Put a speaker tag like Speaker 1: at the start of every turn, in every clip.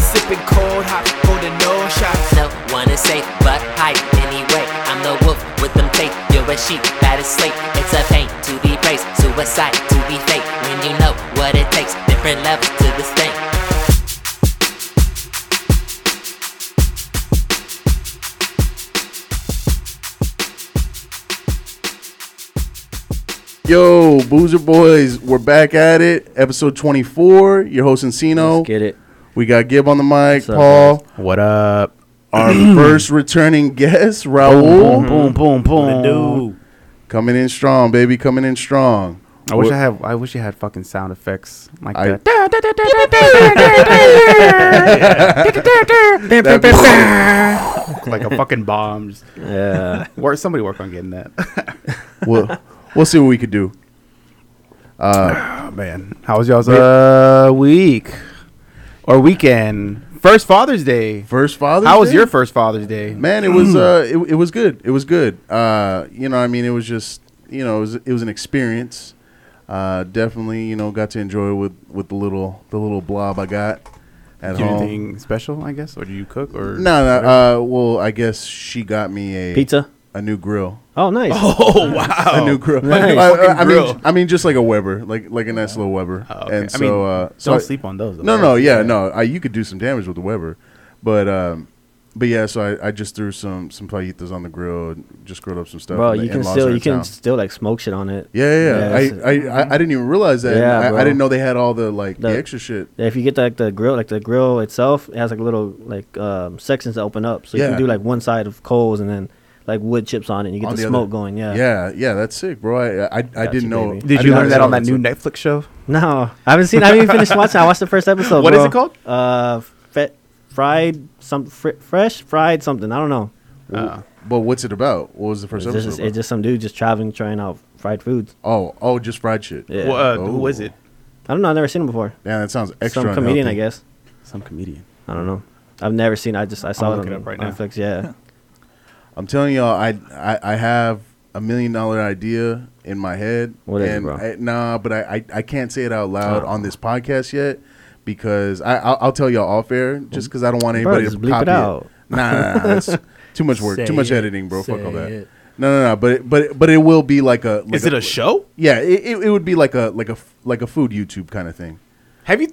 Speaker 1: Sipping cold hot, holding no shots.
Speaker 2: No one is safe but hype anyway. I'm the wolf with them fake. You're a sheep that is slate. It's a pain to be praised, suicide to be fake. When you know what it takes, different levels to this thing.
Speaker 3: Yo, Boozer Boys, we're back at it. Episode 24. Your host Encino.
Speaker 4: Let's get it.
Speaker 3: We got Gib on the mic,
Speaker 4: What's up,
Speaker 3: Paul,
Speaker 5: What up?
Speaker 3: our first returning guest, Raul.
Speaker 4: Oh, Boom, boom, boom, boom.
Speaker 3: Coming in strong, baby, coming in strong.
Speaker 5: I wish I had. I wish you had fucking sound effects like
Speaker 3: I-
Speaker 5: that. like a fucking bomb. Just-
Speaker 4: Yeah.
Speaker 5: Or somebody work on getting that.
Speaker 3: We'll, we'll see what we could do.
Speaker 5: oh man, how was y'all's uh, week or weekend? First Father's Day.
Speaker 3: First Father's
Speaker 5: How was
Speaker 3: Day?
Speaker 5: your first Father's Day?
Speaker 3: Man, it was uh, it, it was good. It was good. Uh, you know, I mean, it was just you know, it was it was an experience. Uh, definitely, you know, got to enjoy with with the little the little blob I got at
Speaker 5: Did you do
Speaker 3: home.
Speaker 5: anything special? I guess, or do you cook? Or
Speaker 3: Oh. No, no. Uh, well, I guess she got me a
Speaker 4: Pizza.
Speaker 3: a new grill,
Speaker 4: Oh, nice.
Speaker 5: Oh wow!
Speaker 3: a new grill.
Speaker 4: Nice.
Speaker 3: I, I-
Speaker 5: Fucking
Speaker 3: I
Speaker 5: grill.
Speaker 3: mean, I mean, just like a Weber, like like a nice little Weber.
Speaker 5: Oh, okay.
Speaker 3: And so,
Speaker 5: I mean,
Speaker 3: uh, so
Speaker 5: don't
Speaker 3: I-
Speaker 5: sleep on those. though,
Speaker 3: No,
Speaker 5: right?
Speaker 3: no, yeah, no. I, you could do some damage with the Weber, but um, but yeah. So I, I just threw some some fajitas on the grill, and just grilled up some stuff.
Speaker 4: Bro,
Speaker 3: and the
Speaker 4: you can
Speaker 3: in-laws
Speaker 4: still
Speaker 3: are in
Speaker 4: you can
Speaker 3: town.
Speaker 4: still like smoke shit on it.
Speaker 3: Yeah, yeah.
Speaker 4: Yeah,
Speaker 3: yeah. I, I, I I didn't even realize that.
Speaker 4: Yeah,
Speaker 3: I, I
Speaker 4: bro.
Speaker 3: didn't know they had all the like the,
Speaker 4: The-
Speaker 3: extra shit.
Speaker 4: Yeah, If you get like the grill, like the grill itself, it has like little like um, sections that open up, so you
Speaker 3: Yeah.
Speaker 4: can do like one side of coals and then like wood chips on it, and you get
Speaker 3: On
Speaker 4: the,
Speaker 3: the other-
Speaker 4: smoke going. Yeah.
Speaker 3: Yeah, yeah. That's sick, bro. I I, I,
Speaker 4: Got
Speaker 3: didn't
Speaker 4: you,
Speaker 3: know.
Speaker 4: baby.
Speaker 3: I
Speaker 5: Did
Speaker 3: didn't
Speaker 5: you learn
Speaker 3: know
Speaker 5: that on
Speaker 3: that's
Speaker 5: that new
Speaker 3: what-
Speaker 5: Netflix show?
Speaker 4: No, I haven't seen. I haven't even finished watching. I watched the first episode.
Speaker 5: What
Speaker 4: bro.
Speaker 5: is it called?
Speaker 4: Uh, fe- fried some fr- fresh fried something. I don't know.
Speaker 5: Uh,
Speaker 3: But what's it about? What was the first
Speaker 4: It's just,
Speaker 3: episode?
Speaker 4: it's
Speaker 3: about?
Speaker 4: just some dude just traveling, trying out fried foods.
Speaker 3: oh, oh, just fried shit.
Speaker 4: Yeah.
Speaker 5: well, uh, Who
Speaker 3: Oh.
Speaker 5: was it?
Speaker 4: I don't know. I've never seen him before.
Speaker 3: Yeah, that sounds extra.
Speaker 4: some comedian,
Speaker 3: unhealthy.
Speaker 4: I guess.
Speaker 5: Some comedian.
Speaker 4: I don't know. I've never seen. I just I saw it
Speaker 5: looking
Speaker 4: on,
Speaker 5: it up right
Speaker 4: on
Speaker 5: now.
Speaker 4: Netflix. Yeah.
Speaker 3: I'm telling y'all, I I, I have a million dollar idea in my head.
Speaker 4: What is it,
Speaker 3: and
Speaker 4: bro?
Speaker 3: I, nah, but I, I I can't say it out loud
Speaker 4: Oh.
Speaker 3: on this podcast yet because I I'll, I'll tell y'all off air just because I don't want
Speaker 4: Bro,
Speaker 3: anybody
Speaker 4: just
Speaker 3: to
Speaker 4: bleep it
Speaker 3: copy
Speaker 4: out.
Speaker 3: Nah, nah, nah, that's too much work,
Speaker 6: Say
Speaker 3: too much
Speaker 6: it,
Speaker 3: editing, bro. Fuck
Speaker 6: say
Speaker 3: all that.
Speaker 6: it.
Speaker 3: No, no, no. But it, but it, but it will be like a. Like
Speaker 5: Is it a show?
Speaker 3: Yeah, it, it, it would be like a like a f- like a food YouTube kind of thing.
Speaker 5: Have you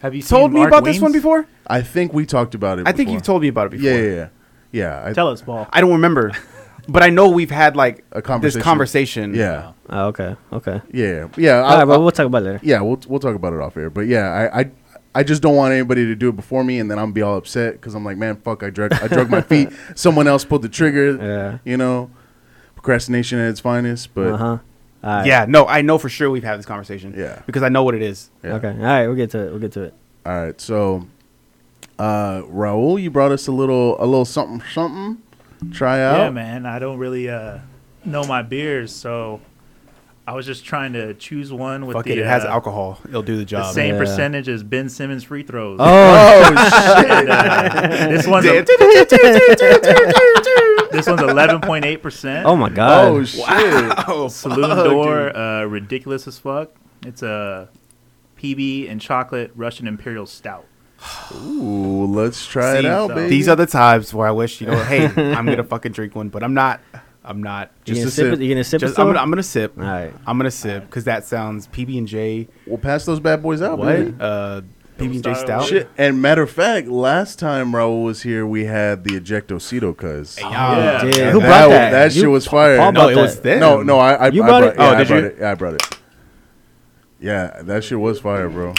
Speaker 6: Have you
Speaker 5: told
Speaker 6: seen
Speaker 5: me
Speaker 6: Mark
Speaker 5: about this
Speaker 6: Wayans?
Speaker 5: one before?
Speaker 3: I think we talked about it.
Speaker 5: I think
Speaker 3: before.
Speaker 5: you've told me about it before.
Speaker 3: Yeah, yeah, yeah. Yeah, I,
Speaker 6: Tell us, Paul.
Speaker 5: I don't remember, but I know we've had like
Speaker 3: A conversation.
Speaker 5: this conversation.
Speaker 3: yeah,
Speaker 4: Oh, okay. Okay.
Speaker 3: yeah, yeah.
Speaker 4: All
Speaker 3: I-
Speaker 4: right, bro.
Speaker 3: I-
Speaker 4: We'll talk about it later.
Speaker 3: yeah, we'll we'll talk about it off air. But yeah, I I, I just don't want anybody to do it before me, and then I'm gonna be all upset because I'm like, man, fuck, I drug I drug my feet. Someone else pulled the trigger.
Speaker 4: Yeah.
Speaker 3: you know, procrastination at its finest. But
Speaker 4: Uh huh. All right.
Speaker 5: Yeah, no, I know for sure we've had this conversation.
Speaker 3: Yeah.
Speaker 5: because I know what it is.
Speaker 3: yeah.
Speaker 4: Okay. All right. We'll get to it. We'll get to it.
Speaker 3: all right, so uh, Raul, you brought us a little a little something something try out.
Speaker 6: Yeah, man. I don't really uh, know my beers, so I was just trying to choose one with
Speaker 5: Fuck
Speaker 6: the
Speaker 5: it, it has
Speaker 6: uh,
Speaker 5: alcohol. It'll do the
Speaker 6: the
Speaker 5: job.
Speaker 6: same
Speaker 4: Yeah.
Speaker 6: percentage as Ben Simmons free throws.
Speaker 4: Oh,
Speaker 6: And, uh, this one's a- this one's eleven point eight percent.
Speaker 4: oh my God.
Speaker 3: Oh shit!
Speaker 5: Oh,
Speaker 6: Saloon
Speaker 5: fuck,
Speaker 6: door,
Speaker 5: dude.
Speaker 6: uh, ridiculous as fuck. It's a PB and chocolate Russian Imperial Stout.
Speaker 3: Ooh, let's try it
Speaker 6: See,
Speaker 3: out,
Speaker 6: so-
Speaker 3: baby.
Speaker 5: These are the times where I wish you know. Hey, I'm gonna fucking drink one, but I'm not. I'm not.
Speaker 4: you
Speaker 5: Just,
Speaker 4: gonna
Speaker 3: a
Speaker 4: sip
Speaker 3: sip.
Speaker 4: it? You gonna sip it?
Speaker 5: just I'm, gonna, I'm gonna sip.
Speaker 4: All right.
Speaker 5: I'm gonna sip because that sounds PB and J.
Speaker 3: we'll pass those bad boys out,
Speaker 5: What?
Speaker 3: baby.
Speaker 5: Uh, PB and J
Speaker 6: style.
Speaker 4: Oh,
Speaker 5: stout.
Speaker 3: Shit. And matter of fact, last time Raul was here, we had the ejectocito cuz.
Speaker 5: Yeah.
Speaker 4: Dude,
Speaker 3: And
Speaker 4: Who brought that?
Speaker 3: That
Speaker 4: You-
Speaker 3: shit was fire.
Speaker 4: Paul
Speaker 5: Um, No,
Speaker 4: brought
Speaker 5: it
Speaker 4: that.
Speaker 5: was them.
Speaker 3: No, no, I, I,
Speaker 4: You
Speaker 3: I
Speaker 4: brought it?
Speaker 3: Yeah,
Speaker 5: Oh,
Speaker 3: I
Speaker 5: did
Speaker 3: brought
Speaker 5: you?
Speaker 3: It. Yeah, I brought it. Yeah, that shit was fire, bro.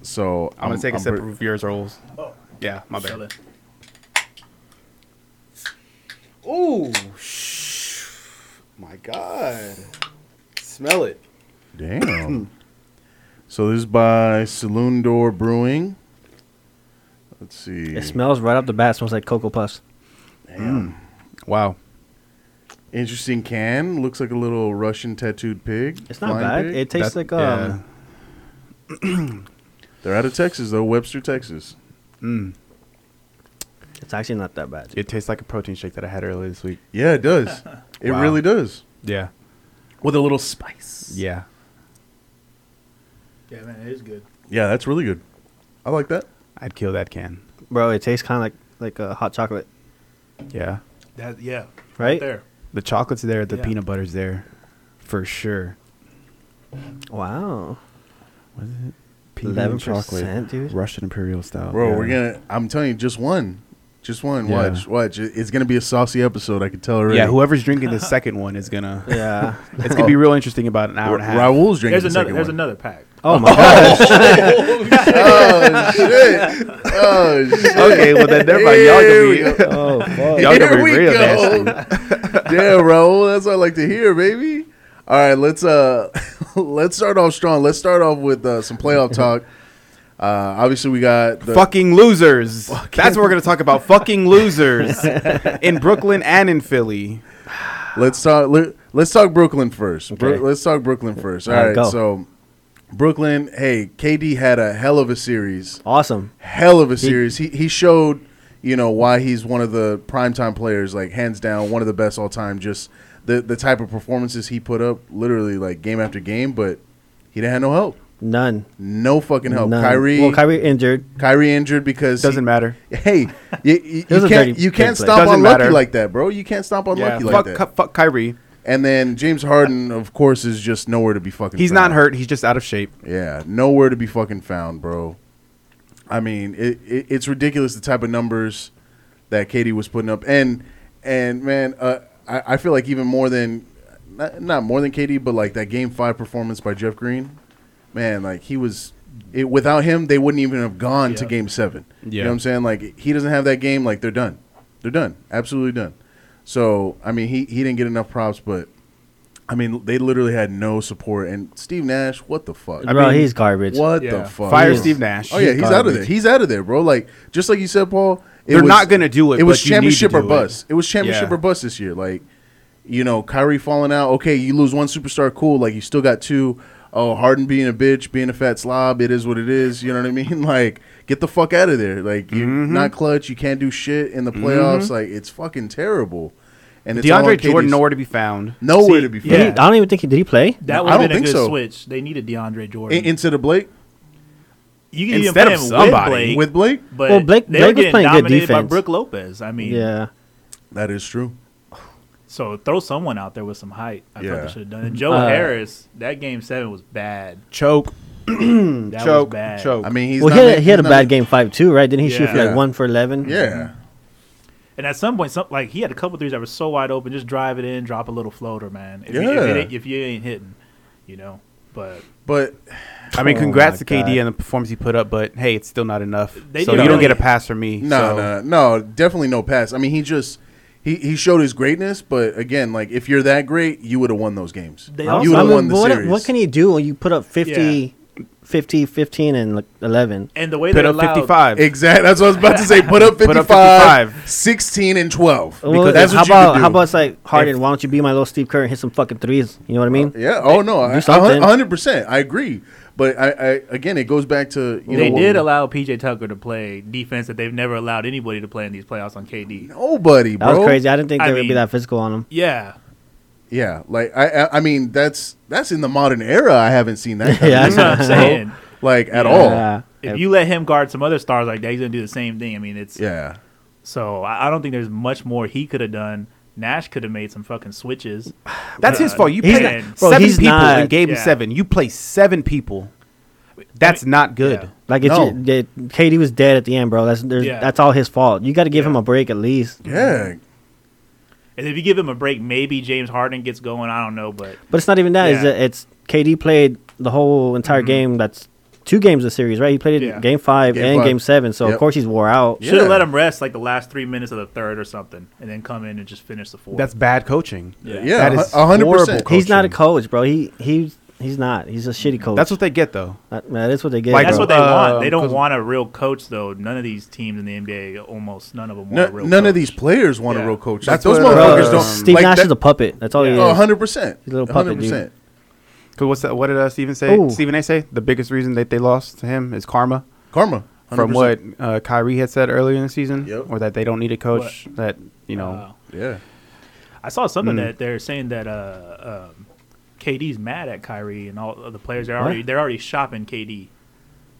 Speaker 3: So
Speaker 5: I'm gonna take a sip
Speaker 3: pre-
Speaker 5: of yours, rolls. Yeah, my bad. Ooh, shh. my God! Smell it.
Speaker 3: Damn. so this is by Saloon Door Brewing. Let's see.
Speaker 4: It smells right up the bat. Smells like cocoa puffs.
Speaker 5: Wow.
Speaker 3: Interesting can. Looks like a little Russian tattooed pig.
Speaker 4: It's not
Speaker 3: flying
Speaker 4: bad.
Speaker 3: pig.
Speaker 4: It tastes
Speaker 5: That-
Speaker 4: like um.
Speaker 5: yeah.
Speaker 3: They're out of Texas though, Webster, Texas.
Speaker 4: It's actually not that bad.
Speaker 5: It tastes like a protein shake that I had earlier this week.
Speaker 3: Yeah, it does. It
Speaker 5: Wow.
Speaker 3: really does.
Speaker 5: Yeah.
Speaker 3: With a little spice.
Speaker 5: Yeah.
Speaker 6: Yeah, man, it is good.
Speaker 3: Yeah, that's really good. I like that.
Speaker 5: I'd kill that can.
Speaker 4: Bro, it tastes kind of like like a hot chocolate,
Speaker 5: Yeah.
Speaker 6: That yeah,
Speaker 4: right?
Speaker 6: there.
Speaker 5: The chocolate's there, the
Speaker 6: Yeah.
Speaker 5: peanut butter's there. For sure.
Speaker 4: Wow.
Speaker 5: Peanut
Speaker 4: 11%, dude.
Speaker 5: Russian imperial style.
Speaker 3: Bro,
Speaker 5: Yeah.
Speaker 3: we're gonna I'm telling you, just one. Just one.
Speaker 5: Yeah.
Speaker 3: Watch, watch. It- It's gonna be a saucy episode, I can tell already.
Speaker 5: Yeah, whoever's drinking the second one is gonna
Speaker 4: Yeah.
Speaker 5: it's gonna be real interesting about an hour and a half.
Speaker 3: Raul's drinking.
Speaker 6: There's
Speaker 3: the
Speaker 6: another.
Speaker 3: second
Speaker 6: There's
Speaker 3: one.
Speaker 6: another pack.
Speaker 4: oh my gosh.
Speaker 3: Oh shit. Oh shit.
Speaker 5: okay, well then never mind. Y'all gonna be
Speaker 4: Oh fuck.
Speaker 5: y'all
Speaker 3: Here
Speaker 5: gonna be
Speaker 3: we
Speaker 5: real
Speaker 3: go.
Speaker 5: nasty.
Speaker 3: Damn, Raul, that's what I like to hear, baby. All right, let's uh let's start off strong. Let's start off with uh, some playoff talk. Uh obviously we got the
Speaker 5: fucking losers. That's what we're gonna talk about. fucking losers in Brooklyn and in Philly.
Speaker 3: Let's talk. Let, us talk Brooklyn first. Bro-
Speaker 4: Okay.
Speaker 3: let's talk Brooklyn first. All
Speaker 4: All
Speaker 3: right.
Speaker 4: right, go.
Speaker 3: So, Brooklyn. Hey, KD had a hell of a series.
Speaker 4: Awesome.
Speaker 3: Hell of a series. He he showed you know why he's one of the primetime players, like hands down, one of the best all time. Just the the type of performances he put up, literally like game after game. But he didn't have no help.
Speaker 4: None.
Speaker 3: No fucking help.
Speaker 4: None.
Speaker 3: Kyrie.
Speaker 4: Well, Kyrie injured.
Speaker 3: Kyrie injured because he-
Speaker 5: Doesn't matter.
Speaker 3: Hey, you, you,
Speaker 4: was
Speaker 3: you
Speaker 4: a
Speaker 3: can't
Speaker 4: dirty
Speaker 3: you can't
Speaker 4: play.
Speaker 3: stop
Speaker 5: Doesn't
Speaker 3: on lucky
Speaker 5: matter.
Speaker 3: like that, bro. You can't stop on
Speaker 5: Yeah,
Speaker 3: lucky
Speaker 5: fuck,
Speaker 3: like that.
Speaker 5: Ky- fuck Kyrie.
Speaker 3: And then James Harden, of course, is just nowhere to be fucking.
Speaker 5: He's
Speaker 3: found.
Speaker 5: not hurt. He's just out of shape.
Speaker 3: Yeah, nowhere to be fucking found, bro. I mean, it, it it's ridiculous the type of numbers that Katie was putting up, and and man, uh, I, I feel like even more than not, not more than Katie, but like that game five performance by Jeff Green, man, like he was. It, without him, they wouldn't even have gone to
Speaker 6: Yeah.
Speaker 3: game seven. You
Speaker 5: Yeah.
Speaker 3: know what I'm saying? Like he doesn't have that game, like they're done. They're done. Absolutely done. So I mean, he he didn't get enough props, but I mean, they literally had no support. And Steve Nash, what the fuck? I
Speaker 4: Bro,
Speaker 3: mean,
Speaker 4: he's garbage.
Speaker 3: What
Speaker 6: Yeah.
Speaker 3: the fuck?
Speaker 5: Fire
Speaker 3: He is-
Speaker 5: Steve Nash.
Speaker 3: Oh yeah, he's out of
Speaker 4: garbage.
Speaker 3: there. He's out of there, bro. Like just like you said, Paul. it
Speaker 5: They're not gonna do it,
Speaker 3: It was
Speaker 5: but you need to
Speaker 3: championship or
Speaker 5: do it.
Speaker 3: bust. It. was championship
Speaker 5: Yeah.
Speaker 3: or bust this year. Like you know, Kyrie falling out. Okay, you lose one superstar, cool. Like you still got two. Oh, Harden being a bitch, being a fat slob. It is what it is. You know what I mean? Like get the fuck out of there. Like you're
Speaker 5: Mm-hmm.
Speaker 3: not clutch. You can't do shit in the playoffs. Like it's fucking terrible. And it's all on
Speaker 5: DeAndre Jordan
Speaker 3: KD's
Speaker 5: nowhere to be found.
Speaker 3: nowhere
Speaker 6: See,
Speaker 3: to be found.
Speaker 4: Did he-
Speaker 6: Yeah.
Speaker 4: I don't even think he did. He play?
Speaker 6: That would
Speaker 3: I
Speaker 6: have
Speaker 3: don't
Speaker 6: been a
Speaker 3: think
Speaker 6: good
Speaker 3: so.
Speaker 6: switch. They needed DeAndre Jordan.
Speaker 3: In- instead of Blake
Speaker 6: you can even
Speaker 5: instead
Speaker 6: put
Speaker 5: of
Speaker 6: him
Speaker 5: somebody.
Speaker 6: with Blake.
Speaker 3: with Blake.
Speaker 6: but
Speaker 4: Well, Blake-
Speaker 6: they
Speaker 4: Blake
Speaker 6: were
Speaker 4: was
Speaker 6: getting
Speaker 4: playing good
Speaker 6: dominated by
Speaker 4: defense.
Speaker 6: Brooke Lopez. I mean,
Speaker 4: Yeah.
Speaker 3: That is true.
Speaker 6: So throw someone out there with some height. I
Speaker 3: Yeah.
Speaker 6: thought they should have done it. Joe
Speaker 4: Uh,
Speaker 6: Harris, that game seven was bad.
Speaker 5: Choke,
Speaker 6: That
Speaker 5: choke,
Speaker 6: was bad.
Speaker 5: choke.
Speaker 3: I mean, he's
Speaker 4: well,
Speaker 3: not
Speaker 4: he had,
Speaker 3: ma-
Speaker 4: he had a
Speaker 3: he's not
Speaker 4: bad
Speaker 3: ma-
Speaker 4: game five too, right? Didn't he shoot for
Speaker 3: Yeah.
Speaker 4: like one for eleven?
Speaker 3: Yeah,
Speaker 6: And at some point, some like he had a couple threes that were so wide open. Just drive it in, drop a little floater, man. If, you, if,
Speaker 3: Yeah.
Speaker 6: it ain't- if you ain't hitting, you know. But
Speaker 3: but
Speaker 5: I mean,
Speaker 4: Oh
Speaker 5: congrats to
Speaker 4: my
Speaker 5: KD
Speaker 4: God.
Speaker 5: and the performance he put up, but hey, it's still not enough.
Speaker 6: They
Speaker 5: so
Speaker 6: did
Speaker 5: you don't
Speaker 6: really-
Speaker 5: get a pass from me.
Speaker 3: no,
Speaker 5: so.
Speaker 3: no, no, definitely no pass. I mean, he just he, he showed his greatness, but again, like if you're that great, you would have won those games.
Speaker 6: They
Speaker 3: you
Speaker 6: also-
Speaker 3: would
Speaker 4: I
Speaker 3: have
Speaker 4: mean,
Speaker 3: won the
Speaker 4: what,
Speaker 3: series.
Speaker 4: what can you do when you put up 50, 50 15, and like 11?
Speaker 6: and the way
Speaker 5: Put
Speaker 6: they
Speaker 5: up
Speaker 6: allowed,
Speaker 5: 55.
Speaker 3: Exactly. That's what I was about to say. Put up 55,
Speaker 5: Put up 55.
Speaker 3: 16 and 12.
Speaker 4: Well,
Speaker 3: that's
Speaker 4: how
Speaker 3: what
Speaker 4: about
Speaker 3: you could do.
Speaker 4: how about it's like Harden?
Speaker 5: If-
Speaker 4: why don't you be my little Steve Kerr and hit some fucking threes? You know what I mean?
Speaker 3: Yeah. Oh no. I-
Speaker 4: something.
Speaker 3: a hundred percent. I agree. But I, I again, it goes back to you
Speaker 6: They
Speaker 3: know,
Speaker 6: did allow PJ Tucker to play defense that they've never allowed anybody to play in these playoffs on KD.
Speaker 3: nobody,
Speaker 4: that
Speaker 3: bro.
Speaker 4: was crazy. I didn't think
Speaker 6: I
Speaker 4: they would be
Speaker 6: mean-
Speaker 4: that physical on him.
Speaker 6: Yeah,
Speaker 3: Yeah. Like I, I, I mean, that's that's in the modern era. I haven't seen that. kind of
Speaker 4: Yeah,
Speaker 6: that's what I'm
Speaker 3: bro.
Speaker 6: saying.
Speaker 3: Like at
Speaker 6: Yeah.
Speaker 3: all.
Speaker 4: Yeah.
Speaker 6: If you let him guard some other stars like that, he's gonna do the same thing. I mean, it's
Speaker 3: Yeah.
Speaker 6: So I I don't think there's much more he could have done. Nash could have made some fucking switches.
Speaker 5: That's his fault. You
Speaker 4: He's
Speaker 5: play
Speaker 6: not-
Speaker 5: that-
Speaker 4: bro,
Speaker 5: seven
Speaker 4: he's
Speaker 5: people
Speaker 4: not-
Speaker 5: in game
Speaker 6: yeah.
Speaker 5: seven. You play seven people. That's not good.
Speaker 6: yeah.
Speaker 4: Like it's
Speaker 3: No.
Speaker 4: it, KD was dead at the end, bro. That's there's,
Speaker 6: Yeah.
Speaker 4: that's all his fault. You got to give him a break at least.
Speaker 3: Yeah.
Speaker 6: And if you give him a break, maybe James Harden gets going. I don't know, but
Speaker 4: But it's not even that. It's,
Speaker 6: Yeah.
Speaker 4: that it's KD played the whole entire game. That's two games of the series, right? He played it
Speaker 6: Yeah.
Speaker 4: game five
Speaker 3: Game
Speaker 4: and
Speaker 3: five.
Speaker 4: game seven. So
Speaker 3: Yep.
Speaker 4: of course he's wore out.
Speaker 3: Yeah.
Speaker 6: should have let him rest like the last three minutes of the third or something, and then come in and just finish the fourth.
Speaker 5: That's bad coaching.
Speaker 3: Yeah.
Speaker 6: Yeah.
Speaker 5: That is
Speaker 3: a hundred
Speaker 5: horrible
Speaker 3: percent.
Speaker 5: coaching.
Speaker 4: He's not a coach, bro. He he's He's not. He's a shitty coach.
Speaker 5: That's what they get though.
Speaker 4: That- that is what they get.
Speaker 5: Like,
Speaker 6: That's
Speaker 4: bro.
Speaker 6: what they
Speaker 5: Uh,
Speaker 6: want. They don't
Speaker 5: 'cause-
Speaker 6: want a real coach, though. None of these teams in the NBA, almost none of them want
Speaker 3: No-
Speaker 6: a real
Speaker 3: none
Speaker 6: coach.
Speaker 3: of these players want
Speaker 6: Yeah.
Speaker 3: a real coach.
Speaker 5: That's
Speaker 3: Like, those
Speaker 5: what, uh,
Speaker 3: motherfuckers
Speaker 5: Fuckers
Speaker 4: Bro,
Speaker 3: don't.
Speaker 4: Steve
Speaker 3: like
Speaker 4: Nash
Speaker 3: that-
Speaker 4: is a puppet. That's all he
Speaker 3: Oh,
Speaker 4: is.
Speaker 3: 100%.
Speaker 4: He's a little puppet, dude.
Speaker 3: 100%.
Speaker 5: Cause what's that? What did uh, Stephen say?
Speaker 4: Ooh.
Speaker 5: Stephen A. say the biggest reason that they lost to him is karma
Speaker 3: Karma. 100%.
Speaker 5: from what uh, Kyrie had said earlier in the season,
Speaker 3: Yep.
Speaker 5: or that they don't need a coach. That you know,
Speaker 6: Wow.
Speaker 3: Yeah.
Speaker 6: I saw something
Speaker 5: Mm.
Speaker 6: that they're saying that uh, um, KD's mad at Kyrie and all of the players. They're
Speaker 4: What?
Speaker 6: already they're already shopping KD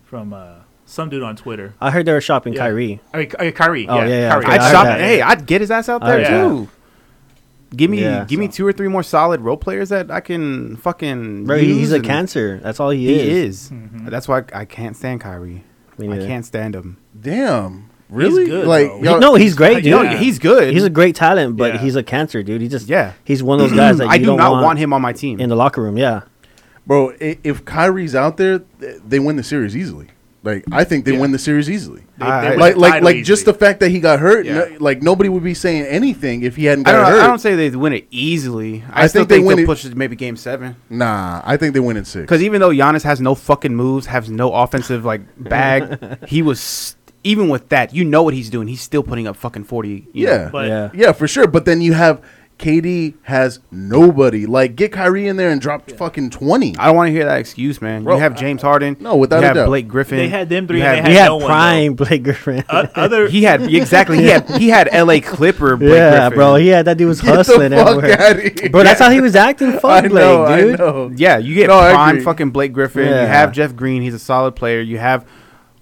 Speaker 6: from uh, some dude on Twitter.
Speaker 4: I heard they were shopping
Speaker 6: Yeah.
Speaker 4: Kyrie.
Speaker 6: I mean, Ky- uh, Kyrie.
Speaker 4: Oh,
Speaker 6: yeah,
Speaker 4: yeah, yeah,
Speaker 6: Kyrie.
Speaker 4: okay,
Speaker 5: I'd
Speaker 4: I heard
Speaker 5: shop.
Speaker 4: that.
Speaker 5: Hey, I'd get his ass out
Speaker 4: I
Speaker 5: there
Speaker 4: heard that.
Speaker 5: too. Give me,
Speaker 4: Yeah,
Speaker 5: give me
Speaker 4: so-
Speaker 5: two or three more solid role players that I can fucking.
Speaker 4: Bro, he- he's
Speaker 5: use
Speaker 4: a
Speaker 5: and-
Speaker 4: cancer. That's all he,
Speaker 5: He
Speaker 4: is.
Speaker 5: is. Mm-hmm. That's why I can't stand Kyrie.
Speaker 4: Me
Speaker 5: I
Speaker 4: neither.
Speaker 5: can't stand him.
Speaker 3: Damn. Really?
Speaker 6: good,
Speaker 3: like,
Speaker 6: though.
Speaker 4: He- no, he's great, dude.
Speaker 5: No, he's good.
Speaker 4: He's a great talent, but
Speaker 6: Yeah.
Speaker 4: he's a cancer, dude. He just
Speaker 5: Yeah.
Speaker 4: He's one of those guys that you
Speaker 5: I do
Speaker 4: don't
Speaker 5: not
Speaker 4: want,
Speaker 5: want, him on my team.
Speaker 4: in the locker room. Yeah,
Speaker 3: bro. i- If Kyrie's out there, th- they win the series easily. Like I think they
Speaker 6: Yeah.
Speaker 3: win the series easily.
Speaker 6: They-
Speaker 5: I-
Speaker 6: they
Speaker 5: I-
Speaker 6: win
Speaker 5: Win
Speaker 3: Like
Speaker 6: the
Speaker 3: like
Speaker 6: title
Speaker 3: like just the
Speaker 6: easily.
Speaker 3: fact that he got hurt,
Speaker 5: Yeah.
Speaker 3: no- like nobody would be saying anything if he hadn't
Speaker 5: I
Speaker 3: got
Speaker 5: don't, know,
Speaker 3: hurt.
Speaker 5: I don't say they win it easily. I,
Speaker 3: I
Speaker 5: still
Speaker 3: think they
Speaker 5: think,
Speaker 3: win
Speaker 5: they'll
Speaker 3: it-
Speaker 5: push it to maybe game seven.
Speaker 3: nah, I think they win in six.
Speaker 5: Because even though Giannis has no fucking moves, has no offensive like bag, he was st- even with that. You know what he's doing. He's still putting up fucking forty. you
Speaker 3: yeah,
Speaker 6: But
Speaker 4: yeah.
Speaker 3: yeah, for sure. But then you have KD has nobody. Like get Kyrie in there and drop fucking twenty.
Speaker 5: I don't want to hear that excuse, man.
Speaker 3: Bro,
Speaker 5: you have James Harden.
Speaker 3: no, without
Speaker 5: you
Speaker 3: a
Speaker 5: have
Speaker 3: doubt.
Speaker 5: Blake Griffin.
Speaker 6: They had them three
Speaker 5: you
Speaker 6: and
Speaker 5: have-
Speaker 6: they
Speaker 4: he
Speaker 6: had
Speaker 4: had
Speaker 6: no one,
Speaker 4: prime Blake Griffin.
Speaker 6: O- other
Speaker 5: He had exactly. He had he had L.A. Clipper. Blake
Speaker 4: yeah,
Speaker 5: Griffin.
Speaker 4: bro. Yeah, that dude was
Speaker 3: Get the
Speaker 4: hustling
Speaker 3: fuck
Speaker 4: everywhere.
Speaker 3: outta here.
Speaker 4: Bro, that's how he was acting. Fuck
Speaker 3: I
Speaker 4: Blake,
Speaker 3: know, I
Speaker 4: dude.
Speaker 3: know.
Speaker 5: Yeah, you get
Speaker 3: Oh. No, I
Speaker 5: prime
Speaker 3: agree.
Speaker 5: fucking Blake Griffin.
Speaker 4: Yeah.
Speaker 5: You have Jeff Green. He's a solid player. You have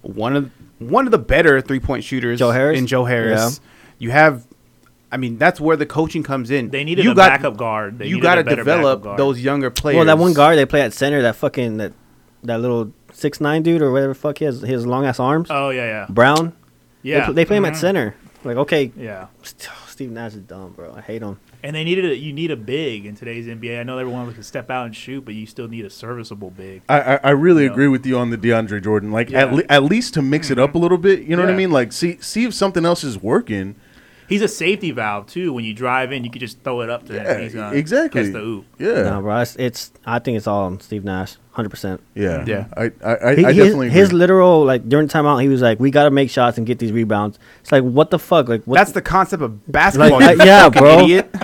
Speaker 5: one of one of the better three point shooters
Speaker 4: Joe Harris?
Speaker 5: in Joe Harris. You have, I mean, that's where the coaching comes in.
Speaker 6: they needed
Speaker 5: you
Speaker 6: a backup guard. They
Speaker 5: you
Speaker 6: got to
Speaker 5: develop those younger players.
Speaker 4: Well, that one guard they play at center, that fucking that that little six nine dude or whatever the fuck he has, his long ass arms.
Speaker 3: Uh,
Speaker 6: Oh yeah, yeah,
Speaker 4: Brown. They,
Speaker 6: yeah.
Speaker 4: pl- they play him at
Speaker 3: Mm-hmm.
Speaker 6: Mhm.
Speaker 4: center. Like okay, oh,
Speaker 6: Yeah,
Speaker 4: Steve Nash is dumb, bro. I hate him.
Speaker 6: and they needed a, you need a big in today's NBA. I know everyone can step out and shoot, but you still need a serviceable big.
Speaker 3: I, I, I really
Speaker 6: Yeah.
Speaker 3: agree with you on the DeAndre Jordan. Like at,
Speaker 6: Yeah. Mm-hmm.
Speaker 3: le- at least to mix it up a little bit. You know what I
Speaker 6: Yeah.
Speaker 3: mean? Like see see if something else is working.
Speaker 6: He's a safety valve too. When you drive in, you could just throw it up to
Speaker 3: Yeah,
Speaker 6: him. He's gonna
Speaker 3: exactly.
Speaker 6: Catch the oop.
Speaker 3: Yeah,
Speaker 4: No, bro. It's, it's I think it's all on Steve Nash, hundred percent.
Speaker 3: yeah,
Speaker 5: Yeah.
Speaker 3: I I, I,
Speaker 4: He-
Speaker 3: I
Speaker 4: his,
Speaker 3: definitely
Speaker 4: his
Speaker 3: agree.
Speaker 4: literal like during timeout, he was like, "We got to make shots and get these rebounds." It's like, what the fuck? Like, what,
Speaker 5: That's the concept of basketball.
Speaker 4: Like,
Speaker 5: you
Speaker 4: uh, yeah,
Speaker 5: fucking
Speaker 4: bro.
Speaker 5: Idiot.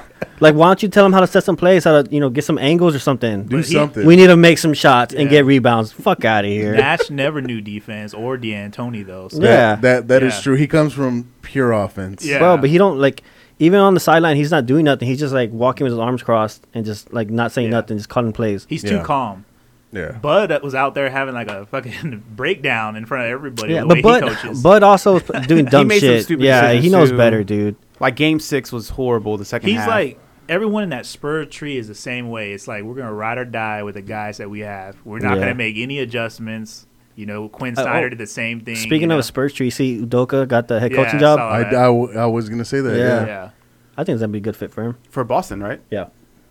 Speaker 4: like. Why don't you tell him how to set some plays, how to you know get some angles or something?
Speaker 3: do
Speaker 6: but he-
Speaker 3: something.
Speaker 4: we need to make some shots and
Speaker 6: Yeah.
Speaker 4: get rebounds. Fuck out of here.
Speaker 6: Nash never knew defense or D'Antoni though. So
Speaker 4: Yeah.
Speaker 3: That that, that is
Speaker 6: Yeah.
Speaker 3: true. He comes from pure offense.
Speaker 6: Yeah.
Speaker 4: bro. But he don't like even on the sideline. He's not doing nothing. He's just like walking with his arms crossed and just like not saying
Speaker 6: Yeah.
Speaker 4: nothing, just calling plays.
Speaker 6: he's too
Speaker 3: Yeah.
Speaker 6: calm.
Speaker 3: yeah.
Speaker 6: Bud was out there having like a fucking breakdown in front of everybody.
Speaker 4: yeah,
Speaker 6: the
Speaker 4: but
Speaker 6: way
Speaker 4: Bud,
Speaker 6: he coaches.
Speaker 4: Bud also is doing dumb
Speaker 5: made some
Speaker 4: shit.
Speaker 5: stupid
Speaker 4: yeah,
Speaker 5: decisions
Speaker 4: he knows
Speaker 5: too.
Speaker 4: better, dude.
Speaker 5: Like game six was horrible. The second
Speaker 6: he's
Speaker 5: half.
Speaker 6: like everyone in that spur tree is the same way. It's like we're gonna ride or die with the guys that we have. We're not
Speaker 4: Yeah.
Speaker 6: gonna make any adjustments. You know, Quinn
Speaker 4: Uh,
Speaker 6: Snyder
Speaker 4: oh,
Speaker 6: did the same thing.
Speaker 4: Speaking
Speaker 6: you know?
Speaker 4: of Spurs, tree, see Udoka got the head
Speaker 6: Mm, Yeah,
Speaker 4: coaching
Speaker 6: I
Speaker 4: job.
Speaker 6: saw
Speaker 3: I, I, w- I was gonna say that.
Speaker 4: Yeah.
Speaker 3: Yeah.
Speaker 6: yeah,
Speaker 4: I think it's gonna be a good fit for him.
Speaker 5: for Boston, right?
Speaker 4: Yeah.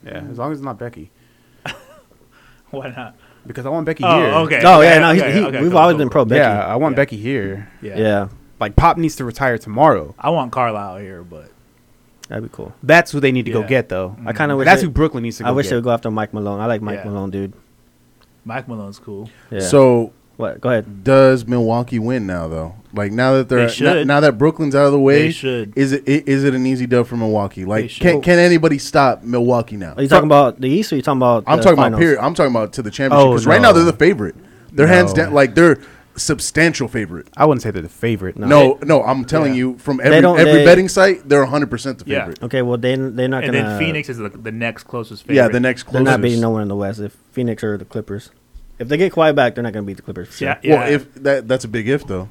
Speaker 5: Yeah, as long as it's not Becky,
Speaker 6: why not?
Speaker 5: because I want Becky
Speaker 6: Oh,
Speaker 5: here.
Speaker 6: okay.
Speaker 4: Oh yeah, no, he's,
Speaker 6: okay,
Speaker 4: he,
Speaker 6: okay,
Speaker 4: we've
Speaker 6: cool,
Speaker 4: always
Speaker 6: cool,
Speaker 4: been
Speaker 6: cool.
Speaker 4: pro Becky.
Speaker 5: Yeah, I want
Speaker 6: Yeah.
Speaker 5: Becky here.
Speaker 4: yeah,
Speaker 5: Like Pop needs to retire tomorrow.
Speaker 6: I want Carlisle here, but
Speaker 4: that'd be cool.
Speaker 5: That's who they need to go
Speaker 6: Yeah.
Speaker 5: get, though.
Speaker 4: I kind of wish
Speaker 5: That's
Speaker 4: they-
Speaker 5: who Brooklyn needs to go
Speaker 4: I wish
Speaker 5: get.
Speaker 4: they would go after Mike Malone. I like Mike
Speaker 6: Yeah.
Speaker 4: Malone, dude.
Speaker 6: Mike Malone's cool.
Speaker 4: Yeah.
Speaker 3: So uh,
Speaker 4: what? Go ahead.
Speaker 3: does Milwaukee win now though? Like now that they're
Speaker 6: They should.
Speaker 3: now, now that Brooklyn's out of the way,
Speaker 6: They should.
Speaker 3: is it i- is it an easy dub for Milwaukee? Like
Speaker 6: should.
Speaker 3: can can anybody stop Milwaukee now?
Speaker 4: Are you talking about the East or are you talking about?
Speaker 3: I'm
Speaker 4: the
Speaker 3: talking about
Speaker 4: finals?
Speaker 3: period. I'm talking about to the championship
Speaker 5: Oh,
Speaker 3: because right now
Speaker 5: no.
Speaker 3: they're the favorite. They're hands
Speaker 5: No.
Speaker 3: down like they're substantial favorite.
Speaker 5: I wouldn't say they're the favorite.
Speaker 3: No, no, I'm telling you from every
Speaker 4: don't-
Speaker 3: every
Speaker 4: they-
Speaker 3: betting site, they're 100 percent the
Speaker 6: Yeah.
Speaker 3: favorite.
Speaker 4: Okay, well they they're not
Speaker 6: And
Speaker 4: gonna.
Speaker 6: then Phoenix is the, the next closest favorite.
Speaker 3: Yeah, the next
Speaker 4: They're
Speaker 3: closest.
Speaker 4: not beating no one in the West. If Phoenix or the Clippers, if they get Kawhi back, they're not gonna beat the Clippers. For sure.
Speaker 6: Yeah, yeah.
Speaker 3: Well, if that that's a big if though.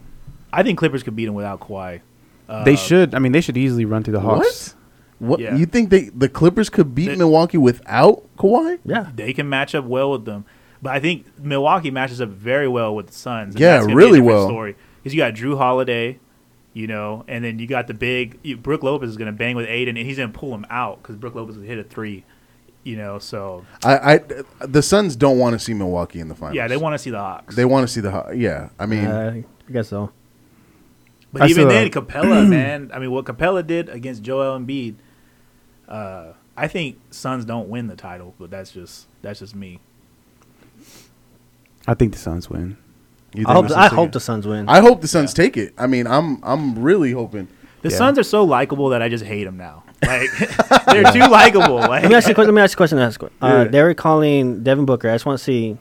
Speaker 6: I think Clippers could beat him without Kawhi. Uh,
Speaker 5: They should. I mean, they should easily run through the Hawks.
Speaker 3: What
Speaker 6: Yeah.
Speaker 3: you think they the Clippers could beat
Speaker 6: They-
Speaker 3: Milwaukee without Kawhi?
Speaker 4: Yeah.
Speaker 6: They can match up well with them, but I think Milwaukee matches up very well with the Suns. and
Speaker 3: Yeah,
Speaker 6: that's gonna be a
Speaker 3: really
Speaker 6: different
Speaker 3: well.
Speaker 6: Story because you got Drew Holiday, you know, and then you got the big you, Brooke Lopez is going to bang with Aiden, and he's going to pull him out because Brooke Lopez hit a three, you know. So
Speaker 3: I, I the Suns don't want to see Milwaukee in the finals.
Speaker 6: yeah, they want to see the Hawks.
Speaker 3: They want to see the Haw- yeah. I mean,
Speaker 4: Uh, I guess so.
Speaker 6: But
Speaker 5: I still-
Speaker 6: even then, Capella, man. I mean, what Capella did against Joel Embiid, uh, I think Suns don't win the title, but that's just that's just me.
Speaker 5: I think the Suns win.
Speaker 3: You
Speaker 4: I hope,
Speaker 3: think-
Speaker 4: I hope the Suns win.
Speaker 3: I hope the Suns take it. I mean, I'm I'm really hoping.
Speaker 6: The
Speaker 5: Yeah.
Speaker 6: Suns are so likable that I just hate them now. Like they're too likable. Like
Speaker 4: let me ask you a question. Let me ask you a question. Ask you. Uh,
Speaker 3: Yeah. Uh,
Speaker 4: They're calling Devin Booker. I just want to see.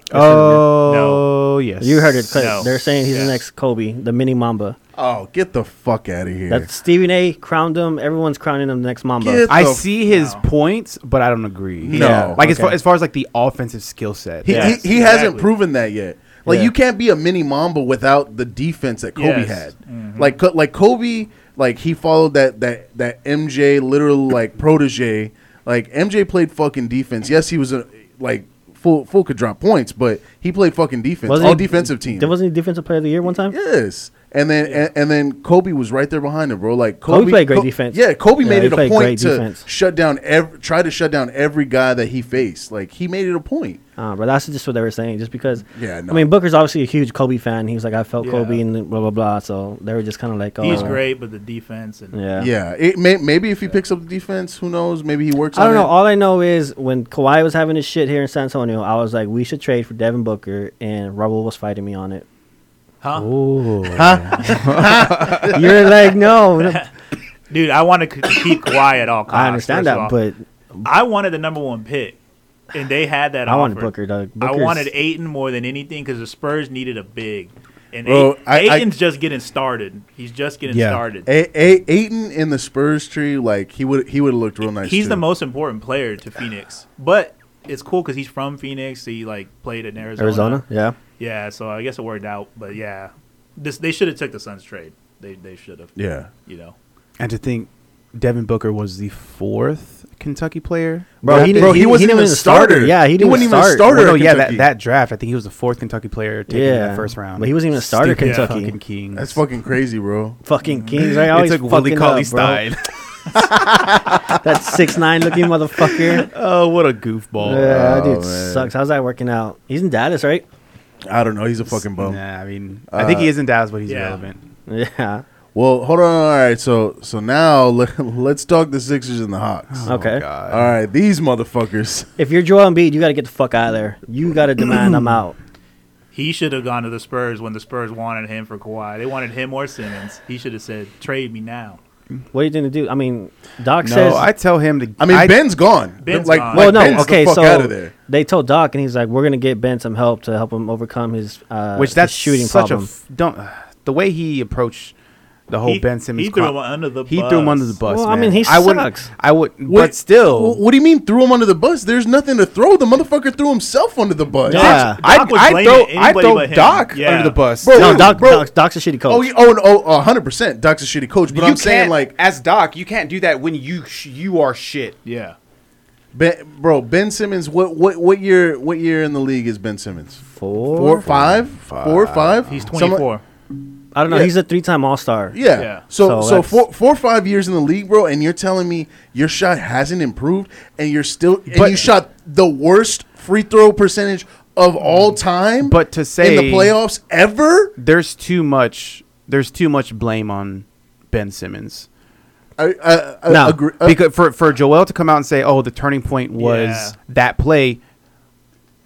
Speaker 5: Oh yes,
Speaker 4: you heard it.
Speaker 6: No.
Speaker 4: They're saying he's
Speaker 6: Yes.
Speaker 4: the next Kobe, the mini Mamba.
Speaker 3: Oh, get the fuck out of here.
Speaker 4: That Stephen A. crowned him. Everyone's crowning him the next Mamba.
Speaker 3: Get
Speaker 5: I
Speaker 3: the
Speaker 5: see his points, but I don't agree.
Speaker 3: No. Yeah.
Speaker 5: like as, far,
Speaker 4: Okay.
Speaker 5: as far as like the offensive skill set,
Speaker 3: He,
Speaker 6: Yes,
Speaker 3: he, he hasn't
Speaker 6: exactly.
Speaker 3: proven that yet. Like
Speaker 4: Yeah.
Speaker 3: you can't be a mini Mamba without the defense that Kobe
Speaker 6: Yes. Mm-hmm.
Speaker 3: had. Like co- like Kobe, like he followed that that that MJ literal like protege. Like MJ played fucking defense. Yes, he was a like full full could drop points, but he played fucking defense.
Speaker 4: Wasn't
Speaker 3: All
Speaker 4: he-
Speaker 3: defensive team.
Speaker 4: There wasn't he defensive player of the year one time.
Speaker 3: yes. And then and, and then Kobe was right there behind him, bro. Like
Speaker 4: Kobe
Speaker 3: Kobe,
Speaker 4: played great
Speaker 3: Ko-
Speaker 4: defense.
Speaker 3: Yeah, Kobe
Speaker 4: Yeah,
Speaker 3: made
Speaker 4: he
Speaker 3: it a
Speaker 4: played
Speaker 3: point
Speaker 4: great
Speaker 3: to
Speaker 4: defense.
Speaker 3: shut down every try to shut down every guy that he faced. Like he made it a point.
Speaker 4: Uh, but that's just what they were saying. Just because.
Speaker 3: Yeah, no.
Speaker 4: I mean, Booker's obviously a huge Kobe fan. He was like, I felt
Speaker 6: Yeah.
Speaker 4: Kobe and blah blah blah. So they were just kind of like, oh,
Speaker 6: he's great, but the defense and
Speaker 4: Yeah.
Speaker 3: Yeah, it may, maybe if he picks up the defense, who knows? Maybe he works.
Speaker 4: I don't
Speaker 3: on
Speaker 4: know.
Speaker 3: It.
Speaker 4: All I know is when Kawhi was having his shit here in San Antonio, I was like, we should trade for Devin Booker, and Rubble was fighting me on it.
Speaker 6: huh?
Speaker 4: You're like, no, no.
Speaker 6: Dude, I want to keep Kawhi at all costs.
Speaker 4: I understand
Speaker 6: Ah, first of
Speaker 4: that,
Speaker 6: all.
Speaker 4: but
Speaker 6: I wanted the number one pick, and they had that.
Speaker 4: I
Speaker 6: offer.
Speaker 4: wanted Booker. Doug. Booker's-
Speaker 6: I wanted Aiton more than anything because the Spurs needed a big, and
Speaker 3: Bro,
Speaker 6: Ay-
Speaker 3: I- I-
Speaker 6: Aiton's just getting started. He's just getting
Speaker 5: Yeah.
Speaker 6: started.
Speaker 3: A- A- Aiton in the Spurs tree, like he would, he would have looked real nice.
Speaker 6: he's
Speaker 3: too.
Speaker 6: the most important player to Phoenix, but it's cool because he's from Phoenix. He like played in Arizona.
Speaker 4: Arizona. Yeah,
Speaker 6: Yeah, so I guess it worked out. But yeah, this they should have took the Suns trade. They they should have.
Speaker 3: Yeah,
Speaker 6: You know.
Speaker 5: and to think Devin Booker was the fourth Kentucky player.
Speaker 4: Bro, he
Speaker 3: Yeah,
Speaker 4: didn't- he- he
Speaker 3: wasn't
Speaker 4: didn't
Speaker 3: even
Speaker 4: even
Speaker 3: a
Speaker 4: start.
Speaker 3: starter.
Speaker 4: Yeah, he didn't
Speaker 3: wasn't
Speaker 4: even
Speaker 3: even a
Speaker 4: start.
Speaker 3: starter.
Speaker 5: Well, no,
Speaker 3: at
Speaker 5: yeah, that,
Speaker 3: Kentucky.
Speaker 5: that draft. I think he was the fourth Kentucky player taken in
Speaker 4: Yeah.
Speaker 5: that first round.
Speaker 4: But he wasn't even a starter
Speaker 5: Stupid
Speaker 4: Kentucky.
Speaker 5: fucking Kings.
Speaker 3: that's fucking crazy, bro.
Speaker 4: fucking Kings. Right? Always
Speaker 5: it took Willie
Speaker 4: fucking
Speaker 5: Cauley
Speaker 4: up, bro.
Speaker 5: Stein.
Speaker 4: That six nine looking motherfucker.
Speaker 5: oh, what a goofball!
Speaker 4: yeah, that dude
Speaker 3: Oh, man.
Speaker 4: sucks. How's that working out? He's in Dallas, right?
Speaker 3: I don't know. He's a fucking bum.
Speaker 5: Nah, I mean, I think
Speaker 4: Uh,
Speaker 5: he is in Dallas, but he's
Speaker 6: yeah.
Speaker 5: irrelevant.
Speaker 4: Yeah.
Speaker 3: Well, hold on. All right, so so now let, let's talk the Sixers and the Hawks.
Speaker 4: Okay.
Speaker 5: Oh God.
Speaker 3: All right, these motherfuckers.
Speaker 4: if you're Joel Embiid, you got to get the fuck out of there. You got to demand I'm out.
Speaker 6: He should have gone to the Spurs when the Spurs wanted him for Kawhi. They wanted him or Simmons. He should have said, "Trade me now."
Speaker 4: What are you gonna do? I mean, Doc
Speaker 5: No,
Speaker 4: says.
Speaker 5: I tell him to.
Speaker 3: I mean,
Speaker 5: I-
Speaker 3: Ben's gone.
Speaker 6: Ben's
Speaker 3: like,
Speaker 6: gone.
Speaker 3: like
Speaker 4: well, no,
Speaker 3: Ben's
Speaker 4: okay,
Speaker 3: the fuck
Speaker 4: so
Speaker 3: out of there.
Speaker 4: they told Doc, and he's like, "We're gonna get Ben some help to help him overcome his uh,
Speaker 5: which
Speaker 4: his
Speaker 5: that's
Speaker 4: shooting
Speaker 5: such
Speaker 4: problem."
Speaker 5: a f- don't the way he approached the whole
Speaker 6: He-
Speaker 5: Ben Simmons.
Speaker 6: he threw
Speaker 5: con-
Speaker 6: him under the
Speaker 5: he threw him under the
Speaker 6: bus.
Speaker 5: bus.
Speaker 4: Well, I
Speaker 5: man.
Speaker 4: mean, he
Speaker 5: I wouldn't-
Speaker 4: sucks.
Speaker 5: I would,
Speaker 3: What-
Speaker 5: but still,
Speaker 3: wh- what do you mean threw him under the bus? There's nothing to throw. The motherfucker threw himself under the bus.
Speaker 4: Yeah.
Speaker 6: Doc
Speaker 5: I
Speaker 6: was
Speaker 5: I
Speaker 6: blaming
Speaker 5: throw I
Speaker 6: anybody
Speaker 5: throw
Speaker 6: but him.
Speaker 5: Doc
Speaker 6: Yeah.
Speaker 5: under the bus.
Speaker 3: Bro,
Speaker 4: no, Doc,
Speaker 3: bro.
Speaker 4: Doc, Doc's a shitty coach.
Speaker 3: Oh, yeah, oh, oh, oh, 100%. Doc's a shitty coach, but
Speaker 5: you
Speaker 3: I'm saying,
Speaker 5: can't-
Speaker 3: like,
Speaker 5: as Doc, you can't do that when you sh- you are shit.
Speaker 6: Yeah.
Speaker 3: Ben, bro, Ben Simmons. What what what year? What year in the league is Ben Simmons?
Speaker 4: Four?
Speaker 3: Four, five, four, five.
Speaker 6: He's
Speaker 3: Something-
Speaker 6: 24.
Speaker 4: I don't know.
Speaker 3: Yeah.
Speaker 4: He's a three-time All-Star.
Speaker 3: Yeah.
Speaker 6: Yeah.
Speaker 3: So
Speaker 4: So
Speaker 3: so,
Speaker 4: that's-
Speaker 3: four four or five years in the league, bro, and you're telling me your shot hasn't improved, and you're still and
Speaker 5: But-
Speaker 3: you shot the worst free throw percentage of all time.
Speaker 5: But to say-
Speaker 3: in the playoffs ever,
Speaker 5: There's too much. There's too much blame on Ben Simmons.
Speaker 3: I, I, I
Speaker 4: No,
Speaker 3: agree. uh,
Speaker 5: because for for Joel to come out and say, "Oh, the turning point was
Speaker 6: Yeah.
Speaker 5: that play."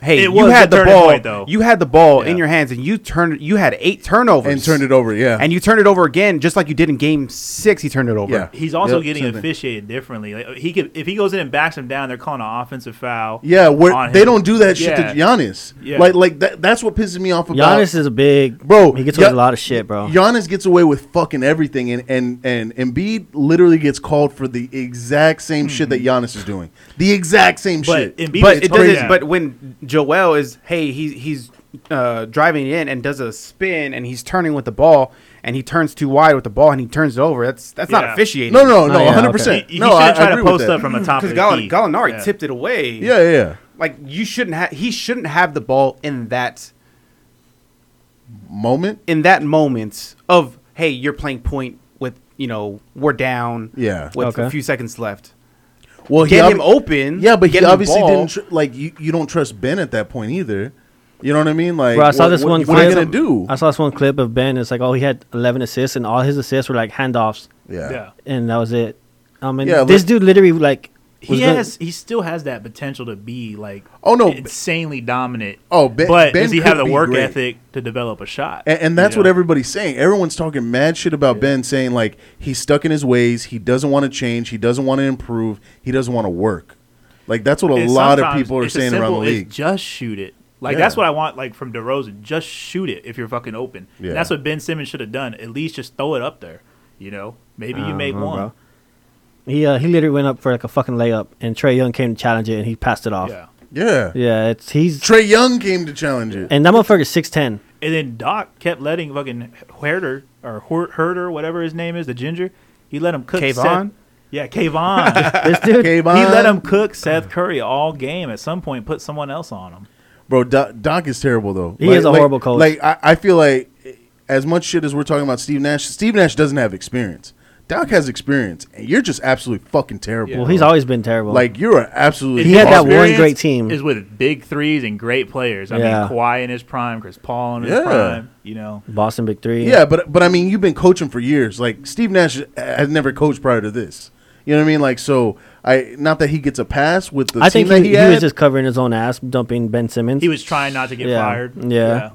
Speaker 5: Hey,
Speaker 6: It
Speaker 5: you
Speaker 6: was
Speaker 5: had
Speaker 6: the
Speaker 5: the,
Speaker 6: turning
Speaker 5: ball.
Speaker 6: point, though.
Speaker 5: You had the ball in
Speaker 6: Yeah.
Speaker 5: your hands, and you turned. You had eight turnovers
Speaker 3: and turned it over. Yeah.
Speaker 5: and you turned it over again, just like you did in Game Six. He turned it over.
Speaker 3: Yeah.
Speaker 6: He's also
Speaker 3: Yep,
Speaker 6: getting
Speaker 3: same thing.
Speaker 6: officiated differently. Like, he could, if he goes in and backs him down, they're calling an offensive foul.
Speaker 3: yeah, where
Speaker 6: on
Speaker 3: they
Speaker 6: him.
Speaker 3: don't do that shit
Speaker 6: Yeah.
Speaker 3: to Giannis.
Speaker 6: Yeah.
Speaker 3: Like, like that, that's what pisses me off about
Speaker 4: Giannis is a big
Speaker 3: Bro,
Speaker 4: He gets
Speaker 3: Ya-
Speaker 4: away with a lot of shit, bro.
Speaker 3: Giannis gets away with fucking everything, and and and Embiid literally gets called for the exact same shit that Giannis is doing. The exact same
Speaker 6: Mm-hmm. But
Speaker 3: shit.
Speaker 6: Embiid
Speaker 5: but
Speaker 6: was
Speaker 5: it
Speaker 6: crazy.
Speaker 5: doesn't. But when Joel is, hey, he, he's uh, driving in and does a spin, and he's turning with the ball, and he turns too wide with the ball, and he turns it over. That's that's not
Speaker 6: Yeah.
Speaker 5: officiating.
Speaker 3: no, no,
Speaker 4: Oh,
Speaker 3: no,
Speaker 4: yeah,
Speaker 3: hundred
Speaker 6: he,
Speaker 3: percent.
Speaker 6: he
Speaker 3: No,
Speaker 6: should
Speaker 3: I, I
Speaker 6: have tried
Speaker 3: agree
Speaker 6: to
Speaker 3: with
Speaker 6: post
Speaker 3: that.
Speaker 6: up from the top of
Speaker 5: because
Speaker 6: the
Speaker 5: Gall-
Speaker 6: key.
Speaker 5: Gallinari
Speaker 6: Yeah.
Speaker 5: tipped it away.
Speaker 3: Yeah, yeah, yeah.
Speaker 5: like you shouldn't have. He shouldn't have the ball in that
Speaker 3: Moment.
Speaker 5: in that moment of hey, you're playing point with you know we're down.
Speaker 3: Yeah.
Speaker 5: with
Speaker 4: Okay.
Speaker 5: a few seconds left.
Speaker 3: Well,
Speaker 5: Get
Speaker 3: obvi-
Speaker 5: him open.
Speaker 3: Yeah, but
Speaker 5: get
Speaker 3: he
Speaker 5: him the
Speaker 3: obviously
Speaker 5: ball.
Speaker 3: didn't tr- like you. You don't trust Ben at that point either. You know what I mean? Like,
Speaker 4: Bro, I saw
Speaker 3: what-
Speaker 4: this
Speaker 3: what,
Speaker 4: one.
Speaker 3: What are you
Speaker 4: clip-
Speaker 3: gonna do?
Speaker 4: I saw this one clip of Ben. It's like, oh, he had 11 assists, and all his assists were like handoffs,
Speaker 3: yeah.
Speaker 6: yeah.
Speaker 4: and that was it. I mean,
Speaker 3: Yeah,
Speaker 4: this
Speaker 3: li-
Speaker 4: dude literally like
Speaker 6: he
Speaker 4: was gonna-
Speaker 6: has he still has that potential to be like
Speaker 3: Oh, no.
Speaker 6: insanely dominant.
Speaker 3: Oh, Ben-
Speaker 6: but
Speaker 3: Ben
Speaker 6: does he
Speaker 3: could
Speaker 6: have the
Speaker 3: be
Speaker 6: work
Speaker 3: great.
Speaker 6: ethic to develop a shot?
Speaker 3: And, and
Speaker 6: you
Speaker 3: that's what
Speaker 6: know?
Speaker 3: everybody's saying. Everyone's talking mad shit about Ben, saying like he's stuck in his ways. He doesn't want to change. He doesn't want to improve. He doesn't want to work. Like that's what a
Speaker 6: And
Speaker 3: lot of
Speaker 6: sometimes
Speaker 3: people are
Speaker 6: it's as
Speaker 3: saying around the
Speaker 6: simple as
Speaker 3: league.
Speaker 6: Just shoot it. Like
Speaker 3: Yeah.
Speaker 6: that's what I want. Like from DeRozan, just shoot it if you're fucking open. And
Speaker 3: Yeah.
Speaker 6: that's what Ben Simmons should have done. At least just throw it up there. You know, maybe
Speaker 4: I
Speaker 6: you
Speaker 4: don't
Speaker 6: make
Speaker 4: know,
Speaker 6: one.
Speaker 4: Uh-huh, bro. He uh, he literally went up for like a fucking layup, and Trey Young came to challenge it, and he passed it off.
Speaker 6: Yeah.
Speaker 3: yeah.
Speaker 4: Yeah, it's he's
Speaker 3: Trey Young came to challenge it.
Speaker 4: and that motherfucker's six ten.
Speaker 6: And then Doc kept letting fucking Herder or Her- Herder, whatever his name is, the ginger. He let him cook.
Speaker 5: Kayvon?
Speaker 6: Seth- Yeah, Kayvon.
Speaker 4: This dude,
Speaker 3: Kayvon,
Speaker 6: he let him cook Seth Curry all game. At some point, put someone else on him.
Speaker 3: bro. Doc, Doc is terrible though.
Speaker 4: He is a horrible coach.
Speaker 3: Like I, I feel like as much shit as we're talking about Steve Nash, Steve Nash doesn't have experience. Doc has experience, and you're just absolutely fucking terrible.
Speaker 4: well, he's
Speaker 3: bro.
Speaker 4: always been terrible.
Speaker 3: like you're an absolute.
Speaker 4: He had that
Speaker 3: garbage.
Speaker 4: one
Speaker 6: Experience
Speaker 4: great team.
Speaker 6: is with big threes and great players. I
Speaker 4: Yeah.
Speaker 6: mean, Kawhi in his prime, Chris Paul in his
Speaker 3: Yeah.
Speaker 6: prime. You know,
Speaker 4: Boston Big Three.
Speaker 3: Yeah, but but I mean, you've been coaching for years. Like Steve Nash has never coached prior to this. You know what I mean? Like so, I not that he gets a pass with the
Speaker 4: I
Speaker 3: team
Speaker 4: think
Speaker 3: that
Speaker 4: he,
Speaker 3: he,
Speaker 4: he
Speaker 3: had.
Speaker 4: was just covering his own ass, dumping Ben Simmons.
Speaker 6: he was trying not to get
Speaker 4: Yeah.
Speaker 6: fired.
Speaker 4: Yeah.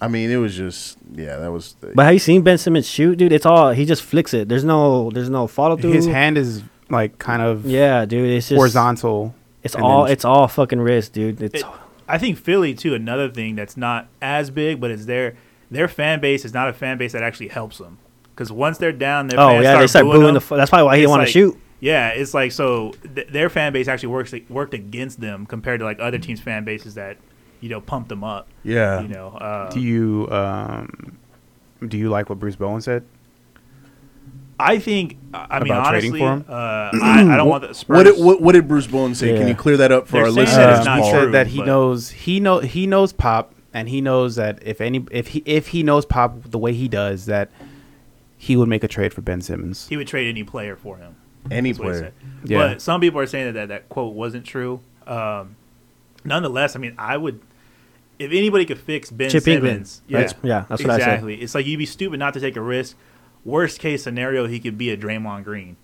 Speaker 3: I mean, it was just yeah, that was.
Speaker 4: but have you seen Ben Simmons shoot, dude? It's all he just flicks it. There's no there's no follow through.
Speaker 5: His hand is like kind of
Speaker 4: Yeah, dude. It's just
Speaker 5: horizontal.
Speaker 4: It's
Speaker 5: and
Speaker 4: all
Speaker 5: then-
Speaker 4: it's all fucking wrist, dude. It's
Speaker 6: It- I think Philly too. Another thing that's not as big, but is their their fan base is not a fan base that actually helps them. Because once they're down, their
Speaker 4: oh
Speaker 6: fans
Speaker 4: yeah,
Speaker 6: start
Speaker 4: they start booing,
Speaker 6: them.
Speaker 4: the. F- that's probably why he
Speaker 6: It's
Speaker 4: didn't want
Speaker 6: like-
Speaker 4: to shoot.
Speaker 6: Yeah, it's like so th- their fan base actually works worked against them compared to like other teams' fan bases that you know pump them up.
Speaker 3: Yeah.
Speaker 6: you know. Uh,
Speaker 5: Do you um, do you like what Bruce Bowen said?
Speaker 6: I think I I mean
Speaker 5: About
Speaker 6: honestly,
Speaker 5: trading for him?
Speaker 6: Uh, I, I don't want the Spurs.
Speaker 3: What did, what, what did Bruce Bowen say? Can
Speaker 4: Yeah.
Speaker 3: you clear that up for
Speaker 6: They're
Speaker 3: our
Speaker 6: saying
Speaker 3: listeners?
Speaker 6: that it's not
Speaker 5: he
Speaker 6: true,
Speaker 5: said that he
Speaker 6: but-
Speaker 5: knows he know he knows Pop, and he knows that if any if he if he knows Pop the way he does, that he would make a trade for Ben Simmons.
Speaker 6: he would trade any player for him.
Speaker 3: Any
Speaker 6: That's what he
Speaker 3: player.
Speaker 6: said.
Speaker 5: Yeah.
Speaker 6: But some people are saying that that, that quote wasn't true. Um, nonetheless, I mean, I would. If anybody could fix Ben
Speaker 4: Chip England.
Speaker 6: Simmons,
Speaker 4: That's- yeah, that's what I said.
Speaker 6: exactly. It's like you'd be stupid not to take a risk. Worst case scenario, he could be a Draymond Green.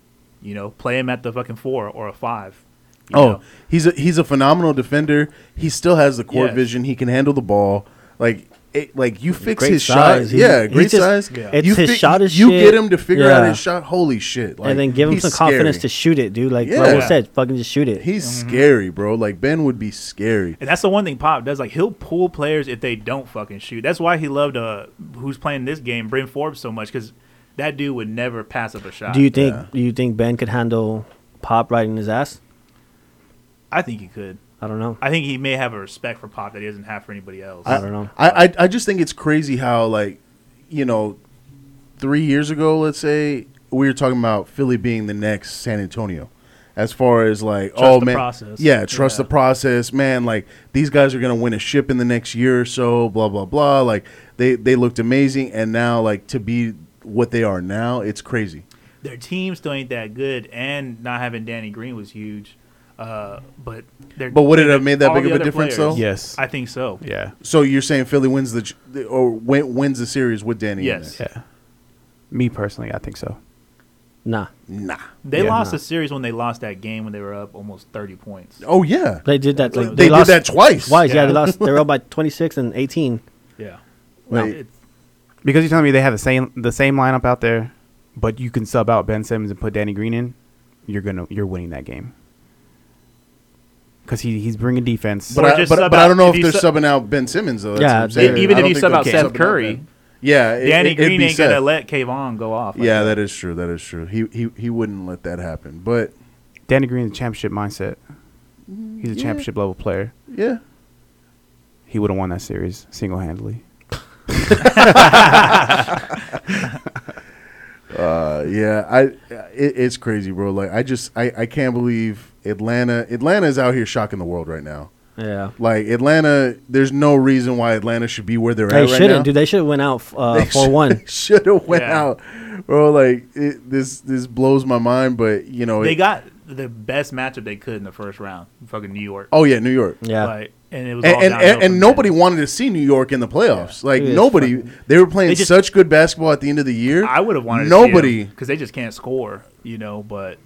Speaker 6: You know, play him at the fucking four or a five. you
Speaker 3: Oh,
Speaker 6: know?
Speaker 3: he's a he's a phenomenal defender. He still has the court
Speaker 6: Yes.
Speaker 3: vision. He can handle the ball. Like it, like you fix
Speaker 4: Great
Speaker 3: his
Speaker 4: size.
Speaker 3: shot.
Speaker 4: He-
Speaker 3: yeah,
Speaker 4: he's
Speaker 3: great
Speaker 4: just-
Speaker 3: size.
Speaker 6: Yeah.
Speaker 4: it's
Speaker 3: you
Speaker 4: his shot is
Speaker 3: you
Speaker 4: shit.
Speaker 3: get him to figure out
Speaker 4: Yeah.
Speaker 3: his shot. Holy shit! Like,
Speaker 4: and then give him
Speaker 3: he's
Speaker 4: some confidence
Speaker 3: scary.
Speaker 4: to shoot it, dude. Like
Speaker 3: Yeah.
Speaker 4: Raul
Speaker 6: Yeah.
Speaker 4: said, fucking just shoot it.
Speaker 3: He's
Speaker 6: Mm-hmm.
Speaker 3: scary, bro. Like Ben would be scary.
Speaker 6: And that's the one thing Pop does. Like he'll pull players if they don't fucking shoot. That's why he loved uh who's playing this game, Bryn Forbes, so much because that dude would never pass up a shot.
Speaker 4: do you think do you think Ben could handle Pop right in his ass?
Speaker 6: I think he could.
Speaker 4: I don't know.
Speaker 6: I think he may have a respect for Pop that he doesn't have for anybody else.
Speaker 4: I don't know.
Speaker 3: I, I I just think it's crazy how like, you know, three years ago, let's say we were talking about Philly being the next San Antonio, as far as like
Speaker 6: Trust
Speaker 3: oh
Speaker 6: the
Speaker 3: man,
Speaker 6: process.
Speaker 3: yeah, trust
Speaker 6: Yeah.
Speaker 3: the process, man. Like these guys are gonna win a ship in the next year or so, blah blah blah. Like they they looked amazing, and now like to be what they are now, it's crazy.
Speaker 6: Their team still ain't that good, and not having Danny Green was huge. Uh, but they're,
Speaker 3: But would it have made that
Speaker 6: all
Speaker 3: big
Speaker 6: the
Speaker 3: of a
Speaker 6: other
Speaker 3: difference,
Speaker 6: players-
Speaker 3: though?
Speaker 5: Yes.
Speaker 6: I think so.
Speaker 5: yeah,
Speaker 3: So you're saying Philly wins the ch- or win, wins the series with Danny? in
Speaker 6: Yes.
Speaker 3: there?
Speaker 5: yeah. Me personally, I think so.
Speaker 4: Nah,
Speaker 3: Nah.
Speaker 6: They
Speaker 5: Yeah.
Speaker 6: lost the series when they lost that game when they were up almost thirty points.
Speaker 3: Oh yeah.
Speaker 4: they did that.
Speaker 6: Like,
Speaker 4: they
Speaker 3: they did
Speaker 4: lost
Speaker 3: that twice.
Speaker 4: Twice, yeah.
Speaker 6: Yeah.
Speaker 4: they lost. They were up by twenty six and eighteen.
Speaker 6: Yeah.
Speaker 3: Wait.
Speaker 6: It's-
Speaker 5: Because you're telling me they have the same the same lineup out there, but you can sub out Ben Simmons and put Danny Green in, you're gonna you're winning that game. Because he, he's bringing defense.
Speaker 3: But
Speaker 6: Or
Speaker 3: I,
Speaker 6: just
Speaker 3: but,
Speaker 6: sub
Speaker 3: but I
Speaker 6: out-
Speaker 3: don't know
Speaker 6: if
Speaker 3: if,
Speaker 6: you
Speaker 3: they're
Speaker 6: sub-
Speaker 3: subbing out Ben Simmons though. That's
Speaker 4: Yeah,
Speaker 3: what I'm
Speaker 4: they-
Speaker 3: saying.
Speaker 6: even
Speaker 3: I
Speaker 6: if
Speaker 3: don't
Speaker 6: you
Speaker 3: think
Speaker 6: sub
Speaker 3: they're
Speaker 6: out Seth
Speaker 3: subbing
Speaker 6: Curry,
Speaker 3: Ben. yeah, it,
Speaker 6: Danny
Speaker 3: it, it'd
Speaker 6: Green
Speaker 3: be
Speaker 6: ain't gonna
Speaker 3: Seth.
Speaker 6: let Kayvon go off. like
Speaker 3: yeah, that is true. That is true. He he he wouldn't let that happen. But
Speaker 5: Danny Green's a championship mindset. He's a championship level player.
Speaker 3: yeah,
Speaker 5: He would have won that series single handedly.
Speaker 3: uh, yeah, I it, it's crazy, bro. Like I just I, I can't believe Atlanta. Atlanta is out here shocking the world right now.
Speaker 4: Yeah,
Speaker 3: Like Atlanta, there's no reason why Atlanta should be where they're
Speaker 4: they
Speaker 3: at right
Speaker 4: shouldn't,
Speaker 3: now.
Speaker 4: dude. They should have went out
Speaker 3: They
Speaker 4: uh,
Speaker 3: sh-
Speaker 4: four one.
Speaker 3: Should have went
Speaker 6: Yeah.
Speaker 3: out, bro. Like it, this this blows my mind. But you know
Speaker 6: They
Speaker 3: it-
Speaker 6: got the best matchup they could in the first round. Fucking New York.
Speaker 3: Oh yeah, New York.
Speaker 4: Yeah,
Speaker 6: Like, and it was all
Speaker 3: and and,
Speaker 6: downhill
Speaker 3: and, and
Speaker 6: from
Speaker 3: nobody
Speaker 6: there.
Speaker 3: wanted to see New York in the playoffs. Like
Speaker 4: Dude, it's
Speaker 3: nobody, they were playing
Speaker 6: They just-
Speaker 3: such good basketball at the end of the year.
Speaker 6: I would have wanted
Speaker 3: nobody.
Speaker 6: because they just can't score, you know. But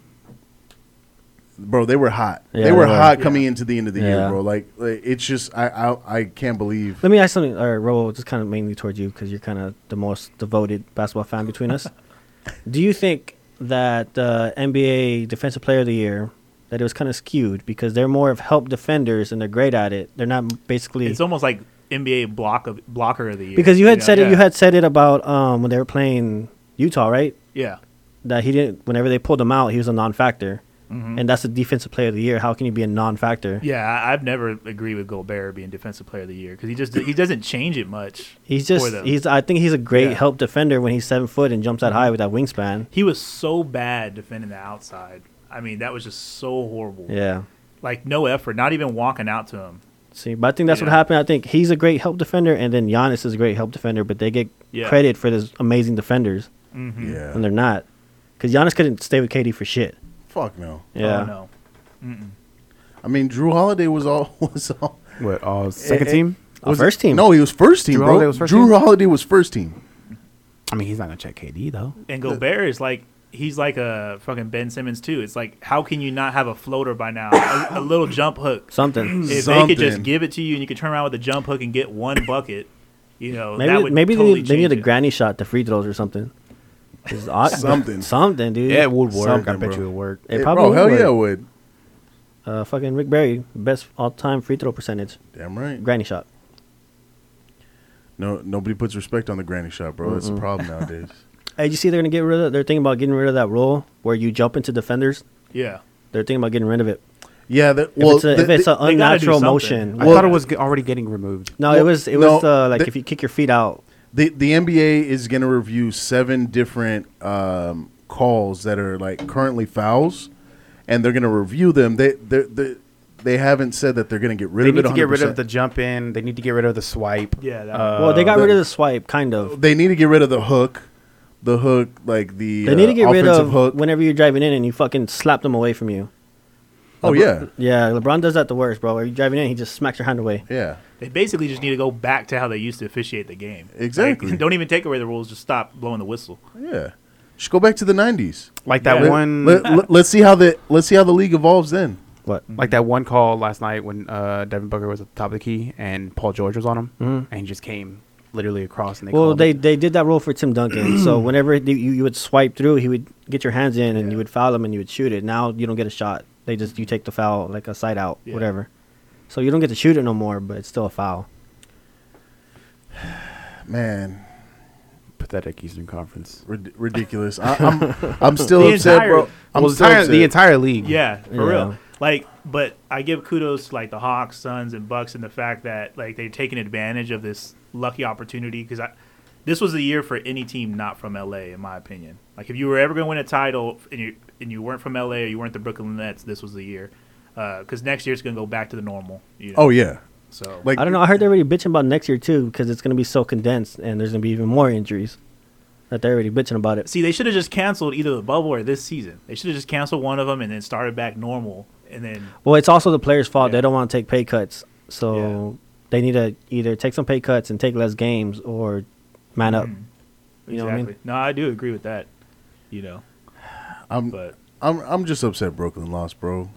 Speaker 3: bro, they were hot.
Speaker 4: Yeah,
Speaker 3: they were
Speaker 4: they were.
Speaker 3: hot coming into the end of the year,
Speaker 4: Yeah.
Speaker 3: bro. Like, like, it's just I I, I can't believe.
Speaker 4: Let me ask something, or Robo, just kind of mainly towards you because you're kind of the most devoted basketball fan between us. Do you think that uh, NBA Defensive Player of the Year that it was kind of skewed because they're more of help defenders and they're great at it? They're not basically
Speaker 6: It's almost like NBA block of, blocker of the year
Speaker 4: because you had
Speaker 6: know?
Speaker 4: said it. You
Speaker 6: Yeah.
Speaker 4: had said it about um, when they were playing Utah, right?
Speaker 6: yeah.
Speaker 4: That he didn't. Whenever they pulled him out, he was a non-factor, and that's the Defensive Player of the Year. How can you be a non-factor?
Speaker 6: Mm-hmm. Yeah, I- I've never agreed with Gobert being defensive player of the year because he just he doesn't change it much.
Speaker 4: He's
Speaker 6: for
Speaker 4: just
Speaker 6: them.
Speaker 4: he's. I think he's a great
Speaker 6: Yeah. Mm-hmm.
Speaker 4: help defender when he's seven foot and jumps that high with that wingspan.
Speaker 6: he was so bad defending the outside. I mean, that was just so horrible.
Speaker 4: Yeah.
Speaker 6: like no effort, not even walking out to him.
Speaker 4: See, but I think that's what
Speaker 6: Yeah.
Speaker 4: happened. I think he's a great help defender, and then Giannis is a great help defender, but they get
Speaker 6: Yeah.
Speaker 4: credit for those amazing defenders, Mm-hmm. and
Speaker 3: Yeah,
Speaker 4: they're not. Because Giannis couldn't stay with KD for shit.
Speaker 3: fuck no.
Speaker 4: Yeah.
Speaker 6: oh, no.
Speaker 3: I mean, Drew Holiday was all was all
Speaker 5: What? All second
Speaker 3: eh,
Speaker 5: team?
Speaker 4: Uh, first team.
Speaker 3: No, he was first team,
Speaker 5: Drew
Speaker 3: bro.
Speaker 5: Holiday was first
Speaker 3: Drew
Speaker 5: team?
Speaker 3: Holiday was first team.
Speaker 5: I mean, he's not gonna check KD though.
Speaker 6: And Gobert is like he's like a fucking Ben Simmons too. It's like how can you not have a floater by now, a, a little jump hook?
Speaker 4: Something.
Speaker 6: If they
Speaker 3: Something.
Speaker 6: could just give it to you and you could turn around with a jump hook and get one bucket, you know, that
Speaker 4: maybe
Speaker 6: would
Speaker 4: maybe
Speaker 6: totally
Speaker 4: they, need, they need
Speaker 6: change
Speaker 4: a
Speaker 6: it.
Speaker 4: granny shot to free throws or something. 'Cause I-
Speaker 3: Something.
Speaker 4: Something, dude.
Speaker 5: Yeah, it would work. I
Speaker 3: Something,
Speaker 5: bet
Speaker 3: bro.
Speaker 5: you it would work.
Speaker 4: It
Speaker 3: Eh,
Speaker 4: probably
Speaker 3: bro, hell
Speaker 4: would.
Speaker 3: yeah, it would.
Speaker 4: Uh, fucking Rick Barry, best all-time free throw percentage,
Speaker 3: Damn right.
Speaker 4: granny shot.
Speaker 3: No, nobody puts respect on the granny shot, bro. That's the problem nowadays.
Speaker 4: Hey, did you see they're gonna get rid of? They're thinking about getting rid of that rule where you jump into defenders.
Speaker 6: Yeah,
Speaker 4: They're thinking about getting rid of it.
Speaker 3: Yeah, that,
Speaker 4: If
Speaker 3: well,
Speaker 4: it's a,
Speaker 3: the-
Speaker 4: if it's
Speaker 3: the-
Speaker 4: an
Speaker 6: they gotta do
Speaker 4: unnatural
Speaker 6: something.
Speaker 4: motion,
Speaker 5: I
Speaker 3: Well-
Speaker 5: thought it was g- already getting removed.
Speaker 4: No,
Speaker 3: Well,
Speaker 4: it was it
Speaker 3: no,
Speaker 4: was uh, like
Speaker 3: the-
Speaker 4: if you kick your feet out.
Speaker 3: the the NBA is going to review seven different um, calls that are like currently fouls, and they're going to review them. They they they they haven't said that they're going to get rid
Speaker 5: They
Speaker 3: of it.
Speaker 5: need to get rid of
Speaker 3: 100%.
Speaker 5: the jump in. They need to get rid of the swipe.
Speaker 6: yeah. That,
Speaker 4: well, they got
Speaker 3: Uh, the-
Speaker 4: rid of the swipe, kind of.
Speaker 3: They need to get rid of the hook, the hook like the
Speaker 4: They need to
Speaker 3: uh,
Speaker 4: get rid
Speaker 3: offensive
Speaker 4: of
Speaker 3: hook.
Speaker 4: whenever you're driving in and you fucking slap them away from you.
Speaker 3: oh yeah,
Speaker 4: Yeah, LeBron does that the worst, bro. Are you driving in? He just smacks your hand away.
Speaker 3: yeah.
Speaker 6: they basically just need to go back to how they used to officiate the game. Like,
Speaker 3: Exactly.
Speaker 6: don't even take away the rules. Just stop blowing the whistle.
Speaker 3: Yeah, just go back to the nineties.
Speaker 5: Like that
Speaker 6: Yeah.
Speaker 5: one.
Speaker 3: Let, us see how the let's see how the league evolves then.
Speaker 4: What?
Speaker 5: like that one call last night when uh, Devin Booker was at the top of the key and Paul George was on him, and he just came literally across. And they
Speaker 4: Well,
Speaker 5: called
Speaker 4: they
Speaker 5: it.
Speaker 4: they did that rule for Tim Duncan. so whenever the, you, you would swipe through, he would get your hands in and you would foul him and you would shoot it. Now you don't get a shot. They just you take the foul like a side out,
Speaker 6: Yeah.
Speaker 4: whatever. So you don't get to shoot it no more, but it's still a foul.
Speaker 3: Man,
Speaker 5: pathetic Eastern Conference.
Speaker 3: rid- ridiculous. I, I'm I'm still
Speaker 6: The
Speaker 3: upset, bro.
Speaker 6: entire-
Speaker 3: I'm
Speaker 5: well, the
Speaker 3: still
Speaker 5: entire,
Speaker 3: upset.
Speaker 5: the entire league.
Speaker 6: Yeah, for
Speaker 4: Yeah.
Speaker 6: real. Like, but I give kudos to like the Hawks, Suns, and Bucks, and the fact that like they're taking advantage of this lucky opportunity because I, this was the year for any team not from LA, in my opinion. Like, if you were ever going to win a title and you and you weren't from LA or you weren't the Brooklyn Nets, this was the year. Because next year it's going to go back to the normal. You know?
Speaker 3: oh yeah,
Speaker 6: so
Speaker 3: like
Speaker 4: I don't know. I heard they're already bitching about next year too because it's going to be so condensed and there's going to be even more injuries. That they're already bitching about it.
Speaker 6: see, they should have just canceled either the bubble or this season. They should have just canceled one of them and then started back normal. And then
Speaker 4: Well, it's also the players' fault.
Speaker 6: Yeah.
Speaker 4: They don't want to take pay cuts, so they need to either take some pay cuts and take less games or man up. You know what I mean?
Speaker 6: No, I do agree with that. You know,
Speaker 3: I'm
Speaker 4: Um,
Speaker 6: but
Speaker 3: I'm I'm just upset Brooklyn lost, bro.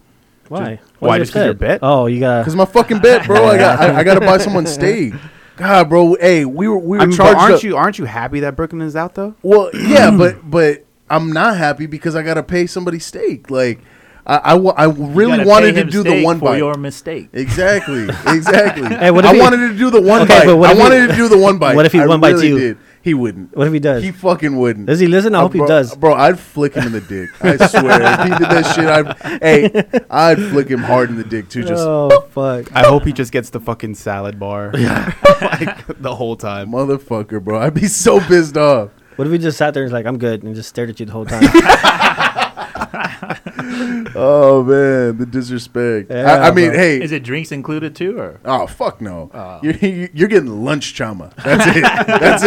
Speaker 4: Why?
Speaker 5: why,
Speaker 4: What is
Speaker 5: just 'cause your
Speaker 4: fed?
Speaker 5: bet?
Speaker 4: Oh, you got.
Speaker 3: Cause
Speaker 4: to
Speaker 3: my fucking bet, bro. I got I, I got to buy someone steak. God, bro. Hey, we were we were
Speaker 5: I mean, but
Speaker 3: charged.
Speaker 5: aren't
Speaker 3: up-
Speaker 5: you aren't you happy that Brooklyn is out though?
Speaker 3: Well, yeah, but but I'm not happy because I got to pay somebody steak. Like I I, wa- I really
Speaker 6: gotta
Speaker 3: wanted to
Speaker 6: pay him
Speaker 3: do the
Speaker 6: steak
Speaker 3: one
Speaker 6: for
Speaker 3: bite.
Speaker 6: your mistake.
Speaker 3: Exactly, exactly.
Speaker 4: Hey, what if
Speaker 3: I
Speaker 4: he-
Speaker 3: wanted to do the one
Speaker 4: Okay,
Speaker 3: bite.
Speaker 4: but what
Speaker 3: I
Speaker 4: if he-
Speaker 3: wanted to do the one bite.
Speaker 4: what if he
Speaker 3: I
Speaker 4: one bites
Speaker 3: really
Speaker 4: you?
Speaker 3: Did. He wouldn't.
Speaker 4: What if he does?
Speaker 3: He fucking wouldn't.
Speaker 4: Does he listen? I
Speaker 3: Uh,
Speaker 4: hope he
Speaker 3: bro-
Speaker 4: does.
Speaker 3: Bro, I'd flick him in the dick. I swear. if he did that shit, I'd hey, I'd flick him hard in the dick too. Just
Speaker 4: oh fuck!
Speaker 5: I hope he just gets the fucking salad bar like, the whole time.
Speaker 3: motherfucker, bro. I'd be so pissed off.
Speaker 4: What if he just sat there and was like, "I'm good," and just stared at you the whole time?
Speaker 3: Oh man, the disrespect. I,
Speaker 4: Yeah,
Speaker 3: I mean,
Speaker 4: bro.
Speaker 3: hey,
Speaker 6: Is it drinks included too, or
Speaker 3: Oh fuck no! You're, you're getting lunch chama. That's it. That's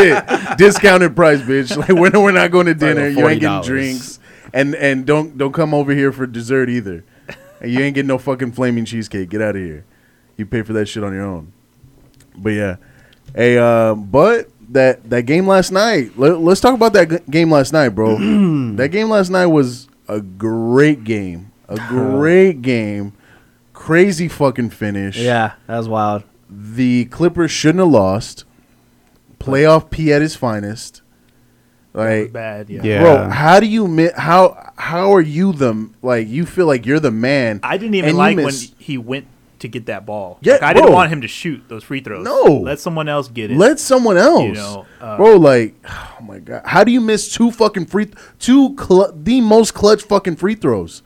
Speaker 3: it. Discounted price, bitch. Like we're, we're not going to dinner.
Speaker 5: like
Speaker 3: you ain't getting
Speaker 5: $40.
Speaker 3: drinks, and and don't don't come over here for dessert either. And you ain't getting no fucking flaming cheesecake. Get out of here. You pay for that shit on your own. But yeah, hey, uh, but that that game last night. Let, let's talk about that g- game last night, bro. that game last night was a great game. A great game. Crazy fucking finish.
Speaker 4: Yeah, that was wild.
Speaker 3: The Clippers shouldn't have lost. Playoff P at his finest. Like
Speaker 6: Bad, yeah.
Speaker 5: Yeah.
Speaker 3: Bro, how do you mi- how how are you the like you feel like you're the man?
Speaker 6: I didn't even
Speaker 3: and you
Speaker 6: like when
Speaker 3: miss-
Speaker 6: he went to get that ball.
Speaker 3: Yeah,
Speaker 6: Like, I didn't
Speaker 3: bro.
Speaker 6: want him to shoot those free throws.
Speaker 3: No.
Speaker 6: let someone else get it.
Speaker 3: let someone else.
Speaker 6: know, uh,
Speaker 3: bro, like oh my god. How do you miss two fucking free two cl- the most clutch fucking free throws?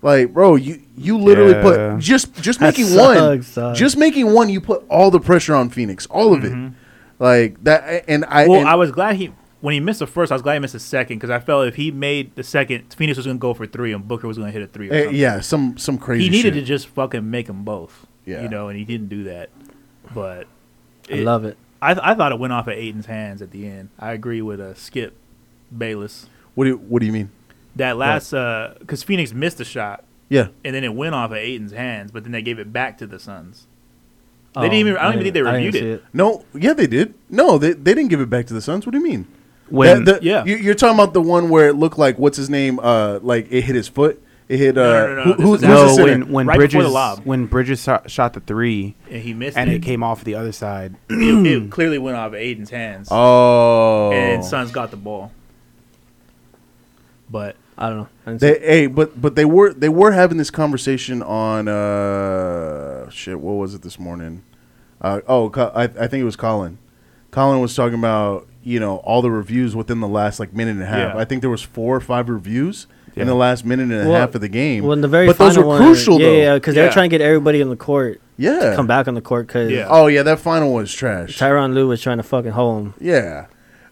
Speaker 3: Like, bro, you you literally
Speaker 5: Yeah.
Speaker 3: put just just
Speaker 4: That
Speaker 3: making one
Speaker 4: sucks, sucks.
Speaker 3: just making one you put all the pressure on Phoenix, all of it. Like that and I
Speaker 6: Mm-hmm. well,
Speaker 3: and-
Speaker 6: I was glad he when he missed the first. I was glad he missed the second because I felt if he made the second, Phoenix was going to go for three and Booker was going to hit a three. Or
Speaker 3: eh,
Speaker 6: something.
Speaker 3: yeah, some some crazy
Speaker 6: he needed
Speaker 3: shit.
Speaker 6: to just fucking make them both.
Speaker 3: Yeah.
Speaker 6: you know, and he didn't do that. But
Speaker 4: I love it.
Speaker 6: I, th- I thought it went off of Aiden's hands at the end. I agree with uh, Skip Bayless.
Speaker 3: What do you, what do you mean?
Speaker 6: That last, because Phoenix missed a shot,
Speaker 3: Yeah.
Speaker 6: and then it went off of Aiden's hands, but then they gave it back to the Suns. They
Speaker 4: Oh,
Speaker 6: didn't even. I don't even think they
Speaker 4: I
Speaker 6: reviewed
Speaker 4: didn't
Speaker 6: it.
Speaker 4: see
Speaker 3: No, yeah, they did. No, they, they didn't give it back to the Suns. What do you mean?
Speaker 5: When-
Speaker 3: That- the-
Speaker 6: yeah.
Speaker 3: you, you're talking about the one where it looked like what's his name? Uh, like it hit his foot. It hit. Uh,
Speaker 6: No, no, no, no,
Speaker 3: who- who-
Speaker 6: this is
Speaker 3: who's the
Speaker 5: no,
Speaker 3: center?
Speaker 5: when when
Speaker 6: Right before the
Speaker 5: Bridges
Speaker 6: lob.
Speaker 5: when Bridges shot, shot the three
Speaker 6: And he missed
Speaker 5: and
Speaker 6: it.
Speaker 5: it came off the other side.
Speaker 6: It, it clearly went off of Aiden's hands,
Speaker 3: oh,
Speaker 6: and Suns got the ball. But
Speaker 4: I don't know. I didn't see
Speaker 3: they
Speaker 4: it.
Speaker 3: hey, but but they were they were having this conversation on uh shit. What was it this morning? Uh, oh, Co- I, I think it was Colin. Colin was talking about you know all the reviews within the last like minute and a half.
Speaker 6: Yeah.
Speaker 3: I think there was four or five reviews
Speaker 5: Yeah.
Speaker 3: in the last minute and a
Speaker 4: Well,
Speaker 3: half of the game.
Speaker 4: Well, in the very
Speaker 3: but
Speaker 4: final
Speaker 3: those were
Speaker 4: one,
Speaker 3: crucial
Speaker 4: yeah,
Speaker 3: though.
Speaker 4: Yeah, because they
Speaker 6: Yeah.
Speaker 4: were trying to get everybody on the court
Speaker 3: Yeah.
Speaker 4: to come back on the court because
Speaker 6: Yeah.
Speaker 3: Oh yeah, that final one's trash.
Speaker 4: Tyron Lue was trying to fucking hold him.
Speaker 3: yeah,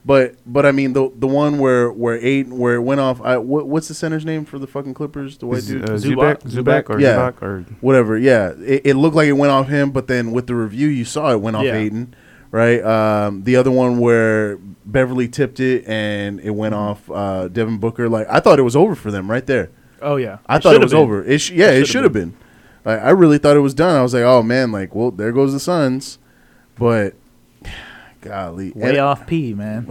Speaker 3: but but I mean the the one where where eight where it went off. I what, what's the center's name for the fucking Clippers? The white
Speaker 5: Z-
Speaker 3: dude.
Speaker 5: uh,
Speaker 6: Zubac?
Speaker 5: Zubac, Zubac, or
Speaker 3: Yeah.
Speaker 5: Zubac or
Speaker 3: Whatever. Yeah, it, it looked like it went off him, but then with the review you saw it went off
Speaker 6: Yeah.
Speaker 3: Aiden. Right. Um, the other one where Beverly tipped it and it went off uh, Devin Booker. Like I thought it was over for them right there.
Speaker 6: oh yeah,
Speaker 3: I thought it was over. It sh- yeah, it should have been. Like, I really thought it was done. I was like, oh man, like well, there goes the Suns. But golly,
Speaker 6: Way
Speaker 3: And-
Speaker 6: off P, man.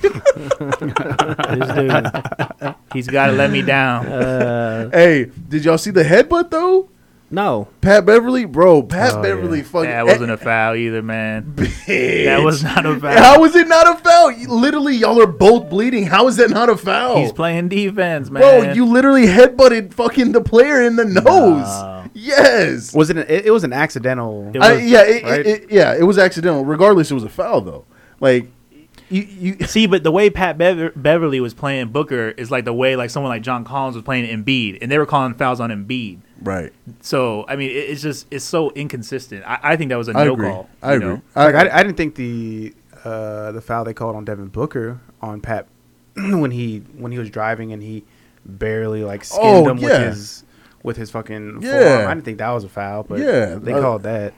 Speaker 6: This dude, he's got to let me down.
Speaker 4: Uh,
Speaker 3: Hey, did y'all see the headbutt though?
Speaker 4: no,
Speaker 3: Pat Beverly, bro. Pat
Speaker 5: Oh,
Speaker 3: Beverly,
Speaker 5: yeah.
Speaker 3: fucking.
Speaker 6: that wasn't a foul either, man. That was not a foul.
Speaker 3: How is it not a foul? You- Literally, y'all are both bleeding. How is that not a foul?
Speaker 6: He's playing defense, man.
Speaker 3: bro, you literally headbutted fucking the player in the nose.
Speaker 6: No.
Speaker 3: Yes.
Speaker 5: was it, an, it? It was an accidental.
Speaker 6: It
Speaker 3: I-
Speaker 6: was-
Speaker 3: yeah, it,
Speaker 5: right?
Speaker 3: it- it- yeah. It was accidental. Regardless, it was a foul though. Like you, you.
Speaker 6: see, but the way Pat Bever- Beverly was playing Booker is like the way like someone like John Collins was playing Embiid, and they were calling fouls on Embiid.
Speaker 3: Right.
Speaker 6: So I mean, it, it's just it's so inconsistent. I, I think that was a
Speaker 3: I
Speaker 6: no
Speaker 3: agree.
Speaker 6: call.
Speaker 3: I
Speaker 6: you
Speaker 3: agree.
Speaker 6: know?
Speaker 3: I,
Speaker 5: like, I, I didn't think the uh, the foul they called on Devin Booker on Pat when he when he was driving and he barely like skinned
Speaker 3: Oh,
Speaker 5: him
Speaker 3: yeah.
Speaker 5: with his with his fucking
Speaker 3: Yeah.
Speaker 5: forearm. I didn't think that was a foul, but
Speaker 3: Yeah,
Speaker 5: they
Speaker 3: uh,
Speaker 5: called that.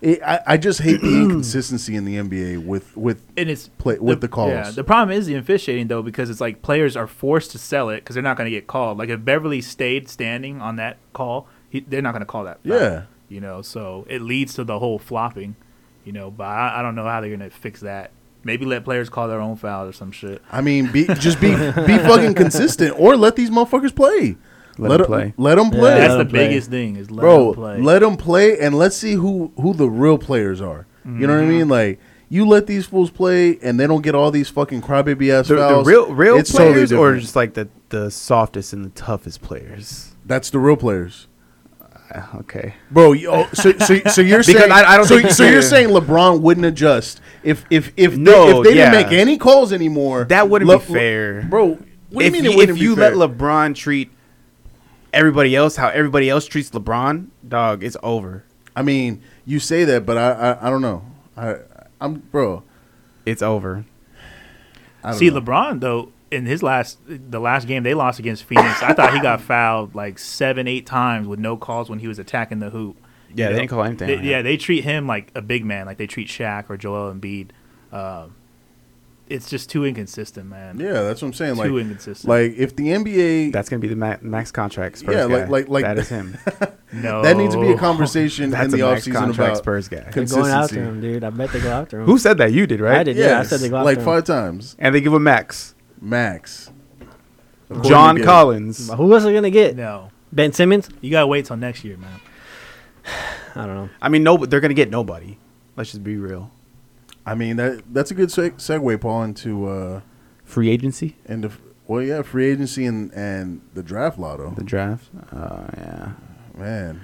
Speaker 3: it- I, I just hate the inconsistency in the NBA with with
Speaker 6: And it's
Speaker 3: play with the calls.
Speaker 6: the problem is the officiating though, because it's like players are forced to sell it because they're not going to get called. Like if Beverly stayed standing on that call, he, they're not going to call that. foul,
Speaker 3: Yeah.
Speaker 6: you know, so it leads to the whole flopping. You know, but I, I don't know how they're going to fix that. Maybe let players call their own fouls or some shit.
Speaker 3: I mean, be, just be be fucking consistent, or let these motherfuckers play.
Speaker 5: Let 'em play.
Speaker 3: Let them
Speaker 4: Yeah,
Speaker 3: play,
Speaker 6: That's
Speaker 4: let
Speaker 6: the
Speaker 4: 'em play.
Speaker 6: biggest thing is let
Speaker 3: bro.
Speaker 6: them play.
Speaker 3: Let them play, and let's see who who the real players are. You know what I mean? Like you let these fools play, and they don't get all these fucking crybaby ass
Speaker 5: The, the
Speaker 3: fouls.
Speaker 5: real real
Speaker 3: It's totally
Speaker 5: players or
Speaker 3: different.
Speaker 5: just like the the softest and the toughest players.
Speaker 3: that's the real players. Ah,
Speaker 5: Uh, Okay,
Speaker 3: Bro, you- oh, so, so, so you're
Speaker 5: Because
Speaker 3: saying
Speaker 5: I- I don't
Speaker 3: so,
Speaker 5: think-
Speaker 3: so you're saying LeBron wouldn't adjust if if if they,
Speaker 5: No,
Speaker 3: if they
Speaker 5: yeah.
Speaker 3: didn't make any calls anymore
Speaker 5: that wouldn't
Speaker 3: Le-
Speaker 5: be fair,
Speaker 3: bro. What
Speaker 5: if
Speaker 3: do you mean?
Speaker 5: you,
Speaker 3: it wouldn't
Speaker 5: if
Speaker 3: be
Speaker 5: you
Speaker 3: fair?
Speaker 5: let LeBron treat everybody else how everybody else treats LeBron, dog, it's over.
Speaker 3: I mean, you say that, but I I, I don't know. I I'm bro.
Speaker 5: It's over.
Speaker 3: I don't
Speaker 6: See
Speaker 3: know.
Speaker 6: LeBron though in his last the last game they lost against Phoenix, I thought he got fouled like seven eight times with no calls when he was attacking the hoop.
Speaker 5: Yeah,
Speaker 6: You
Speaker 5: they
Speaker 6: know,
Speaker 5: didn't call anything.
Speaker 6: they-
Speaker 5: on him.
Speaker 6: yeah, they treat him like a big man, like they treat Shaq or Joel Embiid. Um, it's just too inconsistent, man.
Speaker 3: Yeah, that's what I'm saying.
Speaker 6: Too
Speaker 3: Like
Speaker 6: inconsistent.
Speaker 3: Like if the NBA
Speaker 5: That's gonna be the ma- max contract Spurs
Speaker 3: Yeah, like-
Speaker 5: guy.
Speaker 3: like- like-
Speaker 5: that is him.
Speaker 6: no,
Speaker 3: that needs to be a conversation in
Speaker 5: That's
Speaker 3: the
Speaker 5: a max
Speaker 3: offseason
Speaker 5: contract
Speaker 3: about
Speaker 5: Spurs guy.
Speaker 4: they're going after
Speaker 3: consistency.
Speaker 4: him, dude. I bet they go after him.
Speaker 5: Who said that? You did, right?
Speaker 4: I did. Yeah, I
Speaker 3: Yes,
Speaker 4: said they go after
Speaker 3: like
Speaker 4: him.
Speaker 3: five times
Speaker 5: And they give him max.
Speaker 3: max. According
Speaker 5: John
Speaker 3: to Gabe.
Speaker 5: Collins.
Speaker 4: Who else are they gonna get?
Speaker 6: No,
Speaker 4: Ben Simmons?
Speaker 6: You gotta wait till next year, man.
Speaker 4: I don't know.
Speaker 5: I mean, no, they're gonna get nobody. Let's just be real.
Speaker 3: I mean that that's a good seg- segue, Paul, into uh,
Speaker 5: Free agency,
Speaker 3: into well, yeah, free agency and and the draft lotto.
Speaker 5: the draft. Uh, yeah.
Speaker 3: Man,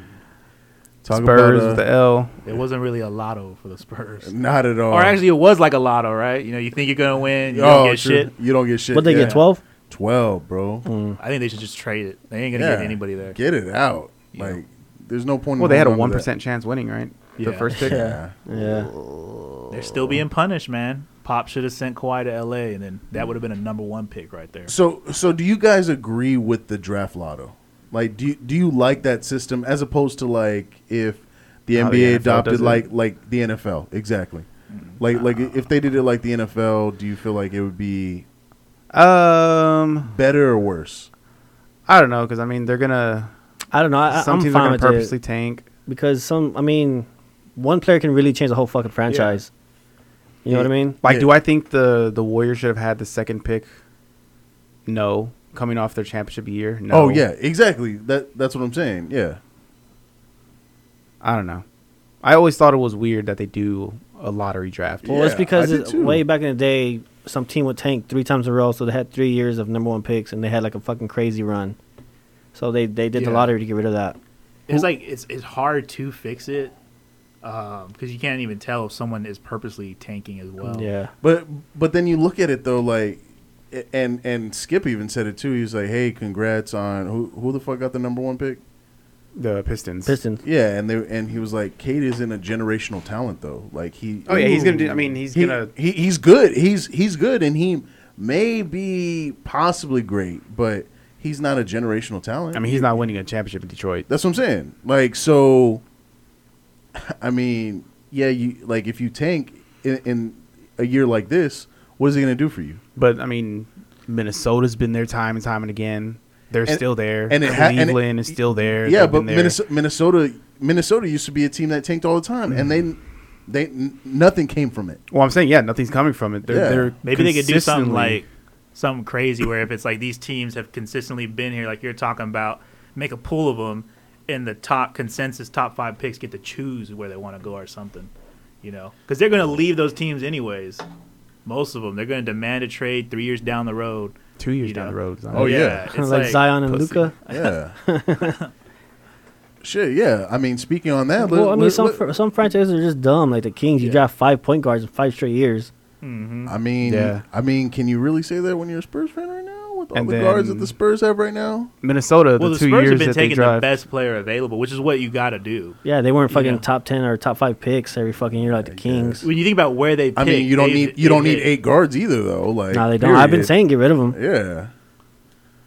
Speaker 5: Spurs with
Speaker 3: uh,
Speaker 5: the L.
Speaker 6: It wasn't really a lotto for the Spurs.
Speaker 3: not at all.
Speaker 6: Or actually, it was like a lotto, right? You know, you think you're gonna win, you
Speaker 3: oh,
Speaker 6: don't get
Speaker 3: true.
Speaker 6: shit.
Speaker 3: You don't get shit.
Speaker 4: What they
Speaker 3: yeah.
Speaker 4: get? Twelve? Mm.
Speaker 3: Twelve, bro.
Speaker 6: I think they should just trade it. They ain't gonna
Speaker 3: Yeah.
Speaker 6: get anybody there.
Speaker 3: Get it out.
Speaker 6: Yeah.
Speaker 3: Like, there's no point. in
Speaker 5: Well, they had a
Speaker 3: holding
Speaker 5: one
Speaker 3: on to
Speaker 5: percent chance winning, right? The
Speaker 6: Yeah.
Speaker 5: first
Speaker 3: that.
Speaker 5: pick.
Speaker 3: Yeah.
Speaker 4: Yeah.
Speaker 6: They're still being punished, man. Pop should have sent Kawhi to LA, and then that would have been a number one pick right there.
Speaker 3: So, so do you guys agree with the draft lotto? Like, do you, do you like that system as opposed to like if the
Speaker 5: How
Speaker 3: NBA
Speaker 5: the NFL
Speaker 3: adopted
Speaker 5: does it?
Speaker 3: like like the NFL exactly? Like like if they did it like the NFL, do you feel like it would be
Speaker 5: Um,
Speaker 3: better or worse?
Speaker 5: I don't know, because I mean, they're gonna.
Speaker 4: I don't know. I,
Speaker 5: some
Speaker 4: I'm
Speaker 5: teams are
Speaker 4: fine
Speaker 5: gonna
Speaker 4: with
Speaker 5: purposely
Speaker 4: it
Speaker 5: tank.
Speaker 4: because some. I mean, one player can really change the whole fucking franchise. You know what I mean?
Speaker 5: Like,
Speaker 3: Yeah.
Speaker 5: do I think the the Warriors should have had the second pick? No, coming off their championship year. No.
Speaker 3: Oh yeah, exactly. That that's what I'm saying. Yeah.
Speaker 5: I don't know. I always thought it was weird that they do a lottery draft.
Speaker 4: Well, it's
Speaker 3: Yeah,
Speaker 4: because
Speaker 3: I did
Speaker 4: it-
Speaker 3: too.
Speaker 4: way back in the day, some team would tank three times in a row, so they had three years of number one picks, and they had like a fucking crazy run. So they they did the
Speaker 6: Yeah.
Speaker 4: lottery to get rid of that.
Speaker 6: It's like it's it's hard to fix it because you can't even tell if someone is purposely tanking as well.
Speaker 4: Yeah.
Speaker 3: But but then you look at it though, like, a- and and Skip even said it too. He was like, "Hey, congrats on who who the fuck got the number one pick."
Speaker 5: The Pistons.
Speaker 4: Pistons.
Speaker 3: Yeah, and they and he was like, "Cade is in a generational talent though. Like he.
Speaker 5: Oh yeah, he's gonna do. I mean, he's
Speaker 3: he,
Speaker 5: gonna.
Speaker 3: he he's good. He's he's good, and he may be possibly great, but he's not a generational talent.
Speaker 5: I mean, he's not winning a championship in Detroit.
Speaker 3: That's what I'm saying. Like, so, I mean, yeah, you like if you tank in, in a year like this, what is it going to do for you?
Speaker 5: But I mean, Minnesota's been there time and time and again. They're
Speaker 3: And-
Speaker 5: still there.
Speaker 3: and it ha- and it-
Speaker 5: Cleveland is still there.
Speaker 3: yeah,
Speaker 5: They've
Speaker 3: but
Speaker 5: been there.
Speaker 3: Minnesota, Minnesota, Minnesota used to be a team that tanked all the time, and
Speaker 5: Mm-hmm.
Speaker 3: they, they, n- nothing came from it.
Speaker 5: Well, I'm saying yeah, nothing's coming from it. They're,
Speaker 3: Yeah.
Speaker 5: they're
Speaker 6: Maybe they could do something
Speaker 5: consistently-
Speaker 6: like something crazy where if it's like these teams have consistently been here, like you're talking about, make a pool of them, and the top consensus top five picks get to choose where they want to go or something, you know, because they're going to leave those teams anyways. Most of them, they're going to demand a trade three years down the road.
Speaker 5: two years
Speaker 6: you
Speaker 5: down
Speaker 6: know.
Speaker 5: the road.
Speaker 3: Oh, yeah.
Speaker 6: it's
Speaker 4: Kind of like, Zion and
Speaker 5: pussy.
Speaker 4: Luca.
Speaker 3: Yeah. Shit, yeah. I mean, speaking on that,
Speaker 4: Well, I
Speaker 3: let-
Speaker 4: mean,
Speaker 3: let-
Speaker 4: some
Speaker 3: let-
Speaker 4: fr- some franchises are just dumb. Like the Kings, you
Speaker 3: Yeah.
Speaker 4: draft five point guards in five straight years.
Speaker 3: I mean,
Speaker 5: Yeah.
Speaker 3: I mean, can you really say that when you're a Spurs fan right now with all
Speaker 5: And
Speaker 3: the guards that
Speaker 5: then-
Speaker 3: the Spurs have right now?
Speaker 5: Minnesota.
Speaker 6: Well,
Speaker 5: the,
Speaker 6: the
Speaker 5: two
Speaker 6: Spurs
Speaker 5: years
Speaker 6: have been
Speaker 5: that they
Speaker 6: taking the
Speaker 5: drive.
Speaker 6: best player available, which is what you got to do.
Speaker 4: Yeah, they weren't fucking
Speaker 6: Yeah.
Speaker 4: top ten or top five picks every fucking year like the Kings.
Speaker 6: When you think about where they, pick,
Speaker 3: I mean, you don't
Speaker 6: they-
Speaker 3: need
Speaker 6: they
Speaker 3: you don't need
Speaker 6: hit.
Speaker 3: eight guards either, though. Like,
Speaker 4: No, they don't. I've been
Speaker 3: period.
Speaker 4: saying get rid of them.
Speaker 3: yeah.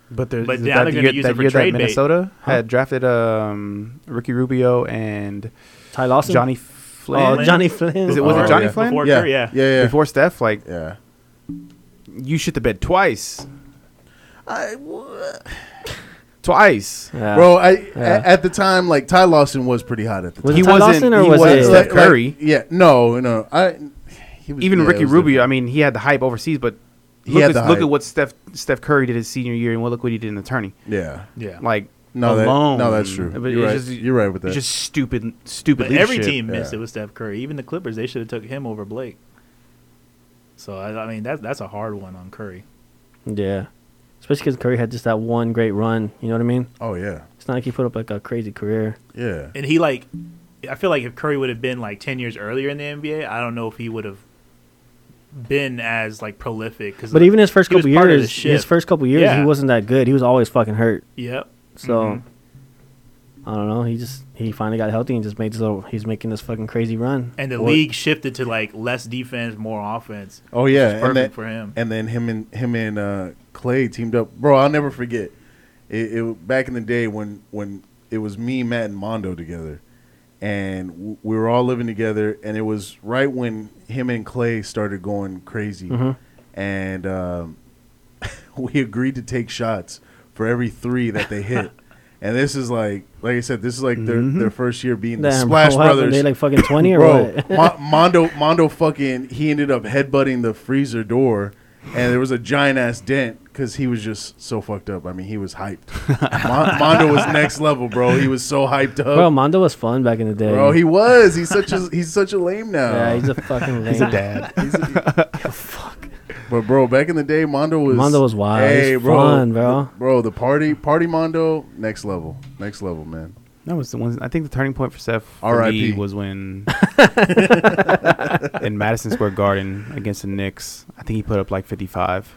Speaker 5: But, there,
Speaker 6: But
Speaker 5: is it that
Speaker 6: now they're
Speaker 5: the
Speaker 6: gonna
Speaker 5: year-
Speaker 6: use
Speaker 5: that
Speaker 6: it for
Speaker 5: year that
Speaker 6: trade bait.
Speaker 5: Minnesota had drafted um, Ricky Rubio and
Speaker 4: Ty Lawson,
Speaker 5: Johnny Flynn.
Speaker 4: oh, Johnny Flynn.
Speaker 5: Is it- was
Speaker 3: Oh,
Speaker 5: it Johnny
Speaker 3: yeah.
Speaker 5: Flynn?
Speaker 6: Before-
Speaker 3: Yeah,
Speaker 6: Curry,
Speaker 3: yeah,
Speaker 6: yeah.
Speaker 3: yeah, yeah.
Speaker 5: Before Steph, like
Speaker 3: yeah.
Speaker 5: you shit the bed twice,
Speaker 3: I, w-
Speaker 5: twice.
Speaker 4: Yeah.
Speaker 3: bro, I a-
Speaker 4: Yeah.
Speaker 3: at the time, like Ty Lawson was pretty hot at the time.
Speaker 4: was it
Speaker 5: He
Speaker 4: Ty
Speaker 5: wasn't-
Speaker 4: Lawson or
Speaker 5: he
Speaker 4: was
Speaker 5: wasn't
Speaker 4: it
Speaker 5: Steph Curry.
Speaker 3: like, yeah, no, no, I. He was,
Speaker 5: Even
Speaker 3: yeah, it
Speaker 5: Ricky
Speaker 3: was
Speaker 5: Rubio,
Speaker 3: different.
Speaker 5: I mean, he had the hype overseas, but
Speaker 3: He
Speaker 5: look,
Speaker 3: had
Speaker 5: at,
Speaker 3: the
Speaker 5: look
Speaker 3: hype.
Speaker 5: at what Steph Steph Curry did his senior year, and what look what he did in the tourney.
Speaker 3: yeah,
Speaker 6: Yeah,
Speaker 5: Like
Speaker 3: no, that,
Speaker 5: alone.
Speaker 3: no, that's true.
Speaker 5: But
Speaker 3: You're right.
Speaker 5: it's just-
Speaker 3: You're right with that.
Speaker 5: It's just stupid, stupid.
Speaker 6: but every
Speaker 5: leadership.
Speaker 6: team missed
Speaker 3: yeah.
Speaker 6: it with Steph Curry. Even the Clippers, they should have took him over Blake. So I, I mean, that's that's a hard one on Curry.
Speaker 4: Yeah. Especially because Curry had just that one great run. You know what I mean?
Speaker 3: oh yeah,
Speaker 4: It's not like he put up like a crazy career.
Speaker 3: yeah.
Speaker 6: And he like, I feel like if Curry would have been like ten years earlier in the NBA, I don't know if he would have been as like prolific. Cause
Speaker 4: But even his first
Speaker 6: he was
Speaker 4: couple
Speaker 6: part of the
Speaker 4: years, his
Speaker 6: shift.
Speaker 4: first couple years,
Speaker 6: Yeah.
Speaker 4: he wasn't that good. He was always fucking hurt.
Speaker 6: yep,
Speaker 4: So
Speaker 6: Mm-hmm.
Speaker 4: I don't know. He just he finally got healthy and just made this little. He's making this fucking crazy run.
Speaker 6: and the
Speaker 3: Well-
Speaker 6: league shifted to like less defense, more offense.
Speaker 3: Oh yeah,
Speaker 6: perfect
Speaker 3: and then,
Speaker 6: for him.
Speaker 3: And then him and him and uh, Clay teamed up, bro. I'll never forget. It, it back in the day when when it was me, Matt, and Mondo together, and w- we were all living together, and it was right when him and Clay started going crazy,
Speaker 4: Mm-hmm.
Speaker 3: and um, we agreed to take shots for every three that they hit. And this is like, like I said, this is like their, their first year being the
Speaker 4: Mm-hmm. Damn,
Speaker 3: Splash
Speaker 4: bro, what happened?
Speaker 3: Brothers.
Speaker 4: They like fucking twenty or
Speaker 3: Bro,
Speaker 4: what?
Speaker 3: Mo- Mondo, Mondo, fucking, he ended up headbutting the freezer door, and there was a giant ass dent. because he was just so fucked up. I mean, he was hyped. Mon- Mondo was next level, bro. He was so hyped up.
Speaker 4: Bro, Mondo was fun back in the day.
Speaker 3: Bro, he was. He's such a he's such a lame now.
Speaker 4: yeah, he's a fucking.
Speaker 5: He's a
Speaker 4: lame.
Speaker 5: dad.
Speaker 3: He's a- But bro, back in the day, Mondo was
Speaker 4: Mondo was wild. He's fun, bro.
Speaker 3: the- Bro, the party party Mondo, next level, next level, man.
Speaker 5: That was the one. I think the turning point for Seth for
Speaker 3: R.I.P..
Speaker 5: me was when in Madison Square Garden against the Knicks. I think he put up like 55.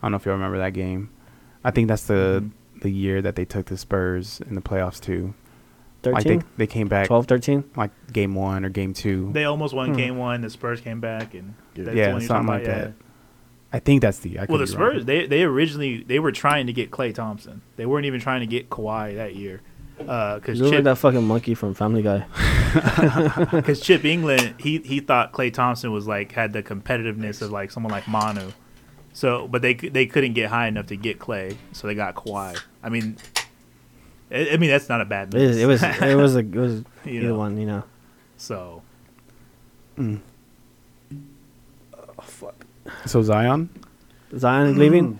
Speaker 5: I don't know if y'all remember that game. I think that's the the year that they took the Spurs in the playoffs too. Like they,
Speaker 4: 13?
Speaker 5: they came back
Speaker 4: 12, 13?
Speaker 5: like game one or game two.
Speaker 6: They almost won game one. The Spurs came back, and
Speaker 3: Yeah.
Speaker 6: that's the
Speaker 5: yeah,
Speaker 6: one you're
Speaker 5: something
Speaker 6: talking
Speaker 5: like
Speaker 6: about, yeah.
Speaker 5: that. I think that's the. I could
Speaker 6: Well, the
Speaker 5: be wrong.
Speaker 6: Spurs they they originally they were trying to get Clay Thompson. They weren't even trying to get Kawhi that year. Because
Speaker 4: You look like
Speaker 6: Chip,
Speaker 4: that fucking monkey from Family Guy.
Speaker 6: because Chip England, he he thought Clay Thompson was like had the competitiveness of like someone like Manu, so but they c- they couldn't get high enough to get Clay, so they got Kawhi. I mean, I, I mean that's not a bad
Speaker 4: It,
Speaker 6: mix.
Speaker 4: it was it was a, it was
Speaker 6: You
Speaker 4: either
Speaker 6: know.
Speaker 4: one, you know.
Speaker 6: so
Speaker 5: So Zion.
Speaker 4: Zion is leaving.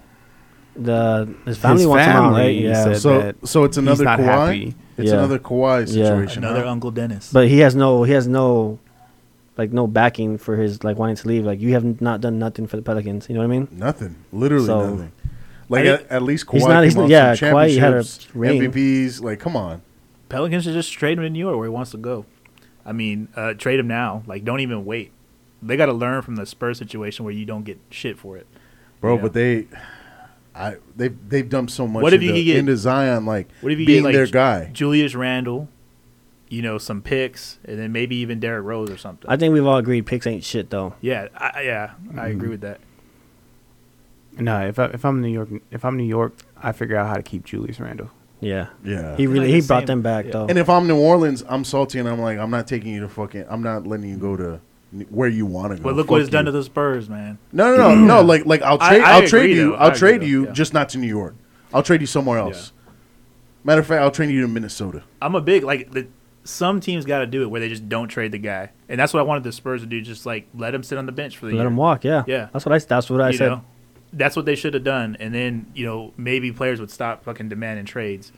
Speaker 4: The his family wants him out,
Speaker 5: family
Speaker 4: right? Yeah.
Speaker 5: said-
Speaker 3: So
Speaker 5: that
Speaker 3: so it's another
Speaker 5: not
Speaker 3: Kawhi.
Speaker 5: happy.
Speaker 3: It's
Speaker 4: Yeah.
Speaker 3: another Kawhi
Speaker 4: Yeah.
Speaker 3: situation.
Speaker 6: another
Speaker 3: huh?
Speaker 6: Uncle Dennis.
Speaker 4: But he has no he has no like no backing for his like wanting to leave. Like you have not done nothing for the Pelicans. You know what I mean?
Speaker 3: nothing, literally
Speaker 4: So-
Speaker 3: nothing. Like
Speaker 6: I-
Speaker 3: at, at least Kawhi
Speaker 4: He's not-
Speaker 3: came
Speaker 4: he's-
Speaker 3: off
Speaker 4: yeah,
Speaker 3: some
Speaker 4: Kawhi had a
Speaker 3: championships,
Speaker 4: ring.
Speaker 3: MVPs. Like, come on,
Speaker 6: Pelicans should just trade him to New York where he wants to go. I mean, uh, trade him now. Like, don't even wait. They got to learn from the Spurs situation where you don't get shit for it.
Speaker 3: bro.
Speaker 6: Yeah.
Speaker 3: But they, I they they've dumped so much
Speaker 6: What if you
Speaker 3: into,
Speaker 6: could get-
Speaker 3: into Zion, like
Speaker 6: What if you
Speaker 3: being
Speaker 6: get like
Speaker 3: their
Speaker 6: Ju-
Speaker 3: guy.
Speaker 6: Julius Randle, you know, some picks, and then maybe even Derrick Rose or something.
Speaker 4: I think we've all agreed picks ain't shit though.
Speaker 6: yeah, I, yeah,
Speaker 3: Mm-hmm.
Speaker 6: I agree with that.
Speaker 3: Oh,
Speaker 5: No, if I, if I'm New York, if I'm New York, I figure out how to keep Julius Randle.
Speaker 4: Yeah.
Speaker 3: Yeah,
Speaker 4: He really
Speaker 6: like
Speaker 4: he
Speaker 6: the
Speaker 4: brought
Speaker 6: same-
Speaker 4: them back
Speaker 6: yeah.
Speaker 4: though.
Speaker 3: And if I'm New Orleans, I'm salty and I'm like, I'm not taking you to fucking, I'm not letting you go to n- where you want to go.
Speaker 6: But look
Speaker 3: Fuck
Speaker 6: what it's done
Speaker 3: you.
Speaker 6: to the Spurs, man.
Speaker 3: No, no, no, no. Like, like I'll
Speaker 6: I-
Speaker 3: trade,
Speaker 6: I
Speaker 3: I'll
Speaker 6: agree,
Speaker 3: trade you,
Speaker 6: though. I
Speaker 3: I'll
Speaker 6: agree,
Speaker 3: trade
Speaker 6: though.
Speaker 3: you,
Speaker 6: Yeah.
Speaker 3: just not to New York. I'll trade you somewhere else. Matter of fact, I'll trade you to Minnesota.
Speaker 6: I'm a big like the, some teams got to do it where they just don't trade the guy, and that's what I wanted the Spurs to do. Just like let him sit on the bench for the
Speaker 4: Let
Speaker 6: year.
Speaker 4: him walk. Yeah.
Speaker 6: Yeah.
Speaker 4: That's what I that's what I
Speaker 6: you
Speaker 4: said.
Speaker 6: know, that's what they should have done. And then you know maybe players would stop fucking demanding trades.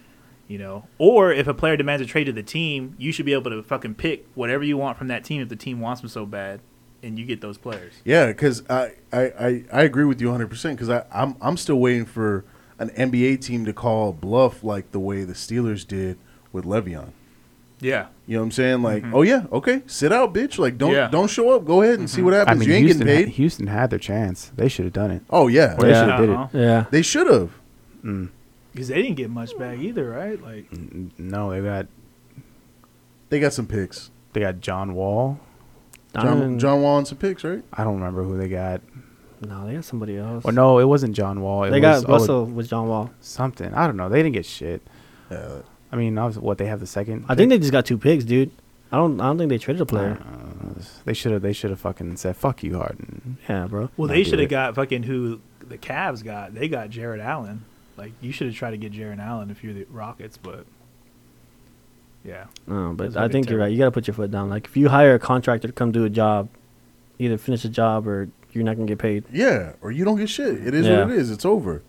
Speaker 6: You know, or if a player demands a trade to the team, you should be able to fucking pick whatever you want from that team if the team wants them so bad, and you get those players.
Speaker 3: Yeah, because I, I, I, I agree with you 100 percent. Because I'm, I'm still waiting for an NBA team to call bluff like the way the Steelers did with Le'Veon.
Speaker 6: Yeah,
Speaker 3: You know what I'm saying? Like, oh yeah, okay, sit out, bitch. Like, don't,
Speaker 6: Yeah.
Speaker 3: don't show up. Go ahead and see what
Speaker 5: I
Speaker 3: happens.
Speaker 5: mean,
Speaker 3: you ain't
Speaker 5: Houston,
Speaker 3: getting
Speaker 5: had-
Speaker 3: paid.
Speaker 5: Houston had their chance. They should have done it.
Speaker 3: oh yeah,
Speaker 5: Or they
Speaker 4: Yeah.
Speaker 5: should have did it.
Speaker 4: Yeah.
Speaker 3: they should have.
Speaker 6: because they didn't get much back either, right? Like,
Speaker 5: N- No, they got
Speaker 3: They got some picks.
Speaker 5: they got John Wall.
Speaker 3: John,
Speaker 4: Donovan-
Speaker 3: John Wall and some picks, right?
Speaker 5: I don't remember who they got.
Speaker 4: No, they got somebody else.
Speaker 5: Or no, it wasn't John Wall. It
Speaker 4: they
Speaker 5: was
Speaker 4: got
Speaker 5: oh,
Speaker 4: Russell with John Wall.
Speaker 5: something. I don't know. They didn't get shit.
Speaker 3: Yeah.
Speaker 5: I mean, I was, what they have the second.
Speaker 4: I think they just got two picks, dude. I don't I don't think they traded a player.
Speaker 5: they they should have they should have fucking said fuck you Harden.
Speaker 4: Yeah, bro.
Speaker 6: well,
Speaker 5: Not
Speaker 6: they
Speaker 5: do
Speaker 6: should
Speaker 5: it.
Speaker 6: have got fucking who the Cavs got. They got Jared Allen. Like, you should have tried to get Jared Allen if you're the Rockets, but yeah,
Speaker 4: No, but
Speaker 6: That's
Speaker 4: I
Speaker 6: fucking
Speaker 4: think you're
Speaker 6: terrible.
Speaker 4: right. You got to put your foot down. Like if you hire a contractor to come do a job, either finish the job or you're not gonna get paid.
Speaker 3: Yeah, or you don't get shit. It is
Speaker 4: Yeah.
Speaker 3: what it is. It's over.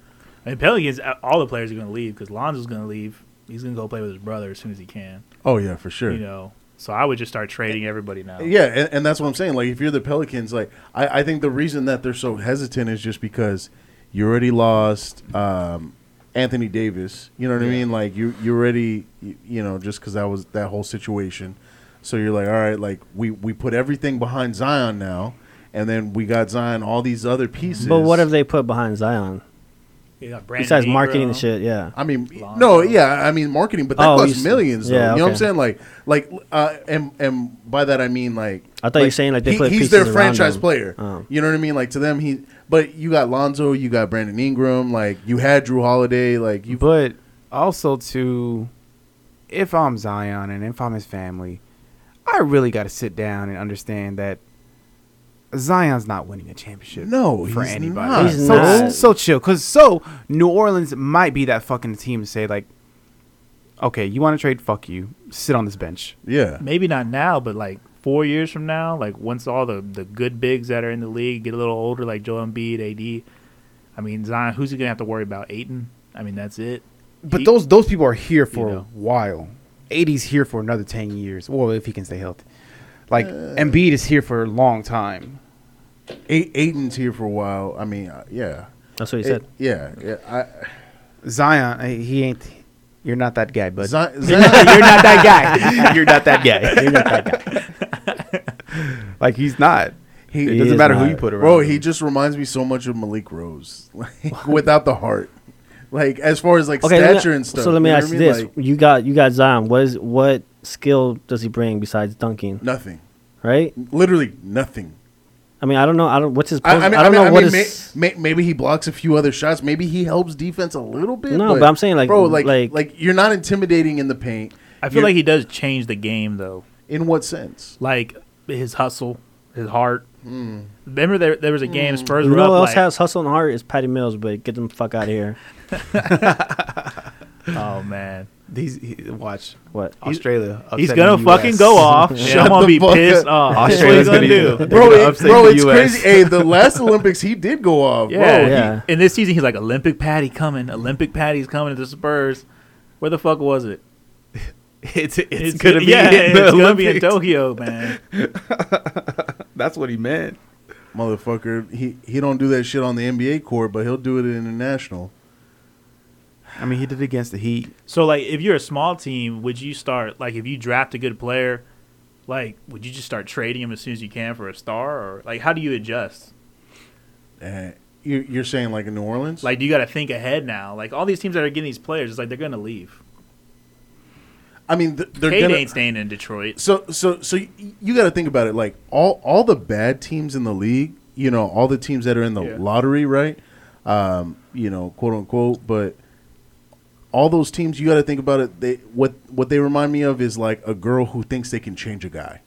Speaker 6: And Pelicans, uh, all the players are going to leave because Lonzo's going to leave. He's going to go play with his brother as soon as he can.
Speaker 3: Oh yeah, for sure.
Speaker 6: You know, so I would just start trading everybody now.
Speaker 3: Yeah, and, and that's what I'm saying. Like, if you're the Pelicans, like I, I think the reason that they're so hesitant is just because you already lost um, Anthony Davis. You know what I mean? Like you you already you, you know just because that was that whole situation. So you're like, all right, like we we put everything behind Zion now, and then we got Zion all these other pieces.
Speaker 4: But what if they put behind Zion
Speaker 6: You got Brandon
Speaker 4: besides marketing
Speaker 6: Ingram.
Speaker 4: and shit? Yeah.
Speaker 3: I mean,
Speaker 6: Long
Speaker 3: no,
Speaker 6: term.
Speaker 3: yeah, I mean marketing, but that
Speaker 4: Oh, you
Speaker 3: costs
Speaker 4: s-
Speaker 3: millions. Though.
Speaker 4: yeah,
Speaker 3: you know what I'm
Speaker 4: okay.
Speaker 3: saying? Like, like, uh, and and by that I mean like.
Speaker 4: I thought you were saying, like, they put
Speaker 3: he's
Speaker 4: pieces
Speaker 3: their
Speaker 4: around
Speaker 3: franchise
Speaker 4: him.
Speaker 3: player.
Speaker 4: Oh.
Speaker 3: You know what I mean? Like to them, he. But you got Lonzo, you got Brandon Ingram, like you had Drew Holiday, like you.
Speaker 5: But also to if I'm Zion and if I'm his family, I really got to sit down and understand that Zion's not winning a championship.
Speaker 3: No,
Speaker 5: for
Speaker 3: he's
Speaker 5: anybody.
Speaker 3: not.
Speaker 4: He's
Speaker 5: so,
Speaker 4: not.
Speaker 5: so chill, cause so New Orleans might be that fucking team to say like, okay, you want to trade? Fuck you. Sit on this bench.
Speaker 3: Yeah,
Speaker 6: Maybe not now, but like four years from now, like once all the, the good bigs that are in the league get a little older, like Joel Embiid, AD, I mean, Zion, who's he going to have to worry about? Aiton? I mean, that's it.
Speaker 5: But
Speaker 6: He-
Speaker 5: those those people are here for a
Speaker 6: know.
Speaker 5: while. 80's here for another 10 years. Well, if he can stay healthy. Like Embiid is here for a long time.
Speaker 3: A- Aiden's here for a while. I mean, uh, yeah,
Speaker 4: That's what he
Speaker 3: It-
Speaker 4: said.
Speaker 3: yeah, yeah. Uh, I,
Speaker 5: Zion, eh, he ain't you're not that guy, bud.
Speaker 3: Zion, Zion,
Speaker 5: you're not that guy. You're not that guy. You're not that guy. like he's not.
Speaker 3: He-
Speaker 5: it
Speaker 3: He
Speaker 5: doesn't
Speaker 4: is
Speaker 5: matter who
Speaker 4: not.
Speaker 5: you put around.
Speaker 3: bro, he
Speaker 5: him.
Speaker 3: just reminds me so much of Malik Rose, like without the heart. Like as far as like
Speaker 4: let me-
Speaker 3: stature and stuff.
Speaker 4: So let me
Speaker 3: you know
Speaker 4: ask
Speaker 3: what
Speaker 4: you
Speaker 3: I mean?
Speaker 4: this:
Speaker 3: Like,
Speaker 4: You got you got Zion. What is what skill does he bring besides dunking?
Speaker 3: nothing,
Speaker 4: Right?
Speaker 3: literally nothing.
Speaker 4: I mean, I don't know. I don't. What's his?
Speaker 3: I,
Speaker 4: Post,
Speaker 3: I mean,
Speaker 4: I
Speaker 3: I,
Speaker 4: don't
Speaker 3: mean,
Speaker 4: know
Speaker 3: I
Speaker 4: what
Speaker 3: mean,
Speaker 4: his-
Speaker 3: may, may, maybe he blocks a few other shots. Maybe he helps defense a little bit.
Speaker 4: No, but I'm saying, like,
Speaker 3: bro, like,
Speaker 4: like-
Speaker 3: like, you're not intimidating in the paint.
Speaker 6: I feel like he does change the game, though.
Speaker 3: In what sense?
Speaker 6: Like his hustle, his heart.
Speaker 3: Hmm.
Speaker 6: Remember there there was a game Spurs
Speaker 4: You
Speaker 6: were
Speaker 4: know
Speaker 6: up
Speaker 4: who else
Speaker 6: like,
Speaker 4: has hustle and heart is Patty Mills, but get them the fuck out of here.
Speaker 6: oh man.
Speaker 5: These he, watch
Speaker 4: What?
Speaker 3: Uh,
Speaker 5: Australia.
Speaker 6: He's
Speaker 5: upsetting
Speaker 6: gonna
Speaker 5: the
Speaker 6: fucking
Speaker 5: US.
Speaker 6: go off. and
Speaker 3: Shut
Speaker 6: I'm
Speaker 3: the
Speaker 6: gonna be
Speaker 3: fuck
Speaker 6: pissed
Speaker 3: up.
Speaker 6: off. That's what
Speaker 5: Australia's
Speaker 6: he's gonna
Speaker 5: gonna do-
Speaker 6: do.
Speaker 3: Bro,
Speaker 5: They're gonna
Speaker 3: it-
Speaker 5: upset
Speaker 3: bro,
Speaker 5: the
Speaker 3: it's
Speaker 5: US.
Speaker 3: crazy. Hey, the last Olympics he did go off.
Speaker 6: Yeah,
Speaker 3: bro.
Speaker 6: he-
Speaker 4: yeah.
Speaker 6: and this season he's like Olympic Patty coming, Olympic Patty's coming to the Spurs. Where the fuck was it?
Speaker 5: It's, it's, gonna be
Speaker 6: yeah,
Speaker 5: in
Speaker 6: it's
Speaker 5: the
Speaker 6: gonna be in
Speaker 5: Olympics.
Speaker 6: Tokyo, man.
Speaker 5: That's what he meant.
Speaker 3: motherfucker. He he don't do that shit on the NBA court, but he'll do it international.
Speaker 5: I mean, he did against the Heat.
Speaker 6: So like if you're a small team, would you start like if you draft a good player, like would you just start trading him as soon as you can for a star or like how do you adjust?
Speaker 3: Eh, you, you're saying like in New Orleans,
Speaker 6: Like do you got to think ahead now? Like all these teams that are getting these players, it's like they're going to leave.
Speaker 3: I mean, th- they're
Speaker 6: Cade
Speaker 3: gonna.
Speaker 6: ain't staying in Detroit.
Speaker 3: So so so y- you got to think about it. Like all all the bad teams in the league, you know, all the teams that are in the
Speaker 6: Yeah.
Speaker 3: lottery, right? Um, you know, quote unquote, but. All those teams, you got to think about it. They what what they remind me of is like a girl who thinks they can change a guy.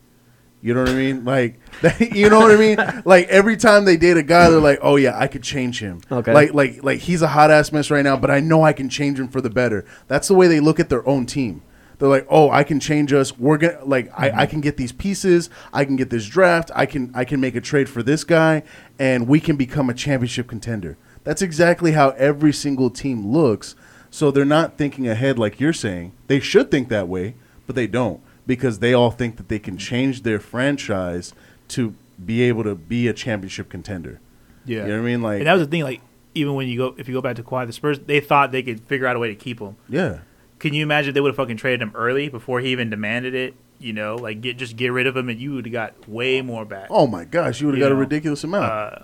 Speaker 3: You know what I mean? Like, you know what I mean? Like every time they date a guy, they're like, "Oh yeah, I could change him."
Speaker 4: Okay.
Speaker 3: Like, like, like he's a hot ass mess right now, but I know I can change him for the better. That's the way they look at their own team. They're like, "Oh, I can change us. We're gonna like, I, I can get these pieces. I can get this draft. I can, I can make a trade for this guy, and we can become a championship contender." That's exactly how every single team looks. So they're not thinking ahead like you're saying. They should think that way, but they don't because they all think that they can change their franchise to be able to be a championship contender. You know what I mean? Like
Speaker 6: and that was the thing like even when you go if you go back to Kawhi, the Spurs, they thought they could figure out a way to keep him.
Speaker 3: yeah.
Speaker 6: Can you imagine if they would have fucking traded him early before he even demanded it? You know, like get just get rid of him and you would have got way more back.
Speaker 3: Oh my gosh, you would have
Speaker 6: You
Speaker 3: got
Speaker 6: know,
Speaker 3: a ridiculous amount.
Speaker 6: Uh,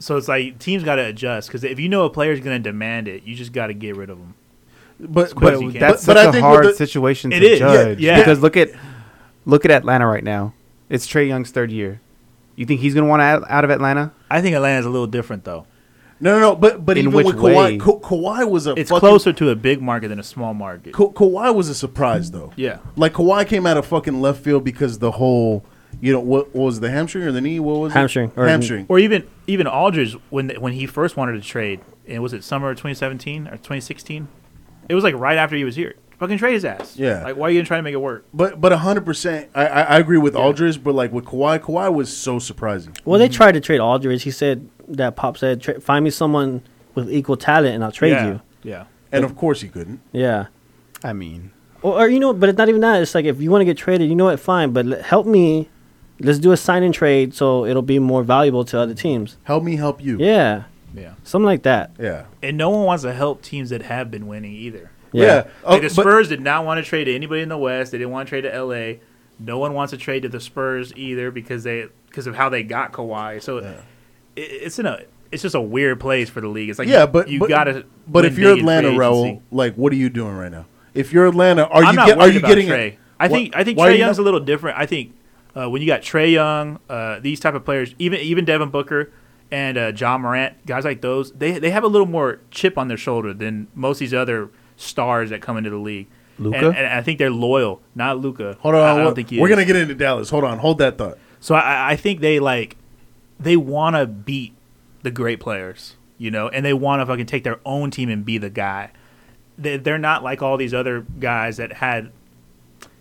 Speaker 6: So it's like teams got to adjust because if you know a player's going to demand it, you just got to get rid of him.
Speaker 3: but
Speaker 6: quick as
Speaker 3: but,
Speaker 6: you can.
Speaker 5: That's
Speaker 3: but, but
Speaker 5: such
Speaker 3: I
Speaker 5: a
Speaker 3: think
Speaker 5: hard
Speaker 3: with the,
Speaker 5: situation
Speaker 6: It
Speaker 5: to
Speaker 6: is, yeah,
Speaker 5: judge.
Speaker 6: yeah.
Speaker 5: Because look at look at Atlanta right now. It's Trey Young's third year. You think he's gonna want out, out of Atlanta?
Speaker 6: I think Atlanta's a little different though.
Speaker 3: No, no, no, but but
Speaker 5: In
Speaker 3: even
Speaker 5: which
Speaker 3: with
Speaker 5: way?
Speaker 3: Kawhi, Ka- Kawhi was a
Speaker 6: It's
Speaker 3: fucking,
Speaker 6: closer to a big market than a small market.
Speaker 3: Ka- Kawhi was a surprise though.
Speaker 6: Yeah.
Speaker 3: Like Kawhi came out of fucking left field because the whole you know what, what was it, the hamstring or the knee? What was it?
Speaker 4: Hamstring, or-
Speaker 3: hamstring.
Speaker 6: Or even even Aldridge when when he first wanted to trade, and was it summer of 2017 or 2016? It was like right after he was here. Fucking trade his ass.
Speaker 3: Yeah.
Speaker 6: Like why are you gonna try to make it work?
Speaker 3: But but hundred percent, I, I I agree with Aldridge. But like with Kawhi, Kawhi was so surprising.
Speaker 4: Well, they tried to trade Aldridge. He said that Pop said, "Tra- "Find me someone with equal talent, and I'll trade
Speaker 6: yeah.
Speaker 4: you."
Speaker 6: Yeah.
Speaker 3: And of course he couldn't.
Speaker 4: Yeah.
Speaker 5: I mean,
Speaker 4: Or, or you know, but it's not even that. It's like if you want to get traded, you know what? Fine, but l- help me. Let's do a sign and trade so it'll be more valuable to other teams.
Speaker 3: Help me help you.
Speaker 4: Yeah,
Speaker 6: Yeah.
Speaker 4: something like that.
Speaker 3: Yeah.
Speaker 6: And no one wants to help teams that have been winning either.
Speaker 4: Yeah.
Speaker 3: Oh,
Speaker 6: Like, the
Speaker 3: but-
Speaker 6: Spurs did not want to trade to anybody in the West. They didn't want to trade to L.A. No one wants to trade to the Spurs either because they because of how they got Kawhi. So it, it's in a it's just a weird place for the league. It's like
Speaker 3: yeah, but
Speaker 6: you
Speaker 3: but,
Speaker 6: gotta.
Speaker 3: But
Speaker 6: win
Speaker 3: if you're
Speaker 6: big in free
Speaker 3: Atlanta, Raul,
Speaker 6: agency.
Speaker 3: like, what are you doing right now? If you're Atlanta, are
Speaker 6: I'm
Speaker 3: you
Speaker 6: not
Speaker 3: get, are
Speaker 6: worried
Speaker 3: you
Speaker 6: about
Speaker 3: getting? a-
Speaker 6: Trey. I think
Speaker 3: Why-
Speaker 6: I think
Speaker 3: why are
Speaker 6: Trey
Speaker 3: you
Speaker 6: Young's
Speaker 3: not-
Speaker 6: a little different. I think uh, when you got Trey Young, uh, these type of players, even even Devin Booker and uh, John Morant, guys like those, they they have a little more chip on their shoulder than most of these other stars that come into the league.
Speaker 5: Luka?
Speaker 6: and, and I think they're loyal, not Luca.
Speaker 3: Hold on,
Speaker 6: I, I don't
Speaker 3: we're-
Speaker 6: think he
Speaker 3: we're
Speaker 6: is.
Speaker 3: gonna get into Dallas. Hold on, hold that thought.
Speaker 6: So I, I think they like they want to beat the great players, you know, and they want to fucking take their own team and be the guy. They, they're not like all these other guys that had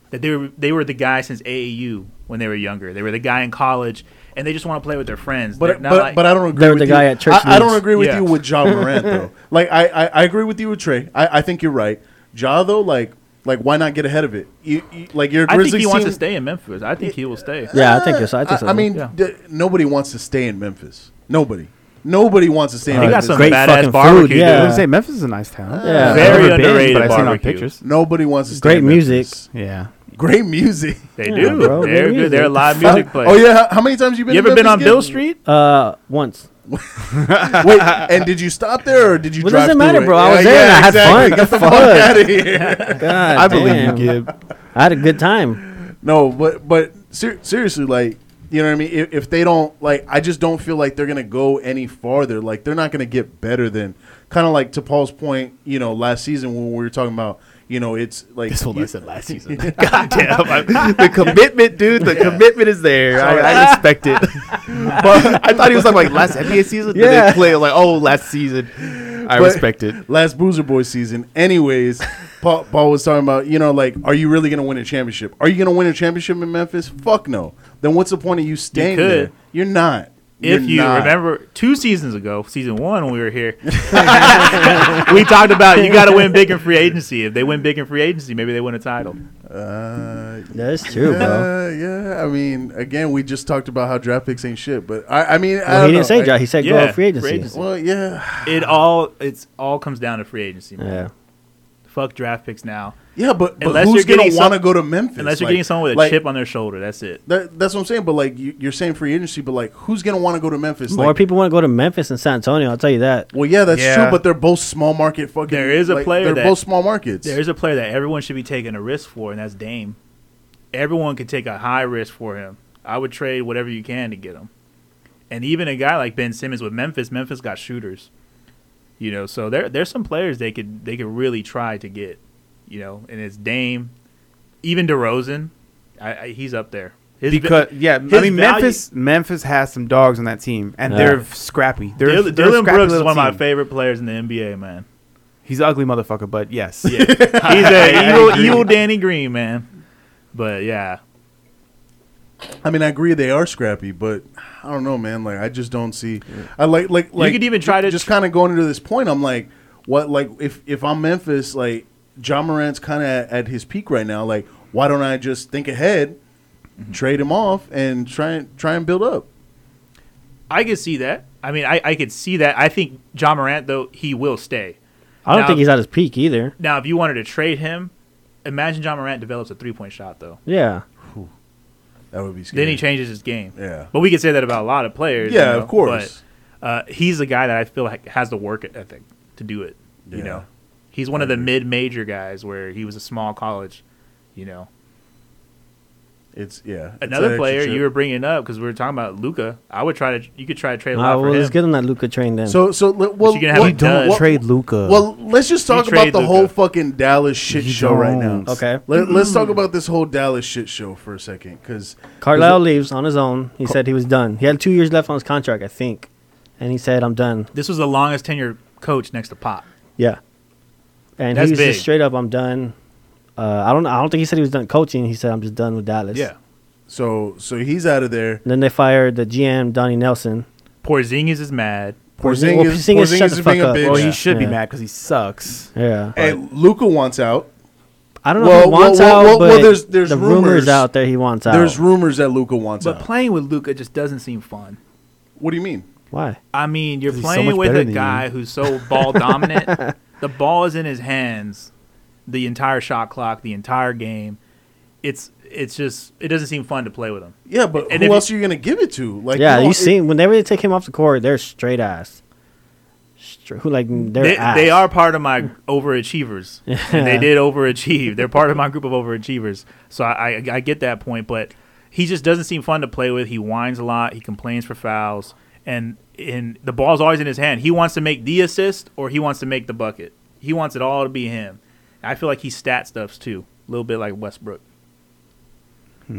Speaker 6: that they were they were the guy since AAU when they were younger. They were the guy in college, and they just want to play with their friends. They're
Speaker 3: But
Speaker 6: not
Speaker 3: but,
Speaker 6: like-
Speaker 3: but I don't agree
Speaker 4: They're
Speaker 3: with
Speaker 4: the
Speaker 3: you.
Speaker 4: guy at church
Speaker 3: I, I don't
Speaker 4: meets.
Speaker 3: agree with
Speaker 6: Yeah.
Speaker 3: you with Ja Morant though. Like I, I, I agree with you with Trey. I, I think you're right. Ja though, like like why not get ahead of it? You, you- like your
Speaker 6: I think
Speaker 3: Grizzlies
Speaker 6: he wants
Speaker 3: team-
Speaker 6: to stay in Memphis. I think he will stay.
Speaker 4: Yeah, I think so. I think so.
Speaker 3: Uh, I, mean,
Speaker 6: Yeah.
Speaker 3: d- nobody wants to stay in Memphis. Nobody. Nobody wants to stay in
Speaker 6: They got
Speaker 3: Memphis.
Speaker 6: some
Speaker 4: Great
Speaker 6: badass
Speaker 4: fucking
Speaker 6: barbecue.
Speaker 4: food,
Speaker 5: I
Speaker 6: dude.
Speaker 5: was
Speaker 4: yeah.
Speaker 5: gonna say Memphis is a nice town.
Speaker 4: Yeah.
Speaker 5: I've
Speaker 6: Very
Speaker 5: never
Speaker 6: underrated
Speaker 5: but I've seen it on
Speaker 6: barbecue.
Speaker 5: pictures.
Speaker 3: Nobody wants to stay
Speaker 4: Great
Speaker 3: in
Speaker 4: music.
Speaker 3: Memphis.
Speaker 5: Yeah,
Speaker 3: Great music.
Speaker 6: They
Speaker 4: Yeah,
Speaker 6: do.
Speaker 4: bro,
Speaker 6: They're
Speaker 4: good
Speaker 6: good. They're a
Speaker 4: music.
Speaker 6: live music place.
Speaker 3: Oh yeah, how, how many times you been?
Speaker 6: You
Speaker 3: to
Speaker 6: ever been
Speaker 3: Memphis
Speaker 6: on Bill
Speaker 3: again?
Speaker 6: Street?
Speaker 4: uh, once.
Speaker 3: Wait, and did you stop there or did you?
Speaker 4: Well,
Speaker 3: drive
Speaker 4: doesn't
Speaker 3: through
Speaker 4: matter,
Speaker 3: it?
Speaker 4: bro. I was there and I had fun.
Speaker 3: Get the
Speaker 4: Fuck.
Speaker 3: fuck out of here.
Speaker 4: God,
Speaker 5: I believe
Speaker 4: damn.
Speaker 5: you, Gib.
Speaker 4: I had a good time.
Speaker 3: No, but but ser- seriously, like you know what I mean. If, if they don't like, I just don't feel like they're gonna go any farther. Like they're not gonna get better than kind of like to Paul's point. You know, last season when we were talking about, you know, it's like
Speaker 5: That's what
Speaker 3: you-
Speaker 5: I said last season. God damn. the commitment, dude. The commitment is there. I, I respect it. but I thought he was talking like last NBA season. Yeah.
Speaker 4: Yeah.
Speaker 5: they play like, oh, last season. I
Speaker 3: But-
Speaker 5: respect it.
Speaker 3: last Boozer Boy season. Anyways, Paul, Paul was talking about, you know, like, are you really going to win a championship? Are you going to win a championship in Memphis? Fuck no. Then what's the point of you staying
Speaker 6: could.
Speaker 3: there? You're not.
Speaker 6: If
Speaker 3: You're
Speaker 6: you
Speaker 3: not.
Speaker 6: remember two seasons ago, season one when we were here, we talked about you got to win big in free agency. If they win big in free agency, maybe they win a title.
Speaker 3: Uh,
Speaker 4: That's true, bro.
Speaker 3: yeah, yeah. I mean, again, we just talked about how draft picks ain't shit, but I, I mean, I
Speaker 4: Well,
Speaker 3: don't
Speaker 4: he didn't
Speaker 3: know.
Speaker 4: say
Speaker 3: I-
Speaker 4: that. He said go
Speaker 6: Yeah,
Speaker 4: out free
Speaker 6: free
Speaker 4: agency.
Speaker 6: agency.
Speaker 3: Well, yeah,
Speaker 6: It all it's all comes down to free agency. Man.
Speaker 4: Yeah.
Speaker 6: Fuck draft picks now.
Speaker 3: yeah, but, but
Speaker 6: Unless
Speaker 3: who's
Speaker 6: you're
Speaker 3: gonna
Speaker 6: getting
Speaker 3: want to
Speaker 6: some-
Speaker 3: go to Memphis?
Speaker 6: Unless you're
Speaker 3: Like-
Speaker 6: getting someone with a
Speaker 3: like,
Speaker 6: chip on their shoulder, that's it.
Speaker 3: That, that's what I'm saying. But like, you, you're saying free agency, but like, who's gonna want to go to Memphis?
Speaker 4: More
Speaker 3: like,
Speaker 4: people want to go to Memphis and San Antonio. I'll tell you that.
Speaker 3: Well, yeah, that's
Speaker 6: Yeah.
Speaker 3: true, but they're both small market fucking.
Speaker 6: There is a
Speaker 3: like,
Speaker 6: player
Speaker 3: They're
Speaker 6: that-
Speaker 3: both small markets.
Speaker 6: There's a player that everyone should be taking a risk for, and that's Dame. Everyone could take a high risk for him. I would trade whatever you can to get him. And even a guy like Ben Simmons with Memphis, Memphis got shooters. You know, so there there's some players they could they could really try to get. You know, and it's Dame, even DeRozan, I, I, he's up there. His va-
Speaker 5: Because yeah, I
Speaker 6: his
Speaker 5: mean
Speaker 6: value-
Speaker 5: Memphis. Memphis has some dogs on that team, and
Speaker 4: Yeah.
Speaker 5: they're scrappy. They're,
Speaker 6: Dylan,
Speaker 5: they're
Speaker 6: Dylan
Speaker 5: scrappy
Speaker 6: Brooks is
Speaker 5: little
Speaker 6: one of my
Speaker 5: team.
Speaker 6: favorite players in the NBA, man.
Speaker 5: He's an ugly motherfucker, but yes,
Speaker 6: Yeah. he's a evil, evil Danny Green, man. But yeah,
Speaker 3: I mean, I agree they are scrappy, but I don't know, man. Like, I just don't see. I like, like, like.
Speaker 6: could even try to-
Speaker 3: just kind of going into this point. I'm like, what? Like, if if I'm Memphis, like John Morant's kind of at, at his peak right now. Like, why don't I just think ahead,
Speaker 6: Mm-hmm.
Speaker 3: trade him off, and try and try and build up?
Speaker 6: I could see that. I mean, I, I could see that. I think John Morant, though, he will stay.
Speaker 4: I don't
Speaker 6: Now-
Speaker 4: think he's at his peak either.
Speaker 6: Now, if you wanted to trade him, imagine John Morant develops a three point shot, though.
Speaker 4: Yeah.
Speaker 3: That would be scary.
Speaker 6: Then he changes his game.
Speaker 3: Yeah.
Speaker 6: But we could say that about a lot of players. you
Speaker 3: Yeah,
Speaker 6: know,
Speaker 3: of course.
Speaker 6: But, uh, he's a guy that I feel like has the work ethic to do it.
Speaker 3: Yeah.
Speaker 6: You know, he's one of the mid major guys where he was a small college, you know.
Speaker 3: It's yeah. it's that
Speaker 6: Another
Speaker 3: extra
Speaker 6: player
Speaker 3: chip.
Speaker 6: you were bringing up because we were talking about Luca. I would try to. You could try to trade a lot
Speaker 4: Nah,
Speaker 6: for
Speaker 4: well,
Speaker 6: him.
Speaker 4: let's get him that Luca train then.
Speaker 3: So so le- well,
Speaker 6: you can have
Speaker 3: what-
Speaker 6: him You don't
Speaker 3: what-
Speaker 5: trade Luca.
Speaker 3: Well, let's just talk about
Speaker 6: trade
Speaker 3: the
Speaker 6: Luka.
Speaker 3: whole fucking Dallas shit
Speaker 5: You
Speaker 3: show right now.
Speaker 5: don't.
Speaker 4: Okay.
Speaker 3: Let, us talk about this whole Dallas shit show for a second, because
Speaker 4: Carlisle leaves on his own. He said he was done. He had two years left on his contract, I think. And he said, I'm done.
Speaker 6: this was the longest tenure coach next to Pop.
Speaker 4: Yeah. And
Speaker 6: That's
Speaker 4: he was
Speaker 6: big.
Speaker 4: just straight up, I'm done. Uh, I don't I don't think he said he was done coaching. He said, I'm just done with Dallas.
Speaker 3: so so he's out of there.
Speaker 4: And then they fired the GM, Donnie Nelson.
Speaker 6: Porzingis is mad.
Speaker 3: Porzingis,
Speaker 4: well,
Speaker 3: Porzingis,
Speaker 4: Porzingis shut
Speaker 3: is
Speaker 4: the
Speaker 3: being a
Speaker 4: fuck up.
Speaker 3: bitch.
Speaker 5: well,
Speaker 4: yeah.
Speaker 5: he should be
Speaker 4: Yeah.
Speaker 5: mad because he sucks.
Speaker 4: Yeah.
Speaker 3: and Luca wants out.
Speaker 4: I don't know
Speaker 3: Well,
Speaker 4: if he wants
Speaker 3: well, well, well,
Speaker 4: out, but
Speaker 3: well, there's- there's
Speaker 4: the rumors,
Speaker 3: rumors.
Speaker 4: out there he wants out.
Speaker 3: There's rumors that Luca wants
Speaker 6: But
Speaker 3: out.
Speaker 6: playing with Luca just doesn't seem fun.
Speaker 3: what do you mean?
Speaker 4: Why?
Speaker 6: I mean, you're
Speaker 5: 'Cause he's so
Speaker 6: playing
Speaker 5: much
Speaker 6: with
Speaker 5: better
Speaker 6: a
Speaker 5: than
Speaker 6: guy
Speaker 5: you.
Speaker 6: who's so ball dominant. the ball is in his hands the entire shot clock, the entire game. It's it's just it doesn't seem fun to play with him.
Speaker 3: Yeah, but
Speaker 6: And
Speaker 3: who
Speaker 6: if
Speaker 3: else are you gonna give it to? Like,
Speaker 4: Yeah,
Speaker 3: don't-
Speaker 4: you
Speaker 3: it-
Speaker 4: see, whenever they take him off the court, they're straight ass. Straight, who like they're
Speaker 6: They,
Speaker 4: ass.
Speaker 6: they are part of my overachievers. And they did overachieve. They're part of my group of overachievers. So I, I I get that point, but he just doesn't seem fun to play with. He whines a lot. He complains for fouls, and and the ball's always in his hand. He wants to make the assist or he wants to make the bucket. He wants it all to be him. I feel like he stat stuffs too, a little bit like Westbrook.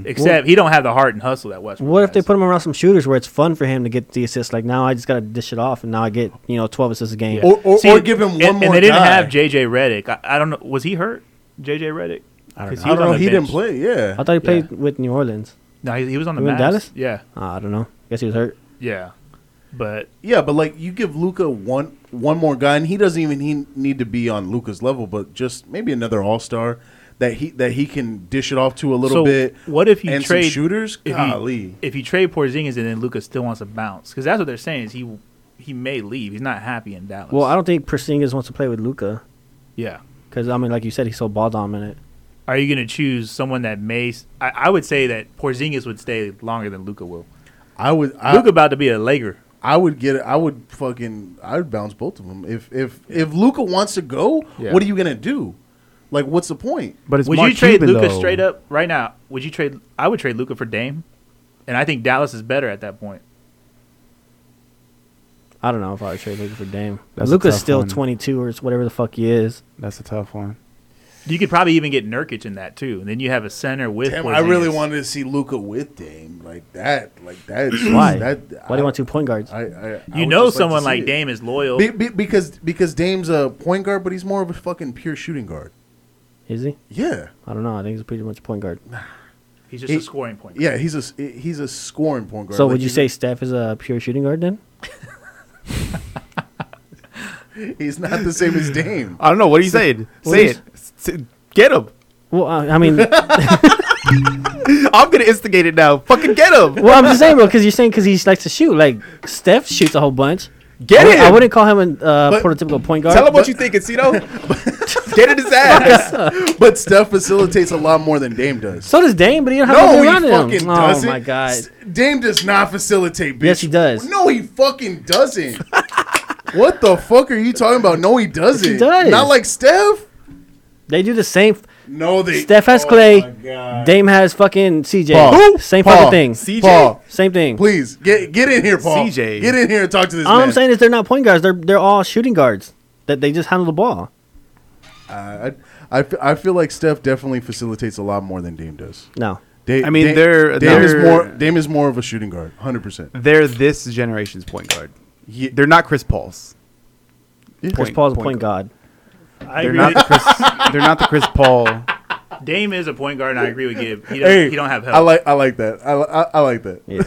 Speaker 6: Except he don't have the heart and hustle that Westbrook.
Speaker 4: Hmm. What if they
Speaker 6: has.
Speaker 4: put him around some shooters where it's fun for him to get the assists? Like now, I just gotta dish it off, and now I get you know twelve assists a game.
Speaker 3: Or, or,
Speaker 6: See,
Speaker 3: or give him one
Speaker 6: and,
Speaker 3: more.
Speaker 6: And they didn't
Speaker 3: guy.
Speaker 6: have JJ Redick. I, I don't know. Was he hurt? JJ Redick.
Speaker 4: I don't know.
Speaker 6: 'Cause
Speaker 3: I
Speaker 6: he was
Speaker 3: don't
Speaker 6: on
Speaker 3: know.
Speaker 6: the
Speaker 3: He
Speaker 6: bench.
Speaker 3: didn't play. Yeah.
Speaker 4: I thought he played
Speaker 6: Yeah.
Speaker 4: with New Orleans.
Speaker 6: No, he, he was on the
Speaker 4: You in
Speaker 6: Mavs.
Speaker 4: Dallas?
Speaker 6: Yeah,
Speaker 4: Uh, I don't know. Guess he was hurt.
Speaker 6: yeah, but
Speaker 3: Yeah, but like you give Luca one one more guy, and he doesn't even he need to be on Luca's level, but just maybe another All Star that he that he can dish it off to a little
Speaker 6: so
Speaker 3: bit.
Speaker 6: What if you
Speaker 3: and some
Speaker 6: trade
Speaker 3: shooters?
Speaker 6: If
Speaker 3: Golly.
Speaker 6: you, if you trade Porzingis and then Luca still wants to bounce because that's what they're saying is he he may leave. He's not happy in Dallas.
Speaker 4: Well, I don't think Porzingis wants to play with Luca
Speaker 6: yeah.
Speaker 4: because I mean, like you said, he's so ball dominant.
Speaker 6: Are you going to choose someone that may? s- I, I would say that Porzingis would stay longer than Luca will.
Speaker 3: I would I,
Speaker 6: Luca about to be a Laker.
Speaker 3: I would get I would fucking I would bounce both of them. If if if Luca wants to go,
Speaker 6: Yeah.
Speaker 3: what are you gonna do? Like, what's the point?
Speaker 5: But it's
Speaker 6: would
Speaker 5: Mark
Speaker 6: you trade
Speaker 5: Cuban,
Speaker 6: Luca
Speaker 5: though.
Speaker 6: straight up right now? Would you trade? I would trade Luca for Dame, and I think Dallas is better at that point.
Speaker 4: I don't know if I would trade Luca for Dame.
Speaker 5: That's a
Speaker 4: Luca's
Speaker 5: tough
Speaker 4: still
Speaker 5: one.
Speaker 4: 22 or whatever the fuck he is.
Speaker 5: That's a tough one.
Speaker 6: You could probably even get Nurkic in that too, and then you have a center with.
Speaker 3: Damn, I really
Speaker 6: Porzingis.
Speaker 3: wanted to see Luca with Dame like that. Like that. is-
Speaker 4: Why?
Speaker 3: That,
Speaker 4: Why do you want two point guards?
Speaker 3: I, I, I
Speaker 6: You
Speaker 3: would
Speaker 6: know,
Speaker 3: just to
Speaker 6: someone
Speaker 3: see
Speaker 6: like
Speaker 3: it.
Speaker 6: Dame is loyal.
Speaker 3: Be, be, because because Dame's a point guard, but he's more of a fucking pure shooting guard.
Speaker 4: is he?
Speaker 3: Yeah,
Speaker 4: I don't know. I think he's pretty much a point guard.
Speaker 6: He's just
Speaker 3: he-
Speaker 6: a scoring point. guard.
Speaker 3: yeah, he's a he's a scoring point guard.
Speaker 4: So
Speaker 3: Like,
Speaker 4: would you
Speaker 3: he's
Speaker 4: say Steph is a pure shooting guard then?
Speaker 3: he's not the same as Dame?
Speaker 5: I don't know. What do you say?
Speaker 4: what
Speaker 5: Say
Speaker 4: is-
Speaker 5: it. S- s- Get him.
Speaker 4: Well, I, I mean, well,
Speaker 5: I'm gonna instigate it now. Fucking get him.
Speaker 4: I'm just saying, bro, because you're saying because he likes to shoot. Like Steph shoots a whole bunch.
Speaker 5: Get
Speaker 4: I,
Speaker 5: it.
Speaker 4: would- I wouldn't call him a uh,
Speaker 3: But-
Speaker 4: prototypical point guard.
Speaker 5: Tell him what you think, Encino. get in his ass.
Speaker 3: But Steph facilitates a lot more than Dame does.
Speaker 4: So does Dame, but he don't have
Speaker 3: No,
Speaker 4: no,
Speaker 3: he
Speaker 4: around him.
Speaker 3: fucking
Speaker 4: oh
Speaker 3: doesn't.
Speaker 4: my god!
Speaker 3: S- Dame does not facilitate. Bitch.
Speaker 4: Yes, he does.
Speaker 3: No, he fucking doesn't. what the fuck are you talking about? No, he doesn't.
Speaker 4: does.
Speaker 3: Not like Steph.
Speaker 4: They do the same.
Speaker 3: No, they.
Speaker 4: Steph has
Speaker 3: Oh
Speaker 4: Clay.
Speaker 3: my God.
Speaker 4: Dame has fucking CJ.
Speaker 3: Paul. Who?
Speaker 4: Same
Speaker 3: Paul.
Speaker 4: fucking thing.
Speaker 5: CJ?
Speaker 3: Paul,
Speaker 4: Same thing.
Speaker 3: please get get in here, Paul.
Speaker 5: CJ.
Speaker 3: get in here and talk to this
Speaker 4: All
Speaker 3: man.
Speaker 4: I'm saying is they're not point guards. They're they're all shooting guards. That they just handle the ball.
Speaker 3: I, I, fe- I feel like Steph definitely facilitates a lot more than Dame does.
Speaker 4: No.
Speaker 3: Da-
Speaker 5: I mean,
Speaker 3: Da-
Speaker 5: they're-
Speaker 3: Dame is
Speaker 5: they're-
Speaker 3: more Dame is more of a shooting guard, hundred percent.
Speaker 5: They're this generation's point guard.
Speaker 3: Ye-
Speaker 5: They're not Chris Paul's.
Speaker 4: Chris Paul's a point guard.
Speaker 6: I
Speaker 5: They're
Speaker 6: agree.
Speaker 5: not the
Speaker 6: with-
Speaker 5: Chris. they're not the Chris Paul.
Speaker 6: Dame is a point guard, and I agree with Gib. He, does,
Speaker 3: Hey,
Speaker 6: he don't have help,
Speaker 3: I like I like that. I, li- I, I like that.
Speaker 4: Yeah.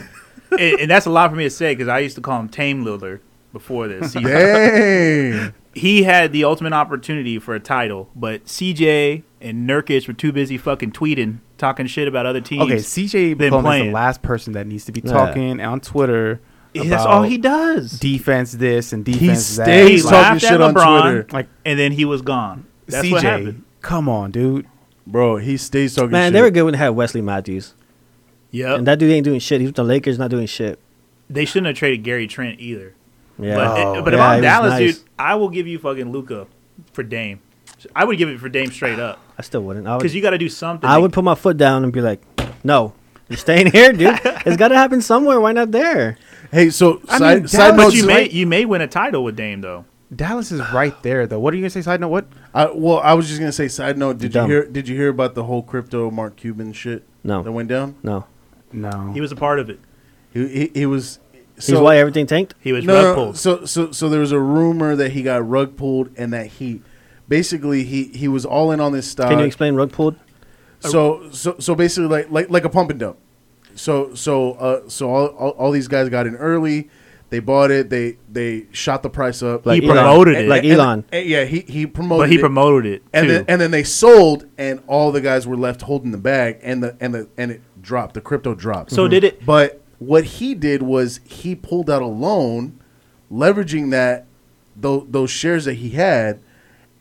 Speaker 6: and, and that's a lot for me to say because I used to call him Tame Lillard before this. He-
Speaker 3: Dang.
Speaker 6: he had the ultimate opportunity for a title, but CJ and Nurkic were too busy fucking tweeting, talking shit about other teams.
Speaker 5: Okay, CJ
Speaker 6: been
Speaker 5: Plum is the
Speaker 6: playing.
Speaker 5: last person that needs to be
Speaker 4: Yeah.
Speaker 5: talking on Twitter.
Speaker 6: that's
Speaker 5: about
Speaker 6: all he does.
Speaker 5: Defense this and
Speaker 3: He
Speaker 5: defense that.
Speaker 3: stays
Speaker 6: He
Speaker 5: Like,
Speaker 3: talking
Speaker 6: laughed at
Speaker 3: shit on
Speaker 6: LeBron.
Speaker 3: Twitter,
Speaker 5: like
Speaker 6: and then he was gone. That's what
Speaker 5: CJ.
Speaker 6: happened.
Speaker 5: Come on, dude.
Speaker 3: bro. He stays talking.
Speaker 4: Man,
Speaker 3: shit.
Speaker 4: they were good when they had Wesley Matthews.
Speaker 6: Yep.
Speaker 4: And that dude ain't doing shit. He's with the Lakers, not doing shit.
Speaker 6: they shouldn't have traded Gary Trent either.
Speaker 4: Yeah.
Speaker 6: But,
Speaker 5: Oh.
Speaker 4: Yeah,
Speaker 6: but if
Speaker 4: he
Speaker 6: I'm
Speaker 4: was
Speaker 6: Dallas,
Speaker 4: nice.
Speaker 6: dude, I will give you fucking Luca for Dame. I would give it for Dame straight up
Speaker 4: I still wouldn't. I would,
Speaker 6: because you got to do something.
Speaker 4: I would put my foot down and be like, no, you're staying here, dude. it's got to happen somewhere. Why not there?
Speaker 3: Hey, so
Speaker 5: I
Speaker 3: side,
Speaker 5: mean,
Speaker 3: side
Speaker 5: Dallas-
Speaker 3: note.
Speaker 6: But you
Speaker 5: it's
Speaker 6: may
Speaker 5: like-
Speaker 6: you may win a title with Dame though.
Speaker 5: Dallas is right there, though. What are you gonna say? Side note, what?
Speaker 3: I, well, I was just gonna say. Side note. Did
Speaker 4: Dumb.
Speaker 3: you hear? Did you hear about the whole crypto Mark Cuban shit?
Speaker 4: No.
Speaker 3: that went down.
Speaker 4: No.
Speaker 5: No,
Speaker 6: He was a part of it.
Speaker 3: He he, he was.
Speaker 4: He's why everything tanked?
Speaker 6: He was
Speaker 3: no,
Speaker 6: rug
Speaker 3: no,
Speaker 6: pulled.
Speaker 3: So so so there was a rumor that he got rug pulled and that he basically he he was all in on this stock.
Speaker 4: Can you explain rug pulled?
Speaker 3: so so so basically like like like a pump and dump. So so uh so all, all all these guys got in early. They bought it. They they shot the price up.
Speaker 4: Like
Speaker 6: He
Speaker 4: Elon.
Speaker 6: promoted it.
Speaker 4: Like
Speaker 3: And-
Speaker 4: Elon.
Speaker 3: and- yeah, he he promoted.
Speaker 6: but he
Speaker 3: it.
Speaker 6: promoted it,
Speaker 3: And
Speaker 6: too.
Speaker 3: then, and then they sold, and all the guys were left holding the bag, and the and the and it dropped. The crypto dropped.
Speaker 6: So did it-
Speaker 3: But what he did was he pulled out a loan, leveraging that those, those shares that he had,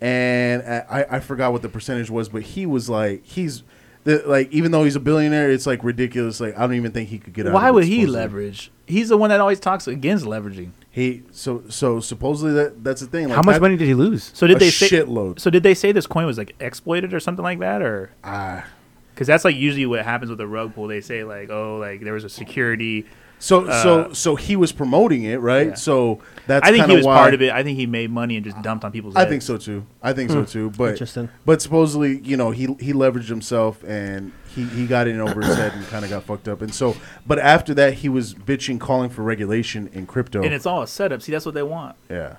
Speaker 3: and I, I forgot what the percentage was, but he was like he's the, like even though he's a billionaire, it's like ridiculous. Like I don't even think he could get out.
Speaker 6: Why
Speaker 3: of it,
Speaker 6: would he
Speaker 3: supposedly.
Speaker 6: leverage? He's the one that always talks against leveraging.
Speaker 3: He so so supposedly that that's the thing. Like
Speaker 5: how much
Speaker 3: that-
Speaker 5: money did he lose?
Speaker 6: So did
Speaker 3: A
Speaker 6: they say
Speaker 3: shitload.
Speaker 6: So did they say this coin was like exploited or something like that, or
Speaker 3: Ah.
Speaker 6: because that's like usually what happens with a rug pull. They say like, oh, like there was a security.
Speaker 3: So so so he was promoting it, right?
Speaker 6: Uh, yeah.
Speaker 3: So that's
Speaker 6: I think
Speaker 3: kinda
Speaker 6: he was
Speaker 3: why-
Speaker 6: part of it. I think he made money and just dumped on people's.
Speaker 3: I
Speaker 6: heads.
Speaker 3: think so too. I think so too. But
Speaker 4: Interesting.
Speaker 3: But supposedly, you know, he he leveraged himself and he he got in over his head and kind of got fucked up. And so, but after that, he was bitching, calling for regulation in crypto.
Speaker 6: And it's all a setup. See, that's what they want.
Speaker 3: yeah.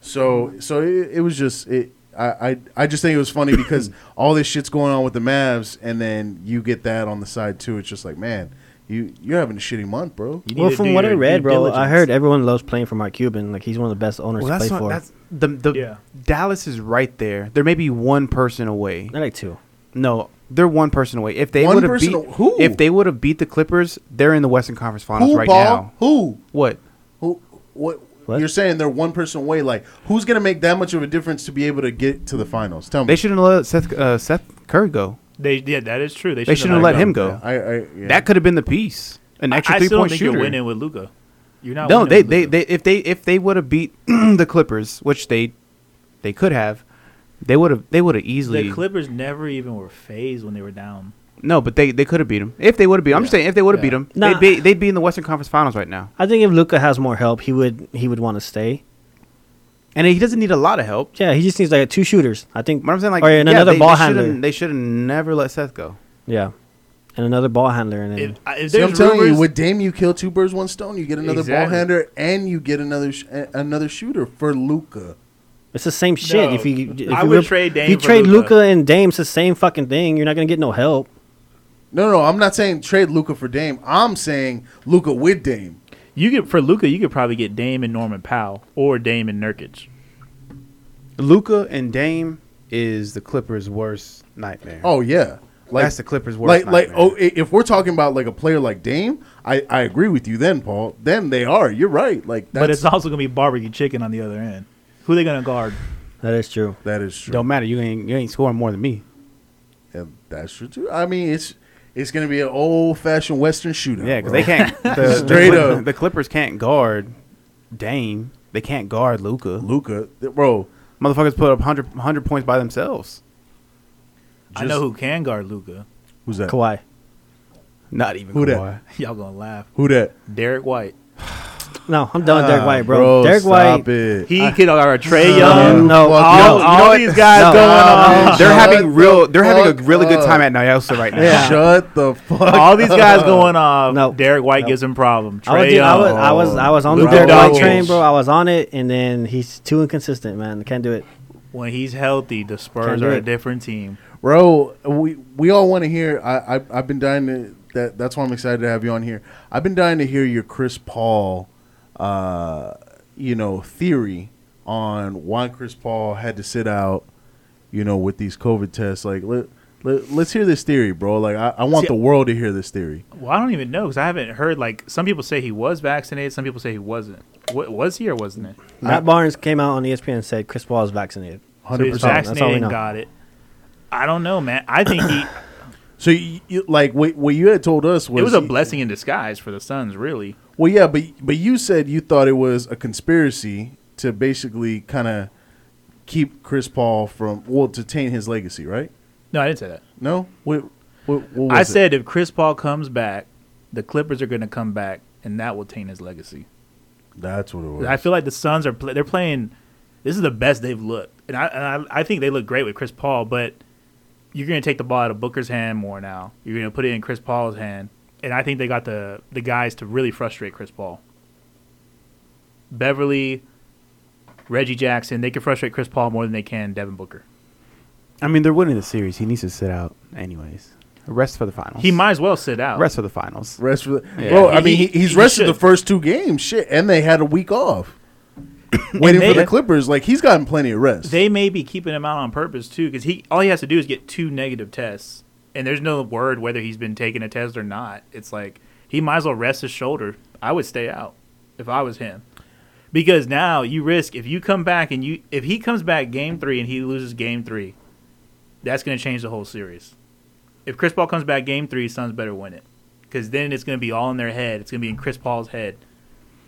Speaker 3: So so it, it was just it. I- I, I I just think it was funny because all this shit's going on with the Mavs, and then you get that on the side too. It's just like, man, you you're having a shitty month, bro.
Speaker 6: You need
Speaker 4: Well,
Speaker 6: to
Speaker 4: from
Speaker 6: do
Speaker 4: what I
Speaker 6: your
Speaker 4: read,
Speaker 6: due
Speaker 4: bro, I
Speaker 6: diligence.
Speaker 4: heard everyone loves playing for Mark Cuban. Like he's one of the best owners
Speaker 5: Well,
Speaker 4: to
Speaker 5: that's
Speaker 4: play
Speaker 5: not,
Speaker 4: for.
Speaker 5: that's the the
Speaker 6: Yeah.
Speaker 5: Dallas is right there. There may be one person away.
Speaker 4: I like two.
Speaker 5: No, they're one person away. If they
Speaker 3: One
Speaker 5: would have
Speaker 3: person
Speaker 5: beat
Speaker 3: a- who?
Speaker 5: if they would have beat the Clippers, they're in the Western Conference Finals
Speaker 3: Who
Speaker 5: right
Speaker 3: ball?
Speaker 5: now.
Speaker 3: Who
Speaker 5: What?
Speaker 3: who what?
Speaker 4: What?
Speaker 3: You're saying they're one person away. Like, who's gonna make that much of a difference to be able to get to the finals? Tell me.
Speaker 5: They shouldn't have let Seth uh, Seth Curry go.
Speaker 6: They yeah, that is true. They,
Speaker 5: They shouldn't have let
Speaker 6: him
Speaker 5: him go.
Speaker 3: I, I, yeah.
Speaker 5: That could have been the piece. An extra
Speaker 6: I
Speaker 5: three
Speaker 6: still don't
Speaker 5: point
Speaker 6: think
Speaker 5: shooter.
Speaker 6: you're winning with Luca. You're not.
Speaker 5: No,
Speaker 6: winning
Speaker 5: they,
Speaker 6: with
Speaker 5: they,
Speaker 6: Luka.
Speaker 5: they if they if they would have beat the Clippers, which they they could have, they would have they would have easily
Speaker 6: The Clippers never even were phased when they were down.
Speaker 5: No, but they, they could have beat them. If they would have beat 'em. I'm just saying if they would have beat 'em, beat them,
Speaker 4: Nah.
Speaker 5: they'd be they'd be in the Western Conference Finals right now.
Speaker 4: I think if Luca has more help, he would he would want to stay.
Speaker 5: And he doesn't need a lot of help.
Speaker 4: Yeah, he just needs like two shooters. I think.
Speaker 5: But I'm saying like
Speaker 4: or and
Speaker 5: yeah,
Speaker 4: another
Speaker 5: they, they
Speaker 4: ball
Speaker 5: should've-
Speaker 4: handler.
Speaker 5: They should have never let Seth go.
Speaker 4: yeah, and another ball handler. And then,
Speaker 6: If, I- if
Speaker 3: See,
Speaker 6: there's
Speaker 3: I'm telling
Speaker 6: rumors,
Speaker 3: you, with Dame, you kill two birds, one stone. You get another ball
Speaker 6: Exactly.
Speaker 3: handler, and you get another sh- a- another shooter for Luca.
Speaker 4: it's the same shit. if you if
Speaker 6: I
Speaker 4: you
Speaker 6: would
Speaker 4: rip-
Speaker 6: trade
Speaker 4: if
Speaker 6: Dame
Speaker 4: you
Speaker 6: for
Speaker 4: trade
Speaker 6: Luka.
Speaker 4: Luca and Dame, it's the same fucking thing. You're not gonna get no help.
Speaker 3: No, no, I'm not saying trade Luca for Dame. I'm saying Luca with Dame.
Speaker 6: you get for Luca, you could probably get Dame and Norman Powell or Dame and Nurkic.
Speaker 5: Luca and Dame is the Clippers' worst nightmare.
Speaker 3: Oh yeah, like
Speaker 5: That's the Clippers' worst
Speaker 3: Like, like,
Speaker 5: nightmare.
Speaker 3: oh, i- if we're talking about like a player like Dame, I, I agree with you. Then Paul, then they are. You're right. Like that's
Speaker 6: But it's also gonna be barbecue chicken on the other end. Who they gonna guard?
Speaker 4: That is true.
Speaker 3: that is true.
Speaker 5: don't matter. You ain't you ain't scoring more than me.
Speaker 3: And that's true too. I mean, it's it's gonna be an old fashioned Western shootout.
Speaker 5: Yeah, because
Speaker 3: bro.
Speaker 5: they can't. The,
Speaker 3: Straight
Speaker 5: the, Clip-
Speaker 3: up.
Speaker 5: the Clippers can't guard Dame. They can't guard Luca.
Speaker 3: Luca, bro.
Speaker 5: Motherfuckers put up 100, 100 points by themselves.
Speaker 6: I know who can guard Luca.
Speaker 3: Who's that?
Speaker 4: Kawhi.
Speaker 5: Not even
Speaker 3: Who that?
Speaker 5: Kawhi.
Speaker 6: Y'all gonna laugh.
Speaker 3: Who that?
Speaker 6: Derek White.
Speaker 4: No, I'm done with Derek
Speaker 3: Ah,
Speaker 4: White, bro. Derek
Speaker 3: stop
Speaker 4: White.
Speaker 3: It.
Speaker 6: He could guard Trey
Speaker 4: No,
Speaker 6: Young.
Speaker 4: no,
Speaker 6: all,
Speaker 4: no,
Speaker 6: all these guys
Speaker 4: No.
Speaker 6: going on.
Speaker 3: Oh, Shut
Speaker 5: They're having
Speaker 3: the
Speaker 5: real. They're having a
Speaker 3: fuck
Speaker 5: really good
Speaker 3: up.
Speaker 5: time at Nyosa right now.
Speaker 4: Yeah.
Speaker 3: Shut the fuck.
Speaker 6: All these guys going off.
Speaker 4: No.
Speaker 6: Derek White
Speaker 4: No.
Speaker 6: gives him problem.
Speaker 4: I was,
Speaker 6: Trey
Speaker 4: I
Speaker 6: Young.
Speaker 4: was I was I was on the
Speaker 3: Luka
Speaker 4: Derek White
Speaker 6: Doncic.
Speaker 4: train, bro. I was on it, and then he's too inconsistent, man. Can't do it.
Speaker 6: when he's healthy, the
Speaker 4: Can't
Speaker 6: Spurs
Speaker 4: do
Speaker 6: are a
Speaker 4: it.
Speaker 6: different team.
Speaker 3: bro. We we all want to hear. I, I I've been dying to. That that's why I'm excited to have you on here. I've been dying to hear your Chris Paul, uh, you know, theory on why Chris Paul had to sit out, you know, with these COVID tests. Like let. Let, let's hear this theory, bro. Like I, I want the
Speaker 6: See-
Speaker 3: world to hear this theory.
Speaker 6: Well, I don't even know because I haven't heard. Like some people say he was vaccinated, some people say he wasn't. What was he or wasn't it?
Speaker 4: Matt Barnes came out on E ESPN and said Chris Paul is vaccinated.
Speaker 6: So he was
Speaker 3: 100%.
Speaker 4: That's all we
Speaker 6: vaccinated and
Speaker 4: know.
Speaker 6: got it. I don't know, man. I think he.
Speaker 3: So, you, you, like, what, what you had told us was
Speaker 6: it was a
Speaker 3: you-
Speaker 6: blessing in disguise for the Suns, really.
Speaker 3: Well, yeah, but but you said you thought it was a conspiracy to basically kind of keep Chris Paul from well to taint his legacy, right?
Speaker 6: No, I didn't say that.
Speaker 3: No, what, what, what was
Speaker 6: I
Speaker 3: it?
Speaker 6: said if Chris Paul comes back, the Clippers are going to come back, and that will taint his legacy.
Speaker 3: that's what it was.
Speaker 6: I feel like the Suns are pl- they're playing. This is the best they've looked, and I and I, I think they look great with Chris Paul. But you're going to take the ball out of Booker's hand more now. You're going to put it in Chris Paul's hand, and I think they got the the guys to really frustrate Chris Paul. Beverly, Reggie Jackson, they can frustrate Chris Paul more than they can Devin Booker.
Speaker 5: I mean, they're winning the series. He needs to sit out, anyways. Rest for the finals.
Speaker 6: He might as well sit out.
Speaker 5: rest for the finals.
Speaker 3: rest for the,
Speaker 5: Yeah.
Speaker 3: bro.
Speaker 6: He-
Speaker 3: I mean, he,
Speaker 6: he-
Speaker 3: he's
Speaker 6: he
Speaker 3: rested the
Speaker 6: should.
Speaker 3: first two games, shit, and they had a week off, waiting
Speaker 6: they-
Speaker 3: for the Clippers. Like he's gotten plenty of rest.
Speaker 6: They may be keeping him out on purpose too, because he all he has to do is get two negative tests, and there's no word whether he's been taking a test or not. It's like he might as well rest his shoulder. I would stay out if I was him, because now you risk if you come back and you if he comes back game three and he loses game three, that's going to change the whole series. If Chris Paul comes back game three, Suns better win it, because then it's going to be all in their head. It's going to be in Chris Paul's head.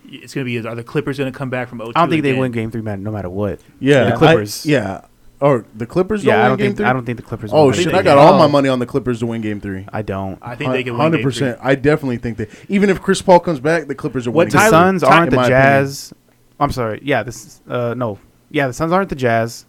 Speaker 6: It's going to be are the Clippers going to come back from 0
Speaker 5: I don't think they win Game Three, no matter- no matter what.
Speaker 3: yeah,
Speaker 5: the Clippers.
Speaker 3: I, yeah, or the Clippers.
Speaker 5: yeah,
Speaker 3: don't
Speaker 5: I
Speaker 3: win
Speaker 5: don't
Speaker 3: game
Speaker 5: think
Speaker 3: three?
Speaker 5: I don't think the Clippers.
Speaker 3: Oh
Speaker 5: win Game
Speaker 3: shit!
Speaker 5: Three.
Speaker 3: I got all my money on the Clippers to win Game Three.
Speaker 5: I don't.
Speaker 6: I think they can win. game
Speaker 3: Hundred
Speaker 6: three.
Speaker 3: percent. I definitely think that even if Chris Paul comes back, the Clippers are
Speaker 6: What
Speaker 3: winning.
Speaker 5: the
Speaker 3: game
Speaker 6: Tyler-
Speaker 3: three,
Speaker 5: Suns
Speaker 6: Ty-
Speaker 5: aren't
Speaker 3: in
Speaker 5: the
Speaker 3: my opinion.
Speaker 5: Jazz. I'm sorry. Yeah, this. Is, uh, no. Yeah, the Suns aren't the Jazz,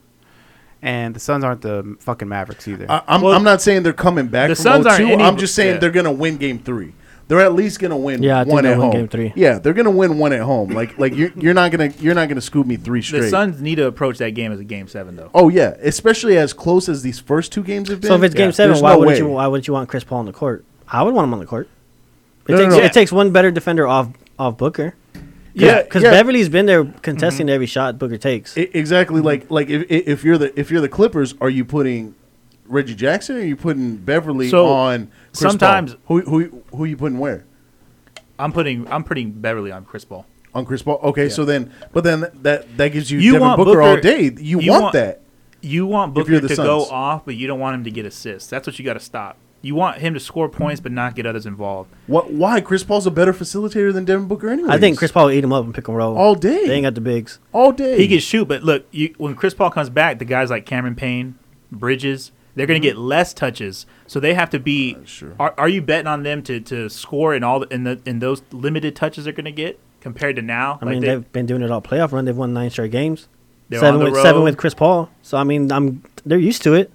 Speaker 5: and the Suns aren't the fucking Mavericks either.
Speaker 3: Uh, I, I'm, I'm not saying they're coming back
Speaker 6: The
Speaker 3: from
Speaker 6: Suns aren't
Speaker 3: 0-2.
Speaker 6: any-
Speaker 3: I'm just saying
Speaker 6: yeah.
Speaker 3: they're going to win game three. They're at least gonna win
Speaker 4: Yeah, I think
Speaker 3: one
Speaker 4: they'll
Speaker 3: at
Speaker 4: win
Speaker 3: home.
Speaker 4: game three.
Speaker 3: Yeah, they're gonna win one at home. Like like you're you're not gonna you're not gonna scoop me three straight.
Speaker 6: The Suns need to approach that game as a game seven, though.
Speaker 3: oh yeah, especially as close as these first two games have been.
Speaker 4: So if it's
Speaker 6: Yeah.
Speaker 4: game seven,
Speaker 3: There's
Speaker 4: why
Speaker 3: no
Speaker 4: wouldn't
Speaker 3: way.
Speaker 4: you? Why wouldn't you want Chris Paul on the court? I would want him on the court. It
Speaker 3: No, no,
Speaker 4: takes
Speaker 3: no.
Speaker 4: it takes one better defender off off Booker.
Speaker 3: Yeah,
Speaker 4: because
Speaker 3: yeah. Mm-hmm.
Speaker 4: Beverly's been there contesting every shot Booker takes.
Speaker 3: I- E, exactly like like if if if you're the if you're the Clippers, are you putting Reggie Jackson or are you putting Beverly
Speaker 6: So,
Speaker 3: on? Chris Paul?
Speaker 6: sometimes-
Speaker 3: who who who you putting where
Speaker 6: I'm putting I'm putting Beverly on Chris Paul.
Speaker 3: on Chris Paul? Okay, so then but then that that gives you,
Speaker 6: You
Speaker 3: Devin
Speaker 6: want
Speaker 3: Booker, all
Speaker 6: Booker-
Speaker 3: day. You,
Speaker 6: you
Speaker 3: want,
Speaker 6: want-
Speaker 3: that.
Speaker 6: You want Booker
Speaker 3: you're the
Speaker 6: to go
Speaker 3: Suns.
Speaker 6: off, but you don't want him to get assists. That's what you got to stop. You want him to score points, but not get others involved.
Speaker 3: What? Why? Chris Paul's a better facilitator than Devin Booker anyway.
Speaker 4: I think Chris Paul would eat him up and pick and roll
Speaker 3: all day.
Speaker 4: They ain't got the bigs.
Speaker 3: all day.
Speaker 6: He can shoot, but look, you, when Chris Paul comes back, the guys like Cameron Payne, Bridges, they're going to get less touches. So they have to be.
Speaker 3: sure.
Speaker 6: Are, are you betting on them to, to score in all the, in the in those limited touches they're going to get compared to now?
Speaker 4: I mean,
Speaker 6: they-
Speaker 4: they, have been doing it all playoff run. They've won nine straight games.
Speaker 6: They're
Speaker 4: seven
Speaker 6: on the
Speaker 4: with seven
Speaker 6: road.
Speaker 4: with Chris Paul. So I mean, I'm they're used to it.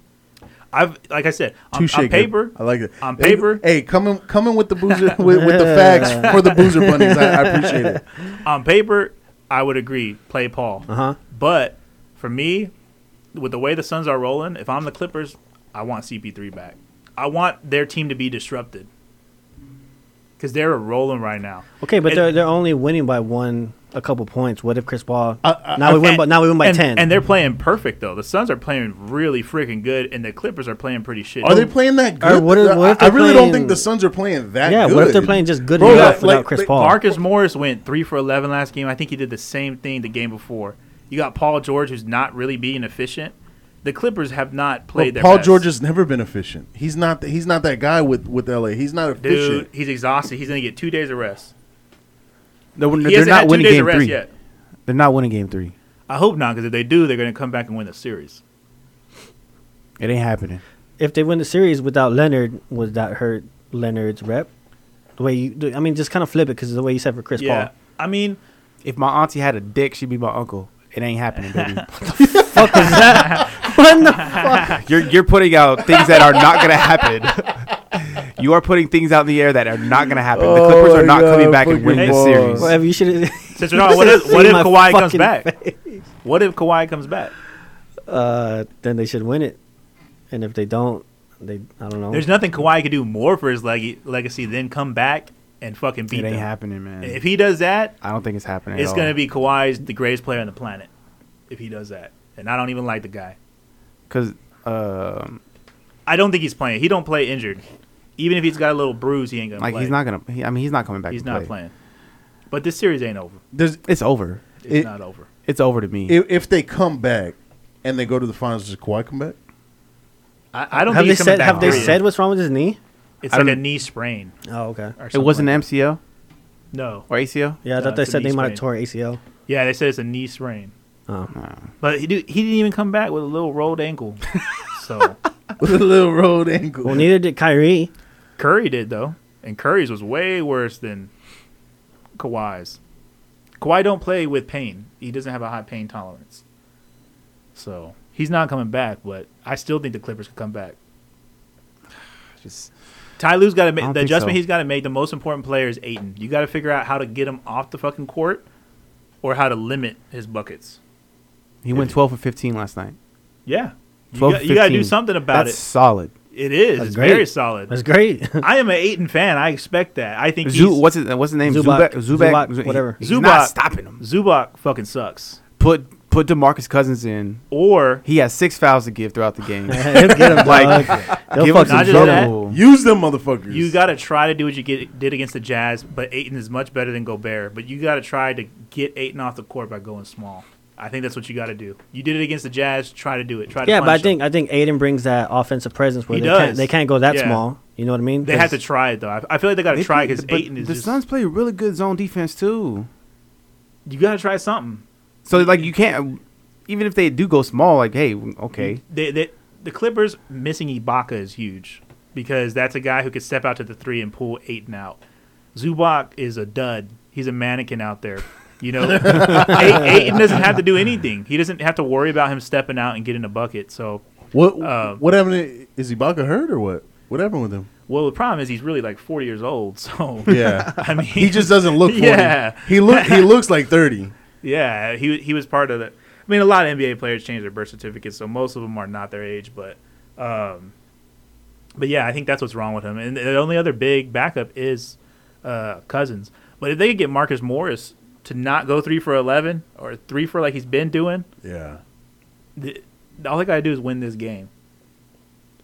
Speaker 6: I've like I said on,
Speaker 3: Touche,
Speaker 6: on
Speaker 3: good.
Speaker 6: paper.
Speaker 3: I like it.
Speaker 6: on
Speaker 3: Hey,
Speaker 6: paper.
Speaker 3: Hey, coming coming with the boozer with, with the facts for the boozer bunnies. I, I appreciate it.
Speaker 6: on paper, I would agree. Play Paul.
Speaker 4: Uh-huh.
Speaker 6: But for me, with the way the Suns are rolling, if I'm the Clippers, I want CP3 back. I want their team to be disrupted because they're rolling right now.
Speaker 4: Okay, but
Speaker 6: And-
Speaker 4: they're they're only winning by one, a couple points. What if Chris Paul?
Speaker 3: I-
Speaker 4: now we win.
Speaker 6: Uh, And-
Speaker 4: By, now we win by
Speaker 6: and-
Speaker 4: ten.
Speaker 6: And they're playing perfect though. The Suns are playing really freaking good, and the Clippers are playing pretty shit.
Speaker 3: Are they playing that
Speaker 4: Or
Speaker 3: good?
Speaker 4: what if- what if
Speaker 3: I, I
Speaker 4: they're
Speaker 3: really don't
Speaker 4: playing-
Speaker 3: think the Suns are playing that.
Speaker 4: yeah.
Speaker 3: good.
Speaker 4: What if they're playing just good
Speaker 3: Bro,
Speaker 4: enough
Speaker 3: like-
Speaker 4: without
Speaker 3: like-
Speaker 4: Chris
Speaker 3: like
Speaker 4: Paul?
Speaker 6: Marcus Morris went three for eleven last game. I think he did the same thing the game before. You got Paul George, who's not really being efficient. The Clippers have not
Speaker 3: Bro,
Speaker 6: played their
Speaker 3: Paul
Speaker 6: best.
Speaker 3: George has never been efficient. He's not. th- He's not that guy with with LA. He's not
Speaker 6: Dude,
Speaker 3: efficient.
Speaker 6: he's exhausted. He's gonna get two days of rest.
Speaker 5: They're,
Speaker 6: He
Speaker 5: they're
Speaker 6: hasn't
Speaker 5: not
Speaker 6: had two
Speaker 5: winning
Speaker 6: days of
Speaker 5: game
Speaker 6: rest
Speaker 5: three.
Speaker 6: yet.
Speaker 5: They're not winning game three.
Speaker 6: I hope not, because if they do, they're gonna come back and win the series.
Speaker 5: It ain't happening.
Speaker 4: if they win the series without Leonard, would that hurt Leonard's rep? The way you, do- I mean, just kind of flip it because the way you said for Chris
Speaker 6: Yeah, I mean,
Speaker 5: If my auntie had a dick, she'd be my uncle. It ain't happening, baby.
Speaker 4: Paul. Fuck was that? What in the fuck?
Speaker 5: you're you're putting out things that are not gonna happen. you are putting things out in the air that are not gonna happen.
Speaker 3: Oh
Speaker 5: the Clippers
Speaker 3: my
Speaker 5: are not
Speaker 3: God,
Speaker 5: coming back and
Speaker 3: fucking
Speaker 5: winning
Speaker 6: balls.
Speaker 5: this series.
Speaker 4: Whatever you should.
Speaker 6: since we're not, what if, what
Speaker 4: See
Speaker 6: if
Speaker 4: my
Speaker 6: Kawhi comes
Speaker 4: fucking
Speaker 6: back? What if Kawhi comes back?
Speaker 4: Uh, then they should win it. And if they don't, they I don't know.
Speaker 6: There's nothing Kawhi could do more for his leg- legacy than come back and fucking beat
Speaker 5: It ain't
Speaker 6: them.
Speaker 5: happening, man.
Speaker 6: If he does that,
Speaker 5: I don't think it's happening. at
Speaker 6: it's
Speaker 5: all.
Speaker 6: gonna be Kawhi's the greatest player on the planet. If he does that, and I don't even like the guy.
Speaker 5: because um,
Speaker 6: I don't think he's playing. He don't play injured. Even if he's got a little bruise, he ain't gonna
Speaker 5: like
Speaker 6: play.
Speaker 5: he's not gonna. He, I mean, he's not coming back.
Speaker 6: He's
Speaker 5: to
Speaker 6: not
Speaker 5: play.
Speaker 6: playing. But this series ain't over.
Speaker 3: There's
Speaker 5: It's over.
Speaker 6: It's
Speaker 3: It-
Speaker 6: not over.
Speaker 5: It's over to me.
Speaker 3: if, if they come back and they go to the finals, does Kawhi come back?
Speaker 6: I, I don't
Speaker 4: have
Speaker 6: think
Speaker 4: they
Speaker 6: he's coming
Speaker 4: said
Speaker 6: back,
Speaker 4: Have they
Speaker 6: period.
Speaker 4: said what's wrong with his knee?
Speaker 6: it's
Speaker 5: I
Speaker 6: like a
Speaker 5: don't-
Speaker 6: knee sprain?
Speaker 4: Oh, okay.
Speaker 6: Or
Speaker 5: it
Speaker 6: something
Speaker 5: wasn't
Speaker 6: like
Speaker 5: an MCL
Speaker 6: that. No.
Speaker 5: or ACL.
Speaker 4: Yeah, I
Speaker 6: No,
Speaker 4: thought they
Speaker 6: it's a
Speaker 4: said
Speaker 6: knee
Speaker 4: they might have
Speaker 6: sprain.
Speaker 4: tore ACL.
Speaker 6: Yeah, they said it's a knee sprain.
Speaker 4: Oh.
Speaker 6: But he, dude, he didn't even come back with a little rolled ankle. so
Speaker 3: With a little road ankle.
Speaker 4: Well, neither did Kyrie.
Speaker 6: Curry did though, and Curry's was way worse than Kawhi's. Kawhi don't play with pain. He doesn't have a high pain tolerance. So he's not coming back. But I still think the Clippers could come back.
Speaker 5: Just
Speaker 6: Ty Lue's got to
Speaker 5: I
Speaker 6: make
Speaker 5: don't
Speaker 6: the
Speaker 5: think
Speaker 6: adjustment.
Speaker 5: so.
Speaker 6: He's got to make. The most important player is Aiton. You got to figure out how to get him off the fucking court, or how to limit his buckets.
Speaker 5: he went twelve for fifteen last night.
Speaker 6: Yeah, you
Speaker 5: 12
Speaker 6: got, you got to do
Speaker 5: 15.
Speaker 6: something about
Speaker 5: That's solid.
Speaker 6: it. It is.
Speaker 4: That's
Speaker 6: it's
Speaker 4: great.
Speaker 6: very solid.
Speaker 4: That's great.
Speaker 6: I am an Aiton fan. I expect that. I think
Speaker 5: Zoo,
Speaker 6: he's-
Speaker 5: what's his what's his name? Zubac,
Speaker 4: Zubac.
Speaker 5: Zubac,
Speaker 4: Zubac, whatever.
Speaker 5: He's not
Speaker 6: Zubac.
Speaker 5: stopping him.
Speaker 6: Zubac fucking sucks.
Speaker 5: Put put Demarcus Cousins in.
Speaker 6: Or
Speaker 5: He has six fouls to give throughout the game.
Speaker 4: He'll get him,
Speaker 5: Like,
Speaker 4: dog. They'll
Speaker 5: give him
Speaker 4: fucking
Speaker 5: some
Speaker 6: Not just
Speaker 4: get him.
Speaker 6: that.
Speaker 5: trouble.
Speaker 3: Use them, motherfuckers.
Speaker 6: You got to try to do what you get, did against the Jazz, but Aiton is much better than Gobert. But you got to try to get Aiton off the court by going small. I think that's what you got to do. You did it against the Jazz. Try to do it. Try to.
Speaker 4: Yeah, but I
Speaker 6: punish
Speaker 4: think
Speaker 6: them.
Speaker 4: I think Aiden brings that offensive presence where
Speaker 6: He
Speaker 4: they can't,
Speaker 6: does.
Speaker 4: they can't go that
Speaker 6: Yeah.
Speaker 4: small. You know what I mean?
Speaker 6: they have to try it though. I, I feel like they got to
Speaker 5: They play-
Speaker 6: try because
Speaker 5: but
Speaker 6: Aiton is
Speaker 5: the
Speaker 6: just.
Speaker 5: Suns play really good zone defense too.
Speaker 6: you got to try something.
Speaker 5: So like you can't even if they do go small, like hey, okay,
Speaker 6: They, they, the Clippers missing Ibaka is huge because that's a guy who could step out to the three and pull Aiton out. Zubac is a dud. He's a mannequin out there. You know, A- Aiton doesn't have to do anything. He doesn't have to worry about him stepping out and getting a bucket. So
Speaker 3: what?
Speaker 6: uh,
Speaker 3: what happened? to- Is Ibaka hurt or what? What happened with him?
Speaker 6: Well, the problem is he's really like 40 years old. So
Speaker 3: Yeah.
Speaker 6: I mean,
Speaker 3: He just doesn't look. 40.
Speaker 6: Yeah.
Speaker 3: He look. He looks like thirty.
Speaker 6: Yeah, he he was part of the. I mean, a lot of NBA players change their birth certificates, so most of them are not their age. But, um, but yeah, I think that's what's wrong with him. And the only other big backup is uh, Cousins. But if they could get Marcus Morris to not go three for eleven or three for like he's been doing,
Speaker 3: Yeah.
Speaker 6: th- all they gotta do is win this game.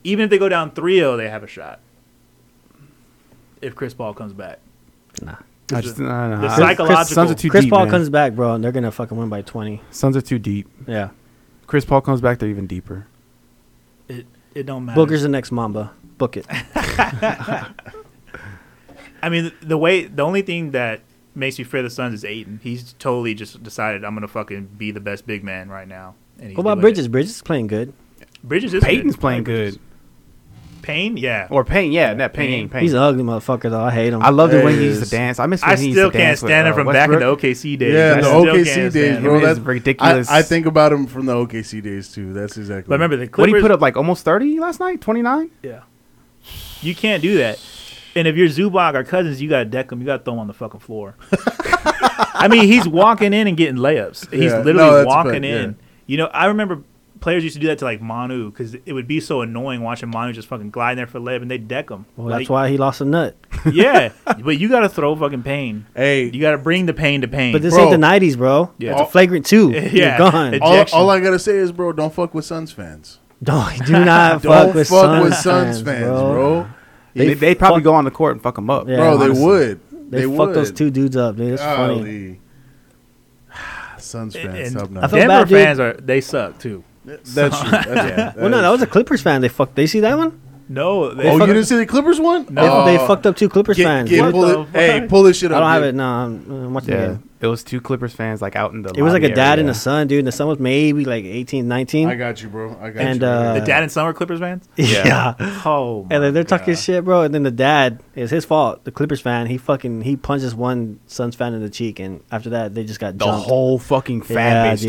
Speaker 6: Even if they go down 3-0, they have a shot. If Chris Paul comes back,
Speaker 5: I just, I don't know.
Speaker 6: the
Speaker 5: I-
Speaker 6: psychological-
Speaker 5: Chris, Suns are too
Speaker 4: Chris
Speaker 5: deep,
Speaker 4: Paul
Speaker 5: man.
Speaker 4: comes back, bro, and they're gonna fucking win by twenty.
Speaker 5: Suns are too deep.
Speaker 4: Yeah,
Speaker 5: Chris Paul comes back, they're even deeper.
Speaker 6: it it don't matter.
Speaker 4: Booker's the next Mamba. Book it.
Speaker 6: I mean, the way the only thing that makes me fear the Suns is Aiden. He's totally just decided I'm gonna fucking be the best big man right now. And he's
Speaker 4: What about
Speaker 6: doing
Speaker 4: Bridges?
Speaker 6: it.
Speaker 4: Bridges is playing good.
Speaker 6: Bridges is
Speaker 5: Peyton's
Speaker 6: good.
Speaker 5: playing
Speaker 6: Like, Bridges.
Speaker 5: good.
Speaker 6: Payne, yeah.
Speaker 5: Or Payne, yeah, that Payne. Payne.
Speaker 4: He's an ugly motherfucker though. I hate him.
Speaker 5: I loved it when
Speaker 3: There
Speaker 5: he
Speaker 3: he
Speaker 5: used to
Speaker 3: is.
Speaker 5: dance. I miss when
Speaker 6: I
Speaker 5: he used
Speaker 6: still
Speaker 5: to dance
Speaker 6: can't stand
Speaker 5: with,
Speaker 6: him
Speaker 5: uh,
Speaker 6: from back in the
Speaker 5: Westbrook.
Speaker 6: OKC days.
Speaker 3: Yeah,
Speaker 6: I
Speaker 3: the
Speaker 6: still
Speaker 3: OKC
Speaker 6: can't
Speaker 3: days,
Speaker 6: stand
Speaker 3: bro.
Speaker 5: It
Speaker 6: him.
Speaker 5: is
Speaker 3: That's
Speaker 5: ridiculous.
Speaker 3: I, I think about him from the OKC days too. That's exactly.
Speaker 6: But remember the
Speaker 5: What
Speaker 6: Clippers.
Speaker 5: did he put up like almost thirty last night? Twenty nine?
Speaker 6: Yeah. You can't do that. And if you're Zubac or Cousins, you got to deck him. You got to throw him on the fucking floor. I mean, he's walking in and getting layups. He's
Speaker 3: Yeah, no,
Speaker 6: literally
Speaker 3: that's a
Speaker 6: walking
Speaker 3: fact,
Speaker 6: in. You know, I remember players used to do that to like Manu because it would be so annoying watching Manu just fucking glide there for a layup and they deck him.
Speaker 4: Well,
Speaker 6: Like,
Speaker 4: that's why he lost a nut.
Speaker 6: yeah, but you got to throw fucking pain.
Speaker 3: Hey.
Speaker 6: you got to bring the pain to pain.
Speaker 4: But this
Speaker 3: Bro.
Speaker 4: ain't the '90s, bro.
Speaker 6: Yeah.
Speaker 4: It's a flagrant two.
Speaker 6: Yeah.
Speaker 4: You're gone.
Speaker 6: It-
Speaker 3: all,
Speaker 6: Ejection.
Speaker 3: all I gotta say is, bro, don't fuck with Suns fans.
Speaker 4: Don't do not
Speaker 3: Don't
Speaker 4: fuck with Suns,
Speaker 3: Suns fans, bro.
Speaker 5: They,
Speaker 4: They
Speaker 5: they probably
Speaker 4: fuck-
Speaker 5: go on the court and fuck him up.
Speaker 4: Yeah,
Speaker 3: bro, they
Speaker 5: honestly.
Speaker 3: would. They,
Speaker 4: They, fucked
Speaker 3: would.
Speaker 4: those two dudes up, dude. It's funny.
Speaker 3: Golly. Suns
Speaker 6: And-
Speaker 3: fans,
Speaker 6: and-
Speaker 3: top
Speaker 4: I
Speaker 3: notch.
Speaker 4: felt
Speaker 6: Denver
Speaker 4: bad, dude.
Speaker 6: fans are they suck too.
Speaker 3: That's true. That's true.
Speaker 4: Well, no,
Speaker 3: is
Speaker 4: that was a Clippers fan. They fucked. They see that one?
Speaker 6: No,
Speaker 3: true.
Speaker 6: they
Speaker 3: Oh,
Speaker 6: fuck-
Speaker 3: you didn't see the Clippers one?
Speaker 4: They,
Speaker 3: Oh,
Speaker 4: they fucked up two Clippers
Speaker 3: Get,
Speaker 4: fans.
Speaker 3: get,
Speaker 4: dude.
Speaker 3: pull
Speaker 6: the
Speaker 3: it, hey,
Speaker 6: fuck?
Speaker 3: pull this shit
Speaker 4: I
Speaker 3: up.
Speaker 4: don't have
Speaker 3: dude.
Speaker 4: it. No, I'm, I'm watching the
Speaker 5: Yeah,
Speaker 4: game.
Speaker 5: it was two Clippers fans like out in the.
Speaker 4: It was like a
Speaker 5: lobby
Speaker 4: dad
Speaker 5: area.
Speaker 4: and a son, dude. And the son was maybe like 18, 19.
Speaker 3: I got you, bro. I got
Speaker 4: And,
Speaker 3: you.
Speaker 4: uh,
Speaker 6: the dad and son were Clippers fans.
Speaker 4: yeah.
Speaker 6: Oh,
Speaker 4: And
Speaker 6: my
Speaker 4: then they're talking
Speaker 6: God.
Speaker 4: shit, bro. And then the dad is his fault. The Clippers fan, he fucking he punches one Suns fan in the cheek, and after that they just got
Speaker 5: The
Speaker 4: jumped.
Speaker 5: whole fucking fan
Speaker 4: Yeah,
Speaker 5: base.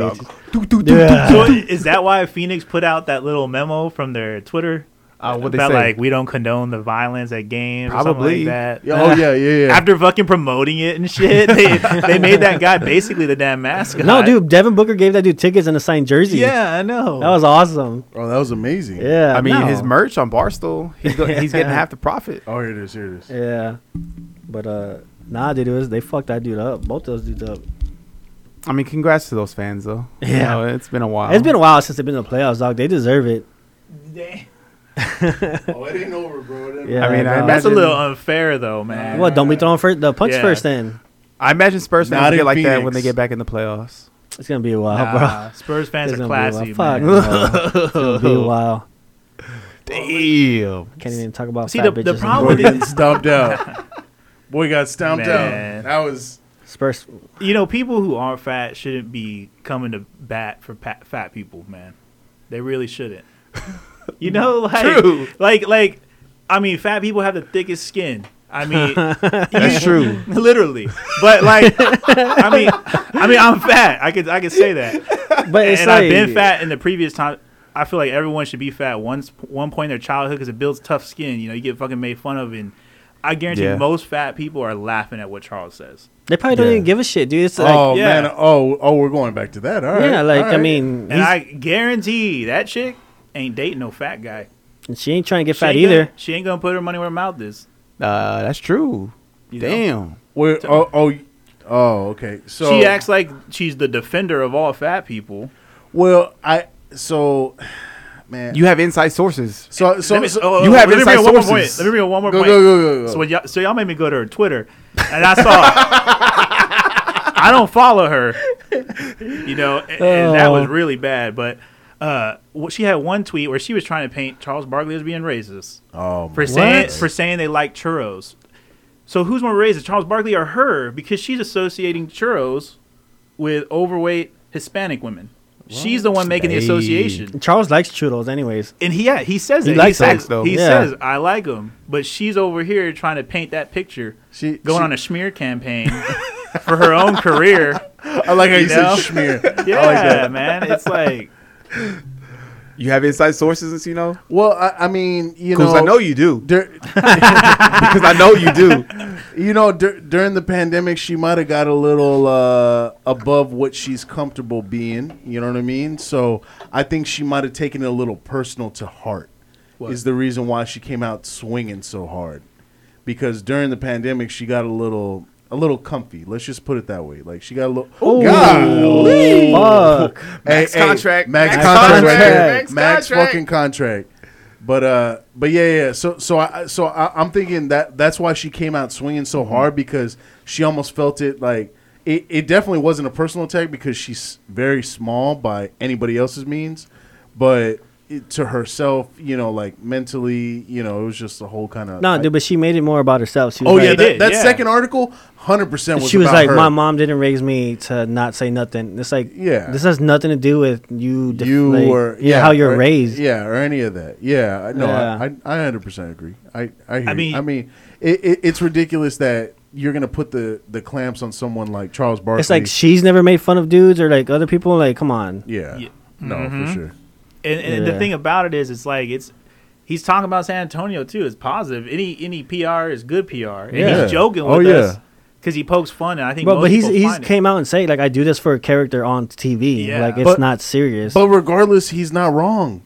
Speaker 4: dude.
Speaker 5: Dog.
Speaker 4: yeah.
Speaker 6: So is that why Phoenix put out that little memo from their Twitter
Speaker 5: Uh, what they
Speaker 6: about
Speaker 5: say?
Speaker 6: like we don't condone the violence at games or something
Speaker 5: Probably.
Speaker 6: like that?
Speaker 3: Yeah, oh yeah, yeah, yeah.
Speaker 6: After fucking promoting it and shit, they, they made that guy basically the damn mascot.
Speaker 4: No, dude, Devin Booker gave that dude tickets and a signed jersey.
Speaker 6: Yeah, I know.
Speaker 4: that was awesome.
Speaker 3: oh, that was amazing.
Speaker 4: Yeah,
Speaker 5: I mean,
Speaker 4: no.
Speaker 5: his merch on Barstool, he's, go, he's getting half the profit.
Speaker 3: Oh, here it is. Here it is.
Speaker 4: Yeah, but uh, nah, dude, it was they fucked that dude up. Both those dudes up.
Speaker 5: I mean, congrats to those fans though. You
Speaker 4: Yeah.
Speaker 5: know, it's been a while.
Speaker 4: It's been a while since they've been in the playoffs, dog. They deserve it.
Speaker 3: Oh, it ain't over, bro. It ain't
Speaker 4: Yeah,
Speaker 5: I mean, I
Speaker 4: no.
Speaker 6: That's a
Speaker 5: imagine-
Speaker 6: little unfair though, man.
Speaker 4: What? Don't be throwing first the punch
Speaker 6: Yeah.
Speaker 4: first. Then
Speaker 5: I imagine Spurs
Speaker 3: Not
Speaker 5: fans
Speaker 3: in
Speaker 5: get like that when
Speaker 3: Phoenix.
Speaker 5: they get back in the playoffs.
Speaker 4: it's gonna be a while, bro.
Speaker 6: Nah, Spurs fans
Speaker 4: It's
Speaker 6: are
Speaker 4: gonna
Speaker 6: classy,
Speaker 4: be a while. Fuck,
Speaker 6: man.
Speaker 4: no. It's gonna be a while.
Speaker 5: Damn.
Speaker 4: Can't even talk about
Speaker 6: See,
Speaker 4: fat
Speaker 6: the- the
Speaker 4: bitches
Speaker 6: problem-
Speaker 4: anymore.
Speaker 3: Boy getting stomped out. Boy got stomped
Speaker 6: Man.
Speaker 3: out. That was
Speaker 4: Spurs.
Speaker 6: You know, people who aren't fat shouldn't be coming to bat for pa- fat people, man. They really shouldn't. You know, like,
Speaker 5: True.
Speaker 6: like, like, I mean, fat people have the thickest skin. I mean,
Speaker 5: That's true.
Speaker 6: literally. But like, I mean, I mean, I'm fat. I could, I could say that.
Speaker 4: But it's
Speaker 6: and
Speaker 4: like
Speaker 6: I've been fat in the previous time. I feel like everyone should be fat once, one point in their childhood because it builds tough skin. You know, you get fucking made fun of, and I guarantee
Speaker 5: Yeah.
Speaker 6: most fat people are laughing at what Charles says.
Speaker 4: They probably don't
Speaker 5: Yeah.
Speaker 4: even give a shit, dude. It's like,
Speaker 3: oh
Speaker 6: yeah.
Speaker 3: man. Oh oh, we're going back to that. All right.
Speaker 4: yeah, like
Speaker 3: all
Speaker 4: I
Speaker 3: right.
Speaker 4: mean,
Speaker 6: And
Speaker 4: he's-
Speaker 6: I guarantee that chick ain't dating no fat guy.
Speaker 4: she ain't trying to get
Speaker 6: She
Speaker 4: fat
Speaker 6: ain't gonna-
Speaker 4: either.
Speaker 6: she ain't gonna put her money where her mouth is.
Speaker 5: Uh, that's true.
Speaker 6: you know?
Speaker 5: Damn.
Speaker 3: We're, oh oh oh okay. So
Speaker 6: she acts like she's the defender of all fat people.
Speaker 3: Well, I so man.
Speaker 5: You have inside sources.
Speaker 3: so so,
Speaker 6: Let me-
Speaker 3: so-
Speaker 6: oh,
Speaker 5: you
Speaker 6: oh,
Speaker 5: have
Speaker 6: let me bring
Speaker 5: inside
Speaker 6: up one more point.
Speaker 5: sources.
Speaker 6: Let me bring up one more
Speaker 3: Go,
Speaker 6: point.
Speaker 3: go, go, go, go.
Speaker 6: So, when y'all, so y'all made me go to her Twitter, and I saw. I don't follow her, you know, and, and that was
Speaker 4: Oh.
Speaker 6: really bad. But uh, wh- she had one tweet where she was trying to paint Charles Barkley as being racist.
Speaker 3: oh
Speaker 6: for
Speaker 3: my-
Speaker 6: saying for saying they like churros. So who's more racist, Charles Barkley or her? Because she's associating churros with overweight Hispanic women. She's the one making
Speaker 5: Hey.
Speaker 6: the association.
Speaker 4: Charles likes churros, anyways.
Speaker 6: And he yeah, he says
Speaker 4: He
Speaker 6: it.
Speaker 4: likes
Speaker 6: he
Speaker 4: them,
Speaker 6: says
Speaker 5: though.
Speaker 6: he
Speaker 4: Yeah.
Speaker 6: says I like them, but she's over here trying to paint that picture,
Speaker 3: she
Speaker 6: going
Speaker 3: she,
Speaker 6: on a smear campaign for her own career.
Speaker 3: I like how you,
Speaker 6: you know?
Speaker 3: said schmear.
Speaker 6: Yeah,
Speaker 3: I like that.
Speaker 6: man, it's like
Speaker 5: You have inside sources, you know?
Speaker 3: Well, I, I mean, you
Speaker 5: Because
Speaker 3: know,
Speaker 5: I know you do.
Speaker 3: dur-
Speaker 5: Because I know you do.
Speaker 3: you know, dur- during the pandemic, she might have got a little uh, above what she's comfortable being. You know what I mean? So I think she might have taken it a little personal to heart.
Speaker 6: What?
Speaker 3: Is the reason why she came out swinging so hard? Because during the pandemic, she got a little, a little comfy. Let's just put it that way. Like she got a little. Oh
Speaker 4: Fuck.
Speaker 5: Max contract.
Speaker 3: Max,
Speaker 5: Max
Speaker 3: contract.
Speaker 5: contract.
Speaker 3: right there. Max,
Speaker 5: Max contract.
Speaker 3: fucking contract. But uh, but yeah, yeah. So so I so I, I'm thinking that that's why she came out swinging so
Speaker 4: Mm-hmm.
Speaker 3: hard because she almost felt it like it. It definitely wasn't a personal attack because she's very small by anybody else's means, but. It, to herself, you know, like mentally, you know, it was just a whole kind of.
Speaker 4: No, dude, but she made it more about herself. She was
Speaker 3: oh
Speaker 4: like,
Speaker 3: yeah,
Speaker 6: They
Speaker 3: that,
Speaker 6: did,
Speaker 3: that
Speaker 6: yeah.
Speaker 3: second article, hundred percent.
Speaker 4: she was
Speaker 3: about
Speaker 4: like,
Speaker 3: her.
Speaker 4: my mom didn't raise me to not say nothing. It's like,
Speaker 3: Yeah.
Speaker 4: this has nothing to do with you. def-
Speaker 3: you
Speaker 4: like,
Speaker 3: were
Speaker 4: yeah, how you're
Speaker 3: or-
Speaker 4: raised.
Speaker 3: yeah or any of that yeah I- no
Speaker 4: Yeah.
Speaker 3: I, I, I 100% agree i i, hear
Speaker 6: mean-
Speaker 3: mean i mean it, it, it's ridiculous that you're gonna put the the clamps on someone like charles barkley
Speaker 4: It's like she's never made fun of dudes or like other people. Like, come on.
Speaker 3: yeah,
Speaker 6: Yeah.
Speaker 3: no for sure
Speaker 6: And, and the
Speaker 4: Yeah.
Speaker 6: thing about it is, it's like it's he's talking about San Antonio too. It's positive. Any any PR is good PR. And
Speaker 3: Yeah.
Speaker 6: he's joking
Speaker 3: Oh,
Speaker 6: with
Speaker 3: yeah.
Speaker 6: us because he pokes fun. And I think
Speaker 4: But,
Speaker 6: most
Speaker 4: but he's
Speaker 6: people
Speaker 4: he's
Speaker 6: find it.
Speaker 4: came out and say like I do this for a character on TV.
Speaker 6: Yeah.
Speaker 4: Like it's
Speaker 3: But-
Speaker 4: not serious.
Speaker 3: but regardless he's not wrong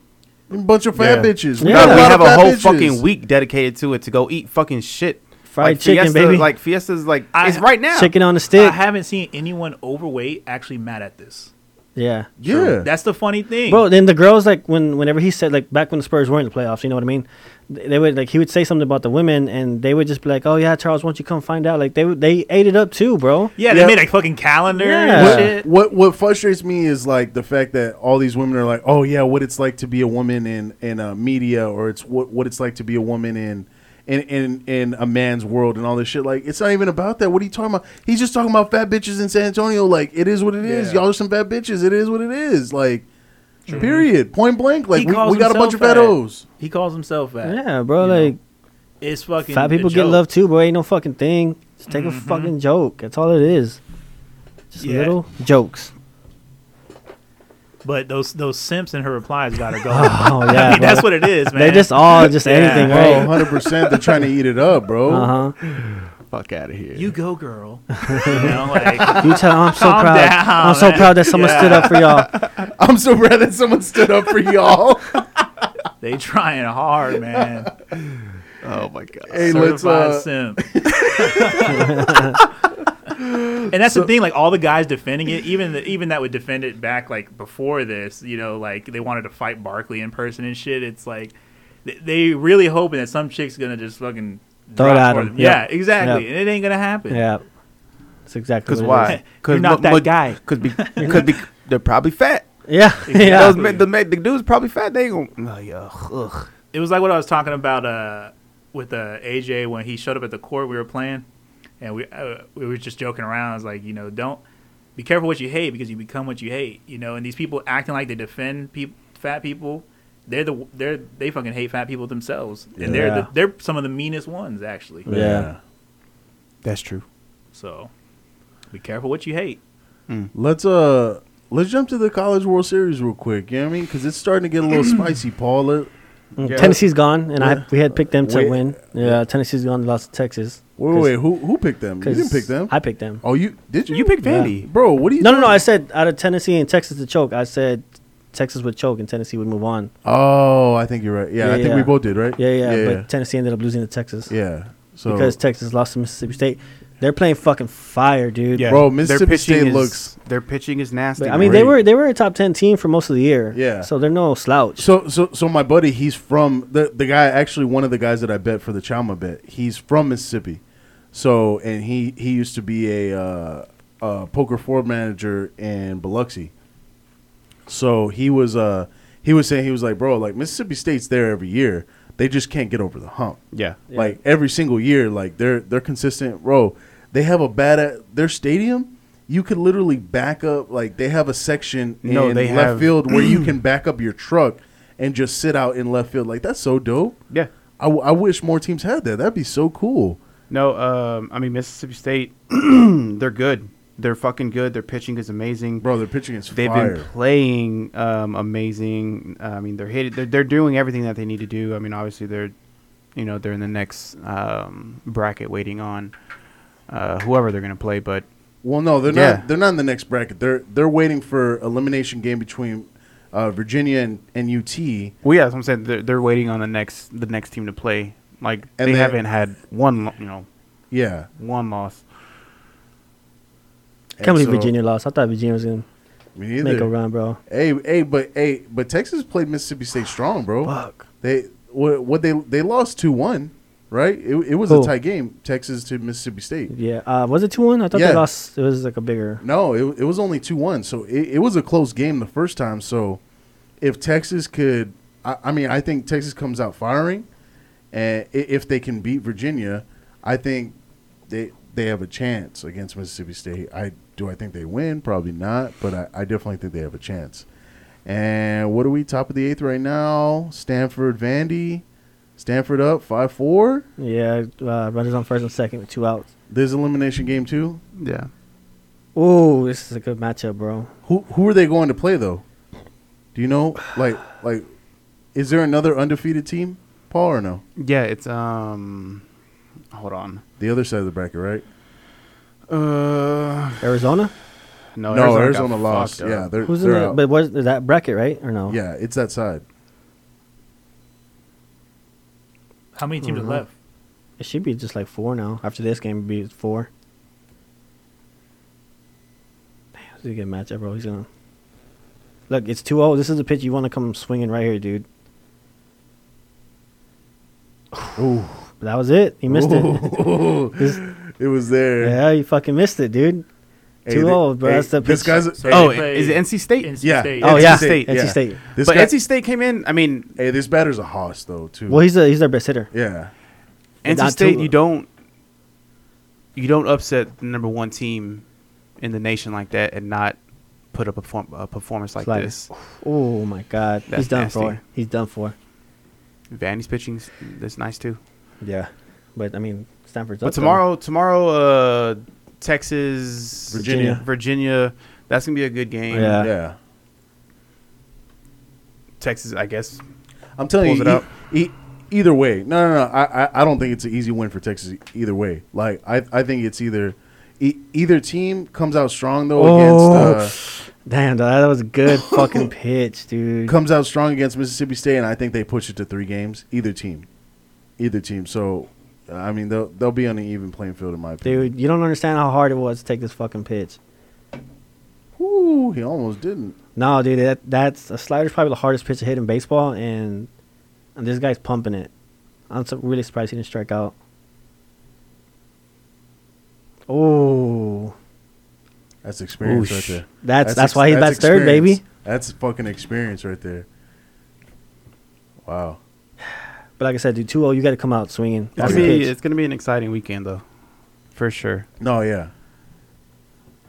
Speaker 3: a bunch of fat
Speaker 5: Yeah.
Speaker 3: bitches
Speaker 4: Yeah.
Speaker 5: No,
Speaker 3: got
Speaker 5: we
Speaker 3: lot
Speaker 5: have
Speaker 3: of
Speaker 5: a
Speaker 3: fat
Speaker 5: whole
Speaker 3: bitches.
Speaker 5: fucking week dedicated to it to go eat fucking shit.
Speaker 4: Fried
Speaker 5: like
Speaker 4: chicken,
Speaker 5: Fiesta,
Speaker 4: baby.
Speaker 5: Like Fiesta's like
Speaker 6: I-
Speaker 5: it's right now.
Speaker 4: Chicken on a
Speaker 6: I
Speaker 4: stick.
Speaker 6: haven't seen anyone overweight actually mad at this.
Speaker 4: yeah.
Speaker 3: yeah
Speaker 6: That's the funny thing.
Speaker 4: Bro, then the girls like when whenever he said like back when the Spurs were in the playoffs, you know what I mean? They they would like he would say something about the women, and they would just be like, "Oh yeah, Charles, won't you come find out?" Like they would- they ate it up too, bro.
Speaker 6: yeah, they
Speaker 3: Yeah.
Speaker 6: made a fucking calendar
Speaker 4: Yeah.
Speaker 6: and
Speaker 4: What-
Speaker 6: shit.
Speaker 3: What what frustrates me is like the fact that all these women are like, oh yeah, what it's like to be a woman in in uh, media, or it's what what it's like to be a woman in. In, in, in a man's world and all this shit like it's not even about that what are you talking about he's just talking about fat bitches in san antonio like it is what it is.
Speaker 6: Yeah.
Speaker 3: y'all are some fat bitches it is what it is like period point blank like
Speaker 6: He
Speaker 3: we,
Speaker 6: calls
Speaker 3: we got a
Speaker 6: himself
Speaker 3: bunch of fat
Speaker 6: fat.
Speaker 3: hoes
Speaker 6: He calls himself that.
Speaker 4: Yeah, bro.
Speaker 6: You know,
Speaker 4: like
Speaker 6: It's fucking.
Speaker 4: fat
Speaker 6: a
Speaker 4: people get
Speaker 6: joke. Mm-hmm.
Speaker 4: love too, bro. Ain't no fucking thing. Just take a fucking joke. That's all it is. Just
Speaker 6: Yeah.
Speaker 4: little jokes.
Speaker 6: But those those simps and her replies got her going.
Speaker 4: Oh
Speaker 6: I
Speaker 4: yeah,
Speaker 6: mean,
Speaker 4: bro.
Speaker 6: that's what it is, man.
Speaker 4: they just all just anything,
Speaker 3: oh
Speaker 4: right?
Speaker 3: 100% they're trying to eat it up bro
Speaker 6: Uh-huh.
Speaker 4: Uh huh.
Speaker 5: fuck out of here.
Speaker 6: you go, girl. you know, like
Speaker 4: You tell. I'm so
Speaker 6: Calm
Speaker 4: proud.
Speaker 6: down,
Speaker 4: I'm so
Speaker 6: man.
Speaker 4: proud that someone stood up for y'all.
Speaker 3: i'm so glad that someone stood up for y'all
Speaker 6: they trying hard, man.
Speaker 5: oh my god.
Speaker 3: hey let's
Speaker 6: Certified
Speaker 3: uh,
Speaker 6: simp. and that's the thing, like all the guys defending it, even the, even that would defend it back like before this, you know, like they wanted to fight Barkley in person and shit. It's like they, they really hoping that some chick's gonna just fucking
Speaker 4: Throw it
Speaker 6: drop
Speaker 4: at
Speaker 6: for
Speaker 4: 'em.
Speaker 6: them.
Speaker 4: Yep.
Speaker 6: Yeah, exactly.
Speaker 4: Yep.
Speaker 6: And it ain't gonna happen.
Speaker 4: Yeah. That's exactly.
Speaker 5: Because
Speaker 4: what it
Speaker 5: why?
Speaker 6: You're not that guy.
Speaker 5: Because be, cause be, they're probably fat.
Speaker 4: is. Yeah. yeah.
Speaker 5: Those, men- the, men- the dude's probably fat. They ain't gonna. Oh, yeah, ugh.
Speaker 6: It was like what I was talking about uh, with uh, AJ when he showed up at the court we were playing, and we uh, we were just joking around. I was like, you know, don't be careful what you hate because you become what you hate. You know, and these people acting like they defend peop fat people. They're the they're they fucking hate fat people themselves, and they're
Speaker 4: Yeah.
Speaker 6: the, they're some of the meanest ones actually.
Speaker 4: Yeah.
Speaker 5: That's true.
Speaker 6: So be careful what you hate.
Speaker 3: Let's uh let's jump to the College World Series real quick. You know what I mean? Because it's starting to get a little spicy, Paul. Let-
Speaker 4: Mm, Tennessee's gone, and I we had picked them to
Speaker 3: Wait.
Speaker 4: win. Yeah, Tennessee's gone, lost to Texas.
Speaker 3: Wait, wait, who who picked them? You
Speaker 4: 'Cause
Speaker 3: didn't pick them.
Speaker 4: I picked them.
Speaker 3: oh, you did you?
Speaker 5: You picked
Speaker 4: Yeah.
Speaker 5: Vandy.
Speaker 3: bro. What are you?
Speaker 4: No, no, no. I
Speaker 3: talking-
Speaker 4: said out of Tennessee and Texas to choke. I said Texas would choke and Tennessee would move on.
Speaker 3: oh, I think you're right. Yeah,
Speaker 4: Yeah,
Speaker 3: I think
Speaker 4: yeah.
Speaker 3: we both did, right?
Speaker 4: Yeah, yeah.
Speaker 3: yeah.
Speaker 4: but Tennessee ended up losing to Texas
Speaker 3: yeah. So
Speaker 4: because Texas lost to Mississippi State. They're playing fucking fire, dude.
Speaker 3: Bro,
Speaker 5: Their
Speaker 3: Mississippi
Speaker 5: pitching
Speaker 3: State
Speaker 5: is-
Speaker 3: looks-
Speaker 5: Their pitching is nasty.
Speaker 4: But, I mean, they
Speaker 3: Great.
Speaker 4: were they were a top ten team for most of the year.
Speaker 3: Yeah.
Speaker 4: So they're no slouch.
Speaker 3: so so so my buddy, he's from the the guy. Actually, one of the guys that I bet for the Chalma bet. He's from Mississippi. So and he he used to be a uh, uh, poker floor manager in Biloxi. So he was uh he was saying he was like, bro, like Mississippi State's there every year. They just can't get over the hump.
Speaker 5: Yeah.
Speaker 3: Like every single year, like they're they're consistent, bro. They have a bad at their stadium. You could literally back up like they have a section
Speaker 5: No,
Speaker 3: in
Speaker 5: they
Speaker 3: left
Speaker 5: have-
Speaker 3: field where you can back up your truck and just sit out in left field. Like that's so dope.
Speaker 5: Yeah.
Speaker 3: I, w- I wish more teams had that. That'd be so cool.
Speaker 5: No, um, I mean Mississippi State. they're good. They're fucking good. Their pitching is amazing.
Speaker 3: bro. Their pitching is
Speaker 5: They've
Speaker 3: fire.
Speaker 5: been playing um, amazing. Uh, I mean, they're hitting. They're, they're doing everything that they need to do. I mean, obviously they're, you know, they're in the next um, bracket waiting on uh, whoever they're gonna play. But
Speaker 3: well, no, they're
Speaker 5: Yeah.
Speaker 3: not. They're not in the next bracket. They're they're waiting for elimination game between uh, Virginia and, and UT.
Speaker 5: well, yeah, that's what I'm saying. They're, they're waiting on the next the next team to play. Like
Speaker 3: And
Speaker 5: they
Speaker 3: they're-
Speaker 5: haven't had one, lo- you know,
Speaker 3: Yeah,
Speaker 5: one loss.
Speaker 3: And
Speaker 4: Can't believe
Speaker 3: so-
Speaker 4: Virginia lost. I thought Virginia was gonna
Speaker 3: Me neither.
Speaker 4: make a run, bro.
Speaker 3: Hey, hey, but hey, but Texas played Mississippi State strong, bro.
Speaker 4: Fuck.
Speaker 3: They what, what they they lost two one, right? It, it was
Speaker 4: Who?
Speaker 3: a tie game, Texas to Mississippi State.
Speaker 4: Yeah. Uh, was it two one? I thought
Speaker 3: Yeah.
Speaker 4: they lost. It was like a bigger.
Speaker 3: No, it, it was only two one, so it, it was a close game the first time. So if Texas could, I, I mean, I think Texas comes out firing, and i- if they can beat Virginia, I think they they have a chance against Mississippi State. I do. I think they win. Probably not, but I, I definitely think they have a chance. And what are we top of the eighth right now? Stanford, Vandy, Stanford up five four.
Speaker 4: Yeah. Uh, runners on first and second with two outs.
Speaker 3: This elimination game too.
Speaker 5: Yeah,
Speaker 4: Ooh, this is a good matchup, bro.
Speaker 3: Who who are they going to play though? Do you know? Like like, is there another undefeated team, Paul, or no?
Speaker 5: yeah. It's um, hold on.
Speaker 3: The other side of the bracket, right?
Speaker 5: Uh,
Speaker 4: Arizona.
Speaker 5: no,
Speaker 3: no,
Speaker 5: got
Speaker 3: Arizona lost.
Speaker 5: fucked up.
Speaker 3: Yeah, they're,
Speaker 4: Who's in
Speaker 3: they're
Speaker 4: that?
Speaker 3: out.
Speaker 4: But was that bracket right or no?
Speaker 3: yeah, it's that side.
Speaker 6: How many teams are
Speaker 4: Mhm.
Speaker 6: left?
Speaker 4: It should be just like four now. After this game, it'd be four. Damn, this is a good matchup, bro. He's gonna look. It's 2-0. This is the pitch you want to come swinging right here, dude.
Speaker 3: Ooh,
Speaker 4: That was it. He missed it. This-
Speaker 3: it was there.
Speaker 4: yeah, he fucking missed it, dude.
Speaker 3: Hey,
Speaker 4: Too
Speaker 3: th-
Speaker 4: old, bro.
Speaker 3: hey,
Speaker 4: That's the
Speaker 3: this
Speaker 4: pitch.
Speaker 3: guy's.
Speaker 6: So
Speaker 5: Oh,
Speaker 6: they play
Speaker 5: is it NC State?
Speaker 6: NC
Speaker 3: Yeah.
Speaker 6: State.
Speaker 4: oh
Speaker 3: NC
Speaker 4: yeah,
Speaker 5: State,
Speaker 4: NC
Speaker 5: yeah.
Speaker 4: State.
Speaker 3: this
Speaker 5: but
Speaker 3: guy,
Speaker 5: NC State came in. I mean,
Speaker 3: hey, this batter's a hoss though too.
Speaker 4: Well, he's the he's their best hitter.
Speaker 3: yeah,
Speaker 4: And
Speaker 5: NC
Speaker 4: not
Speaker 5: State,
Speaker 4: Tua.
Speaker 5: you don't you don't upset the number one team in the nation like that and not put up a, perform- a performance like
Speaker 4: Like-
Speaker 5: this.
Speaker 4: Oh my God,
Speaker 5: That's
Speaker 4: he's done
Speaker 5: nasty.
Speaker 4: for. He's done for.
Speaker 5: Vandy's pitching is- is nice too.
Speaker 4: Yeah, but I mean Stanford's.
Speaker 5: But
Speaker 4: up, though.
Speaker 5: tomorrow, tomorrow, uh, Texas,
Speaker 3: Virginia.
Speaker 5: Virginia, that's gonna be a good game.
Speaker 4: Yeah.
Speaker 3: yeah.
Speaker 5: Texas, I guess.
Speaker 3: I'm telling
Speaker 5: Pulls
Speaker 3: you,
Speaker 5: it out.
Speaker 3: e- e- either way, no, no, no. I, I, I don't think it's an easy win for Texas e- either way. Like, I, I think it's either e- either team comes out strong though against
Speaker 4: Damn, dawg, that was a good fucking pitch, dude.
Speaker 3: uh, comes out strong against Mississippi State, and I think they push it to three games. Either team, either team. So, I mean, they'll they'll be on an even playing field in my opinion.
Speaker 4: Dude, you don't understand how hard it was to take this fucking pitch.
Speaker 3: Ooh, he almost didn't.
Speaker 4: No, dude, that that's a slider's probably the hardest pitch to hit in baseball, and and this guy's pumping it. I'm so really surprised he didn't strike out. Oh,
Speaker 3: That's experience
Speaker 5: Oosh.
Speaker 3: right there.
Speaker 4: that's that's, why he
Speaker 3: ex-
Speaker 4: bats third, baby.
Speaker 3: experience. That's fucking experience right there. Wow.
Speaker 4: But like I said, dude, 2-0, you got to come out swinging. That's
Speaker 5: It's
Speaker 4: the
Speaker 5: gonna, be,
Speaker 4: pitch.
Speaker 5: it's gonna be an exciting weekend though, for sure.
Speaker 3: No, yeah.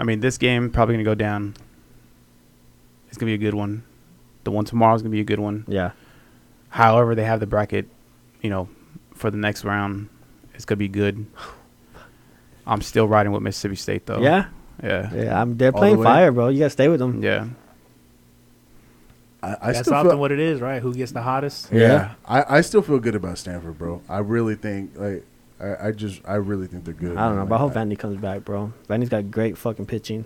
Speaker 5: I mean, this game probably gonna go down. It's gonna be a good one. The one tomorrow's gonna be a good one.
Speaker 4: Yeah,
Speaker 5: however they have the bracket, you know, for the next round, it's gonna be good. I'm still riding with Mississippi State though.
Speaker 4: yeah,
Speaker 5: Yeah.
Speaker 4: yeah. I'm they're
Speaker 3: All the
Speaker 4: playing
Speaker 3: way?
Speaker 4: fire, bro. You got to stay with them.
Speaker 5: Yeah.
Speaker 3: I, I
Speaker 6: That's
Speaker 3: still
Speaker 6: often
Speaker 3: feel,
Speaker 6: what it is, right? Who gets the hottest?
Speaker 4: Yeah.
Speaker 3: I, I still feel good about Stanford, bro. I really think like I, I just I really think they're good.
Speaker 4: I don't know,
Speaker 3: man.
Speaker 4: but I hope
Speaker 3: Like,
Speaker 4: Vandy comes back, bro. Vandy's got great fucking pitching.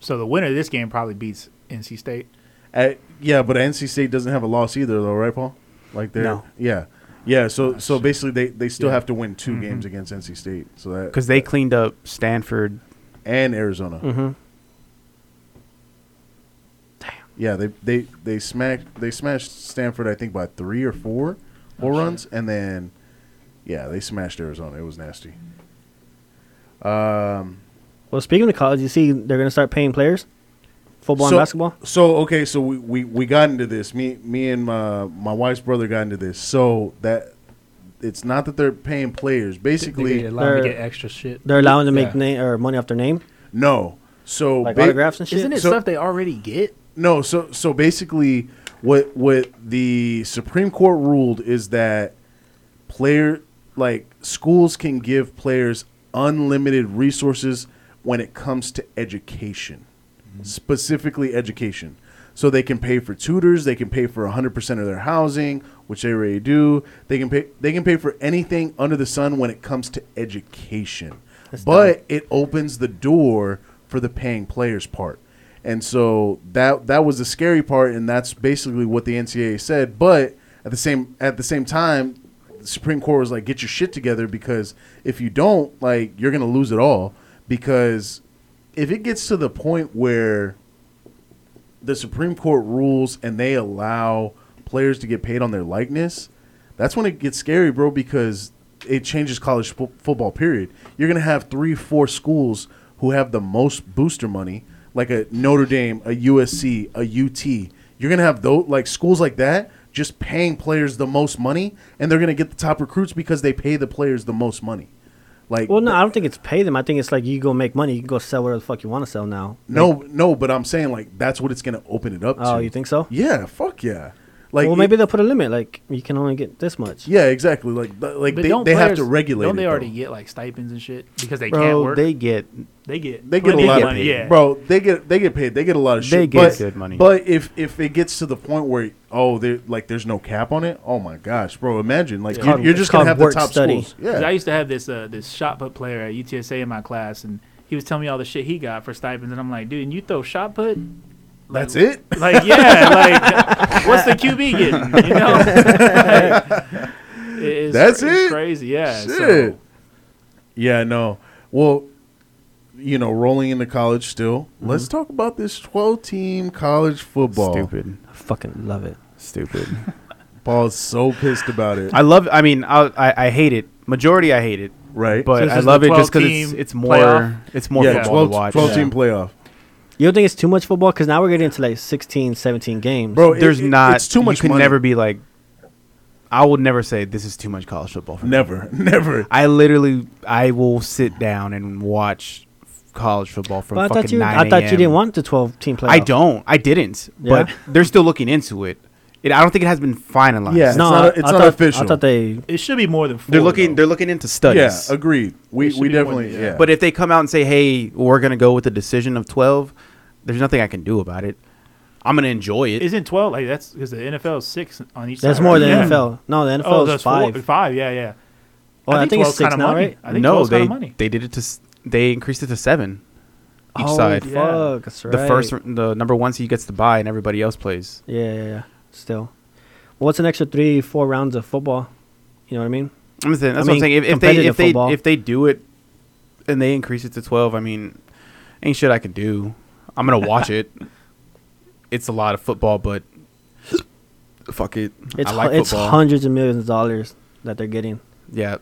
Speaker 6: So the winner of this game probably beats NC State.
Speaker 3: I- I- yeah, but NC State doesn't have a loss either, though, right, Paul? Like they're
Speaker 5: No.
Speaker 3: yeah, yeah.
Speaker 4: Ah,
Speaker 3: So so basically, they they still
Speaker 6: Yeah.
Speaker 3: have to win 2
Speaker 4: Mm-hmm.
Speaker 3: games against NC State. So that
Speaker 5: Because they cleaned up Stanford.
Speaker 3: and Arizona,
Speaker 4: Mm-hmm.
Speaker 3: yeah, they they they smacked they smashed Stanford, I think, by three or four whole
Speaker 4: Ah,
Speaker 3: runs, and then yeah, they smashed Arizona. It was nasty. Um.
Speaker 4: Well, speaking of college, you see they're going to start paying players, football
Speaker 3: So-
Speaker 4: and basketball.
Speaker 3: So okay, so we, we, we got into this. Me me and my my wife's brother got into this. So that it's not that they're paying players. Basically,
Speaker 4: allowed to
Speaker 6: to
Speaker 4: They're-
Speaker 6: get
Speaker 4: get
Speaker 6: extra shit.
Speaker 4: They're allowing to make
Speaker 6: Yeah.
Speaker 4: name or money off their name,
Speaker 3: no. So
Speaker 4: like
Speaker 3: ba-
Speaker 4: autographs and shit.
Speaker 6: Isn't it
Speaker 3: So-
Speaker 6: stuff they already get?
Speaker 3: No. So so basically, what what the Supreme Court ruled is that player like schools can give players unlimited resources when it comes to education, specifically education. So they can pay for tutors, they can pay for 100% of their housing, which they already do. They can pay they can pay for anything under the sun when it comes to education. but it opens the door for the paying players part. And so that that was the scary part, and that's basically what the NCAA said. But at the same at the same time, the Supreme Court was like, "Get your shit together, because if you don't, like, you're gonna lose it all. Because if it gets to the point where the Supreme Court rules and they allow players to get paid on their likeness, that's when it gets scary, bro, because it changes college fo- football, period. You're going to have three, four schools who have the most booster money, like a Notre Dame, a USC, a UT. You're going to have those, like schools like that just paying players the most money, and they're going to get the top recruits because they pay the players the most money. Like,
Speaker 4: Well, no, I don't think it's pay them. I think it's like you go make money. You can go sell whatever the fuck you want to sell now.
Speaker 3: no, no, but I'm saying, like, that's what it's going to open it up to.
Speaker 4: Oh, you think so?
Speaker 3: Yeah, fuck yeah. Like
Speaker 4: well,
Speaker 3: it-
Speaker 4: maybe they'll put a limit. Like you can only get this much.
Speaker 3: yeah, exactly. Like th- like
Speaker 6: But
Speaker 3: they,
Speaker 6: don't
Speaker 3: they have
Speaker 6: players-
Speaker 3: to regulate. it,
Speaker 6: Don't they
Speaker 3: though.
Speaker 6: already get like stipends and shit because they can't
Speaker 5: Bro,
Speaker 6: work?
Speaker 5: they get
Speaker 6: They get
Speaker 3: They get a
Speaker 6: plenty
Speaker 3: lot of
Speaker 6: money, yeah.
Speaker 3: bro. They get they get paid. They get a lot of shit.
Speaker 5: They get
Speaker 3: but,
Speaker 5: good money.
Speaker 3: But if if it gets to the point where oh there like there's no cap on it, oh my gosh, bro! Imagine like you're,
Speaker 4: called-
Speaker 3: you're
Speaker 4: it's
Speaker 3: just gonna
Speaker 4: called
Speaker 3: have the
Speaker 4: work
Speaker 3: top
Speaker 4: study.
Speaker 3: schools.
Speaker 6: 'Cause I
Speaker 3: Yeah,
Speaker 6: used to have this uh, this shot put player at UTSA in my class, and he was telling me all the shit he got for stipends, and I'm like, dude, and you throw shot put?
Speaker 3: that's it.
Speaker 6: Like, yeah, like, what's the QB getting? You know, Like, it- it's,
Speaker 3: That's
Speaker 6: it's
Speaker 3: it?
Speaker 6: Crazy, yeah.
Speaker 3: Shit.
Speaker 6: So,
Speaker 3: Yeah, no. Well, you know, rolling into college still.
Speaker 6: Mm-hmm.
Speaker 3: Let's talk about this 12 team college football.
Speaker 5: stupid,
Speaker 4: I fucking love it.
Speaker 5: stupid.
Speaker 3: Paul's so pissed about it.
Speaker 5: I love. I mean, I, I I hate it. Majority, I hate it.
Speaker 3: right,
Speaker 5: But
Speaker 6: this
Speaker 5: I
Speaker 6: is
Speaker 5: love
Speaker 6: the
Speaker 5: it just because
Speaker 6: 12-team
Speaker 5: it's, it's more
Speaker 6: playoff?
Speaker 5: it's more
Speaker 3: yeah,
Speaker 5: football
Speaker 3: 12,
Speaker 5: to watch.
Speaker 3: 12
Speaker 5: Yeah.
Speaker 3: team playoff.
Speaker 4: You don't think it's too much football? Because now we're getting into like 16, 17 games.
Speaker 3: Bro, it-
Speaker 5: There's
Speaker 3: it-
Speaker 5: not.
Speaker 3: It's too much.
Speaker 5: You can
Speaker 3: money.
Speaker 5: never be like. I would never say this is too much college football. For me.
Speaker 3: Never, never.
Speaker 5: I literally, I will sit down and watch f- college football from
Speaker 4: But I
Speaker 5: fucking
Speaker 4: thought you,
Speaker 5: 9
Speaker 4: I thought you
Speaker 5: a.m..
Speaker 4: didn't want the twelve team playoff.
Speaker 5: I don't. I didn't. But
Speaker 4: Yeah.
Speaker 5: they're still looking into it. it. I don't think it has been finalized.
Speaker 3: Yeah. It's
Speaker 4: No,
Speaker 3: not-
Speaker 4: I-
Speaker 3: it's
Speaker 4: I
Speaker 3: not
Speaker 4: thought-
Speaker 3: official.
Speaker 4: I thought they.
Speaker 6: it should be more than four.
Speaker 5: they're looking.
Speaker 6: though.
Speaker 5: They're looking into studies.
Speaker 3: Yeah, agreed. We
Speaker 6: should
Speaker 3: we
Speaker 6: be more than-
Speaker 3: definitely
Speaker 6: yeah.
Speaker 3: yeah.
Speaker 5: But if they come out and say, "Hey, we're gonna go with a decision of 12, there's nothing I can do about it. I'm gonna enjoy it.
Speaker 6: Isn't twelve like that's because the NFL is six on each.
Speaker 4: That's
Speaker 6: side,
Speaker 4: more
Speaker 6: right?
Speaker 4: than
Speaker 6: Yeah.
Speaker 4: NFL. No, the NFL
Speaker 6: Oh,
Speaker 4: is
Speaker 6: that's
Speaker 4: five.
Speaker 6: Four, five, yeah, yeah.
Speaker 4: Oh, I think it's
Speaker 6: 12 's kinda
Speaker 4: six now,
Speaker 6: money.
Speaker 4: right?
Speaker 6: I think
Speaker 5: no,
Speaker 6: 12 's kinda
Speaker 5: they
Speaker 6: money.
Speaker 5: they did it to. s- They increased it to seven. Each
Speaker 4: oh,
Speaker 5: side.
Speaker 4: fuck,
Speaker 6: Yeah.
Speaker 4: that's
Speaker 5: The
Speaker 4: right.
Speaker 5: first, the number one seed gets to buy, and everybody else plays.
Speaker 4: Yeah, yeah, yeah. Still, well, what's an extra three, four rounds of football? You know what I mean?
Speaker 5: I'm saying, that's
Speaker 4: I
Speaker 5: what I'm
Speaker 4: mean,
Speaker 5: saying. If, if they
Speaker 4: competitive
Speaker 5: if they
Speaker 4: football.
Speaker 5: if they do it and they increase it to twelve, I mean, ain't shit I can do. I'm gonna watch it. It's a lot of football, but fuck it.
Speaker 4: It's
Speaker 5: I like
Speaker 4: hu- it's
Speaker 5: football.
Speaker 4: hundreds of millions of dollars that they're getting.
Speaker 5: yeah,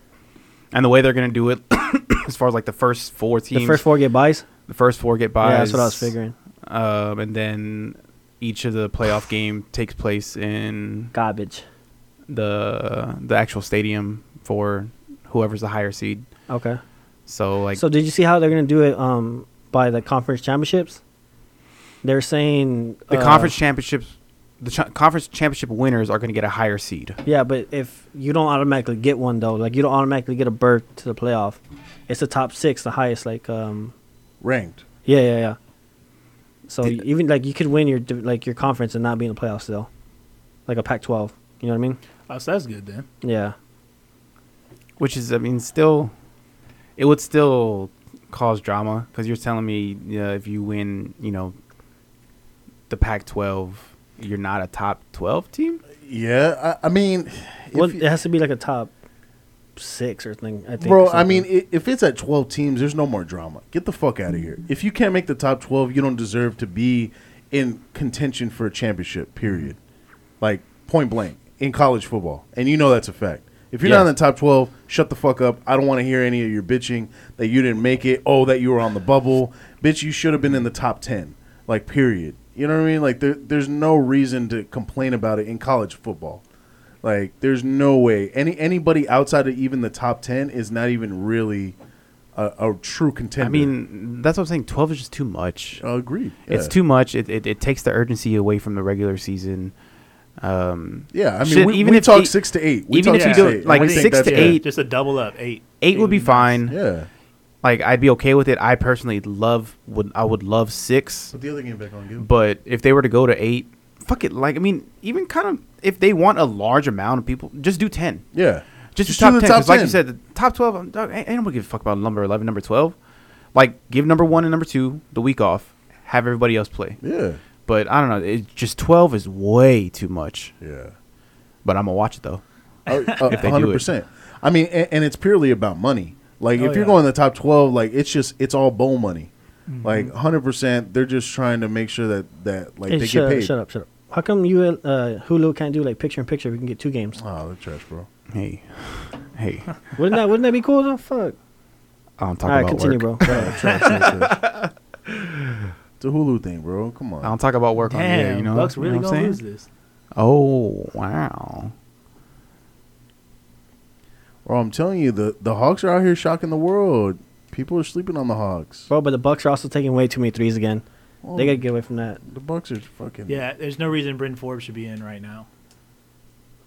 Speaker 5: and the way they're gonna do it, as far as like the first four teams,
Speaker 4: The first four get buys.
Speaker 5: the first four get by.
Speaker 4: Yeah, that's what I was figuring.
Speaker 5: Um, and then each of the playoff game takes place in
Speaker 4: Garbage.
Speaker 5: the the actual stadium for whoever's the higher seed.
Speaker 4: Okay.
Speaker 5: So like
Speaker 4: so did you see how they're gonna do it? Um, by the conference championships. They're saying
Speaker 5: the
Speaker 4: uh,
Speaker 5: conference championships the cha- conference championship winners are going to get a higher seed
Speaker 4: Yeah, but if you don't automatically get one though, like you don't automatically get a berth to the playoff. It's the top six, the highest. Like, um,
Speaker 3: ranked.
Speaker 4: yeah, yeah, yeah. So
Speaker 5: Did-
Speaker 4: even like you could win your div- like your conference and not be in the playoffs still, like a Pac-12. You know what I mean?
Speaker 6: Oh, so that's good then.
Speaker 4: Yeah.
Speaker 5: which is i mean still it would still cause drama because you're telling me uh, if you win you know the pac 12 you're not a top 12 team
Speaker 3: Yeah, I, I mean, if
Speaker 4: Well,
Speaker 3: you-
Speaker 4: it has to be like a top six or thing. I think.
Speaker 3: bro.
Speaker 4: or
Speaker 3: I mean,
Speaker 4: something.
Speaker 3: i- if it's at twelve teams, there's no more drama. Get the fuck out of here. If you can't make the top twelve, you don't deserve to be in contention for a championship. Period. Like point blank in college football, and you know that's a fact. If you're not in
Speaker 4: Yeah.
Speaker 3: the top twelve, shut the fuck up. I don't want to hear any of your bitching that you didn't make it. Oh, that you were on the bubble, bitch. You should have been in the top ten. Like period. You know what I mean? Like there, there's no reason to complain about it in college football. Like, there's no way any anybody outside of even the top ten is not even really a, a true contender.
Speaker 5: i mean that's what i'm saying 12 is just too much
Speaker 3: uh, agreed.
Speaker 5: it's
Speaker 3: Yeah.
Speaker 5: too much it, it, it takes the urgency away from the regular season um
Speaker 3: Yeah, I mean,
Speaker 5: Shit,
Speaker 3: we,
Speaker 5: even
Speaker 3: we
Speaker 5: if
Speaker 3: talk
Speaker 5: you-
Speaker 3: six to eight. We
Speaker 5: even
Speaker 3: talk
Speaker 5: if you
Speaker 3: six
Speaker 5: do
Speaker 3: to
Speaker 5: it
Speaker 3: eight,
Speaker 5: like
Speaker 3: and we think
Speaker 5: six
Speaker 3: that's
Speaker 5: to
Speaker 3: fair.
Speaker 5: eight,
Speaker 6: just a double up eight.
Speaker 5: eight would be
Speaker 6: nice.
Speaker 5: fine
Speaker 3: Yeah,
Speaker 5: Like I'd be okay with it. I personally love would I would love six,
Speaker 3: Put the other game back on, dude.
Speaker 5: but if they were to go to eight, fuck it. Like I mean, even kind of if they want a large amount of people, just do ten.
Speaker 3: Yeah.
Speaker 5: Just,
Speaker 3: Just
Speaker 5: do top
Speaker 3: do the
Speaker 5: ten.
Speaker 3: top
Speaker 5: 'cause Like you
Speaker 3: 10.
Speaker 5: said, the top twelve. I'm, dog, ain't ain't nobody give a fuck about number eleven, number twelve. Like give number one and number two the week off. Have everybody else play.
Speaker 3: Yeah.
Speaker 5: But I don't know. It just twelve is way too much.
Speaker 3: Yeah.
Speaker 5: But I'm gonna watch it though.
Speaker 3: Oh, uh,
Speaker 5: they do it.
Speaker 3: 100%. I mean, and, and it's purely about money. Like, if
Speaker 6: Oh,
Speaker 3: you're
Speaker 6: yeah.
Speaker 3: going to the top 12, like, it's just, it's all bowl money. Like, 100%, they're just trying to make sure that, that like,
Speaker 4: Hey,
Speaker 3: they
Speaker 4: shut,
Speaker 3: get
Speaker 4: up,
Speaker 3: paid.
Speaker 4: shut up, shut up. How come you uh, Hulu can't do like picture in picture? We can get two games.
Speaker 3: Oh, they're trash, bro.
Speaker 5: Hey, hey.
Speaker 4: Wouldn't that wouldn't that be cool though? Fuck.
Speaker 5: I don't talk
Speaker 4: All right,
Speaker 5: about
Speaker 4: continue,
Speaker 5: work.
Speaker 4: bro.
Speaker 3: Trash, trash, trash. It's a Hulu thing, bro. Come on.
Speaker 5: I don't talk about work on here.
Speaker 6: Damn,
Speaker 5: You know,
Speaker 6: Bucks
Speaker 5: you
Speaker 6: really
Speaker 5: know what
Speaker 6: gonna
Speaker 5: I'm
Speaker 6: lose
Speaker 5: saying?
Speaker 6: this.
Speaker 5: Oh wow.
Speaker 3: Bro, I'm telling you, the, the Hawks are out here shocking the world. People are sleeping on the Hawks.
Speaker 4: Bro, but the Bucks are also taking way too many threes again.
Speaker 3: Well,
Speaker 4: They gotta get away from that.
Speaker 3: the Bucks are fucking.
Speaker 6: Yeah, there's no reason Bryn Forbes should be in right now.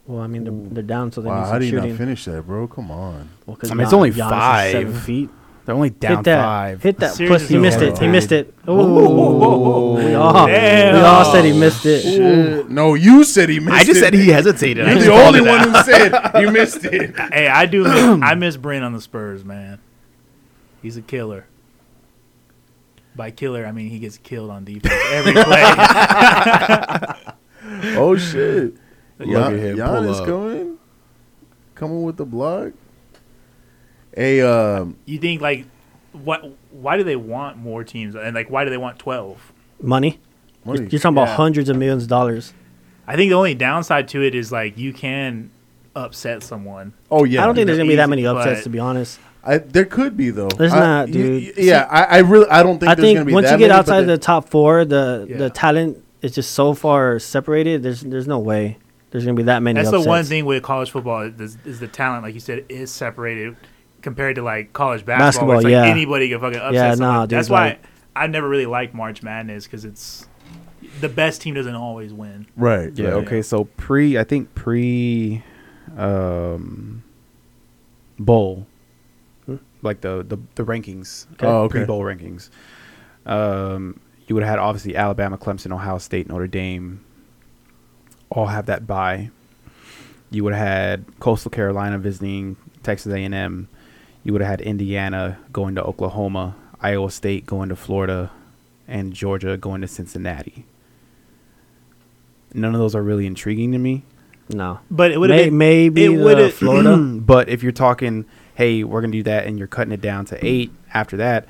Speaker 4: Well, I mean
Speaker 3: Ooh.
Speaker 4: they're, they're down, so they
Speaker 3: Wow,
Speaker 4: need
Speaker 3: how
Speaker 4: some
Speaker 3: do you not
Speaker 4: shooting.
Speaker 3: finish that, bro? Come on.
Speaker 4: Well, 'cause
Speaker 5: I mean, it's
Speaker 4: Gian-
Speaker 5: only
Speaker 4: Giannis is seven
Speaker 5: five.
Speaker 4: feet.
Speaker 5: They're only down
Speaker 4: Hit that.
Speaker 5: five.
Speaker 4: Hit that.
Speaker 6: Series
Speaker 4: Plus, he
Speaker 6: is
Speaker 4: missed
Speaker 6: over.
Speaker 4: it. He missed it. Ooh.
Speaker 5: whoa.
Speaker 4: We all,
Speaker 6: Damn.
Speaker 4: we all said he missed it.
Speaker 3: Shit. No, you said he missed
Speaker 5: I just
Speaker 3: it.
Speaker 5: said he hesitated. I
Speaker 3: You're
Speaker 5: just
Speaker 3: the
Speaker 5: called
Speaker 3: only
Speaker 5: it out.
Speaker 3: one who said you missed it.
Speaker 6: Hey, I do. Miss, I miss Bryn on the Spurs, man. He's a killer. By killer, I mean he gets killed on defense every play.
Speaker 3: Oh shit!
Speaker 5: Look at him, pull
Speaker 3: Giannis
Speaker 5: up.
Speaker 3: coming, coming with the block. Hey, um,
Speaker 6: you think like what? Why do they want more teams? And like, why do they want twelve?
Speaker 4: Money.
Speaker 3: what are
Speaker 4: You're
Speaker 3: you-
Speaker 4: talking about
Speaker 6: Yeah.
Speaker 4: hundreds of millions of dollars.
Speaker 6: I think the only downside to it is like you can upset someone.
Speaker 3: oh yeah,
Speaker 4: I don't think there's gonna be that many
Speaker 6: Easy,
Speaker 4: upsets,
Speaker 6: but-
Speaker 4: to be honest.
Speaker 3: I- there could be though.
Speaker 4: There's
Speaker 3: I-
Speaker 4: not,
Speaker 3: y-
Speaker 4: dude.
Speaker 3: y- yeah, I, I really, I don't think.
Speaker 4: I
Speaker 3: there's
Speaker 4: think
Speaker 3: gonna be
Speaker 4: once
Speaker 3: that
Speaker 4: you get
Speaker 3: many, but
Speaker 4: outside of
Speaker 3: there-
Speaker 4: the top four, the
Speaker 6: Yeah.
Speaker 4: the talent is just so far separated. There's there's no way there's gonna be that many.
Speaker 6: That's
Speaker 4: upsets.
Speaker 6: the one thing with college football is, is the talent, like you said, is separated compared to like college
Speaker 4: Basketball,
Speaker 6: basketball. where it's like
Speaker 4: yeah.
Speaker 6: anybody can fucking upset.
Speaker 4: Yeah,
Speaker 6: someone.
Speaker 4: nah, dude,
Speaker 6: That's why
Speaker 4: like-
Speaker 6: I never really liked March Madness because it's the best team doesn't always win.
Speaker 3: right?
Speaker 5: Yeah.
Speaker 3: right.
Speaker 5: Okay. So pre, I think pre, um, bowl, like the the, the rankings.
Speaker 3: Oh, okay.
Speaker 5: Pre bowl rankings. Um, you would have had obviously Alabama, Clemson, Ohio State, Notre Dame. All have that bye. You would have had Coastal Carolina visiting Texas A and M. You would have had Indiana going to Oklahoma, Iowa State going to Florida, and Georgia going to Cincinnati none of those are really intriguing to me.
Speaker 4: No,
Speaker 6: But it would have
Speaker 4: May,
Speaker 6: been
Speaker 4: maybe
Speaker 6: it
Speaker 4: the
Speaker 6: would've-
Speaker 4: Florida.
Speaker 5: but if you're talking, hey, we're gonna do that, and you're cutting it down to eight after that,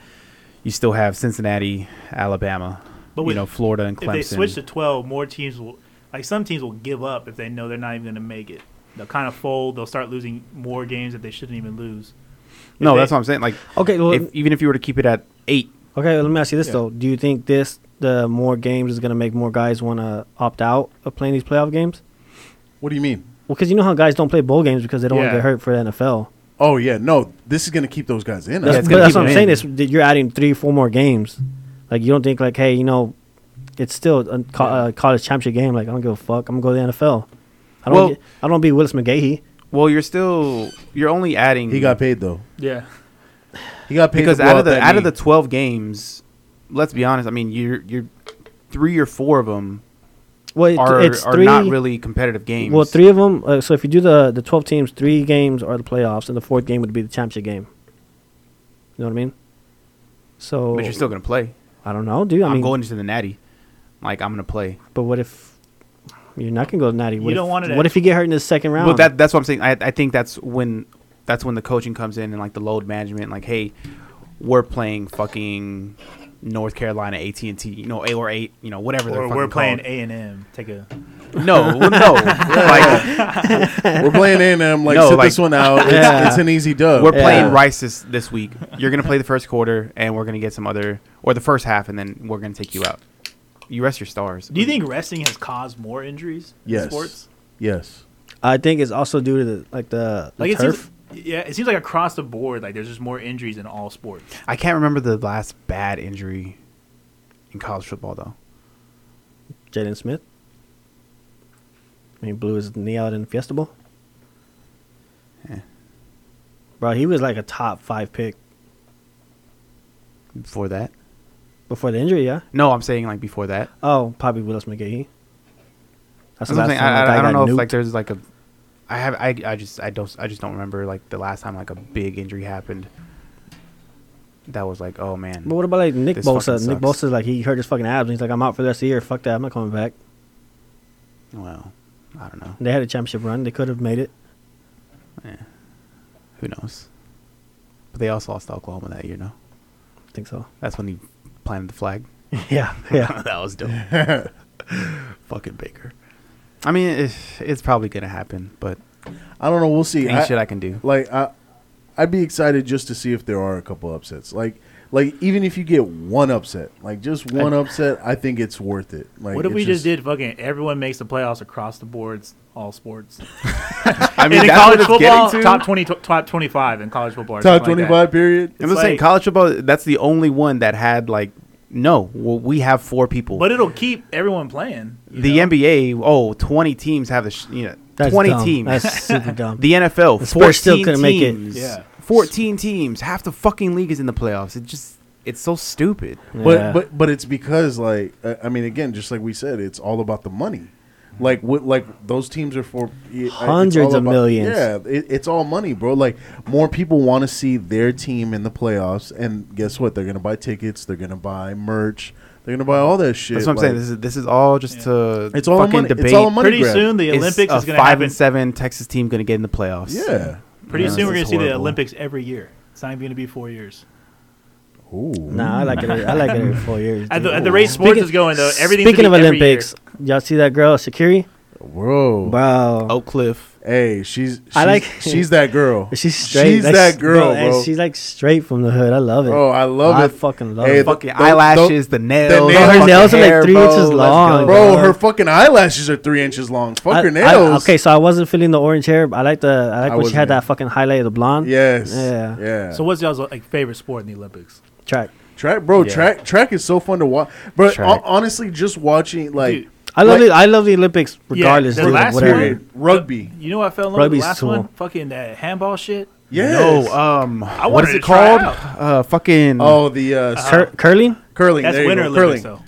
Speaker 5: you still have Cincinnati, Alabama,
Speaker 6: But
Speaker 5: you
Speaker 6: with-
Speaker 5: know, Florida and
Speaker 6: if they switch to
Speaker 5: Clemson.
Speaker 6: twelve, more teams will like some teams will give up if they know they're not even going to make it. They'll kind of fold. They'll start losing more games that they shouldn't even lose.
Speaker 5: No,
Speaker 6: they-
Speaker 5: that's what I'm saying. Like,
Speaker 4: okay, well,
Speaker 5: if, even if you were to keep it at eight,
Speaker 4: okay. Let me ask you this though: Do you think this the more games is gonna make more guys wanna opt out of playing these playoff games?
Speaker 3: What do you mean?
Speaker 4: Well, because you know how guys don't play bowl games because they don't want to
Speaker 6: Yeah.
Speaker 4: get hurt for the NFL.
Speaker 3: Oh yeah, no, this is gonna keep those guys in.
Speaker 4: That's,
Speaker 5: it's
Speaker 4: but
Speaker 5: gonna
Speaker 4: that's
Speaker 5: keep
Speaker 4: what I'm
Speaker 5: them
Speaker 4: saying
Speaker 5: in.
Speaker 4: is that you're adding three, four more games. Like you don't think like, hey, you know, it's still a co- uh, college championship game. Like I don't give a fuck. I'm gonna go to the NFL. I don't.
Speaker 5: Well-
Speaker 4: get- I don't be Willis McGahee.
Speaker 5: well, you're still you're only adding
Speaker 3: he got paid though.
Speaker 6: Yeah,
Speaker 3: He got paid
Speaker 5: because
Speaker 3: to blow
Speaker 5: out of
Speaker 3: that
Speaker 5: the out of
Speaker 3: knee.
Speaker 5: the twelve games, let's be honest. I mean, you're you're three or four of them
Speaker 4: Well, it,
Speaker 5: are
Speaker 4: it's
Speaker 5: are
Speaker 4: three.
Speaker 5: not really competitive games.
Speaker 4: well, three of them. Uh, so if you do the the 12 teams, three games are the playoffs, and the fourth game would be the championship game. You know what I mean? So
Speaker 5: but you're still gonna play.
Speaker 4: I don't know, dude. I
Speaker 5: I am
Speaker 4: mean,
Speaker 5: going into the Natty. Like I'm gonna play.
Speaker 4: but what if you're not gonna go to Natty? What if,
Speaker 6: don't want it
Speaker 4: What
Speaker 6: at-
Speaker 4: if you get hurt in the second round?
Speaker 5: Well, that that's what I'm saying. I, I think that's when that's when the coaching comes in and like the load management. Like, hey, we're playing fucking North Carolina AT and T, you know, A or eight, you know, whatever they're
Speaker 6: or
Speaker 5: fucking
Speaker 6: we're playing
Speaker 5: called.
Speaker 6: A and M. Take a
Speaker 5: No, well, no, like
Speaker 3: we're playing in and I'm like
Speaker 5: No,
Speaker 3: sit
Speaker 5: like-
Speaker 3: this one out. It's,
Speaker 4: Yeah.
Speaker 3: it's an easy dub.
Speaker 5: we're
Speaker 4: Yeah.
Speaker 5: playing Rice this, this week. You're gonna play the first quarter, and we're gonna get some other or the first half, and then we're gonna take you out. You rest your stars.
Speaker 6: Do you think resting has caused more injuries in
Speaker 3: Yes.
Speaker 6: sports?
Speaker 3: yes.
Speaker 4: I think it's also due to the like the, the
Speaker 6: Like it
Speaker 4: turf.
Speaker 6: seems, yeah, it seems like across the board, like there's just more injuries in all sports.
Speaker 5: I can't remember the last bad injury in college football though.
Speaker 4: Jaden Smith. He blew his knee out in Fiesta Bowl. Bro, he was like a top five pick.
Speaker 5: Before that,
Speaker 4: Before the injury, yeah.
Speaker 5: no, I'm saying like before that.
Speaker 4: Oh, probably Willis McGahee. That's the
Speaker 5: That's what I'm
Speaker 4: last
Speaker 5: saying.
Speaker 4: time
Speaker 5: I,
Speaker 4: that guy
Speaker 5: I, I don't know
Speaker 4: got
Speaker 5: if like
Speaker 4: nuked.
Speaker 5: there's like a. I have I, I just I don't I just don't remember like the last time like a big injury happened. That was like oh man.
Speaker 4: But what about like Nick
Speaker 5: This
Speaker 4: Bosa?
Speaker 5: fucking
Speaker 4: Nick
Speaker 5: sucks.
Speaker 4: Bosa's like he hurt his fucking abs. And he's like, I'm out for the rest of the year. Fuck that. I'm not coming back.
Speaker 5: Well, I don't know.
Speaker 4: They had a championship run. They could have made it.
Speaker 5: Who knows? But they also lost to Oklahoma that year. No,
Speaker 4: I think so.
Speaker 5: that's when he planted the flag.
Speaker 4: yeah, yeah.
Speaker 5: that was dope. Fucking Baker. I mean, it's, it's probably gonna happen, but
Speaker 3: I don't know. We'll see.
Speaker 5: ain't
Speaker 3: I-
Speaker 5: shit I can do.
Speaker 3: like I, I'd be excited just to see if there are a couple upsets. Like, like even if you get one upset, like just one upset, I think it's worth it. Like,
Speaker 6: what if
Speaker 3: it's
Speaker 6: we just, did fucking everyone makes the playoffs across the boards, all sports?
Speaker 5: I mean,
Speaker 6: and in
Speaker 5: that's
Speaker 6: college
Speaker 5: what it's getting
Speaker 6: football,
Speaker 5: to.
Speaker 6: top twenty, top twenty-five in college football. or
Speaker 3: top
Speaker 6: something
Speaker 3: twenty
Speaker 6: like that.
Speaker 3: five period?
Speaker 5: I'm just
Speaker 6: It's
Speaker 5: saying,
Speaker 6: like-
Speaker 5: college football. That's the only one that had like no. Well, we have four people.
Speaker 6: But it'll keep everyone playing. you
Speaker 5: the
Speaker 6: know?
Speaker 5: NBA, oh, 20 teams have the sh- you know,
Speaker 4: That's
Speaker 5: 20
Speaker 4: dumb.
Speaker 5: teams.
Speaker 4: That's super dumb.
Speaker 5: the NFL,
Speaker 4: The
Speaker 5: 14
Speaker 4: Spurs still couldn't make it.
Speaker 5: teams.
Speaker 6: Yeah.
Speaker 5: 14 teams. Half the fucking league is in the playoffs. It just it's so stupid.
Speaker 4: Yeah.
Speaker 3: But but but it's because like uh, I mean again, just like we said, it's all about the money. Like what? Like those teams are for it- it's all
Speaker 4: Hundreds of millions.
Speaker 3: Yeah, it, it's all money, bro. Like more people want to see their team in the playoffs, and guess what? They're gonna buy tickets. They're gonna buy merch. They're gonna buy all that shit.
Speaker 5: That's what I'm saying.
Speaker 3: like,
Speaker 5: This is this is all just to
Speaker 3: it's all
Speaker 5: fucking
Speaker 3: money.
Speaker 5: debate.
Speaker 3: It's all a money
Speaker 6: Pretty
Speaker 3: grab.
Speaker 6: soon the
Speaker 5: Is
Speaker 6: Olympics
Speaker 5: a
Speaker 6: is going to
Speaker 5: five
Speaker 6: happen.
Speaker 5: and seven Texas team going to get in the playoffs?
Speaker 3: Yeah.
Speaker 6: Pretty
Speaker 5: Yeah,
Speaker 6: soon
Speaker 5: this
Speaker 6: we're
Speaker 5: is
Speaker 6: going to see the
Speaker 5: horrible.
Speaker 6: Olympics every year. It's not even going to be four years.
Speaker 3: Ooh.
Speaker 4: Nah, I like it. I like it every four years.
Speaker 6: At the,
Speaker 4: dude.
Speaker 6: at the rate sports
Speaker 4: Speaking-
Speaker 6: is going though, everything.
Speaker 4: Speaking of Olympics, y'all see that girl Shakiri?
Speaker 3: Bro.
Speaker 4: Bro,
Speaker 6: Oh.
Speaker 5: Oak Cliff.
Speaker 3: Hey, she's, she's
Speaker 4: I like-
Speaker 3: she's that girl.
Speaker 4: she's straight.
Speaker 3: She's
Speaker 4: That's-
Speaker 3: that girl,
Speaker 4: and
Speaker 3: bro.
Speaker 4: she's like straight from the hood. I love it.
Speaker 3: Bro, I love
Speaker 4: I
Speaker 3: it.
Speaker 4: fucking love
Speaker 3: Hey,
Speaker 4: it.
Speaker 3: the-
Speaker 5: Fucking
Speaker 3: the-
Speaker 5: eyelashes, the nails.
Speaker 3: nails.
Speaker 5: the
Speaker 3: Her
Speaker 5: fucking
Speaker 4: nails are like
Speaker 5: hair,
Speaker 4: three
Speaker 5: bro.
Speaker 4: inches
Speaker 5: Let's go,
Speaker 4: long,
Speaker 3: Bro,
Speaker 4: God.
Speaker 3: her fucking eyelashes are three inches long. Fuck
Speaker 4: I-
Speaker 3: her
Speaker 4: I-
Speaker 3: nails.
Speaker 4: okay, so I wasn't feeling the orange hair. But I like the I like
Speaker 3: I
Speaker 4: when she
Speaker 3: wasn't
Speaker 4: had
Speaker 3: either.
Speaker 4: that fucking highlight of the blonde.
Speaker 3: Yes.
Speaker 4: Yeah.
Speaker 3: Yeah.
Speaker 6: So what's y'all's like favorite sport in the Olympics?
Speaker 4: Track.
Speaker 3: track, bro.
Speaker 5: Yeah.
Speaker 3: Track, track is so fun to watch. Bro,
Speaker 5: Track.
Speaker 3: hon- honestly, just watching like
Speaker 6: Dude,
Speaker 4: I love
Speaker 3: Like-
Speaker 4: it. I love the Olympics regardless.
Speaker 6: the
Speaker 4: dude,
Speaker 6: last
Speaker 4: whatever.
Speaker 6: one-
Speaker 3: period, rugby.
Speaker 6: You know what I fell in love
Speaker 4: Rugby's
Speaker 6: with the last
Speaker 4: cool.
Speaker 6: one? Fucking that handball shit.
Speaker 3: Yes.
Speaker 5: No, um, what
Speaker 6: wanted
Speaker 5: is
Speaker 6: to
Speaker 5: it
Speaker 6: try
Speaker 5: called?
Speaker 6: it out.
Speaker 5: Uh, fucking.
Speaker 3: oh, the uh, cur-
Speaker 4: Cur- curling,
Speaker 3: curling.
Speaker 6: That's
Speaker 3: there you
Speaker 6: Winter
Speaker 3: go,
Speaker 6: Olympics
Speaker 3: curling.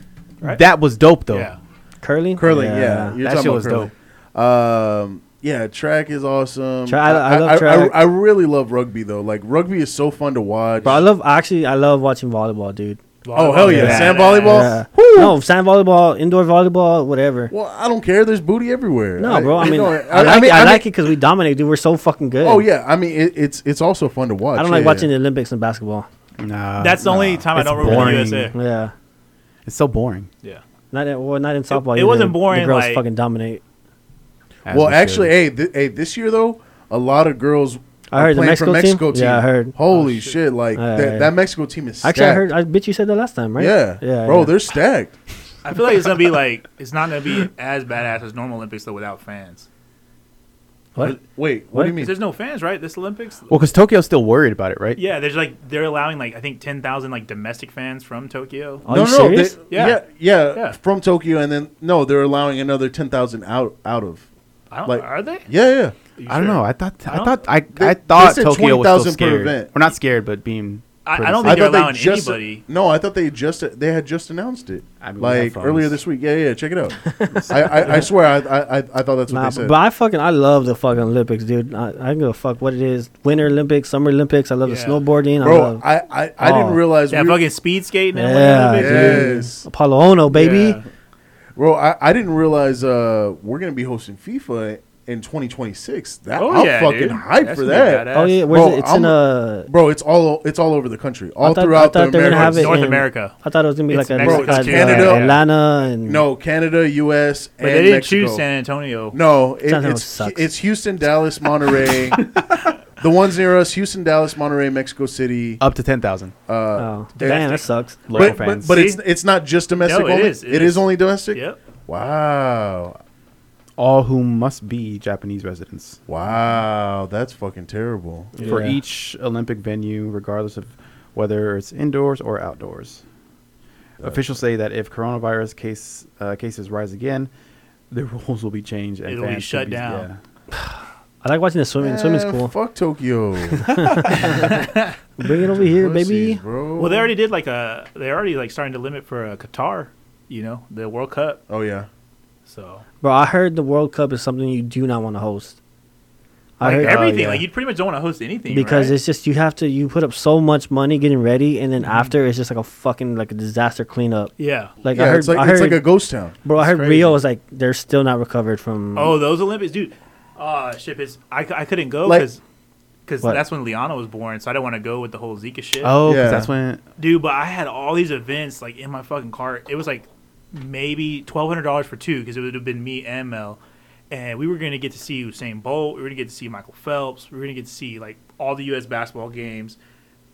Speaker 6: right?
Speaker 5: That was dope though.
Speaker 6: though. Yeah.
Speaker 4: curling,
Speaker 3: Curling. Yeah. You're
Speaker 5: That
Speaker 3: talking
Speaker 5: shit
Speaker 3: about
Speaker 5: was
Speaker 3: curling. Um. Yeah, track is awesome.
Speaker 4: Tra- I- I love track.
Speaker 3: I, really love rugby though. Like rugby is so fun to watch.
Speaker 4: But I love actually. I love watching volleyball, dude.
Speaker 3: oh hell yeah,
Speaker 6: Volleyball.
Speaker 3: sand volleyball.
Speaker 4: Yeah. No, sand volleyball, indoor volleyball, whatever.
Speaker 3: Well, I don't care. There's booty everywhere.
Speaker 4: No, bro. I
Speaker 3: you
Speaker 4: mean,
Speaker 3: know,
Speaker 4: I, like, it- I, like it because we dominate, dude. We're so fucking good.
Speaker 3: Oh yeah, I mean, it, it's it's also fun to watch.
Speaker 4: I don't like watching the Olympics in basketball.
Speaker 5: Nah,
Speaker 6: That's the only time I
Speaker 5: It's
Speaker 6: don't remember
Speaker 5: boring.
Speaker 6: the USA.
Speaker 4: Yeah,
Speaker 5: It's so boring.
Speaker 6: Yeah.
Speaker 4: not in, well, not in softball.
Speaker 6: it
Speaker 4: either.
Speaker 6: wasn't boring,
Speaker 4: The girls
Speaker 6: like-
Speaker 4: fucking dominate.
Speaker 3: Well, actually, hey, th- hey, this year though, a lot of girls.
Speaker 4: I
Speaker 3: are
Speaker 4: heard the
Speaker 3: playing
Speaker 4: Mexico team? Yeah, I heard.
Speaker 3: Holy shit. Like
Speaker 4: Yeah,
Speaker 3: that,
Speaker 4: yeah.
Speaker 3: that Mexico team is stacked.
Speaker 4: Actually, I heard. I bet you said that last time, right?
Speaker 3: Yeah,
Speaker 4: yeah,
Speaker 3: bro,
Speaker 4: yeah.
Speaker 3: they're stacked.
Speaker 6: I feel like it's gonna be like it's not gonna be as badass as normal Olympics though without fans.
Speaker 4: What?
Speaker 3: Wait, what,
Speaker 4: What?
Speaker 3: do you mean?
Speaker 6: 'Cause There's no fans, right? This Olympics.
Speaker 5: well, because Tokyo's still worried about it, right?
Speaker 6: Yeah, there's like they're allowing like I think ten thousand like domestic fans from Tokyo.
Speaker 3: Uh,
Speaker 4: Are you
Speaker 3: they-
Speaker 4: serious?
Speaker 6: Yeah.
Speaker 3: yeah, yeah,
Speaker 6: Yeah.
Speaker 3: From Tokyo, and then no, they're allowing another ten thousand out out of.
Speaker 6: I don't,
Speaker 3: like-
Speaker 6: are they?
Speaker 3: Yeah, yeah.
Speaker 6: You
Speaker 5: I don't
Speaker 6: sure?
Speaker 5: know. I thought. I,
Speaker 6: don't-
Speaker 5: thought. I,
Speaker 3: They-
Speaker 5: I
Speaker 3: they
Speaker 5: thought
Speaker 3: said
Speaker 5: Tokyo was
Speaker 3: 20,000
Speaker 5: still
Speaker 3: per
Speaker 5: scared.
Speaker 3: event.
Speaker 5: Or not scared, but being.
Speaker 6: I- I
Speaker 5: pretty
Speaker 6: don't
Speaker 5: safe.
Speaker 6: think- they're allowing
Speaker 3: just
Speaker 6: anybody.
Speaker 3: no. I thought they just they had just announced it
Speaker 5: I mean, we have
Speaker 3: like
Speaker 5: phones.
Speaker 3: earlier this week. Yeah, yeah. Check it out. I, I, I swear, I, I I I thought that's what
Speaker 4: Nah,
Speaker 3: they said.
Speaker 4: but I fucking I love the fucking Olympics, dude. I, I don't give a fuck what it is. Winter Olympics, Summer Olympics. I love
Speaker 6: Yeah.
Speaker 4: the snowboarding. I
Speaker 3: Bro,
Speaker 4: love
Speaker 3: I I, I
Speaker 4: Oh.
Speaker 3: didn't realize
Speaker 6: That
Speaker 3: we were-
Speaker 6: fucking speed skating. and
Speaker 4: Yeah,
Speaker 6: Olympics?
Speaker 3: yes,
Speaker 4: Apollo Ono, baby.
Speaker 6: Yeah.
Speaker 3: bro. I, I didn't realize uh we're gonna be hosting FIFA in 2026. That
Speaker 6: Oh
Speaker 3: I'm
Speaker 6: yeah,
Speaker 3: fucking
Speaker 6: dude.
Speaker 3: hyped
Speaker 6: That's
Speaker 3: for
Speaker 6: gonna be
Speaker 3: that.
Speaker 6: badass.
Speaker 4: Oh yeah, where's
Speaker 3: Bro,
Speaker 4: it? It's
Speaker 3: I'm-
Speaker 4: in uh
Speaker 3: Bro, it's all it's all over the country, all
Speaker 4: thought- I
Speaker 3: throughout
Speaker 4: thought
Speaker 3: the
Speaker 4: they were gonna
Speaker 3: Americas.
Speaker 4: have it-
Speaker 6: North
Speaker 4: in-
Speaker 6: America.
Speaker 4: I thought it was gonna be
Speaker 6: It's
Speaker 4: like a
Speaker 6: Mexico,
Speaker 4: like
Speaker 3: it's
Speaker 4: a-
Speaker 3: Canada.
Speaker 4: Atlanta, and
Speaker 3: No, Canada, U.S. and
Speaker 6: But they didn't
Speaker 3: Mexico.
Speaker 6: choose San Antonio.
Speaker 3: No, it,
Speaker 4: San Jose
Speaker 3: it's
Speaker 4: sucks.
Speaker 3: it's Houston, Dallas, Monterey. the ones near us: Houston, Dallas, Monterey, Mexico City.
Speaker 5: Up to ten thousand.
Speaker 4: Oh, damn, that sucks.
Speaker 5: local
Speaker 3: but, but,
Speaker 5: fans.
Speaker 3: but it's
Speaker 6: See?
Speaker 3: it's not just domestic.
Speaker 6: No, it
Speaker 3: only?
Speaker 6: is, it
Speaker 3: it
Speaker 6: is.
Speaker 3: is. only domestic.
Speaker 6: Yep.
Speaker 3: Wow,
Speaker 5: All who must be Japanese residents
Speaker 3: wow, that's fucking terrible.
Speaker 5: for
Speaker 4: Yeah.
Speaker 5: each Olympic venue, regardless of whether it's indoors or outdoors. Officials say that if coronavirus case uh, cases rise again, the rules will be changed. and
Speaker 6: It'll be
Speaker 5: fans should
Speaker 6: shut down.
Speaker 4: I I like watching the swimming. Swimming's
Speaker 3: Eh,
Speaker 4: cool.
Speaker 3: Fuck Tokyo.
Speaker 4: Bring it over here,
Speaker 3: Pussies,
Speaker 4: baby.
Speaker 3: bro.
Speaker 6: Well, they already did like a. They're already like starting to limit for uh, Qatar, you know, the World Cup.
Speaker 3: Oh yeah.
Speaker 6: So
Speaker 4: Bro, I heard the World Cup is something you do not want to host. I
Speaker 6: like
Speaker 4: heard oh,
Speaker 6: everything,
Speaker 5: yeah.
Speaker 6: like you pretty much don't want to host anything
Speaker 4: because
Speaker 6: right? Mm-hmm.
Speaker 4: it's just you have to you put up so much money getting ready, and then after it's just like a fucking like a disaster cleanup.
Speaker 6: yeah.
Speaker 4: Like
Speaker 3: yeah,
Speaker 4: I heard,
Speaker 3: it's like
Speaker 4: I heard,
Speaker 3: it's like a ghost town.
Speaker 4: bro, I
Speaker 3: It's
Speaker 4: heard
Speaker 3: crazy.
Speaker 4: Rio is like they're still not recovered from.
Speaker 6: Oh, those Olympics, dude. Ah, shit. It's, I, c- I couldn't go
Speaker 3: Like-
Speaker 6: because
Speaker 4: What?
Speaker 6: that's when Liana was born, so I don't want to go with the whole Zika shit.
Speaker 5: Oh, 'cause
Speaker 3: Yeah.
Speaker 5: that's when.
Speaker 6: dude. But I had all these events like in my fucking cart. It was like maybe twelve hundred dollars for two because it would have been me and Mel, and we were gonna get to see Usain Bolt. We were gonna get to see Michael Phelps. We were gonna get to see like all the U.S. basketball games.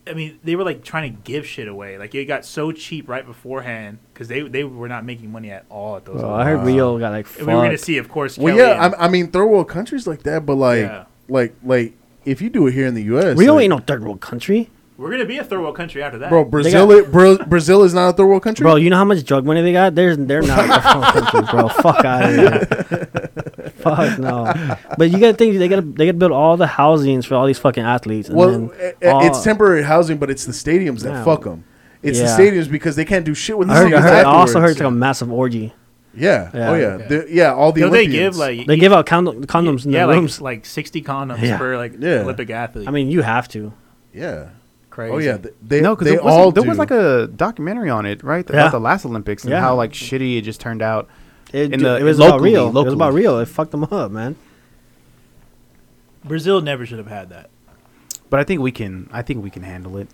Speaker 6: I mean, they were like trying to give shit away. Like it got so cheap right beforehand because they they were not making money at all at those.
Speaker 4: Bro, I
Speaker 6: events.
Speaker 4: heard Rio got like.
Speaker 6: and we were gonna
Speaker 4: fucked.
Speaker 6: see, of course.
Speaker 3: Well,
Speaker 6: Kelly
Speaker 3: yeah.
Speaker 6: and-
Speaker 3: I, I mean, third world countries like that, but like,
Speaker 6: Yeah.
Speaker 3: like, like, if you do it here in the U.S.,
Speaker 4: Rio
Speaker 3: like,
Speaker 4: ain't no third world country,
Speaker 6: we're gonna be a third world country after that,
Speaker 3: Bro, Brazil, i- Bra- Brazil is not a third world country.
Speaker 4: bro. You know how much drug money they got? They're they're not a third world country, bro. Fuck out of here. Fuck no. But you gotta think they gotta they gotta build all the housings for all these fucking athletes. And
Speaker 3: well,
Speaker 4: then
Speaker 3: i- i- it's
Speaker 4: all-
Speaker 3: temporary housing, but it's the stadiums that
Speaker 4: Yeah.
Speaker 3: fuck them. It's
Speaker 4: Uh, Yeah.
Speaker 3: the stadiums because they can't do shit with the
Speaker 4: I, heard, I,
Speaker 3: stadiums
Speaker 4: heard, I also heard
Speaker 3: afterwards.
Speaker 4: it's like a massive orgy.
Speaker 3: yeah.
Speaker 4: Yeah.
Speaker 3: Oh yeah. The- yeah. All the
Speaker 6: Don't they
Speaker 3: Olympians.
Speaker 6: give like
Speaker 4: They give out condom, condoms in
Speaker 6: yeah
Speaker 4: the
Speaker 6: like
Speaker 4: rooms.
Speaker 6: like sixty condoms
Speaker 4: Yeah.
Speaker 6: for like
Speaker 3: Yeah.
Speaker 6: Olympic athlete?
Speaker 4: I mean, you have to.
Speaker 3: yeah.
Speaker 6: crazy.
Speaker 3: Oh yeah. th- They
Speaker 5: no,
Speaker 3: no,
Speaker 5: because
Speaker 3: they all
Speaker 5: there
Speaker 3: do.
Speaker 5: was like a documentary on it, right? About
Speaker 4: Yeah.
Speaker 5: the last Olympics and
Speaker 4: Yeah.
Speaker 5: how like shitty it just turned out.
Speaker 4: It,
Speaker 5: In the-
Speaker 4: it was
Speaker 5: locally,
Speaker 4: about real. It was about
Speaker 5: locally.
Speaker 4: real. It fucked them up, man.
Speaker 6: Brazil never should have had that.
Speaker 5: But I think we can. I think we can handle it.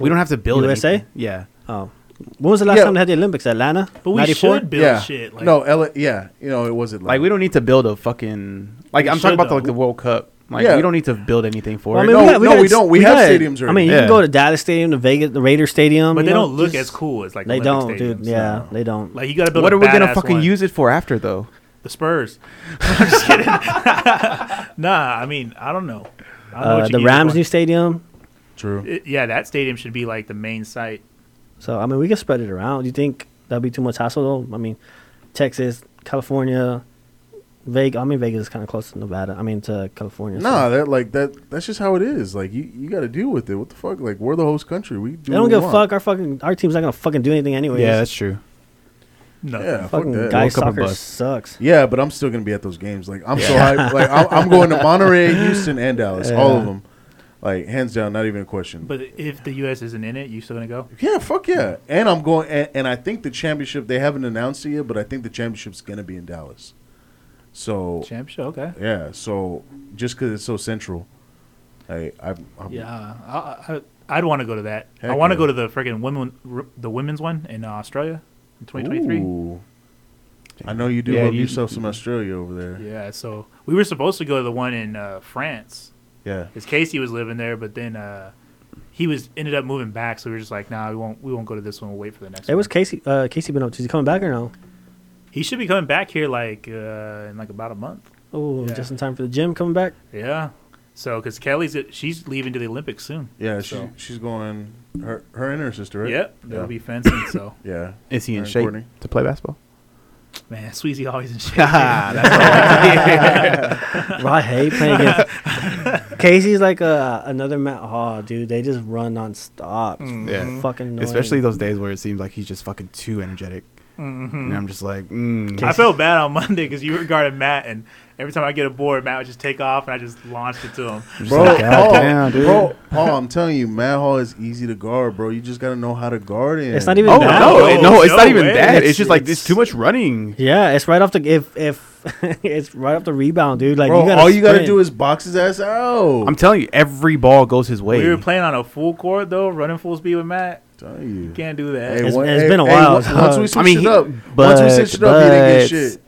Speaker 5: We don't have to build
Speaker 4: USA?
Speaker 5: anything. Yeah.
Speaker 4: Oh, when was the last
Speaker 3: Yeah.
Speaker 4: time they had the Olympics? Atlanta,
Speaker 6: But we
Speaker 4: 94?
Speaker 6: should build
Speaker 3: yeah.
Speaker 6: shit. Like,
Speaker 3: no. L- yeah. You know it wasn't
Speaker 5: Like we don't need to build a fucking. Like
Speaker 6: We
Speaker 5: I'm
Speaker 6: should,
Speaker 5: talking about the,
Speaker 6: though.
Speaker 5: like the World Cup. Like
Speaker 3: Yeah.
Speaker 5: we don't need to build anything for
Speaker 4: Well, I
Speaker 5: it.
Speaker 4: mean,
Speaker 3: No,
Speaker 4: got-
Speaker 3: no,
Speaker 4: got-
Speaker 3: we don't. We have
Speaker 4: got-
Speaker 3: stadiums
Speaker 4: I mean,
Speaker 5: already.
Speaker 4: you can
Speaker 5: Yeah.
Speaker 4: go to Dallas Stadium, to Vegas, the Raider Stadium.
Speaker 6: but
Speaker 4: you
Speaker 6: they
Speaker 4: know,
Speaker 6: don't look
Speaker 4: just-
Speaker 6: as cool as like
Speaker 4: They don't,
Speaker 6: Olympic
Speaker 4: dude.
Speaker 6: stadiums.
Speaker 4: Yeah,
Speaker 6: No.
Speaker 4: they don't.
Speaker 6: Like you got to build.
Speaker 5: what
Speaker 6: a
Speaker 5: are we gonna
Speaker 6: badass
Speaker 5: fucking
Speaker 6: one.
Speaker 5: use it for after though?
Speaker 6: The Spurs. I'm just kidding. nah, I mean I don't know. I don't know
Speaker 4: Uh,
Speaker 6: what you
Speaker 4: the
Speaker 6: use it
Speaker 4: Rams
Speaker 6: for.
Speaker 4: new stadium.
Speaker 3: True.
Speaker 6: It- yeah, that stadium should be like the main site.
Speaker 4: So I mean, we can spread it around. Do you think that'd be too much hassle? Though? I mean, Texas, California, Vegas. I mean, Vegas is kind of close to Nevada. I mean, to California. so-
Speaker 3: Nah, that like that. That's just how it is. Like you, you got to deal with it. What the fuck? Like we're the host country. We do.
Speaker 4: they don't
Speaker 3: what
Speaker 4: give
Speaker 3: we
Speaker 4: a
Speaker 3: want.
Speaker 4: fuck. Our fucking our team's not gonna fucking do anything anyways.
Speaker 5: Yeah, that's true.
Speaker 6: No,
Speaker 3: Yeah, fuck
Speaker 4: fucking
Speaker 3: that.
Speaker 4: guy
Speaker 5: World Cup or
Speaker 4: soccer
Speaker 5: bust.
Speaker 4: sucks.
Speaker 3: Yeah, but I'm still gonna be at those games. Like I'm so hyped. Like I'm, I'm going to Monterey, Houston, and Dallas. All of them. Like hands down, not even a question.
Speaker 6: but if the U.S. isn't in it, you still gonna go?
Speaker 3: yeah, fuck yeah. And I'm going. And, and I think the championship they haven't announced it yet, but I think the championship's gonna be in Dallas. So
Speaker 6: Championship, okay.
Speaker 3: yeah, so just because it's so central, I I I'm,
Speaker 6: Yeah, I, I, I'd want to go to that. I
Speaker 3: Heck
Speaker 6: want to
Speaker 3: yeah.
Speaker 6: go to the freaking women, r- the women's one in uh, Australia in 2023.
Speaker 3: Ooh. I know you do
Speaker 5: Yeah,
Speaker 3: love
Speaker 5: you-
Speaker 3: yourself some Australia over there.
Speaker 6: Yeah, so we were supposed to go to the one in uh, France
Speaker 3: yeah.
Speaker 6: because Casey was living there, but then uh, he was ended up moving back. So we were just like, nah, we won't, we won't go to this one. We'll wait for the next.
Speaker 4: It
Speaker 6: one.
Speaker 4: was Casey. Uh, Casey been up to. Is he coming back or no?
Speaker 6: He should be coming back here like uh, in like about a month.
Speaker 4: Oh,
Speaker 6: Yeah.
Speaker 4: just in time for the gym coming back.
Speaker 6: Yeah. So because Kelly's she's leaving to the Olympics soon.
Speaker 3: Yeah, she,
Speaker 6: So.
Speaker 3: she's going. Her, her and her sister, right?
Speaker 6: Yep,
Speaker 3: Yeah.
Speaker 6: they'll be fencing. So
Speaker 3: Yeah.
Speaker 5: Is he in
Speaker 3: Alright,
Speaker 5: shape
Speaker 3: Courtney.
Speaker 5: to play basketball?
Speaker 6: man, Sweezy always in shape.
Speaker 4: Bro, I hate playing against. Casey's like a, another Matt Hall, dude. They just run nonstop.
Speaker 6: Mm-hmm.
Speaker 5: Yeah.
Speaker 4: Yeah. Fucking annoying.
Speaker 5: Especially those days where it seems like he's just fucking too energetic. And I'm just like, mm.
Speaker 6: I felt bad on Monday because you regarded Matt, and every time I get a board, Matt would just take off, and I just launched it to him.
Speaker 3: Bro,
Speaker 5: like,
Speaker 3: Paul,
Speaker 5: goddamn, dude.
Speaker 3: bro, Paul, I'm telling you, Matt Hall is easy to guard, bro. You just gotta know how to guard him.
Speaker 4: It's not even
Speaker 5: Oh
Speaker 4: that.
Speaker 5: no, it- no, it's
Speaker 6: no
Speaker 5: not even
Speaker 6: way.
Speaker 5: that. It's,
Speaker 4: It's-
Speaker 5: just like
Speaker 4: it's-
Speaker 5: it's too much running.
Speaker 4: Yeah, it's right off the if if it's right off the rebound, dude. Like
Speaker 3: Bro,
Speaker 4: you gotta
Speaker 3: all you gotta
Speaker 4: sprint.
Speaker 3: do is box his ass out.
Speaker 5: I'm telling you, every ball goes his way.
Speaker 6: We were playing on a full court though, running full speed with Matt.
Speaker 3: telling you.
Speaker 6: Can't do that.
Speaker 4: It's- it's been a while,
Speaker 3: once- once we
Speaker 4: dog.
Speaker 3: switched
Speaker 5: I mean,
Speaker 3: it
Speaker 5: he-
Speaker 3: up, once we
Speaker 5: but-
Speaker 3: switched it up, he didn't get
Speaker 5: but-
Speaker 3: shit.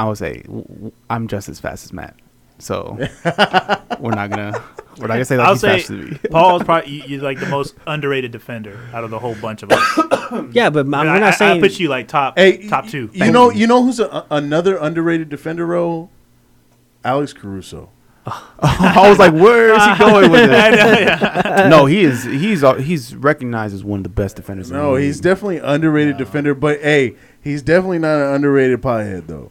Speaker 5: I would say w- w- I'm just as fast as Matt, so we're not gonna we're not gonna say that
Speaker 6: I'll
Speaker 5: he's
Speaker 6: say
Speaker 5: faster than me.
Speaker 6: Paul's probably you- you're like the most underrated defender out of the whole bunch of us.
Speaker 4: Yeah, but man,
Speaker 6: I,
Speaker 4: we're
Speaker 6: I-
Speaker 4: not
Speaker 6: I
Speaker 4: saying.
Speaker 6: put you like top
Speaker 3: Hey,
Speaker 6: top
Speaker 3: y-
Speaker 6: two.
Speaker 3: You know, you know who's a, another underrated defender role? Alex Caruso.
Speaker 5: I was like, where is he going with
Speaker 6: I
Speaker 5: this?
Speaker 6: know, yeah.
Speaker 5: No, he is he's al- he's recognized as one of the best defenders. in the
Speaker 3: No,
Speaker 5: league.
Speaker 3: he's definitely underrated defender, but hey, he's definitely not an underrated pothead though.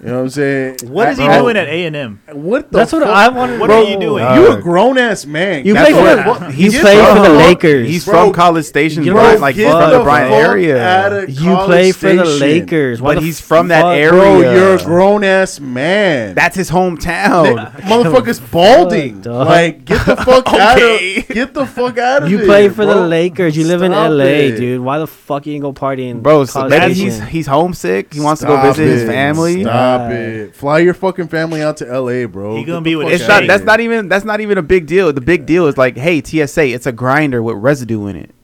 Speaker 3: You know what I'm saying?
Speaker 6: What is he
Speaker 3: Bro,
Speaker 6: doing at A and M?
Speaker 3: What the
Speaker 4: That's what
Speaker 3: fuck?
Speaker 4: I wanted.
Speaker 6: What
Speaker 4: Bro,
Speaker 6: are you doing?
Speaker 5: Uh,
Speaker 3: you a grown ass man.
Speaker 4: You
Speaker 3: That's
Speaker 4: play
Speaker 3: what-
Speaker 4: for the,
Speaker 3: what-
Speaker 4: you
Speaker 3: just-
Speaker 4: play for the
Speaker 3: Bro,
Speaker 4: Lakers.
Speaker 5: He's
Speaker 3: Bro,
Speaker 5: from College Station,
Speaker 4: you
Speaker 5: right?
Speaker 4: know,
Speaker 5: Like
Speaker 3: get
Speaker 5: from the
Speaker 3: the
Speaker 5: Bryant
Speaker 3: fuck
Speaker 5: area.
Speaker 3: outta-
Speaker 4: you
Speaker 3: College
Speaker 4: play for the
Speaker 3: Station.
Speaker 4: Lakers. Why
Speaker 5: But
Speaker 4: the
Speaker 5: he's from that
Speaker 4: fuck?
Speaker 5: area.
Speaker 3: Bro,
Speaker 5: area.
Speaker 3: you're a grown ass man.
Speaker 5: That's his hometown.
Speaker 3: motherfucker's balding.
Speaker 4: dog.
Speaker 3: Like, get the fuck out
Speaker 5: Okay.
Speaker 3: of get the fuck out of
Speaker 4: You
Speaker 3: here,
Speaker 4: play for the
Speaker 3: bro.
Speaker 4: Lakers. You live in
Speaker 3: Stop
Speaker 4: LA,
Speaker 3: it.
Speaker 4: dude. Why the fuck you ain't go party in
Speaker 5: Bro, so
Speaker 4: College
Speaker 5: maybe
Speaker 4: Station?
Speaker 5: he's he's homesick. He wants to go
Speaker 3: Stop
Speaker 5: visit his
Speaker 3: it.
Speaker 5: family.
Speaker 3: Stop
Speaker 4: Yeah.
Speaker 3: it. Fly your fucking family out to LA, bro.
Speaker 6: He
Speaker 3: Get
Speaker 6: gonna
Speaker 3: the
Speaker 6: be with
Speaker 3: fuck
Speaker 6: his
Speaker 5: It's
Speaker 3: outta
Speaker 5: not.
Speaker 6: Okay.
Speaker 5: That's
Speaker 3: here.
Speaker 5: not even. That's not even a big deal. The big deal is like, hey, TSA, it's a grinder with residue in it.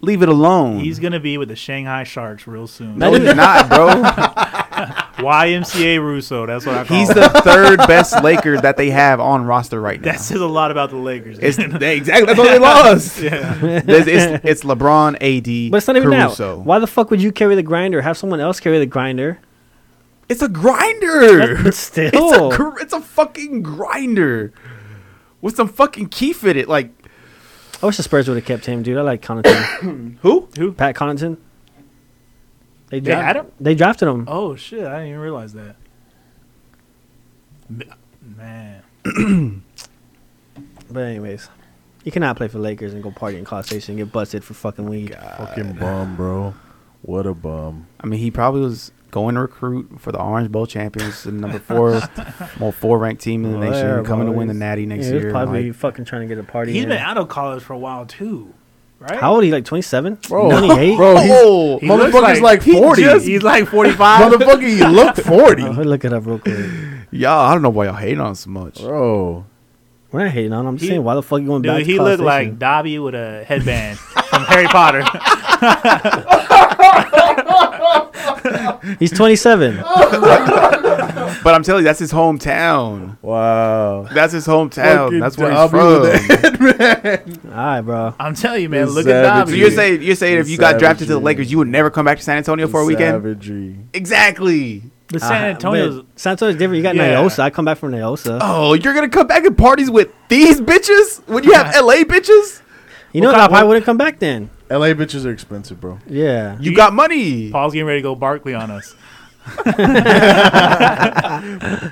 Speaker 5: Leave it alone.
Speaker 6: He's gonna be with the Shanghai Sharks real soon.
Speaker 5: no, he's not, bro.
Speaker 6: YMCA Russo. That's what I call.
Speaker 5: He's
Speaker 6: him.
Speaker 5: the third best Laker that they have on roster right now.
Speaker 6: That says a lot about the Lakers.
Speaker 5: It's, they, exactly. That's what they lost.
Speaker 6: yeah.
Speaker 5: It's, it's, it's LeBron, AD,
Speaker 4: but it's not even
Speaker 5: Caruso.
Speaker 4: now. Why the fuck would you carry the grinder? Have someone else carry the grinder?
Speaker 5: It's a grinder.
Speaker 4: But still,
Speaker 5: It's a, gr- it's a fucking grinder with some fucking key fitted. Like
Speaker 4: I wish the Spurs would have kept him, dude. I like Connaughton.
Speaker 5: who?
Speaker 4: Pat Connaughton. They,
Speaker 6: They
Speaker 4: draft-
Speaker 6: had him?
Speaker 4: they drafted him.
Speaker 6: Oh shit! I didn't even realize that. M- Man,
Speaker 4: But anyways, you cannot play for Lakers and go party in College Station and get busted for fucking weed.
Speaker 3: Fucking bum, bro. What a bum.
Speaker 5: I mean, he probably was going to recruit for the Orange Bowl champions, the number four, well, four ranked team in the
Speaker 4: Well,
Speaker 5: nation,
Speaker 4: there,
Speaker 5: coming to
Speaker 4: boys.
Speaker 5: win the Natty next
Speaker 4: Yeah, he was
Speaker 5: year.
Speaker 4: probably
Speaker 5: Like,
Speaker 4: fucking trying to get a party.
Speaker 6: he's
Speaker 4: in.
Speaker 6: been out of college for a while too, right?
Speaker 4: How old? He like twenty seven,
Speaker 3: Bro,
Speaker 4: twenty eight.
Speaker 3: bro, he's,
Speaker 5: Oh,
Speaker 6: He looks
Speaker 3: motherfucker's like,
Speaker 6: he
Speaker 3: 40.
Speaker 6: just- he's like forty-five.
Speaker 3: motherfucker, you look 40.
Speaker 4: Let me look it up real quick.
Speaker 5: y'all, I don't know why y'all hating on him so much.
Speaker 3: Bro.
Speaker 4: We're not hating on. him. I'm just
Speaker 6: He-
Speaker 4: saying, why the fuck you going back?
Speaker 6: Dude,
Speaker 4: to
Speaker 6: he
Speaker 4: College
Speaker 6: looked like
Speaker 4: Station?
Speaker 6: Dobby with a headband from Harry Potter.
Speaker 4: he's twenty seven.
Speaker 5: But I'm telling you, that's his hometown.
Speaker 3: Wow.
Speaker 5: That's his hometown.
Speaker 3: Fucking
Speaker 5: That's where
Speaker 3: Dobby
Speaker 5: he's from.
Speaker 4: All right, bro.
Speaker 6: I'm telling you, man.
Speaker 3: It's
Speaker 6: Look at
Speaker 3: savage.
Speaker 6: Dobby.
Speaker 5: So you're saying you're saying if
Speaker 3: It's
Speaker 5: you got drafted to the
Speaker 3: savagery.
Speaker 5: Lakers, you would never come back to San Antonio for a weekend?
Speaker 3: Savagery.
Speaker 5: Exactly.
Speaker 6: the San
Speaker 4: Uh,
Speaker 6: Antonio's.
Speaker 4: but San Antonio's different. You got
Speaker 6: Yeah.
Speaker 4: Nyosa. I come back from Nyosa.
Speaker 5: Oh, you're gonna come back and parties with these bitches when you have LA bitches?
Speaker 4: you know,
Speaker 6: what
Speaker 4: what I
Speaker 6: kind-
Speaker 4: probably wouldn't come back then.
Speaker 3: LA bitches are expensive, bro.
Speaker 4: Yeah.
Speaker 5: You got money.
Speaker 6: Paul's getting ready to go Barkley on us.
Speaker 3: hey,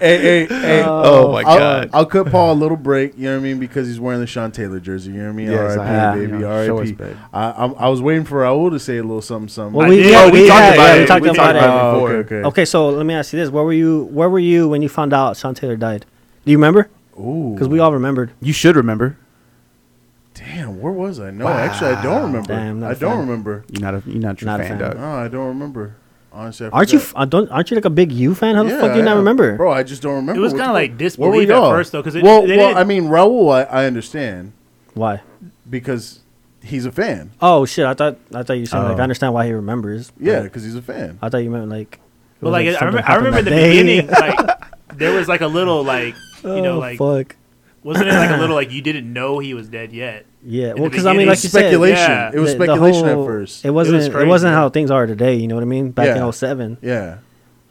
Speaker 3: hey, hey.
Speaker 4: Uh,
Speaker 5: Oh my
Speaker 3: I'll,
Speaker 5: god.
Speaker 3: I'll cut Paul a little break, you know what I mean, because he's wearing the Sean Taylor jersey, you know what I mean?
Speaker 5: Yes, I
Speaker 3: RIP,
Speaker 5: have,
Speaker 3: baby,
Speaker 5: you know, show
Speaker 3: RIP.
Speaker 5: respect.
Speaker 3: I, I, I was waiting for Raul to say a little something, something.
Speaker 4: Well,
Speaker 6: I
Speaker 4: we,
Speaker 6: did.
Speaker 4: yeah,
Speaker 6: Oh,
Speaker 4: we,
Speaker 6: we talked
Speaker 4: had-
Speaker 6: about
Speaker 4: yeah,
Speaker 6: it.
Speaker 4: we talked
Speaker 5: We
Speaker 4: about
Speaker 5: talked
Speaker 4: it.
Speaker 3: Oh,
Speaker 5: about before.
Speaker 3: okay, okay.
Speaker 4: Okay, so let me ask you this: Where were you? Where were you when you found out Sean Taylor died? Do you remember?
Speaker 3: Ooh.
Speaker 4: Because we all remembered.
Speaker 5: You should remember.
Speaker 3: Damn, where was I? No, actually, I don't remember.
Speaker 4: Damn, not
Speaker 3: I
Speaker 4: a
Speaker 3: don't
Speaker 4: fan.
Speaker 3: remember.
Speaker 5: You're not a you're not a true
Speaker 4: Not a
Speaker 5: fan,
Speaker 4: fan.
Speaker 5: dog.
Speaker 3: No, I don't remember. Honestly, I
Speaker 4: Aren't you?
Speaker 3: forgot.
Speaker 4: F- uh, don't. Aren't you like a big U fan? How the fuck do you
Speaker 3: I
Speaker 4: not
Speaker 3: am.
Speaker 4: remember?
Speaker 3: Bro, I just don't remember.
Speaker 6: It was
Speaker 3: What
Speaker 6: kinda
Speaker 3: the
Speaker 6: like
Speaker 3: fuck-
Speaker 6: disbelief
Speaker 3: where were
Speaker 6: at
Speaker 3: y'all?
Speaker 6: first, though, 'cause it-
Speaker 3: well,
Speaker 6: they
Speaker 3: well,
Speaker 6: didn't-
Speaker 3: I mean, Raul, I, I understand
Speaker 4: Why?
Speaker 3: because he's a fan.
Speaker 4: Oh shit! I thought. I thought you said like
Speaker 5: Oh.
Speaker 4: I understand why he remembers. but
Speaker 3: Yeah, because he's a fan.
Speaker 4: I thought you meant like. it
Speaker 6: But
Speaker 4: was,
Speaker 6: like, I
Speaker 4: something
Speaker 6: remember, I
Speaker 4: happened
Speaker 6: remember in the
Speaker 4: that day.
Speaker 6: beginning, like there was like a little like you know
Speaker 4: Oh,
Speaker 6: like
Speaker 4: fuck.
Speaker 6: wasn't it like a little like you didn't know he was dead yet.
Speaker 4: Yeah.
Speaker 6: the
Speaker 4: Well, because I mean,
Speaker 6: beginning,
Speaker 4: like you said,
Speaker 3: speculation.
Speaker 6: yeah,
Speaker 3: it was
Speaker 4: the- the
Speaker 3: speculation
Speaker 4: whole-
Speaker 3: at first.
Speaker 4: It wasn't. It,
Speaker 6: crazy,
Speaker 4: was not
Speaker 6: yeah.
Speaker 4: how things are today. You know what I mean? Back
Speaker 3: Yeah.
Speaker 4: in 07.
Speaker 3: yeah.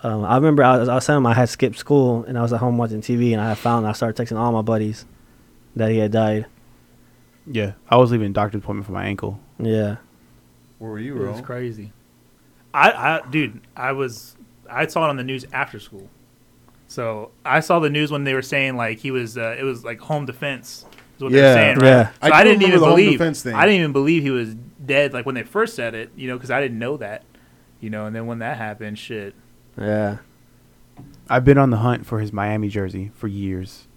Speaker 4: Um, I remember I was, I was telling him I had skipped school and I was at home watching TV and I had found I started texting all my buddies that he had died.
Speaker 5: Yeah. I was leaving a doctor's appointment for my ankle.
Speaker 4: Yeah.
Speaker 3: Where were you,
Speaker 6: It was
Speaker 3: Raul?
Speaker 6: crazy. I, I dude, I was I saw it on the news after school. So I saw the news when they were saying like he was uh, it was like home defense is what
Speaker 3: Yeah.
Speaker 6: they're saying, right?
Speaker 4: Yeah.
Speaker 6: So
Speaker 3: I
Speaker 6: I,
Speaker 3: do
Speaker 6: didn't
Speaker 3: remember
Speaker 6: even
Speaker 3: the home
Speaker 6: believe
Speaker 3: defense thing.
Speaker 6: I didn't even believe he was dead like when they first said it, you know, because I didn't know that, you know. And then when that happened, shit.
Speaker 4: Yeah.
Speaker 5: I've been on the hunt for his Miami jersey for years.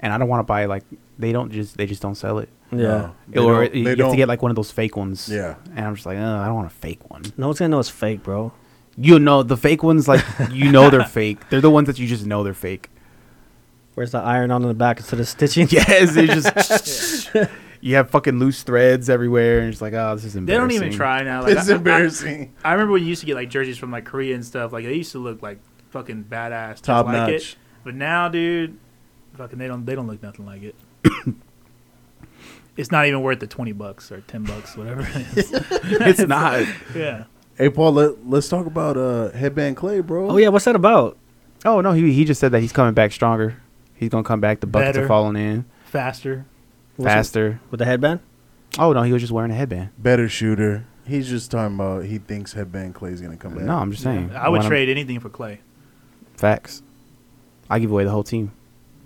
Speaker 5: And I don't want to buy like they don't just they just don't sell it.
Speaker 4: Yeah.
Speaker 3: No.
Speaker 4: No,
Speaker 3: They
Speaker 5: or
Speaker 3: don't-
Speaker 5: you
Speaker 3: they
Speaker 5: have
Speaker 3: don't-
Speaker 5: to get like one of those fake ones.
Speaker 3: Yeah.
Speaker 5: And I'm just like, oh, I don't want a fake one.
Speaker 4: one's gonna know it's fake, bro.
Speaker 5: You know the fake ones, like you know they're fake. They're the ones that you just know they're fake.
Speaker 4: Where's the iron on in the back instead of stitching?
Speaker 5: Yes, they just you have fucking loose threads everywhere, and it's like, oh, this is
Speaker 6: They
Speaker 5: embarrassing.
Speaker 6: don't even try now. Like,
Speaker 3: It's
Speaker 6: I- I-
Speaker 3: embarrassing.
Speaker 6: I remember when you used to get like jerseys from like Korea and stuff. Like they used to look like fucking badass, just
Speaker 3: Top
Speaker 6: like
Speaker 3: notch.
Speaker 6: It. But now, dude, fucking they don't they don't look nothing like it. it's not even worth the twenty bucks or ten bucks, whatever. It is.
Speaker 5: It's not.
Speaker 6: yeah,
Speaker 3: Hey, Paul, let, let's talk about uh, Headband Clay, bro.
Speaker 4: Oh yeah, what's that about?
Speaker 5: Oh no, he he just said that he's coming back stronger. He's gonna come back. The buckets
Speaker 6: Better.
Speaker 5: are falling in
Speaker 6: faster.
Speaker 4: What's it-
Speaker 5: faster.
Speaker 4: with the headband?
Speaker 5: Oh no, he was just wearing a headband.
Speaker 3: Better shooter. He's just talking about he thinks Headband Clay's going to come back.
Speaker 5: No, I'm just saying.
Speaker 6: I would
Speaker 5: Why not-
Speaker 6: trade anything for Clay.
Speaker 5: Facts. I give away the whole team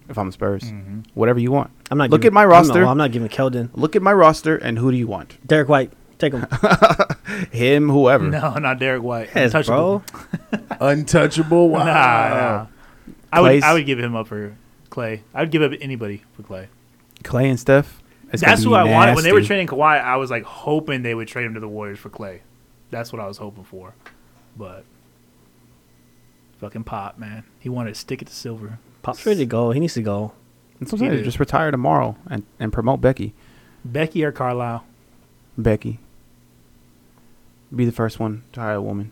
Speaker 5: if I'm Spurs.
Speaker 6: Mhm.
Speaker 5: Whatever you want.
Speaker 4: I'm not
Speaker 5: Look
Speaker 4: giving,
Speaker 5: at my
Speaker 4: I'm not-
Speaker 5: roster.
Speaker 4: I'm not giving Keldon.
Speaker 5: Look at my roster and who do you want?
Speaker 4: Derek White, take him.
Speaker 5: Him, whoever.
Speaker 6: No, not Derek White.
Speaker 4: Hmm. yes,
Speaker 6: Untouchable.
Speaker 4: bro.
Speaker 3: Untouchable. Wow.
Speaker 6: Nah, nah. I would,
Speaker 5: Clay's-
Speaker 6: I would give him up for Clay. I would give up anybody for Clay.
Speaker 5: Clay and Steph. It's gonna
Speaker 6: That's
Speaker 5: be
Speaker 6: who I wanted. When they were
Speaker 5: nasty.
Speaker 6: trading Kawhi, I was like hoping they would trade him to the Warriors for Clay. That's what I was hoping for. But fucking Pop, man. He wanted to stick it to silver.
Speaker 4: Pop's ready to go. He needs to go.
Speaker 5: That's what I'm saying.
Speaker 6: Yeah.
Speaker 5: Just retire tomorrow and, and promote Becky.
Speaker 6: Becky or Carlisle?
Speaker 5: Becky. Be the first one to hire a woman.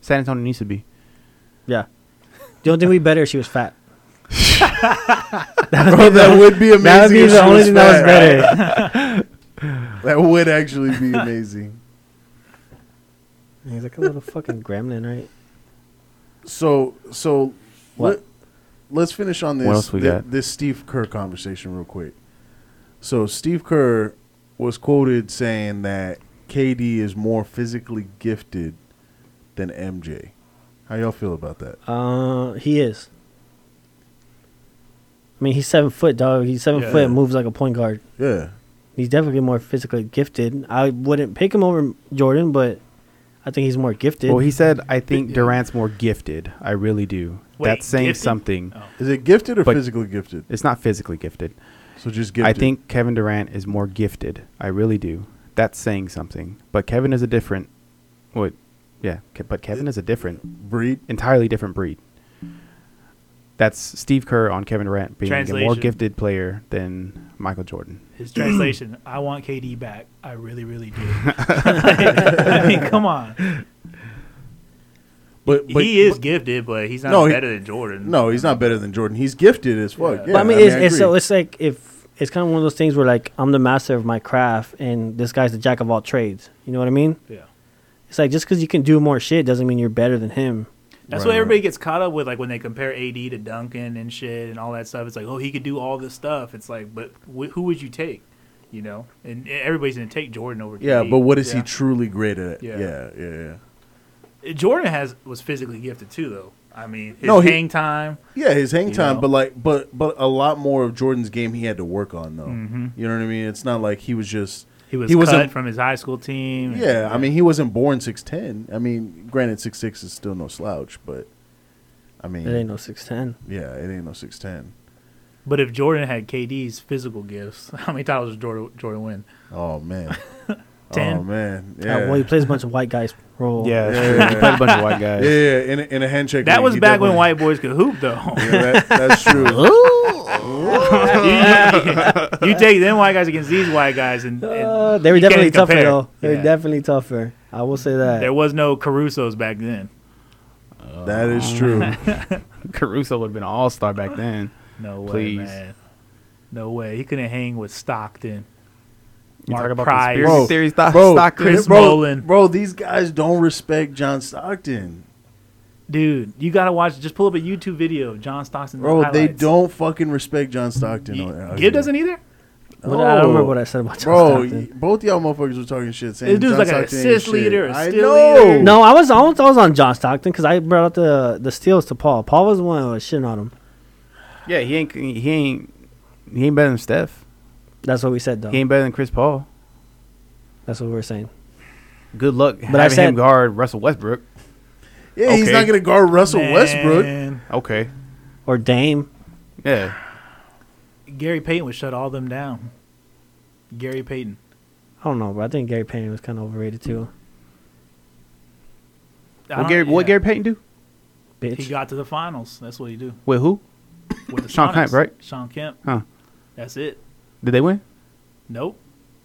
Speaker 5: San Antonio needs to be.
Speaker 4: Yeah. The only thing we better if she was fat.
Speaker 3: Bro, that would be amazing.
Speaker 4: That would be
Speaker 3: if
Speaker 4: the
Speaker 3: she
Speaker 4: only thing that was
Speaker 3: fat.
Speaker 4: better.
Speaker 3: That would actually be amazing.
Speaker 4: He's like a little fucking gremlin, right?
Speaker 3: So so
Speaker 4: What?
Speaker 3: Let, us finish on this
Speaker 5: What else we
Speaker 3: thi-
Speaker 5: got?
Speaker 3: this Steve Kerr conversation real quick. So Steve Kerr was quoted saying that KD is more physically gifted than MJ. How y'all feel about that?
Speaker 4: Uh, he is. I mean, he's seven foot, dog. He's seven
Speaker 6: Yeah.
Speaker 4: foot, and moves like a point guard.
Speaker 3: Yeah.
Speaker 4: He's definitely more physically gifted. I wouldn't pick him over Jordan, but I think he's more gifted.
Speaker 5: Well, he said, I think Durant's more gifted. I really do.
Speaker 6: Wait,
Speaker 5: That's saying
Speaker 6: gifted?
Speaker 5: something.
Speaker 6: Oh.
Speaker 3: Is it gifted or
Speaker 5: But-
Speaker 3: physically gifted?
Speaker 5: It's not physically gifted.
Speaker 3: So just gifted.
Speaker 5: I think Kevin Durant is more gifted. I really do. That's saying something. But Kevin is a different. What? Yeah. Ke- But Kevin is a different,
Speaker 3: breed.
Speaker 5: entirely different breed. That's Steve Kerr on Kevin Durant being a more
Speaker 6: Translation.
Speaker 5: gifted player than Michael Jordan.
Speaker 6: His translation, I want KD back. I really, really do. I mean, come on.
Speaker 3: But, but
Speaker 6: he is gifted, but he's not
Speaker 3: No, he-
Speaker 6: better than Jordan.
Speaker 3: No, he's not better than Jordan. He's gifted as fuck.
Speaker 6: Yeah.
Speaker 3: Yeah,
Speaker 4: but I mean, it's, it's so
Speaker 3: agree.
Speaker 4: it's like if it's kind of one of those things where like I'm the master of my craft, and this guy's the jack of all trades. You know what I mean?
Speaker 6: Yeah.
Speaker 4: It's like just because you can do more shit doesn't mean you're better than him.
Speaker 6: That's
Speaker 3: Right,
Speaker 6: what
Speaker 3: right.
Speaker 6: everybody gets caught up with, like when they compare AD to Duncan and shit and all that stuff. It's like, oh, he could do all this stuff. It's like, but wh- who would you take? You know, and e-, everybody's gonna take Jordan over.
Speaker 3: yeah,
Speaker 6: KD.
Speaker 3: but what is
Speaker 6: Yeah.
Speaker 3: he truly great at?
Speaker 6: Yeah.
Speaker 3: yeah, yeah. yeah.
Speaker 6: Jordan has was physically gifted too, though. I mean, his
Speaker 3: No, he-
Speaker 6: hang time.
Speaker 3: Yeah, his hang
Speaker 6: You
Speaker 3: time,
Speaker 6: know?
Speaker 3: but like, but but a lot more of Jordan's game he had to work on though. You know what I mean? It's not like he was just
Speaker 6: Mm-hmm. He was
Speaker 3: he
Speaker 6: cut
Speaker 3: wasn't.
Speaker 6: from his high school team.
Speaker 3: yeah, I mean he wasn't born six ten. I mean, granted, six six is still no slouch, but I mean,
Speaker 4: It ain't no six ten.
Speaker 3: yeah, it ain't no six ten.
Speaker 6: But if Jordan had KD's physical gifts, how many titles did Jordan, Jordan win?
Speaker 3: Oh man,
Speaker 6: Ten.
Speaker 3: oh man, yeah,
Speaker 4: well, he plays a bunch of white guys. Role.
Speaker 5: Yeah,
Speaker 3: that's true. He played
Speaker 5: a bunch of white guys.
Speaker 3: yeah, yeah, in a, in a handshake.
Speaker 6: That
Speaker 3: league,
Speaker 6: was
Speaker 3: he
Speaker 6: back when
Speaker 3: definitely-
Speaker 6: white boys could hoop, though.
Speaker 3: Yeah, that, that's true.
Speaker 6: you, you take them white guys against these white guys, and, and
Speaker 4: Uh, they were
Speaker 6: you can't
Speaker 4: definitely tougher
Speaker 6: compare.
Speaker 4: though. They
Speaker 6: Yeah.
Speaker 4: were definitely tougher. I will say that.
Speaker 6: There was no Caruso's back then.
Speaker 3: that is true.
Speaker 5: Caruso would have been an all star back then.
Speaker 6: No way,
Speaker 5: Please.
Speaker 6: man. No way. He couldn't hang with Stockton.
Speaker 5: You
Speaker 6: Mark
Speaker 5: talk about
Speaker 6: Price.
Speaker 5: conspiracy
Speaker 6: Bro,
Speaker 5: theories. Stock,
Speaker 3: bro,
Speaker 5: stock
Speaker 6: Chris
Speaker 3: bro,
Speaker 6: Mullin.
Speaker 3: bro, these guys don't respect John Stockton.
Speaker 6: Dude, you gotta watch. Just pull up a YouTube video of John Stockton.
Speaker 3: Bro, they
Speaker 6: highlights.
Speaker 3: don't fucking respect John Stockton. Oh,
Speaker 6: You-
Speaker 3: on- out here.
Speaker 6: Gibb doesn't either.
Speaker 4: What- I
Speaker 3: Oh.
Speaker 4: don't remember what I said about John
Speaker 3: Bro,
Speaker 4: Stockton.
Speaker 3: y- both y'all motherfuckers were talking shit. Saying
Speaker 6: This dude's
Speaker 3: John
Speaker 6: like an
Speaker 3: Stockton ain't
Speaker 6: assist
Speaker 3: shit.
Speaker 6: leader, a
Speaker 3: I
Speaker 6: steal
Speaker 3: know.
Speaker 6: leader.
Speaker 4: No, I was on. I was on John Stockton because I brought up the the steals to Paul. Paul was the one who was shitting on him.
Speaker 5: Yeah, he ain't he ain't he ain't better than Steph.
Speaker 4: That's what we said though.
Speaker 5: He ain't better than Chris Paul.
Speaker 4: That's what we were saying.
Speaker 5: Good luck but having
Speaker 4: I
Speaker 5: him
Speaker 4: said-
Speaker 5: guard Russell Westbrook.
Speaker 3: Yeah, he's
Speaker 5: Okay.
Speaker 3: not gonna guard Russell
Speaker 6: Man,
Speaker 3: Westbrook.
Speaker 5: Okay.
Speaker 4: Or Dame.
Speaker 5: Yeah.
Speaker 6: Gary Payton would shut all them down. Gary Payton.
Speaker 4: I don't know, but I think Gary Payton was kind of overrated too.
Speaker 6: I
Speaker 5: What
Speaker 6: don't-
Speaker 5: Gary, what
Speaker 6: yeah.
Speaker 5: Gary Payton do?
Speaker 6: He
Speaker 4: Bitch.
Speaker 6: got to the finals. That's what he do.
Speaker 5: With who?
Speaker 6: With the
Speaker 5: Sean Kemp,
Speaker 6: Sonics.
Speaker 5: right?
Speaker 6: Sean Kemp.
Speaker 5: Huh.
Speaker 6: That's it.
Speaker 5: Did they win?
Speaker 6: Nope.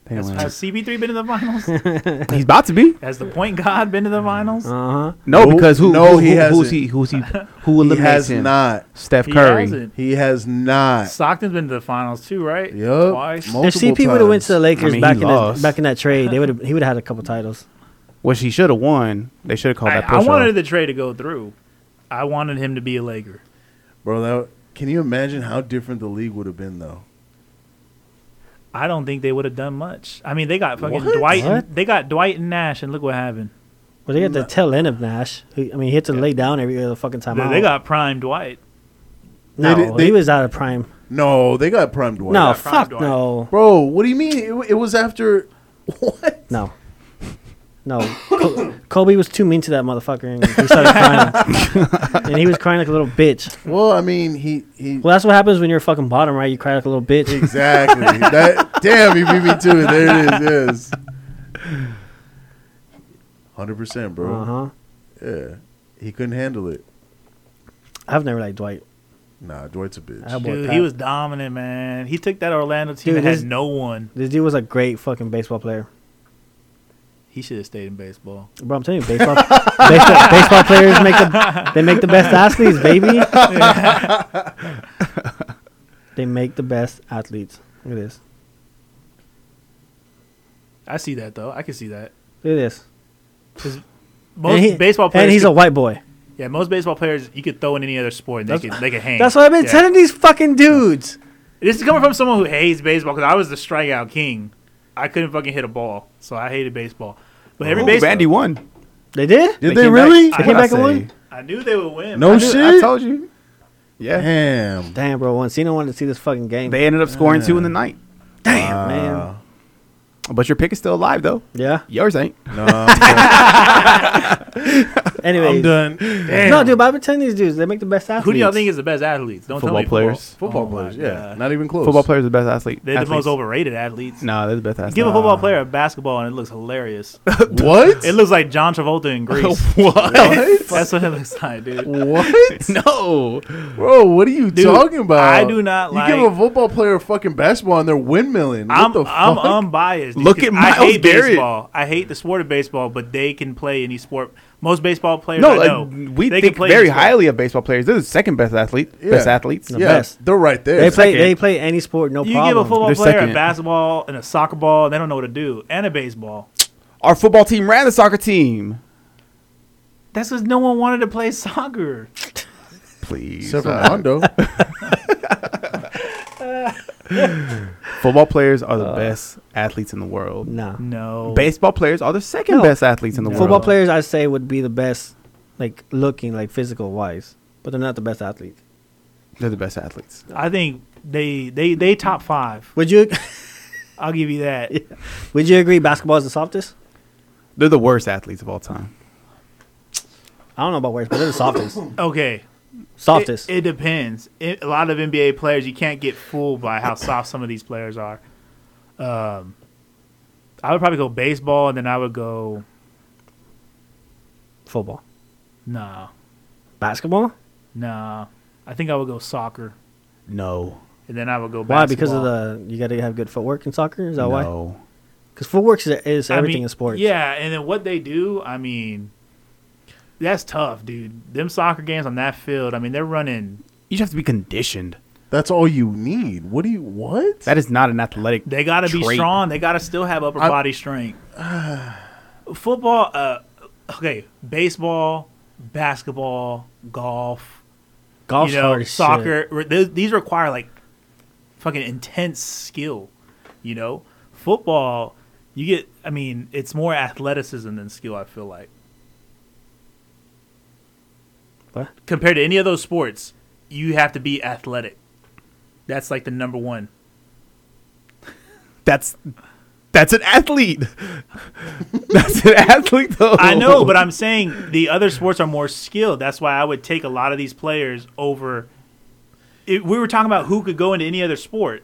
Speaker 5: They
Speaker 6: Has,
Speaker 5: didn't
Speaker 6: has CB3 been in the finals?
Speaker 5: win. He's about to be.
Speaker 6: has the point guard been in the finals?
Speaker 4: uh huh.
Speaker 5: No,
Speaker 3: Nope.
Speaker 5: because who?
Speaker 3: No,
Speaker 5: who,
Speaker 3: he
Speaker 5: who-
Speaker 3: hasn't.
Speaker 5: Who's he? Who's he? Who
Speaker 3: He
Speaker 5: eliminates
Speaker 3: has
Speaker 5: him?
Speaker 3: not.
Speaker 5: Steph
Speaker 6: He
Speaker 5: Curry.
Speaker 6: hasn't.
Speaker 3: He has not.
Speaker 6: Stockton's been to the finals too, right?
Speaker 3: Yup.
Speaker 6: Twice.
Speaker 3: Mo-
Speaker 4: If
Speaker 3: Multiple
Speaker 4: CP would have went
Speaker 3: times.
Speaker 4: to the Lakers
Speaker 5: I mean, he
Speaker 4: back in that,
Speaker 5: lost.
Speaker 4: back in that trade, they would have he would have had a couple titles.
Speaker 5: Which he should have won. They should have called
Speaker 6: I,
Speaker 5: that
Speaker 6: I
Speaker 5: push
Speaker 6: wanted
Speaker 5: off.
Speaker 6: the trade to go through. I wanted him to be a Laker.
Speaker 3: Bro, that, can you imagine how different the league would have been though?
Speaker 6: I don't think they would have done much. I mean, they got fucking
Speaker 3: What?
Speaker 6: Dwight. And,
Speaker 4: What?
Speaker 6: they got Dwight and Nash, and look what happened.
Speaker 4: But they got the tail end of Nash. He, I mean, he had to lay down every other fucking time.
Speaker 6: They,
Speaker 4: out.
Speaker 6: they got prime Dwight.
Speaker 4: no.
Speaker 3: They did- they-
Speaker 4: he was out of prime.
Speaker 3: No, they got Prime Dwight.
Speaker 4: no,
Speaker 6: got prime
Speaker 4: fuck
Speaker 6: Dwight.
Speaker 4: no,
Speaker 3: bro. What do you mean? It, w- it was after what?
Speaker 4: no, no. Co- Kobe was too mean to that motherfucker, and he started crying, and he was crying like a little bitch.
Speaker 3: Well, I mean, he he.
Speaker 4: Well, that's what happens when you're a fucking bottom, right? You cry like a little bitch.
Speaker 3: Exactly. that damn, he beat me too. There it is. Yes. Hundred percent, bro.
Speaker 4: Uh
Speaker 6: Uh-huh.
Speaker 4: huh.
Speaker 3: Yeah, he couldn't handle it.
Speaker 4: I've never liked Dwight.
Speaker 3: Nah, Dwight's a bitch.
Speaker 4: That boy
Speaker 6: Dude,
Speaker 4: Pat.
Speaker 6: he was dominant, man. He took that Orlando team
Speaker 4: Dude,
Speaker 6: that
Speaker 4: his-
Speaker 6: had no one.
Speaker 4: This dude was a great fucking baseball player.
Speaker 6: He should have stayed in baseball.
Speaker 4: Bro, I'm telling you, baseball, baseball, baseball players make the they make the best athletes, baby. they make the best athletes. Look at this.
Speaker 6: I see that though. I can see that.
Speaker 4: Look at this.
Speaker 6: 'Cause Most
Speaker 4: And he-
Speaker 6: baseball players,
Speaker 4: and he's
Speaker 6: could-
Speaker 4: a white boy.
Speaker 6: yeah. Most baseball players, you could throw in any other sport, and they could they could hang.
Speaker 4: That's what I've been
Speaker 6: Yeah.
Speaker 4: telling these fucking dudes.
Speaker 6: This is coming from someone who hates baseball because I was the strikeout king. I couldn't fucking hit a ball, so I hated baseball. But every
Speaker 5: Ooh,
Speaker 6: baseball,
Speaker 5: Bandy won.
Speaker 4: They did.
Speaker 3: Did
Speaker 5: They
Speaker 3: they,
Speaker 5: came back-
Speaker 3: really?
Speaker 5: I-
Speaker 4: came
Speaker 5: I
Speaker 4: back and
Speaker 5: say-
Speaker 4: won?
Speaker 6: I knew they would win.
Speaker 3: No
Speaker 5: I,
Speaker 3: shit.
Speaker 5: knew- I told you. Yeah.
Speaker 3: Damn.
Speaker 4: Damn, bro. Encino wanted to see this fucking game.
Speaker 5: They ended up scoring two in the night.
Speaker 4: Damn, man.
Speaker 6: Uh,
Speaker 5: But your pick is still alive though.
Speaker 4: Yeah.
Speaker 5: Yours ain't.
Speaker 3: No, I'm
Speaker 4: Anyway,
Speaker 3: done. I'm done.
Speaker 4: no, dude. But I've been telling these dudes they make the best athletes.
Speaker 6: Who do y'all think is the best athletes? Don't tell
Speaker 5: Football
Speaker 6: me football.
Speaker 5: players.
Speaker 3: Football
Speaker 6: Oh my
Speaker 3: players, yeah,
Speaker 6: God.
Speaker 3: not even close.
Speaker 5: Football players are the best athlete.
Speaker 6: They're the
Speaker 5: athletes.
Speaker 6: most overrated athletes.
Speaker 5: No, they're the best athletes.
Speaker 6: Give a football player a basketball and it looks hilarious.
Speaker 3: What?
Speaker 6: it looks like John Travolta in Greece.
Speaker 3: what?
Speaker 6: That's what it looks like, dude.
Speaker 3: what?
Speaker 5: No.
Speaker 3: Bro, what are you
Speaker 6: Dude,
Speaker 3: talking about?
Speaker 6: I do not
Speaker 3: You
Speaker 6: like-
Speaker 3: give a football player a fucking basketball and they're windmilling. What
Speaker 6: I'm,
Speaker 3: the
Speaker 6: I'm
Speaker 3: fuck?
Speaker 6: unbiased. dude,
Speaker 5: Look
Speaker 6: 'cause
Speaker 5: at
Speaker 6: I
Speaker 5: Miles
Speaker 6: hate
Speaker 5: Garrett.
Speaker 6: baseball. I hate the sport of baseball, but they can play any sport. Most baseball players,
Speaker 5: No,
Speaker 6: I know,
Speaker 5: like, we
Speaker 6: they can
Speaker 5: think
Speaker 6: play
Speaker 5: very
Speaker 6: any sport.
Speaker 5: highly of baseball players. They're the second best athlete.
Speaker 3: Yeah.
Speaker 5: Best athletes.
Speaker 4: The
Speaker 3: yeah,
Speaker 4: best.
Speaker 3: they're right there.
Speaker 4: They play.
Speaker 5: Second.
Speaker 4: They play any sport, no
Speaker 6: You
Speaker 4: problem.
Speaker 6: give a football
Speaker 5: They're
Speaker 6: player
Speaker 5: second.
Speaker 6: a basketball and a soccer ball, they don't know what to do, and a baseball.
Speaker 5: Our football team ran the soccer team.
Speaker 6: That's because no one wanted to play soccer.
Speaker 5: Please.
Speaker 3: Except for
Speaker 5: Uh,
Speaker 3: Rondo.
Speaker 5: football players are the best athletes in the world.
Speaker 4: Nah.
Speaker 6: No,
Speaker 5: Baseball players are the second
Speaker 4: No.
Speaker 5: best athletes in the
Speaker 4: Football
Speaker 5: world.
Speaker 4: players, I say, would be the best, like looking, like physical wise, but they're not the best athletes.
Speaker 5: They're the best athletes.
Speaker 6: I think they they they top five.
Speaker 4: Would you?
Speaker 6: I'll give you that.
Speaker 4: would you agree? Basketball is the softest.
Speaker 5: They're the worst athletes of all time.
Speaker 4: I don't know about worst, but they're the softest.
Speaker 6: Okay,
Speaker 4: softest.
Speaker 6: It, it depends. It, a lot of NBA players, you can't get fooled by how soft some of these players are. Um, I would probably go baseball, and then I would go
Speaker 4: football.
Speaker 6: nah,
Speaker 4: Basketball?
Speaker 6: nah. I think I would go soccer,
Speaker 5: No.
Speaker 6: and then I would go.
Speaker 4: Why?
Speaker 6: Basketball.
Speaker 4: Because of the you got to have good footwork in soccer. Is that why? 'Cause why?
Speaker 5: No.
Speaker 4: Because footwork is, is
Speaker 6: I
Speaker 4: everything
Speaker 6: mean,
Speaker 4: in sports.
Speaker 6: Yeah, and then what they do, I mean, that's tough, dude. Them soccer games on that field, I mean, they're running.
Speaker 5: You just have to be conditioned.
Speaker 3: That's all you need. What do you what?
Speaker 5: That is not an athletic.
Speaker 6: They got to be
Speaker 5: trait.
Speaker 6: strong. They got to still have upper
Speaker 3: I-
Speaker 6: body strength. Football, uh, okay, baseball, basketball, golf,
Speaker 4: Golf's
Speaker 6: you
Speaker 4: hard
Speaker 6: know,
Speaker 4: as shit.
Speaker 6: soccer. re- th- These require like fucking intense skill. You know, football, you get. I mean, it's more athleticism than skill. I feel like.
Speaker 4: What?
Speaker 6: Compared to any of those sports, you have to be athletic. That's like the number one.
Speaker 5: That's that's an athlete. that's an athlete though.
Speaker 6: I know, but I'm saying the other sports are more skilled. That's why I would take a lot of these players over. It, we were talking about who could go into any other sport.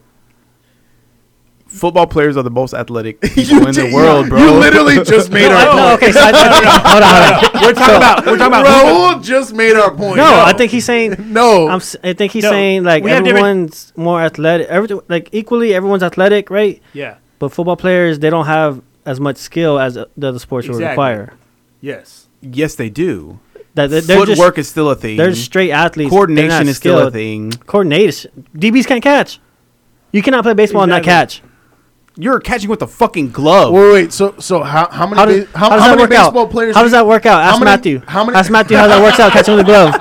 Speaker 5: football players are the most athletic people in the
Speaker 3: ju-
Speaker 5: world, bro.
Speaker 3: You literally just made our
Speaker 6: No,
Speaker 3: point.
Speaker 4: No, okay, so I, hold on, hold on.
Speaker 6: Oh, We're talking about we're talking about who
Speaker 3: Raul
Speaker 6: could-
Speaker 3: just made our point.
Speaker 4: No, I think he's saying
Speaker 3: no.
Speaker 4: I'm, s- I think he's
Speaker 6: No,
Speaker 4: saying like
Speaker 6: we have different-
Speaker 4: everyone's more athletic. Everything like equally, everyone's athletic, right?
Speaker 6: yeah.
Speaker 4: But football players, they don't have as much skill as uh, the other sports would
Speaker 6: Exactly.
Speaker 4: require.
Speaker 6: Yes.
Speaker 5: yes, they do.
Speaker 4: That they're, they're just
Speaker 5: Footwork is still a thing.
Speaker 4: they're straight athletes. They're not
Speaker 5: Coordination is still a
Speaker 4: skilled.
Speaker 5: thing.
Speaker 4: Coordination. DBs can't catch. You cannot play baseball and not catch.
Speaker 6: Exactly.
Speaker 5: You're catching with a fucking glove.
Speaker 3: Wait, wait. So, so how how many
Speaker 4: How does,
Speaker 3: ba- how,
Speaker 4: how does
Speaker 3: how
Speaker 4: that
Speaker 3: many
Speaker 4: work out?
Speaker 3: baseball players?
Speaker 4: how does
Speaker 3: do you-
Speaker 4: that work out?
Speaker 3: how
Speaker 4: Ask
Speaker 3: many-
Speaker 4: Matthew.
Speaker 3: how many-
Speaker 4: Ask Matthew how that works out catching with the glove.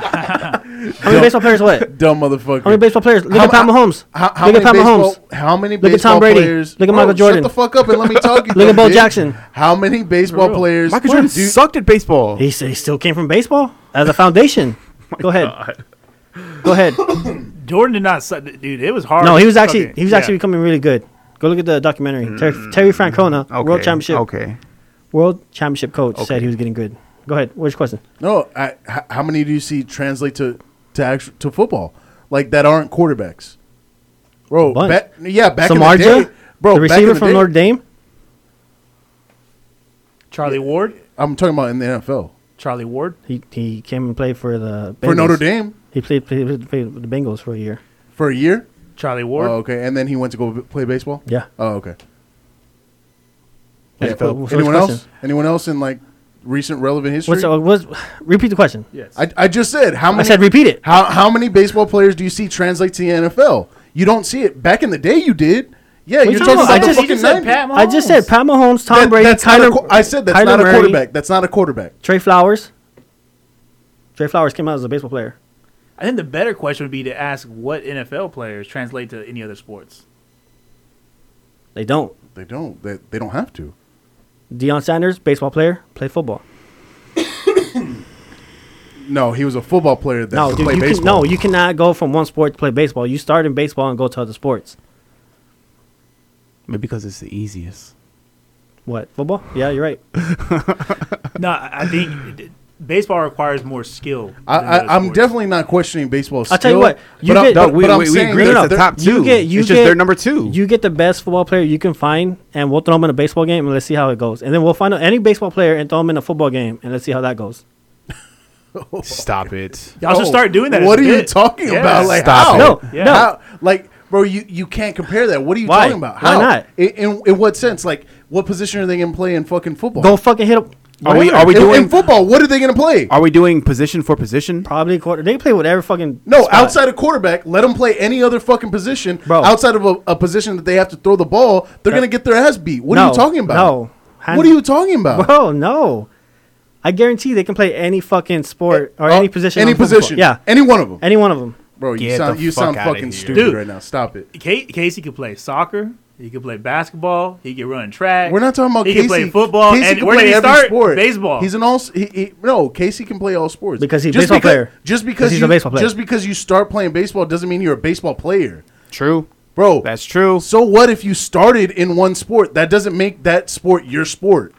Speaker 4: How many baseball players what?
Speaker 3: Dumb motherfucker.
Speaker 4: How many baseball players? Look
Speaker 3: How-
Speaker 4: at Pat Mahomes.
Speaker 3: How, how
Speaker 4: Look at
Speaker 3: many
Speaker 4: Pat
Speaker 3: baseball,
Speaker 4: Mahomes.
Speaker 3: How many
Speaker 4: Look at
Speaker 3: baseball
Speaker 4: Tom Brady.
Speaker 3: players?
Speaker 4: Look at Michael Jordan.
Speaker 3: Shut the fuck up and let me talk. you
Speaker 4: Look
Speaker 3: dumb
Speaker 4: at Bo
Speaker 3: bitch.
Speaker 4: Jackson.
Speaker 3: How many baseball players?
Speaker 5: Michael Jordan
Speaker 3: do-
Speaker 5: sucked at baseball.
Speaker 4: He, s- he still came from baseball as a foundation. Go ahead. Go ahead.
Speaker 6: Jordan did not, suck, dude. It was hard.
Speaker 4: No, he was actually
Speaker 6: Fucking-
Speaker 4: he was
Speaker 6: yeah.
Speaker 4: actually becoming really good. Go look at the documentary. Terry, Terry Francona, world championship,
Speaker 5: Mm, Okay.
Speaker 4: world championship coach,
Speaker 5: Okay.
Speaker 4: said he was getting good. Go ahead. What's your question?
Speaker 3: No, I, h- how many do you see translate to to actual, to football like that aren't quarterbacks? Bro,
Speaker 4: A bunch.
Speaker 3: back- yeah, back in the
Speaker 4: Samardzija,
Speaker 3: day, bro,
Speaker 4: the
Speaker 3: back in
Speaker 4: receiver
Speaker 3: the
Speaker 4: from
Speaker 3: day-
Speaker 4: Notre Dame.
Speaker 6: Charlie Ward.
Speaker 3: I'm talking about in the NFL
Speaker 6: Charlie Ward.
Speaker 4: He he came and played for the
Speaker 3: for
Speaker 4: Bengals.
Speaker 3: Notre Dame
Speaker 4: He played, played played with the Bengals for a year.
Speaker 3: for a year.
Speaker 6: Charlie Ward.
Speaker 3: Oh, okay, and then he went to go b- play baseball.
Speaker 4: Yeah.
Speaker 3: Oh, okay.
Speaker 4: What's-
Speaker 3: Yeah.
Speaker 4: what's the
Speaker 3: Anyone
Speaker 4: question?
Speaker 3: else? Anyone else in like recent relevant history?
Speaker 4: What's, uh, what's repeat the question?
Speaker 6: Yes.
Speaker 3: I, I just said how many.
Speaker 4: I said repeat it.
Speaker 3: How how many baseball players do you see translate to the NFL? You don't see it. Back in the day, you did. Yeah, you're
Speaker 4: you
Speaker 3: talking about
Speaker 4: talking about?
Speaker 3: the
Speaker 4: I just-
Speaker 6: he
Speaker 3: fucking
Speaker 6: just said
Speaker 3: 90s.
Speaker 6: Pat
Speaker 4: I just said Pat Mahomes, Tom
Speaker 3: That-
Speaker 4: Brady,
Speaker 3: that's not a
Speaker 4: Kyler.
Speaker 3: qu- I said that's
Speaker 4: Kyler
Speaker 3: not a
Speaker 4: Murray,
Speaker 3: quarterback. That's not a quarterback.
Speaker 4: Trey Flowers. Trey Flowers came out as a baseball player.
Speaker 6: I think the better question would be to ask what NFL players translate to any other sports.
Speaker 4: They don't.
Speaker 3: They don't. They, they don't have to.
Speaker 4: Deion Sanders, baseball player, played football.
Speaker 3: No, he was a football player that
Speaker 4: No,
Speaker 3: could
Speaker 4: dude,
Speaker 3: play
Speaker 4: you can,
Speaker 3: baseball.
Speaker 4: no, you cannot go from one sport to play baseball. You start in baseball and go to other sports.
Speaker 5: Maybe because it's the easiest.
Speaker 4: What football? Yeah, you're right.
Speaker 6: no, I I think it- baseball requires more skill.
Speaker 3: I,
Speaker 6: than those
Speaker 3: I, I'm
Speaker 6: sports.
Speaker 3: definitely not questioning baseball skill.
Speaker 4: I'll tell you what, you
Speaker 3: but I'm,
Speaker 4: get-
Speaker 3: but,
Speaker 4: No,
Speaker 5: uh, we,
Speaker 3: but I'm
Speaker 5: we, we
Speaker 3: saying
Speaker 5: agree
Speaker 3: that
Speaker 5: that's the
Speaker 3: they're-
Speaker 5: top two.
Speaker 4: You get, you
Speaker 5: it's
Speaker 4: get,
Speaker 5: just they're number two.
Speaker 4: You get the best football player you can find, and we'll throw them in a baseball game, and let's see how it goes. And then we'll find out any baseball player and throw them in a football game, and let's see how that goes.
Speaker 5: Stop it.
Speaker 6: Y'all should
Speaker 3: Oh,
Speaker 6: start doing that.
Speaker 3: What
Speaker 6: as
Speaker 3: are
Speaker 6: a
Speaker 3: you
Speaker 6: bit.
Speaker 3: talking
Speaker 6: Yeah.
Speaker 3: about? Like
Speaker 5: Stop
Speaker 3: how?
Speaker 4: it. No, no.
Speaker 3: How- like, bro, you, you can't compare that. What are you
Speaker 4: Why?
Speaker 3: talking about?
Speaker 4: Why
Speaker 3: How?
Speaker 4: not?
Speaker 3: In, in, in what sense? Like, what position are they gonna play in fucking football?
Speaker 4: Go fucking hit up.
Speaker 5: Are we are we
Speaker 3: in,
Speaker 5: doing
Speaker 3: in football? What are they gonna play?
Speaker 5: are we doing position for position?
Speaker 4: Probably quarter. They play whatever fucking.
Speaker 3: No,
Speaker 4: spot.
Speaker 3: outside of quarterback, let them play any other fucking position.
Speaker 4: Bro.
Speaker 3: Outside of a, a position that they have to throw the ball, they're gonna get their ass beat. What are you
Speaker 4: No,
Speaker 3: talking about?
Speaker 4: no.
Speaker 3: what are you talking about?
Speaker 4: Bro, no. I guarantee they can play any fucking sport or
Speaker 3: Uh,
Speaker 4: any position.
Speaker 3: Any
Speaker 4: on football.
Speaker 3: position.
Speaker 4: Yeah.
Speaker 3: Any one of them.
Speaker 4: Any one of them.
Speaker 3: Bro, you
Speaker 5: Get
Speaker 3: sound
Speaker 5: the
Speaker 3: you
Speaker 5: fuck
Speaker 3: sound
Speaker 5: outta
Speaker 3: fucking
Speaker 5: here.
Speaker 3: stupid
Speaker 6: Dude.
Speaker 3: right now. Stop it.
Speaker 6: Ca- Casey could play soccer. He could play basketball. He could run track.
Speaker 3: We're not talking about
Speaker 6: he
Speaker 3: Casey.
Speaker 6: could play football.
Speaker 3: Casey
Speaker 6: and
Speaker 3: can
Speaker 6: where
Speaker 3: play
Speaker 6: did he
Speaker 3: every
Speaker 6: start?
Speaker 3: sport.
Speaker 6: Baseball.
Speaker 3: He's an all. He, he, no, Casey can play all sports
Speaker 4: Because he's a baseball
Speaker 3: because,
Speaker 4: player.
Speaker 3: Just
Speaker 4: Because
Speaker 3: because
Speaker 4: he's
Speaker 3: you,
Speaker 4: a baseball player.
Speaker 3: Just because you start playing baseball doesn't mean you're a baseball player,
Speaker 5: True.
Speaker 3: bro.
Speaker 5: That's true.
Speaker 3: So what if you started in one sport? That doesn't make that sport your sport.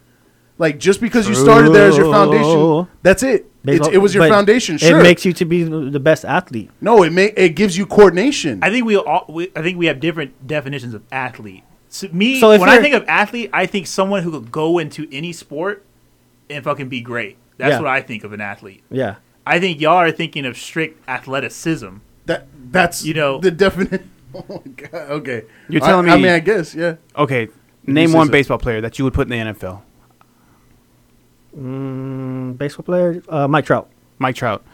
Speaker 3: Like just because you started there as your foundation,
Speaker 4: True.
Speaker 3: that's it. It's,
Speaker 4: Baseball-
Speaker 3: it was your
Speaker 4: but
Speaker 3: foundation. Sure.
Speaker 4: It makes you to be the best athlete.
Speaker 3: no. It may it gives you coordination.
Speaker 6: I think we all. We, I think we have different definitions of athlete. So me,
Speaker 4: So if
Speaker 6: when I
Speaker 4: you're-
Speaker 6: think of athlete, I think someone who could go into any sport and fucking be great. That's
Speaker 4: Yeah.
Speaker 6: what I think of an athlete.
Speaker 4: Yeah.
Speaker 6: I think y'all are thinking of strict athleticism.
Speaker 3: that that's
Speaker 6: You know-
Speaker 3: the definition. Oh my god. Okay.
Speaker 5: You're
Speaker 3: I-
Speaker 5: telling
Speaker 3: I
Speaker 5: me-
Speaker 3: mean, I guess. Yeah.
Speaker 5: Okay.
Speaker 3: This
Speaker 5: Name
Speaker 3: is
Speaker 5: one
Speaker 3: a-
Speaker 5: baseball player that you would put in the NFL.
Speaker 4: Mm, baseball player, uh, Mike Trout,
Speaker 5: Mike Trout.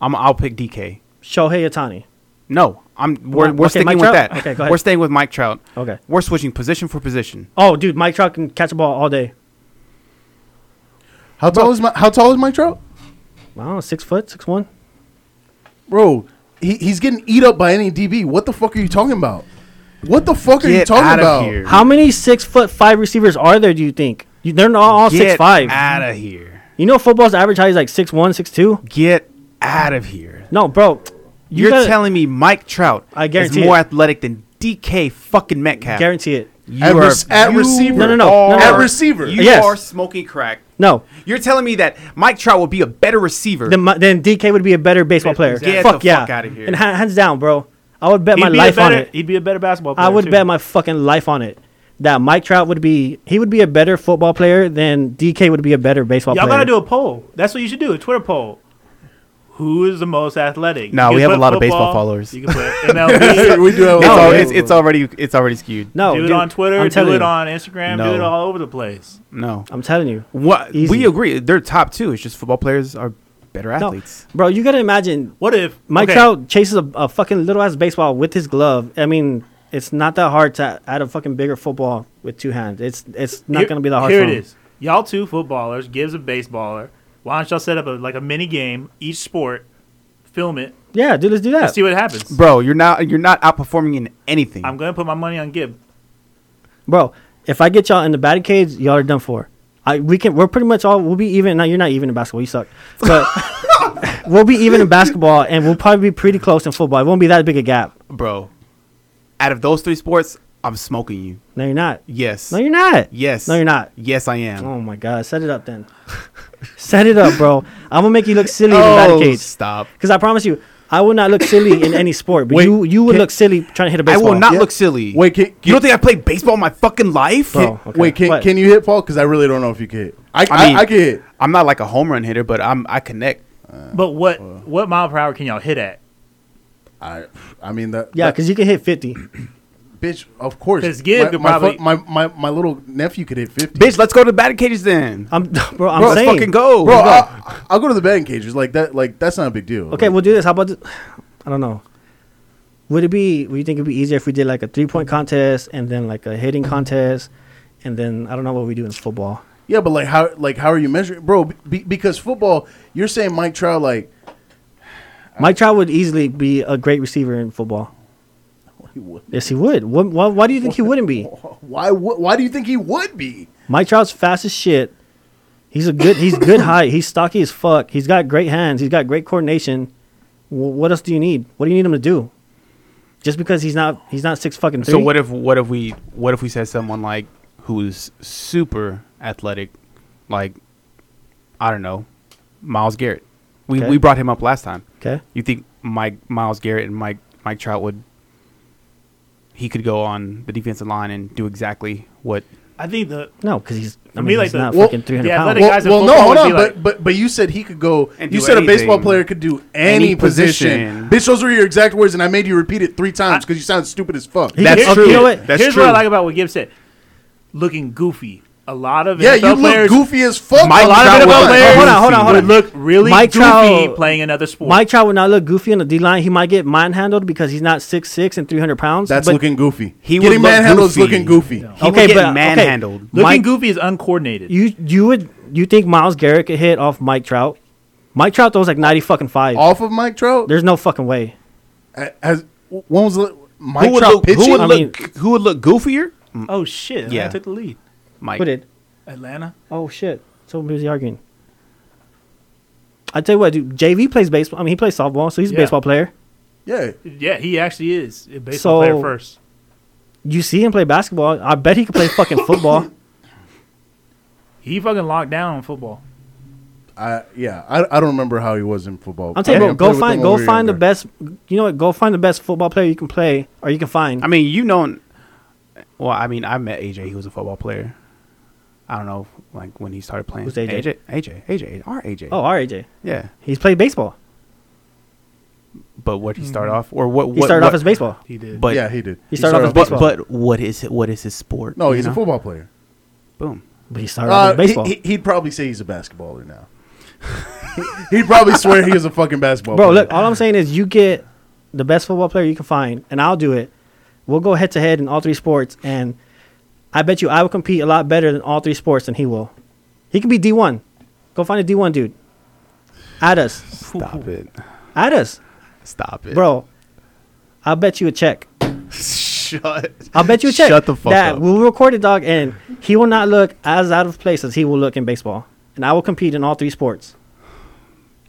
Speaker 5: I'm, I'll pick DK.
Speaker 4: Shohei Otani.
Speaker 5: No, I'm. We're,
Speaker 4: on.
Speaker 5: we're
Speaker 4: Okay,
Speaker 5: sticking
Speaker 4: Mike
Speaker 5: with
Speaker 4: Trout?
Speaker 5: that.
Speaker 4: Okay, go ahead.
Speaker 5: We're staying with Mike Trout.
Speaker 4: Okay.
Speaker 5: We're switching position for position.
Speaker 4: Oh, dude, Mike Trout can catch a ball all day.
Speaker 3: How tall is my How tall is Mike Trout?
Speaker 4: I don't know, six foot, six one.
Speaker 3: Bro, he, he's getting eat up by any DB. What the fuck are you talking about? What the fuck are you
Speaker 5: Get
Speaker 3: talking
Speaker 5: out of
Speaker 3: about?
Speaker 5: here.
Speaker 4: How many six foot five receivers are there? Do you think? You, they're not all six five.
Speaker 5: out of here.
Speaker 4: You know, football's average height is like six one, six two.
Speaker 5: Get out of here.
Speaker 4: No, bro, you
Speaker 5: You're
Speaker 4: gotta-
Speaker 5: telling me Mike Trout
Speaker 4: I
Speaker 5: is
Speaker 4: guarantee
Speaker 5: more
Speaker 4: it.
Speaker 5: athletic than DK fucking Metcalf.
Speaker 4: guarantee it.
Speaker 5: You
Speaker 3: At
Speaker 5: are-
Speaker 3: rec- at
Speaker 5: you
Speaker 3: receiver.
Speaker 4: No, no, no, no, no,
Speaker 3: At
Speaker 4: no.
Speaker 3: receiver.
Speaker 5: You
Speaker 4: Yes.
Speaker 5: are smoking crack.
Speaker 4: No,
Speaker 5: You're telling me that Mike Trout will be a better receiver.
Speaker 4: then, my, then DK would be a better baseball player.
Speaker 5: Get the
Speaker 4: fuck
Speaker 5: fuck
Speaker 4: yeah,
Speaker 5: outta here.
Speaker 4: And ha- hands down, bro, I would bet my
Speaker 6: be
Speaker 4: life
Speaker 6: a better,
Speaker 4: on it.
Speaker 6: He'd be a better basketball player.
Speaker 4: I would
Speaker 6: too.
Speaker 4: bet my fucking life on it that Mike Trout would be he would be a better football player than DK would be a better baseball
Speaker 6: Y'all
Speaker 4: player.
Speaker 6: gotta do a poll. That's what you should do. A Twitter poll. Who is the most athletic?
Speaker 5: No,
Speaker 6: You can
Speaker 5: we have a
Speaker 6: put
Speaker 5: lot of baseball followers.
Speaker 6: You can put MLB.
Speaker 3: we do have
Speaker 5: it's,
Speaker 3: a
Speaker 5: al-
Speaker 3: lot
Speaker 5: it's, it's already it's already skewed.
Speaker 4: no,
Speaker 6: do it
Speaker 4: Oh, dude,
Speaker 6: on Twitter.
Speaker 4: I'm
Speaker 6: do
Speaker 4: telling
Speaker 6: it
Speaker 4: you.
Speaker 6: on Instagram.
Speaker 5: No.
Speaker 6: Do it all over the place.
Speaker 5: No.
Speaker 4: I'm telling you.
Speaker 5: What
Speaker 4: Easy.
Speaker 5: we agree, they're top two. It's just football players are better
Speaker 4: No,
Speaker 5: athletes.
Speaker 4: bro, you gotta imagine
Speaker 6: What if
Speaker 4: Mike
Speaker 6: okay,
Speaker 4: Trout chases a, a fucking little ass baseball with his glove. I mean, it's not that hard to add a fucking bigger football with two hands. It's it's not
Speaker 6: here-
Speaker 4: gonna be that hard.
Speaker 6: Here
Speaker 4: for
Speaker 6: it
Speaker 4: him.
Speaker 6: is. Y'all two footballers gives a baseballer. Why don't y'all set up a, like a mini game each sport? film it,
Speaker 4: Yeah, dude, let's do
Speaker 6: and
Speaker 4: that.
Speaker 6: see what happens.
Speaker 5: bro. You're not you're not outperforming in anything.
Speaker 6: I'm gonna put my money on Gib.
Speaker 4: Bro, if I get y'all in the barricades, y'all are done for. I we can we're pretty much all we'll be even. No, you're not even in basketball. You suck. But we'll be even in basketball, and we'll probably be pretty close in football. It won't be that big a gap.
Speaker 5: bro. Out of those three sports, I'm smoking you.
Speaker 4: No, you're not.
Speaker 5: Yes.
Speaker 4: No, you're not.
Speaker 5: Yes.
Speaker 4: No, you're not.
Speaker 5: Yes, I am.
Speaker 4: Oh my god, set it up then. set it up, bro. I'm gonna make you look silly in the
Speaker 5: Oh,
Speaker 4: barricades.
Speaker 5: stop.
Speaker 4: Because I promise you, I will not look silly in any sport. But
Speaker 3: Wait,
Speaker 4: you you would
Speaker 3: can-
Speaker 4: look silly trying to hit a
Speaker 5: I
Speaker 4: baseball.
Speaker 5: will not
Speaker 3: Yeah.
Speaker 5: look silly.
Speaker 3: Wait, can,
Speaker 5: you don't think I played baseball my fucking life?
Speaker 4: Bro. Oh, okay.
Speaker 3: Wait, can,
Speaker 4: What?
Speaker 3: can you hit, Paul? Because I really don't know if you can hit. I, I,
Speaker 5: mean-
Speaker 3: I can hit.
Speaker 5: I'm not like a home run hitter, but I'm I connect.
Speaker 6: But what what mile per hour can y'all hit at?
Speaker 3: I, I mean that.
Speaker 4: Yeah,
Speaker 3: that-
Speaker 4: because you can hit 50.
Speaker 3: bitch, of course.
Speaker 6: 'Cause Gib
Speaker 3: my,
Speaker 6: could
Speaker 3: my,
Speaker 6: probably-
Speaker 3: fu- my, my, my little nephew could hit fifty.
Speaker 5: Bitch, let's go to the batting cages then.
Speaker 4: I'm bro.
Speaker 5: Bro,
Speaker 4: I'm
Speaker 5: let's
Speaker 4: saying.
Speaker 5: fucking go.
Speaker 3: bro, uh, I, I'll go to the batting cages. Like that. Like that's not a big deal.
Speaker 4: Okay,
Speaker 3: Like,
Speaker 4: we'll do this. How about this? I don't know. Would it be? Would you think it'd be easier if we did like a three-point contest and then like a hitting contest, and then I don't know what we do in football.
Speaker 3: yeah, but like how like how are you measuring, bro? Be, because football, you're saying Mike Trout like
Speaker 4: Mike Trout would easily be a great receiver in football.
Speaker 3: he would-
Speaker 4: Yes, he would. Why, why, why do you think he wouldn't be?
Speaker 3: why would- why do you think he would be?
Speaker 4: Mike Trout's fast as shit. He's a good. He's good height. He's stocky as fuck. He's got great hands. He's got great coordination. W- what else do you need? What do you need him to do? Just because he's not he's not six fucking three.
Speaker 5: So what if what if we what if we said someone like who's super athletic, like I don't know, Miles Garrett. We
Speaker 4: Okay.
Speaker 5: we brought him up last time.
Speaker 4: Okay.
Speaker 5: You think Mike Miles Garrett and Mike Mike Trout would he could go on the defensive line and do exactly what
Speaker 6: I think the
Speaker 4: No, because he's. I
Speaker 6: Be
Speaker 4: mean,
Speaker 6: like
Speaker 4: he's
Speaker 6: the-
Speaker 4: not
Speaker 3: well,
Speaker 4: fucking three hundred
Speaker 6: the
Speaker 4: pounds.
Speaker 6: athletic
Speaker 3: Well,
Speaker 6: guys in
Speaker 3: well, no,
Speaker 6: football
Speaker 3: hold
Speaker 6: would
Speaker 3: on,
Speaker 6: be like-
Speaker 3: but but but you said he could go.
Speaker 5: And
Speaker 3: You
Speaker 5: do
Speaker 3: said a baseball
Speaker 5: anything.
Speaker 3: player could do any,
Speaker 5: Any
Speaker 3: position.
Speaker 5: position.
Speaker 3: Bitch, those were your exact words, and I made you repeat it three times because you sound stupid as fuck.
Speaker 4: He- That's
Speaker 6: Here-
Speaker 4: true.
Speaker 6: You know what?
Speaker 5: That's
Speaker 6: Here's what I
Speaker 5: true.
Speaker 6: like about what Gibbs said: looking goofy. A lot of
Speaker 3: yeah,
Speaker 6: NFL
Speaker 3: you look
Speaker 6: players,
Speaker 3: goofy as fuck.
Speaker 5: Mike
Speaker 6: A lot of
Speaker 5: Trout
Speaker 6: NFL
Speaker 5: was
Speaker 6: players
Speaker 4: Hold on, hold on, hold
Speaker 6: would
Speaker 4: on.
Speaker 6: look really
Speaker 4: Mike
Speaker 6: goofy
Speaker 4: Trout-
Speaker 6: playing another sport.
Speaker 4: Mike Trout would not look goofy on the D line. He might get manhandled because he's not six six and three hundred pounds.
Speaker 3: That's
Speaker 4: but-
Speaker 3: looking goofy.
Speaker 5: He would
Speaker 3: Getting
Speaker 5: look
Speaker 3: manhandled is
Speaker 5: goofy.
Speaker 3: looking goofy.
Speaker 5: he would get manhandled.
Speaker 6: looking
Speaker 4: Mike,
Speaker 6: goofy is uncoordinated.
Speaker 4: you you would you think Miles Garrett could hit off Mike Trout? Mike Trout throws like ninety fucking five.
Speaker 3: Off of Mike Trout,
Speaker 4: There's no fucking way.
Speaker 3: has when was the, Mike
Speaker 5: who would
Speaker 3: Trout
Speaker 5: look
Speaker 3: pitching?
Speaker 5: who would
Speaker 4: I
Speaker 5: look who would look goofier?
Speaker 6: oh shit! Atlanta
Speaker 5: Yeah.
Speaker 6: took the lead.
Speaker 5: Mike.
Speaker 4: Put it.
Speaker 6: Atlanta.
Speaker 4: Oh shit. So busy arguing. I tell you what, dude. JV plays baseball. I mean, he plays softball, so he's a
Speaker 6: Yeah.
Speaker 4: baseball player.
Speaker 3: yeah,
Speaker 6: Yeah, he actually is a
Speaker 4: So-
Speaker 6: baseball player first.
Speaker 4: You see him play basketball. I bet he could play fucking football.
Speaker 6: He fucking locked down on football.
Speaker 3: I yeah, I, I don't remember how he was in football.
Speaker 4: I'm telling
Speaker 3: I
Speaker 4: you,
Speaker 3: didn't
Speaker 4: bro,
Speaker 3: play
Speaker 4: go
Speaker 3: with
Speaker 4: find
Speaker 3: them
Speaker 4: go
Speaker 3: when we were
Speaker 4: find the
Speaker 3: younger.
Speaker 4: best. You know what? Go find the best football player you can play or you can find.
Speaker 5: I mean, you know, well, I mean, I met AJ. He was a football player. I don't know, like when he started playing.
Speaker 4: Who's AJ?
Speaker 5: AJ, AJ, AJ, our AJ.
Speaker 4: oh, RJ,
Speaker 5: yeah.
Speaker 4: he's played baseball.
Speaker 5: But what he started off, or what
Speaker 4: He
Speaker 5: what-
Speaker 4: started
Speaker 5: what-
Speaker 4: off as baseball.
Speaker 6: He did.
Speaker 5: But
Speaker 3: Mm-hmm. yeah, he did.
Speaker 4: He started off as
Speaker 5: but,
Speaker 4: baseball.
Speaker 5: but what is it? What is his sport?
Speaker 3: No,
Speaker 5: you
Speaker 3: he's a
Speaker 5: know?
Speaker 3: football player.
Speaker 5: Boom.
Speaker 4: But he started off
Speaker 3: Uh,
Speaker 4: as
Speaker 3: he-
Speaker 4: baseball.
Speaker 3: he, would probably say he's a basketballer now. he'd probably swear he is a fucking basketball.
Speaker 4: Bro,
Speaker 3: player.
Speaker 4: look, all I'm saying is you get the best football player you can find, and I'll do it. We'll go head to head in all three sports, and I bet you I will compete a lot better in all three sports than he will. He could be D1. Go find a D1 dude. At us.
Speaker 5: Stop it.
Speaker 4: At us.
Speaker 5: Stop it,
Speaker 4: Bro, I'll bet you a check.
Speaker 5: Shut.
Speaker 4: I'll bet you a check.
Speaker 5: Shut the fuck
Speaker 4: that
Speaker 5: up.
Speaker 4: We'll record it, dog, and he will not look as out of place as he will look in baseball. And I will compete in all three sports.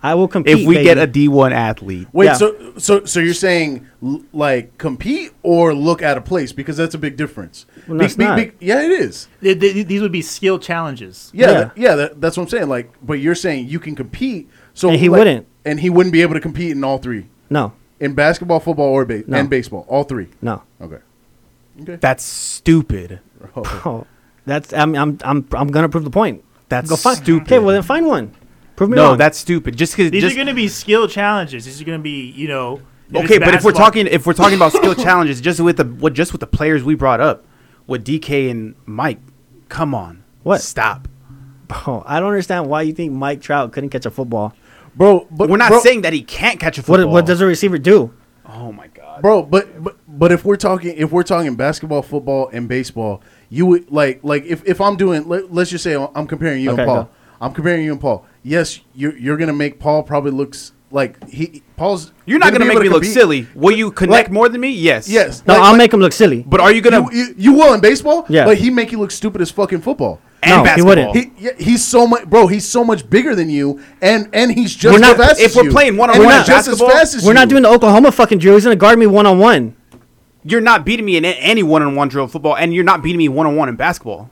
Speaker 4: I will compete.
Speaker 5: If we get
Speaker 4: baby.
Speaker 5: a D one athlete,
Speaker 3: Wait,
Speaker 4: Yeah.
Speaker 3: so so so you're saying l- like compete or look out of place because that's a big difference.
Speaker 4: Well, no, it's not.
Speaker 3: yeah, it is.
Speaker 6: Th- th- these would be skill challenges.
Speaker 3: Yeah,
Speaker 4: Yeah.
Speaker 3: yeah, yeah that, that's what I'm saying. Like, but you're saying you can compete. So
Speaker 4: And he
Speaker 3: like-
Speaker 4: wouldn't.
Speaker 3: and he wouldn't be able to compete in all three,
Speaker 4: No,
Speaker 3: in basketball, football, or ba-
Speaker 4: No.
Speaker 3: and baseball, all three.
Speaker 4: no.
Speaker 3: Okay.
Speaker 5: that's stupid.
Speaker 4: Oh, that's I'm I'm I'm I'm gonna prove the point.
Speaker 5: That's
Speaker 4: Go find.
Speaker 5: stupid.
Speaker 4: Okay, well then find one. Prove me
Speaker 5: no,
Speaker 4: wrong.
Speaker 5: that's stupid. Just because.
Speaker 6: These
Speaker 5: Just,
Speaker 6: are going to be skill challenges. These are going to be, you know. if
Speaker 5: okay,
Speaker 6: it's
Speaker 5: but if we're
Speaker 6: basketball-
Speaker 5: talking if we're talking about skill challenges, just with the what just with the players we brought up, with DK and Mike, come on,
Speaker 4: What?
Speaker 5: Stop.
Speaker 4: Oh, I don't understand why you think Mike Trout couldn't catch a football.
Speaker 3: Bro, but
Speaker 5: But we're not
Speaker 3: bro,
Speaker 5: saying that he can't catch a
Speaker 4: What
Speaker 5: football.
Speaker 4: what does a receiver do?
Speaker 5: Oh my god.
Speaker 3: bro but, but but if we're talking if we're talking basketball football and baseball you would like like if, if i'm doing let, let's just say i'm comparing you
Speaker 4: Okay,
Speaker 3: and paul
Speaker 4: go.
Speaker 3: i'm comparing you and paul yes you're, you're gonna make paul probably looks like he Paul's.
Speaker 5: You're not gonna
Speaker 3: be
Speaker 5: make
Speaker 3: able
Speaker 5: me look
Speaker 3: compete.
Speaker 5: silly. Will you connect
Speaker 3: Like-
Speaker 5: more than me? Yes.
Speaker 3: Yes.
Speaker 4: No,
Speaker 3: like-
Speaker 4: I'll
Speaker 3: like,
Speaker 4: make him look silly.
Speaker 5: But are you gonna?
Speaker 3: you, you, you will in baseball.
Speaker 4: Yeah.
Speaker 3: but he make you look stupid as fucking football.
Speaker 4: No,
Speaker 5: and
Speaker 4: he wouldn't.
Speaker 3: He yeah, he's so much, bro. He's so much bigger than you, and and he's just
Speaker 4: We're not-
Speaker 3: as fast
Speaker 5: if
Speaker 3: as
Speaker 5: we're
Speaker 3: you.
Speaker 5: playing one-on-one
Speaker 3: And he's
Speaker 5: at
Speaker 3: just as
Speaker 5: basketball,
Speaker 3: fast as
Speaker 4: We're not
Speaker 3: you.
Speaker 4: doing the Oklahoma fucking drill. He's gonna guard me one on one.
Speaker 5: You're not beating me in a- any one-on-one drill football, and you're not beating me one-on-one in basketball.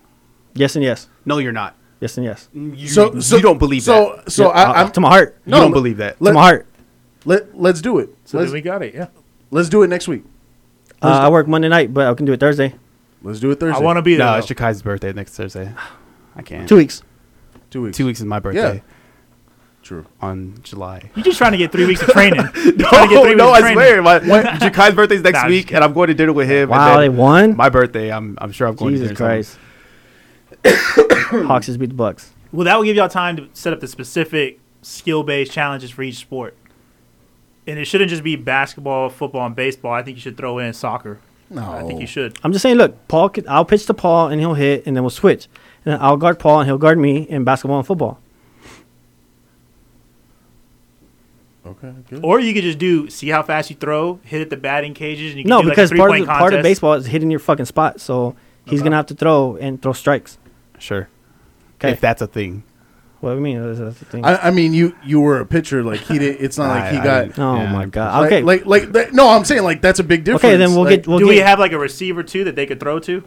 Speaker 4: Yes and yes.
Speaker 5: No, you're not.
Speaker 4: Yes and yes.
Speaker 5: You,
Speaker 3: So, so
Speaker 5: you don't believe
Speaker 3: so,
Speaker 5: that.
Speaker 3: So
Speaker 4: Uh,
Speaker 3: I, I'm,
Speaker 4: to my heart.
Speaker 5: You don't believe that.
Speaker 4: to
Speaker 3: Let,
Speaker 4: my heart.
Speaker 3: let, let's do it.
Speaker 6: So
Speaker 3: let's,
Speaker 6: then we got it. Yeah.
Speaker 3: let's do it next week.
Speaker 4: Uh, I work Monday night, but I can do it Thursday.
Speaker 3: Let's do it Thursday.
Speaker 6: I want to be there.
Speaker 5: no,
Speaker 6: though.
Speaker 5: it's Jakai's birthday next Thursday. I can't.
Speaker 4: Two weeks.
Speaker 3: two weeks.
Speaker 5: Two weeks is my birthday
Speaker 3: True.
Speaker 5: on July.
Speaker 6: You're just trying to get three weeks of training. no,
Speaker 5: Oh no, I swear. My, Jakai's birthday's next
Speaker 6: Nah,
Speaker 5: week,
Speaker 6: just-
Speaker 5: and I'm going to dinner with him.
Speaker 4: Wow,
Speaker 5: and
Speaker 4: they
Speaker 5: then
Speaker 4: won.
Speaker 5: My birthday, I'm, I'm sure I'm going
Speaker 4: Jesus
Speaker 5: to dinner.
Speaker 4: Christ. Hawks just beat the Bucks.
Speaker 6: Well, that will give y'all time to set up the specific skill-based challenges for each sport. And it shouldn't just be basketball, football, and baseball. I think you should throw in soccer.
Speaker 3: No.
Speaker 6: I think you should.
Speaker 4: I'm just saying, look, Paul. Could, I'll pitch to Paul and he'll hit, and then we'll switch. And then I'll guard Paul and he'll guard me in basketball and football.
Speaker 3: Okay. Good.
Speaker 6: Or you could just do see how fast you throw, hit at the batting cages, and you can
Speaker 4: No,
Speaker 6: do
Speaker 4: because
Speaker 6: like a
Speaker 4: part
Speaker 6: three-point
Speaker 4: of the, part of
Speaker 6: contest.
Speaker 4: baseball is hitting your fucking spot, so he's gonna have to throw and throw strikes.
Speaker 5: Sure.
Speaker 4: 'Kay.
Speaker 5: If that's a thing.
Speaker 4: What do you mean? That's the thing.
Speaker 3: I, I mean, you you were a pitcher. Like he did. It's not like he
Speaker 5: I- I
Speaker 3: got.
Speaker 5: didn't-
Speaker 4: oh
Speaker 5: Yeah.
Speaker 4: my god.
Speaker 3: like-
Speaker 4: Okay.
Speaker 3: Like like, that, no, I'm saying like that's a big difference.
Speaker 4: okay. Then we'll
Speaker 3: Like,
Speaker 4: get. We'll
Speaker 6: Do
Speaker 4: get,
Speaker 6: we have like a receiver too that they could throw to?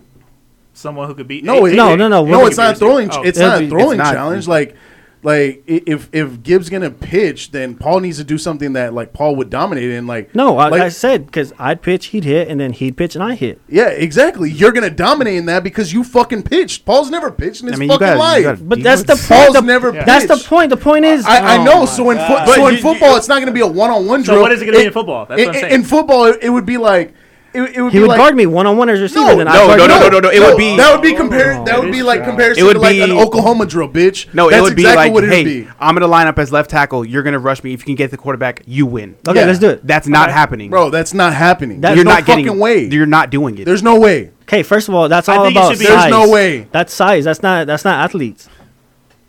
Speaker 6: Someone who could be
Speaker 3: No,
Speaker 6: Hey,
Speaker 3: it-
Speaker 4: No,
Speaker 6: hey,
Speaker 4: no, no,
Speaker 6: hey,
Speaker 4: we're-
Speaker 3: No, it's not a throwing.
Speaker 6: Oh,
Speaker 3: It's
Speaker 4: It'll
Speaker 3: not
Speaker 4: be-
Speaker 3: a
Speaker 4: it's
Speaker 3: throwing
Speaker 5: not-
Speaker 3: challenge. Like, like i- if if Gibbs gonna pitch, then Paul needs to do something that like Paul would dominate in. Like,
Speaker 4: no, I,
Speaker 3: like,
Speaker 4: I said because I'd pitch, he'd hit, and then he'd pitch, and I hit.
Speaker 3: yeah, exactly. You're gonna dominate in that because you fucking pitched. Paul's never pitched in his
Speaker 5: I mean, you
Speaker 3: fucking
Speaker 5: gotta,
Speaker 3: life.
Speaker 5: you gotta
Speaker 4: But
Speaker 5: deal
Speaker 4: that's
Speaker 5: with
Speaker 4: the
Speaker 5: it.
Speaker 4: point.
Speaker 3: Paul's
Speaker 4: The,
Speaker 3: never
Speaker 4: That's the
Speaker 3: pitched.
Speaker 4: point. The point is,
Speaker 3: I, I
Speaker 4: Oh
Speaker 3: know.
Speaker 4: my
Speaker 3: So in
Speaker 4: God.
Speaker 3: foot, so
Speaker 5: But
Speaker 3: in
Speaker 5: you-
Speaker 3: football, it's not going to be a one-on-one
Speaker 6: So
Speaker 3: drill.
Speaker 6: what is it gonna be in football? That's
Speaker 3: in,
Speaker 6: what I'm
Speaker 3: in-
Speaker 6: saying.
Speaker 3: In football, it, it would be like it, it would
Speaker 4: he
Speaker 3: be
Speaker 4: would
Speaker 3: like,
Speaker 4: guard me one on one as receiver.
Speaker 3: No,
Speaker 4: then I
Speaker 5: no,
Speaker 4: guard
Speaker 5: no,
Speaker 4: you.
Speaker 5: no, no, no, no. It would be.
Speaker 3: that would be compared.
Speaker 4: no,
Speaker 3: that would
Speaker 6: it
Speaker 3: be
Speaker 6: is
Speaker 3: like
Speaker 6: trash.
Speaker 3: comparison
Speaker 5: It would
Speaker 3: to like an
Speaker 5: be-
Speaker 3: Oklahoma drill, bitch.
Speaker 5: No,
Speaker 3: That's
Speaker 5: it would
Speaker 3: exactly
Speaker 5: be like,
Speaker 3: what it
Speaker 5: hey,
Speaker 3: would be.
Speaker 5: I'm gonna line up as left tackle. You're gonna rush me. If you can get the quarterback, you win.
Speaker 4: Okay,
Speaker 3: Yeah.
Speaker 4: let's do it.
Speaker 5: That's not happening,
Speaker 3: Bro, that's not happening.
Speaker 4: That's-
Speaker 3: That's
Speaker 5: You're
Speaker 3: no
Speaker 5: not
Speaker 3: fucking
Speaker 5: getting.
Speaker 3: way.
Speaker 5: You're not doing it.
Speaker 3: There's no way.
Speaker 4: Okay, first of all, that's
Speaker 6: I
Speaker 4: all
Speaker 6: think it
Speaker 4: about
Speaker 6: should be-
Speaker 4: size.
Speaker 3: There's no way.
Speaker 4: That's size. That's not. That's not athletes.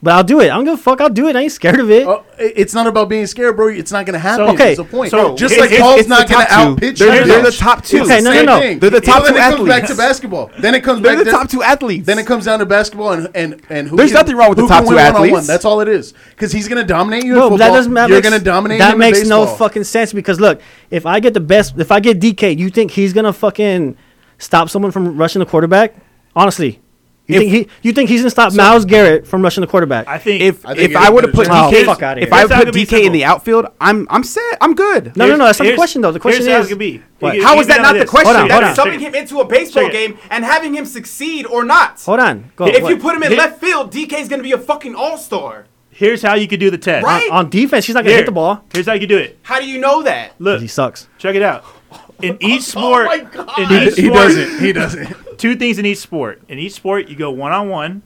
Speaker 4: But I'll do it. I don't give a fuck. I'll do it. I ain't scared of it.
Speaker 3: Uh, it- it's not about being scared, bro. It's not gonna happen.
Speaker 6: So-
Speaker 4: Okay.
Speaker 3: That's the point.
Speaker 6: So,
Speaker 3: just
Speaker 6: it-
Speaker 3: like
Speaker 6: it-
Speaker 3: Paul's
Speaker 5: it's
Speaker 3: not
Speaker 5: the
Speaker 3: gonna
Speaker 5: top two.
Speaker 3: outpitch
Speaker 5: They're-
Speaker 3: you.
Speaker 6: they're the
Speaker 5: top
Speaker 3: It's
Speaker 5: two.
Speaker 3: the
Speaker 4: Okay, no, no,
Speaker 3: same
Speaker 4: no.
Speaker 3: thing.
Speaker 5: They're the
Speaker 3: You know,
Speaker 5: top
Speaker 3: then
Speaker 5: two
Speaker 3: it comes back
Speaker 5: athletes.
Speaker 3: to basketball. Then it comes
Speaker 5: They're
Speaker 3: back
Speaker 5: the
Speaker 3: to-
Speaker 5: top two athletes.
Speaker 3: Then it comes down to basketball and and and who
Speaker 5: There's
Speaker 3: can-
Speaker 5: nothing wrong with the
Speaker 3: who
Speaker 5: top
Speaker 3: can
Speaker 5: two
Speaker 3: win one-on-one.
Speaker 5: athletes.
Speaker 3: That's all it is. Because he's gonna dominate you.
Speaker 4: No,
Speaker 3: in
Speaker 4: but
Speaker 3: football.
Speaker 4: that doesn't matter.
Speaker 3: You're gonna dominate. him
Speaker 4: That
Speaker 3: in
Speaker 4: makes no
Speaker 3: baseball.
Speaker 4: fucking sense because look, if I get the best, if I get DK, you think he's gonna fucking stop someone from rushing the quarterback? Honestly, you
Speaker 5: If-
Speaker 4: think he? You think he's gonna stop Miles Garrett from rushing the quarterback?
Speaker 6: I think
Speaker 5: if
Speaker 3: I think
Speaker 5: if
Speaker 3: it
Speaker 5: I
Speaker 3: is
Speaker 5: would have put
Speaker 3: better than-
Speaker 4: Oh,
Speaker 5: DK,
Speaker 4: fuck outta
Speaker 5: if
Speaker 4: here.
Speaker 5: I
Speaker 6: It's not
Speaker 5: put
Speaker 6: gonna be
Speaker 5: DK in
Speaker 6: simple.
Speaker 5: the outfield, I'm I'm set. I'm good.
Speaker 4: no, no, no. That's not the
Speaker 6: Here's-
Speaker 4: question though. The question
Speaker 6: here's how it
Speaker 4: is,
Speaker 6: could be.
Speaker 4: What?
Speaker 6: You
Speaker 5: How
Speaker 6: Even
Speaker 5: is that
Speaker 6: out
Speaker 5: not
Speaker 6: of
Speaker 5: the
Speaker 6: this.
Speaker 5: question?
Speaker 4: Hold on,
Speaker 5: That's
Speaker 4: hold on.
Speaker 5: summing him into a baseball
Speaker 6: Check it.
Speaker 5: game and having him succeed or not.
Speaker 4: hold on, go.
Speaker 5: If
Speaker 4: what?
Speaker 5: you put him in
Speaker 6: Hit-
Speaker 5: left field, DK's going to be a fucking all star.
Speaker 6: here's how you could do the test.
Speaker 5: Right?
Speaker 4: on defense, she's not gonna
Speaker 6: Here.
Speaker 4: hit the ball.
Speaker 6: Here's how you could do it.
Speaker 5: How do you know that?
Speaker 6: Look,
Speaker 4: He sucks.
Speaker 6: check it out.
Speaker 4: Oh
Speaker 6: In each sport,
Speaker 5: my God.
Speaker 6: in
Speaker 3: He,
Speaker 6: each
Speaker 3: he
Speaker 6: sport,
Speaker 3: doesn't. He doesn't.
Speaker 6: two things in each sport. In each sport, you go one on one,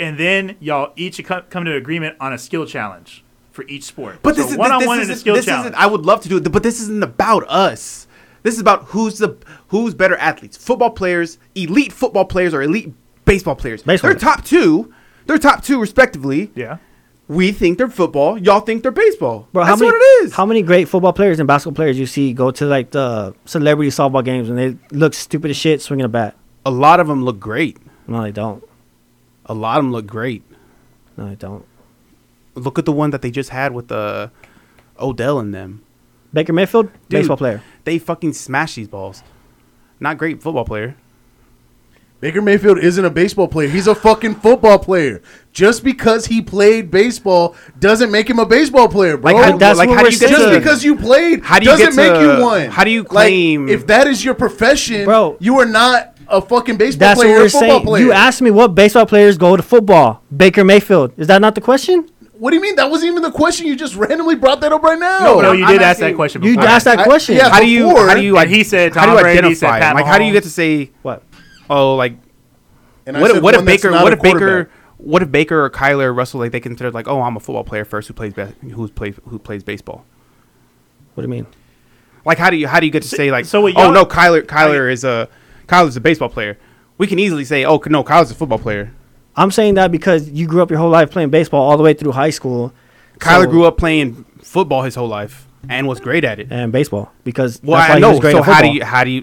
Speaker 6: and then y'all each co- come to an agreement on a skill challenge for each sport.
Speaker 5: But this
Speaker 6: so
Speaker 5: is
Speaker 6: one on
Speaker 5: this
Speaker 6: one and a
Speaker 5: isn't-
Speaker 6: skill
Speaker 5: this
Speaker 6: challenge.
Speaker 5: isn't. I would love to do it, but this isn't about us. This is about who's the who's better athletes, football players, elite football players, or elite baseball players.
Speaker 4: Baseball.
Speaker 5: They're top two. They're top two respectively.
Speaker 6: yeah.
Speaker 5: We think they're football. Y'all think they're baseball.
Speaker 4: Bro,
Speaker 5: That's
Speaker 4: how many,
Speaker 5: what it is.
Speaker 4: How many great football players and basketball players you see go to like the celebrity softball games and they look stupid as shit swinging a bat?
Speaker 5: a lot of them look great.
Speaker 4: No, they don't.
Speaker 5: A lot of them look great.
Speaker 4: No, they don't.
Speaker 5: Look at the one that they just had with uh, Odell in them.
Speaker 4: Baker Mayfield,
Speaker 5: Dude,
Speaker 4: baseball player.
Speaker 5: They fucking smash these balls. Not great football player.
Speaker 3: Baker Mayfield isn't a baseball player. He's a fucking football player. Just because he played baseball doesn't make him a baseball player, bro.
Speaker 5: Like, how,
Speaker 4: But that's
Speaker 5: like,
Speaker 4: what
Speaker 5: how do
Speaker 4: we're
Speaker 5: you get
Speaker 3: just
Speaker 4: saying.
Speaker 5: to-
Speaker 3: because you played
Speaker 5: How do you
Speaker 3: doesn't
Speaker 5: get
Speaker 3: make
Speaker 5: to-
Speaker 3: you one.
Speaker 5: how do you
Speaker 3: Like,
Speaker 5: claim-
Speaker 3: if that is your profession,
Speaker 4: Bro.
Speaker 3: You are not a fucking baseball
Speaker 4: That's what
Speaker 3: player. You're
Speaker 4: we're
Speaker 3: a football
Speaker 4: saying.
Speaker 3: player.
Speaker 4: You asked me what baseball players go to football. Baker Mayfield. Is that not the question?
Speaker 3: What do you mean? That wasn't even the question. You just randomly brought that up right now.
Speaker 6: No, no, you
Speaker 5: I'm
Speaker 6: did ask
Speaker 5: asking-
Speaker 6: that question.
Speaker 4: You
Speaker 6: Before.
Speaker 4: asked that
Speaker 3: I-
Speaker 4: question.
Speaker 3: yeah.
Speaker 5: how do you
Speaker 3: before,
Speaker 5: how do you
Speaker 6: and he said
Speaker 5: how do
Speaker 6: Tom
Speaker 5: you
Speaker 6: Brady, he
Speaker 5: identify
Speaker 6: said
Speaker 5: him?
Speaker 6: Pat
Speaker 5: like how do you
Speaker 6: Mahomes.
Speaker 5: get to say
Speaker 4: What?
Speaker 5: oh like
Speaker 3: And I
Speaker 5: what if,
Speaker 3: said
Speaker 5: what if
Speaker 3: one that's
Speaker 5: Baker
Speaker 3: not
Speaker 5: what
Speaker 3: a
Speaker 5: if Baker
Speaker 3: quarterback.
Speaker 5: what if Baker or Kyler or Russell like they consider like oh I'm a football player first who plays bas- who plays who plays baseball
Speaker 4: What do you mean?
Speaker 5: like how do you how do you get to say like
Speaker 6: so what
Speaker 5: oh
Speaker 6: y'all-
Speaker 5: no Kyler Kyler is a Kyler's a baseball player we can easily say oh no Kyler's a football player
Speaker 4: I'm saying that because you grew up your whole life playing baseball all the way through high school.
Speaker 5: Kyler
Speaker 4: So-
Speaker 5: grew up playing football his whole life and was great at it.
Speaker 4: and baseball because
Speaker 5: Well,
Speaker 4: that's why
Speaker 5: I
Speaker 4: he
Speaker 5: know.
Speaker 4: was great
Speaker 5: So
Speaker 4: at
Speaker 5: how do
Speaker 4: football.
Speaker 5: you how do you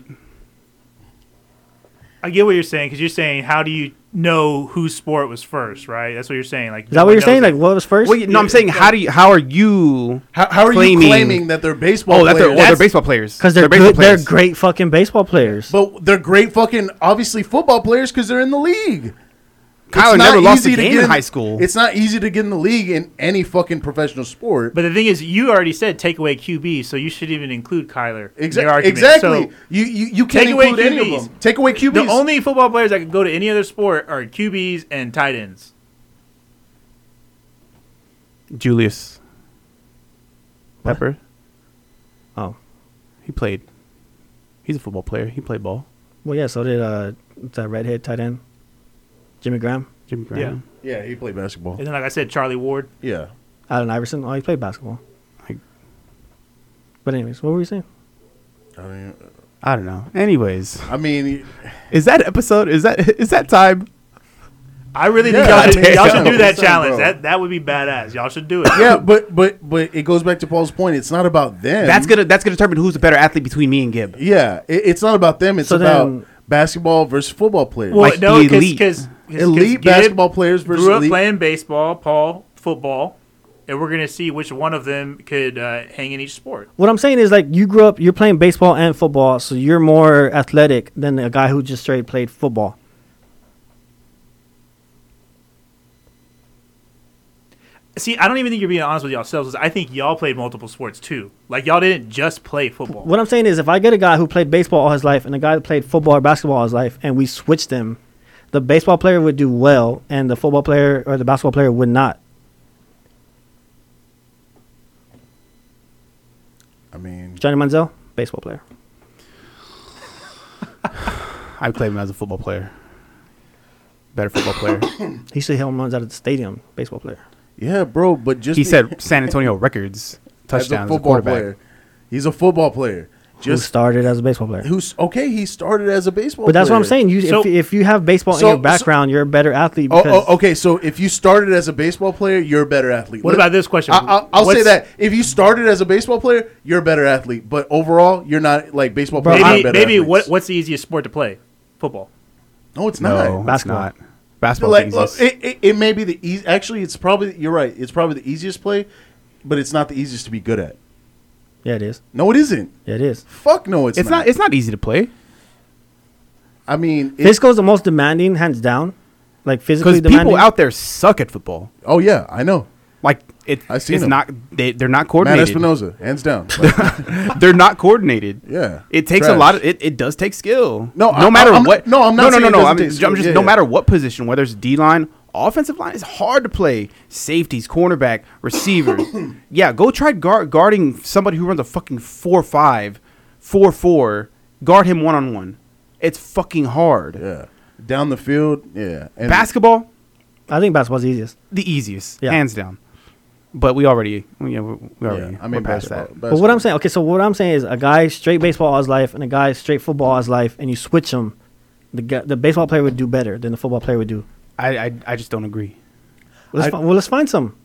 Speaker 6: I get what you're saying because you're saying how do you know whose sport was first, right? That's what you're saying. Like
Speaker 4: Is that what you're saying?
Speaker 6: Like.
Speaker 4: Like what was first?
Speaker 5: Well, you- no, I'm saying how do you how are you
Speaker 3: How, how are you claiming that they're baseball
Speaker 5: Oh, that's their,
Speaker 3: players?
Speaker 5: well, they're baseball players.
Speaker 4: because they're
Speaker 5: baseball
Speaker 4: good, they're
Speaker 5: players.
Speaker 4: great fucking baseball players.
Speaker 3: but they're great fucking obviously football players because they're in the league. not
Speaker 5: Kyler never lost
Speaker 3: easy
Speaker 5: a
Speaker 3: to
Speaker 5: game
Speaker 3: get
Speaker 5: in high school.
Speaker 3: It's not easy to get in the league in any fucking professional sport.
Speaker 6: But the thing is, you already said take away QB, so you should even include Kyler. in your
Speaker 3: Exactly.
Speaker 6: argument.
Speaker 3: Exactly.
Speaker 6: So
Speaker 3: you you, you can't
Speaker 6: take away
Speaker 3: include any
Speaker 6: QBs.
Speaker 3: of them. Take away QBs.
Speaker 6: the only football players that could go to any other sport are QBs and tight ends.
Speaker 5: Julius Pepper.
Speaker 4: Oh,
Speaker 5: He played. He's a football player. He played ball.
Speaker 4: well, yeah. So did uh that redhead tight end, Jimmy Graham,
Speaker 5: Jimmy Graham.
Speaker 3: yeah, he played basketball.
Speaker 6: And then, like I said, Charlie Ward.
Speaker 3: Yeah.
Speaker 4: Allen Iverson. Oh, he played basketball.
Speaker 5: I-
Speaker 4: But anyways, what were you saying?
Speaker 3: I mean,
Speaker 5: I don't know. Anyways,
Speaker 3: I mean,
Speaker 5: is that episode? Is that is that time?
Speaker 6: I really
Speaker 3: Yeah.
Speaker 6: think y'all should, y'all should
Speaker 3: Goddamn.
Speaker 6: do that
Speaker 3: Son,
Speaker 6: challenge.
Speaker 3: bro.
Speaker 6: That that would be badass. Y'all should do it.
Speaker 3: yeah, but but but it goes back to Paul's point. It's not about them.
Speaker 5: That's gonna that's gonna determine who's the better athlete between me and Gib.
Speaker 3: Yeah, it, it's not about them. It's
Speaker 4: So
Speaker 3: about
Speaker 4: then-
Speaker 3: basketball versus football players.
Speaker 6: Well,
Speaker 5: Like
Speaker 6: no,
Speaker 5: the
Speaker 6: because
Speaker 5: elite.
Speaker 6: because
Speaker 3: elite basketball players versus
Speaker 6: grew up
Speaker 3: elite.
Speaker 6: playing baseball, Paul football, and we're gonna see which one of them could uh, hang in each sport.
Speaker 4: What I'm saying is like you grew up, you're playing baseball and football, so you're more athletic than a guy who just straight played football.
Speaker 6: See, I don't even think you're being honest with yourselves. I think y'all played multiple sports too. Like y'all didn't just play football.
Speaker 4: What I'm saying is, if I get a guy who played baseball all his life and a guy who played football or basketball all his life, and we switch them, the baseball player would do well, and the football player or the basketball player would not.
Speaker 3: I mean,
Speaker 4: Johnny Manziel, baseball player.
Speaker 5: I played him as a football player. Better football player.
Speaker 4: He should hit home runs out of the stadium. Baseball player.
Speaker 3: yeah, bro. But just
Speaker 5: he
Speaker 3: be-
Speaker 5: said San Antonio records
Speaker 3: as
Speaker 5: touchdowns. as a
Speaker 3: football
Speaker 5: quarterback.
Speaker 3: player, he's a football player.
Speaker 4: who
Speaker 3: Just
Speaker 4: started as a baseball player.
Speaker 3: who's okay. He started as a baseball.
Speaker 4: but that's what I'm
Speaker 3: player.
Speaker 4: saying. You,
Speaker 6: So-
Speaker 4: if, if you have baseball
Speaker 3: so-
Speaker 4: in your background, you're a better athlete.
Speaker 3: Oh,
Speaker 4: Because
Speaker 3: oh, okay. So if you started as a baseball player, you're a better athlete.
Speaker 6: What
Speaker 3: Let-
Speaker 6: about this question?
Speaker 3: I, I, I'll say
Speaker 6: What's-
Speaker 3: that if you started as a baseball player, you're a better athlete. But overall, you're not like baseball
Speaker 4: Bro,
Speaker 3: players. aren't
Speaker 6: Maybe
Speaker 3: better
Speaker 6: maybe
Speaker 3: athletes.
Speaker 6: what what's the easiest sport to play? Football.
Speaker 3: No, it's not.
Speaker 5: No,
Speaker 4: Basketball.
Speaker 5: basketball. It's not. Basketball.
Speaker 3: like
Speaker 5: is
Speaker 3: look,
Speaker 5: easiest.
Speaker 3: it, it, it may be the easy actually it's probably you're right it's probably the easiest play but it's not the easiest to be good at
Speaker 4: Yeah, it is.
Speaker 3: no it isn't
Speaker 4: Yeah, it is.
Speaker 3: fuck no it's,
Speaker 5: it's
Speaker 3: not,
Speaker 5: not. It's not easy to play.
Speaker 3: i mean it,
Speaker 4: Physical is the most demanding, hands down. Like physically
Speaker 5: because
Speaker 4: demanding.
Speaker 5: people out there suck at football.
Speaker 3: oh yeah i know
Speaker 5: Like it,
Speaker 3: I've
Speaker 5: it's
Speaker 3: seen 'em.
Speaker 5: not they, they're not
Speaker 3: matt
Speaker 5: coordinated.
Speaker 3: espinoza hands down Like,
Speaker 5: they're not coordinated.
Speaker 3: Yeah.
Speaker 5: it takes
Speaker 3: Trash.
Speaker 5: a lot. Of, it it does take skill.
Speaker 3: No,
Speaker 5: no
Speaker 3: I-
Speaker 5: matter
Speaker 3: I'm-
Speaker 5: what.
Speaker 3: no, I'm not
Speaker 5: No,
Speaker 3: saying
Speaker 5: no,
Speaker 3: it
Speaker 5: no, no.
Speaker 3: doesn't
Speaker 5: I'm,
Speaker 3: take
Speaker 5: just-
Speaker 3: skill.
Speaker 5: I'm just
Speaker 3: Yeah,
Speaker 5: no
Speaker 3: yeah.
Speaker 5: matter what position, whether it's D line, offensive line, it's hard to play. Safeties, cornerback, receiver. yeah, go try guard, guarding somebody who runs a fucking four five, four four. Guard him one on one. It's fucking hard.
Speaker 3: yeah down the field yeah and
Speaker 5: Basketball,
Speaker 4: I think basketball's the easiest.
Speaker 5: the easiest,
Speaker 4: Yeah.
Speaker 5: hands down. But we already, you know, we- we
Speaker 3: yeah,
Speaker 5: already,
Speaker 3: i mean
Speaker 5: we're past
Speaker 3: basketball,
Speaker 5: that.
Speaker 4: But what I'm saying, okay, so what I'm saying is a guy straight baseball all his life and a guy straight football all his life, and you switch them, the guy, the baseball player would do better than the football player would do.
Speaker 5: I, I, I just don't agree.
Speaker 4: Let's
Speaker 3: I-
Speaker 4: fi- well, let's find some.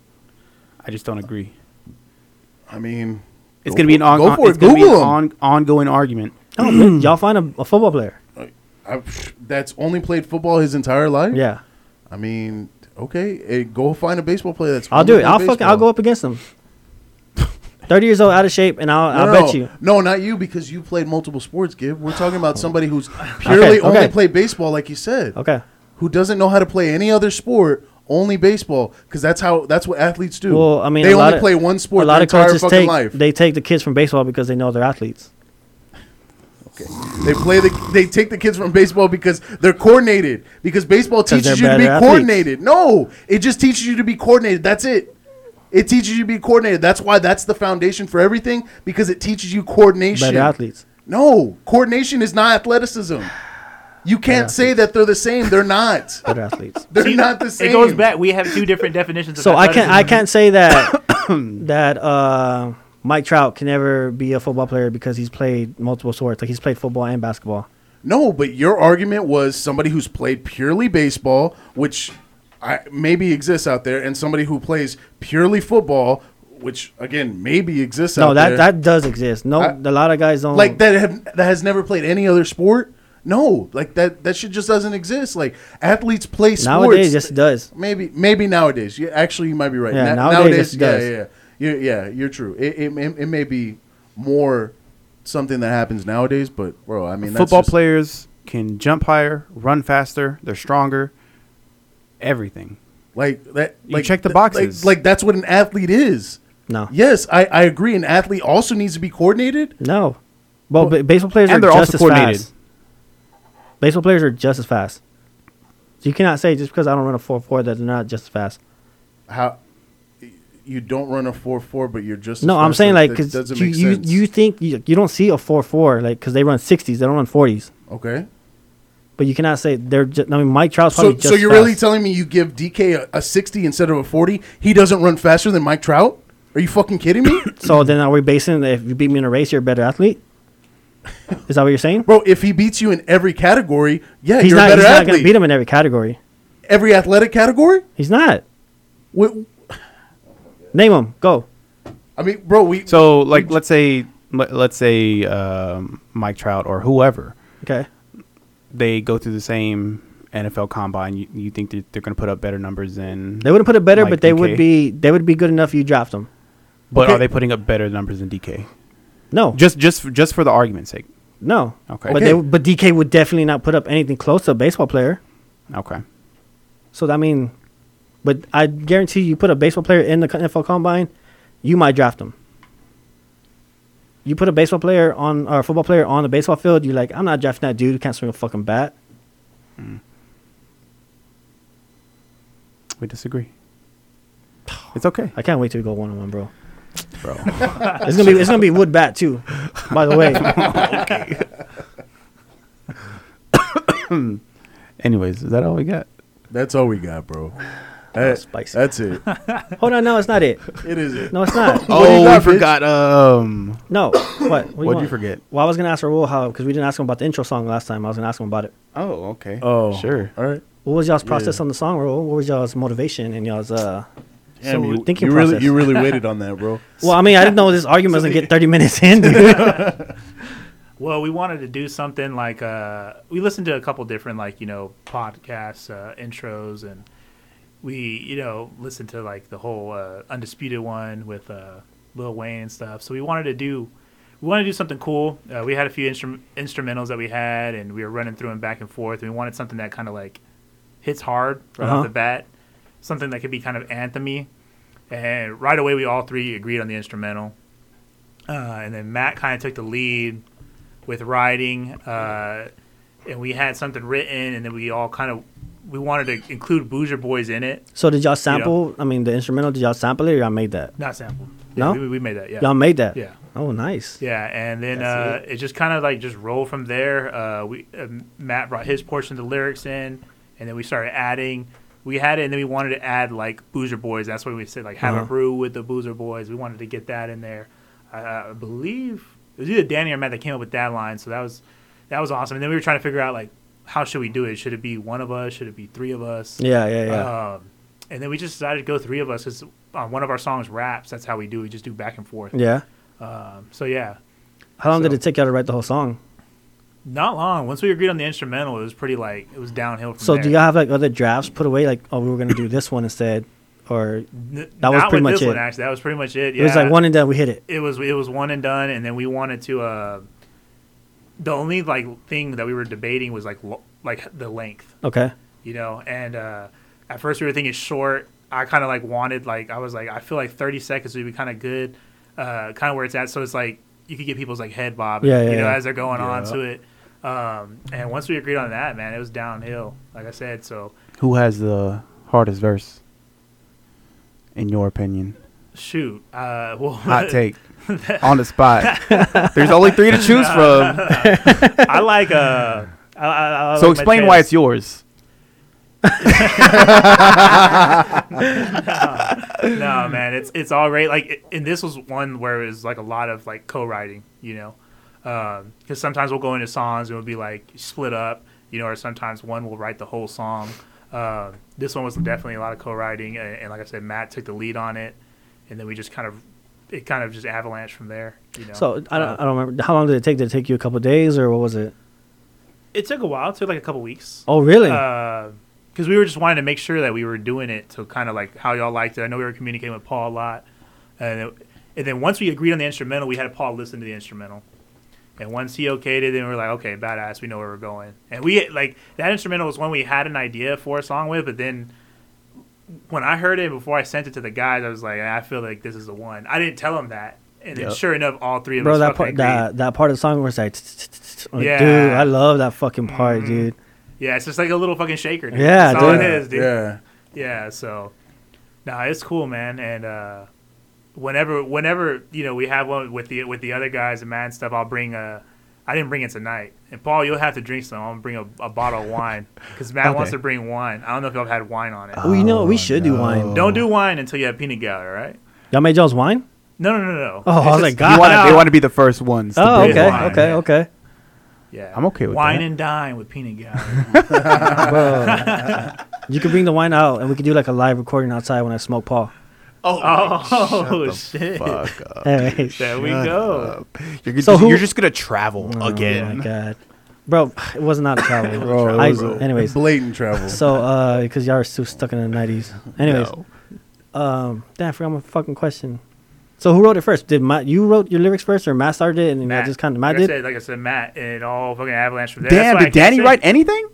Speaker 5: I just don't agree.
Speaker 3: i mean
Speaker 5: It's
Speaker 3: go
Speaker 5: gonna be
Speaker 3: for-
Speaker 5: an on,
Speaker 3: go for
Speaker 5: it's
Speaker 3: it
Speaker 5: gonna be an
Speaker 3: google 'em.
Speaker 5: on, ongoing argument.
Speaker 4: No, man, y'all find a, a football player.
Speaker 3: I- that's only played football his entire life
Speaker 4: Yeah,
Speaker 3: i mean okay eh, go find a baseball player that's
Speaker 4: I'll
Speaker 3: only
Speaker 4: do it.
Speaker 3: played
Speaker 4: I'll fucking I'll
Speaker 3: baseball.
Speaker 4: go up against him. Thirty years old, out of shape, and I'll, I'll
Speaker 3: no,
Speaker 4: bet you.
Speaker 3: No, not you, because you played multiple sports, Gib. We're talking about somebody who's purely
Speaker 4: Okay,
Speaker 3: only
Speaker 4: okay.
Speaker 3: played baseball, like you said.
Speaker 4: Okay.
Speaker 3: Who doesn't know how to play any other sport, only baseball, because that's how that's what athletes do.
Speaker 4: Well, I mean,
Speaker 3: they
Speaker 4: a lot
Speaker 3: only
Speaker 4: of-
Speaker 3: play one sport
Speaker 4: A lot
Speaker 3: their
Speaker 4: of
Speaker 3: entire
Speaker 4: coaches
Speaker 3: fucking
Speaker 4: take
Speaker 3: life.
Speaker 4: they take the kids from baseball because they know they're athletes.
Speaker 3: They play the they take the kids from baseball because they're coordinated. Because baseball
Speaker 4: 'Cause they're
Speaker 3: teaches you to be
Speaker 4: better athletes.
Speaker 3: coordinated. No, it just teaches you to be coordinated. That's it. It teaches you to be coordinated. That's why that's the foundation for everything because it teaches you coordination.
Speaker 4: Better athletes.
Speaker 3: No, coordination is not athleticism. You can't say that they're the same. They're not.
Speaker 4: Better athletes.
Speaker 3: They're
Speaker 6: See,
Speaker 3: not the same.
Speaker 6: It goes back. We have two different definitions. Of
Speaker 4: So I can't I
Speaker 6: athleticism.
Speaker 4: can't say that that uh, Mike Trout can never be a football player because he's played multiple sports. Like he's played football and basketball.
Speaker 3: No, but your argument was somebody who's played purely baseball, which I, maybe exists out there, and somebody who plays purely football, which again maybe exists
Speaker 4: No,
Speaker 3: out
Speaker 4: that
Speaker 3: there,
Speaker 4: that does exist. No,
Speaker 3: I-
Speaker 4: a lot of guys don't
Speaker 3: like that have, that has never played any other sport. No, like that that shit just doesn't exist. Like athletes play sports
Speaker 4: nowadays. Yes, it does.
Speaker 3: Maybe maybe nowadays. You actually you might be right.
Speaker 4: Yeah,
Speaker 3: Na-
Speaker 4: nowadays it does.
Speaker 3: yeah, yeah, yeah. You're, yeah, you're true. It, it it it may be more something that happens nowadays, but bro, I mean that's
Speaker 5: Football
Speaker 3: just-
Speaker 5: players can jump higher, run faster, they're stronger, everything.
Speaker 3: like that.
Speaker 5: You
Speaker 3: like,
Speaker 5: check the
Speaker 3: th-
Speaker 5: boxes.
Speaker 3: Like, like that's what an athlete is.
Speaker 4: No,
Speaker 3: Yes, I, I agree. An athlete also needs to be coordinated.
Speaker 4: no. Well, ba- baseball players
Speaker 5: and
Speaker 4: are
Speaker 5: they're also
Speaker 4: just as
Speaker 5: coordinated.
Speaker 4: fast. Baseball players are just as fast. You cannot say just because I don't run a four four that they're not just as fast.
Speaker 3: How you don't run a four four, but you're just
Speaker 4: No,
Speaker 3: as
Speaker 4: I'm
Speaker 3: fast.
Speaker 4: saying
Speaker 3: That-
Speaker 4: like
Speaker 3: that
Speaker 4: because
Speaker 3: doesn't
Speaker 4: you,
Speaker 3: make
Speaker 4: you
Speaker 3: sense.
Speaker 4: you think you, you don't see a four four like because they run sixties, they don't run forties.
Speaker 3: okay.
Speaker 4: But you cannot say they're. Just, I mean, Mike Trout's probably
Speaker 3: So
Speaker 4: just.
Speaker 3: so you're
Speaker 4: fast.
Speaker 3: really telling me you give DK a, a sixty instead of a forty? He doesn't run faster than Mike Trout? Are you fucking kidding me?
Speaker 4: so then are we basing that if you beat me in a race, you're a better athlete? Is that what you're saying?
Speaker 3: Bro, if he beats you in every category, yeah,
Speaker 4: he's
Speaker 3: you're
Speaker 4: not.
Speaker 3: a better
Speaker 4: He's not
Speaker 3: athlete.
Speaker 4: going to beat him in every category.
Speaker 3: Every athletic category?
Speaker 4: He's not.
Speaker 3: Wh-
Speaker 4: Name him. Go.
Speaker 3: I mean, bro, we
Speaker 5: So, like, let's say, let, let's say um, Mike Trout or whoever,
Speaker 4: Okay.
Speaker 5: they go through the same NFL combine. You, you think that they're going to put up better numbers than?
Speaker 4: They wouldn't put it better,
Speaker 5: Mike
Speaker 4: but they
Speaker 5: DK.
Speaker 4: would be. They would be good enough. if You dropped them.
Speaker 5: But
Speaker 3: Okay.
Speaker 5: are they putting up better numbers than DK?
Speaker 4: No.
Speaker 5: Just, just, just for the argument's sake.
Speaker 4: no.
Speaker 5: Okay.
Speaker 4: But
Speaker 3: Okay.
Speaker 4: they. would- But DK would definitely not put up anything close to a baseball player.
Speaker 5: Okay.
Speaker 4: So I mean, but I guarantee you put a baseball player in the NFL Combine, you might draft him. You put a baseball player on or a football player on the baseball field, you're like, I'm not drafting that dude who can't swing a fucking bat.
Speaker 5: We disagree. It's okay,
Speaker 4: I can't wait till we go one on one, bro.
Speaker 5: bro.
Speaker 4: It's gonna be it's gonna be wood bat too. By the way,
Speaker 5: Anyways, is that all we got?
Speaker 3: that's all we got, bro.
Speaker 4: was
Speaker 3: That,
Speaker 4: spicy.
Speaker 3: That's it.
Speaker 4: hold on, no, it's not it.
Speaker 3: It is it.
Speaker 4: No, it's not.
Speaker 3: What do you
Speaker 5: Oh,
Speaker 3: got,
Speaker 5: we
Speaker 3: bitch?
Speaker 5: forgot. Um,
Speaker 4: No, what? What
Speaker 5: what did
Speaker 4: want?
Speaker 5: you forget?
Speaker 4: Well, I was gonna ask Raul how because we didn't ask him about the intro song last time. I was gonna ask him about it.
Speaker 5: Oh, okay.
Speaker 3: Oh.
Speaker 5: sure.
Speaker 3: All right.
Speaker 4: What was y'all's process on the song, Raul? What was y'all's motivation and y'all's uh?
Speaker 3: Damn,
Speaker 4: so
Speaker 3: you,
Speaker 4: thinking
Speaker 3: you
Speaker 4: process.
Speaker 3: really you really waited on that, bro.
Speaker 4: Well, I mean, I didn't know this argument was gonna get 30 minutes in. dude.
Speaker 6: Well, we wanted to do something like uh, we listened to a couple different like you know podcasts uh, intros, and we you know listened to like the whole uh, undisputed one with uh, Lil Wayne and stuff. So we wanted to do we wanted to do something cool. Uh, we had a few instrum- instrumentals that we had, and we were running through them back and forth. We wanted something that kind of like hits hard right
Speaker 4: Uh-huh.
Speaker 6: off the bat, something that could be kind of anthemy. And right away, we all three agreed on the instrumental. Uh, and then Matt kind of took the lead with writing, uh, and we had something written, and then we all kind of we wanted to include Boozer Boys in it.
Speaker 4: so did y'all sample? I mean, the instrumental. Did y'all sample it? Or y'all made that.
Speaker 6: Not sample.
Speaker 4: No?
Speaker 6: we, we made that. Yeah,
Speaker 4: Y'all made that.
Speaker 6: Yeah.
Speaker 4: Oh, nice.
Speaker 6: Yeah, and then uh, it. just kind of like just rolled from there. Uh, we uh, Matt brought his portion of the lyrics in, and then we started adding. We had it, and then we wanted to add like Boozer Boys. That's why we said like have
Speaker 4: Uh-huh.
Speaker 6: a brew with the Boozer Boys. We wanted to get that in there. I, I believe it was either Danny or Matt that came up with that line. So that was that was awesome. And then we were trying to figure out like how should we do it? Should it be one of us? Should it be three of us?
Speaker 4: Yeah, yeah, yeah.
Speaker 6: Um, and then we just decided to go three of us because on one of our songs raps. That's how we do. We just do back and forth.
Speaker 4: yeah.
Speaker 6: Um, so yeah,
Speaker 4: How long did
Speaker 6: so-
Speaker 4: it take y'all to write the whole song?
Speaker 6: Not long. Once we agreed on the instrumental, it was pretty like it was downhill from
Speaker 4: So
Speaker 6: there.
Speaker 4: do y'all have like other drafts put away? Like, oh, we were gonna do this one instead, or
Speaker 6: N-
Speaker 4: that was
Speaker 6: not
Speaker 4: pretty
Speaker 6: with
Speaker 4: much
Speaker 6: this
Speaker 4: it.
Speaker 6: One, actually, that was pretty much it. Yeah.
Speaker 4: it was like one and done. We hit it.
Speaker 6: It was it was one and done, and then we wanted to. Uh, the only like thing that we were debating was like lo- like the length,
Speaker 4: Okay.
Speaker 6: you know. And uh, at first we were thinking short. I kind of like wanted like I was like I feel like thirty seconds would be kind of good, uh, kind of where it's at. So it's like you could get people's like head bobbing,
Speaker 4: Yeah, yeah,
Speaker 6: you know,
Speaker 4: yeah.
Speaker 6: as they're going on to it. Um, and once we agreed on that, man, it was downhill. Like I said, so.
Speaker 5: Who has the hardest verse? In your opinion,
Speaker 6: Shoot. Uh, well,
Speaker 5: hot take on the spot. There's only three to choose from.
Speaker 6: I like. Uh, I, I, I
Speaker 5: So
Speaker 6: like
Speaker 5: explain
Speaker 6: Mateus.
Speaker 5: why it's yours.
Speaker 6: No, man, it's it's all great. Like, it- and this was one where it was like a lot of like co-writing, you know, Um, because sometimes we'll go into songs and we'll be like split up, you know, or sometimes one will write the whole song. Uh, this one was definitely a lot of co-writing, and, and like I said, Matt took the lead on it, and then we just kind of it kind of just avalanched from there. You know?
Speaker 4: So I
Speaker 6: Uh,
Speaker 4: don't, I don't remember. How long did it take? Did it take you a couple days or what was it?
Speaker 6: it took a while. It took like a couple weeks.
Speaker 4: Oh, really?
Speaker 6: Uh, because we were just wanting to make sure that we were doing it to kind of like how y'all liked it. I know we were communicating with Paul a lot, and it- and then once we agreed on the instrumental, we had Paul listen to the instrumental, and once he okayed it, then we were like, okay, badass, we know where we're going. And we like that instrumental was one we had an idea for a song with, but then when I heard it before I sent it to the guys, I was like, I feel like this is the one. I didn't tell them that, and then
Speaker 5: Yep.
Speaker 6: sure enough, all three of
Speaker 4: Bro,
Speaker 6: us
Speaker 4: that
Speaker 6: fucking
Speaker 4: part,
Speaker 6: agreed.
Speaker 4: that, that part of the song where it's like, tsk, tsk, tsk, tsk, like,
Speaker 6: Yeah. Mm-hmm.
Speaker 4: dude, I love that fucking part, dude.
Speaker 6: yeah, it's just like a little fucking shaker. Dude.
Speaker 4: Yeah,
Speaker 6: That's all
Speaker 4: dude.
Speaker 6: it is, dude.
Speaker 3: Yeah.
Speaker 6: Yeah, so nah, it's cool, man. And uh, whenever whenever you know we have one with the with the other guys and man stuff, I'll bring a. I didn't bring it tonight. And Paul, you'll have to drink some. I'm gonna bring a, a bottle of wine because Matt wants
Speaker 5: Okay.
Speaker 6: to bring wine. I don't know if y'all have had wine on it.
Speaker 4: Oh, you know, what? we should do wine.
Speaker 6: Don't do wine until you have peanut gallery, right?
Speaker 4: Y'all made y'all's wine?
Speaker 6: No, no, no, no.
Speaker 4: Oh,
Speaker 6: It's
Speaker 4: I was like,
Speaker 6: just-
Speaker 4: God.
Speaker 5: You wanna-
Speaker 6: No.
Speaker 5: They want to be the first ones. to
Speaker 4: Oh,
Speaker 5: bring
Speaker 4: okay,
Speaker 5: wine.
Speaker 4: okay, okay.
Speaker 6: Yeah,
Speaker 5: I'm okay with
Speaker 6: wine
Speaker 5: that.
Speaker 6: and dine with peanut gallery.
Speaker 4: Bro, you can bring the wine out and we can do like a live recording outside when I smoke Paul.
Speaker 6: oh shit!
Speaker 5: Fuck up.
Speaker 4: Anyways.
Speaker 6: There we go.
Speaker 5: You're,
Speaker 4: So
Speaker 5: just,
Speaker 4: who-
Speaker 5: you're just gonna travel
Speaker 4: Oh
Speaker 5: again.
Speaker 4: my god, bro, it was not a travel.
Speaker 3: Bro,
Speaker 4: I-
Speaker 3: it was a
Speaker 4: anyways,
Speaker 3: blatant travel.
Speaker 4: so uh, because y'all are still stuck in the nineties. Anyways,
Speaker 5: No.
Speaker 4: um, damn, I forgot my fucking question. So who wrote it first? Did Matt? You wrote your lyrics first, or Matt started it, and then I just kind of Matt
Speaker 6: like I
Speaker 4: did?
Speaker 6: said, like I said, Matt and all fucking avalanche from there. That's
Speaker 5: Damn,
Speaker 6: why I
Speaker 5: did
Speaker 6: can't
Speaker 5: Danny
Speaker 6: sing.
Speaker 5: write anything?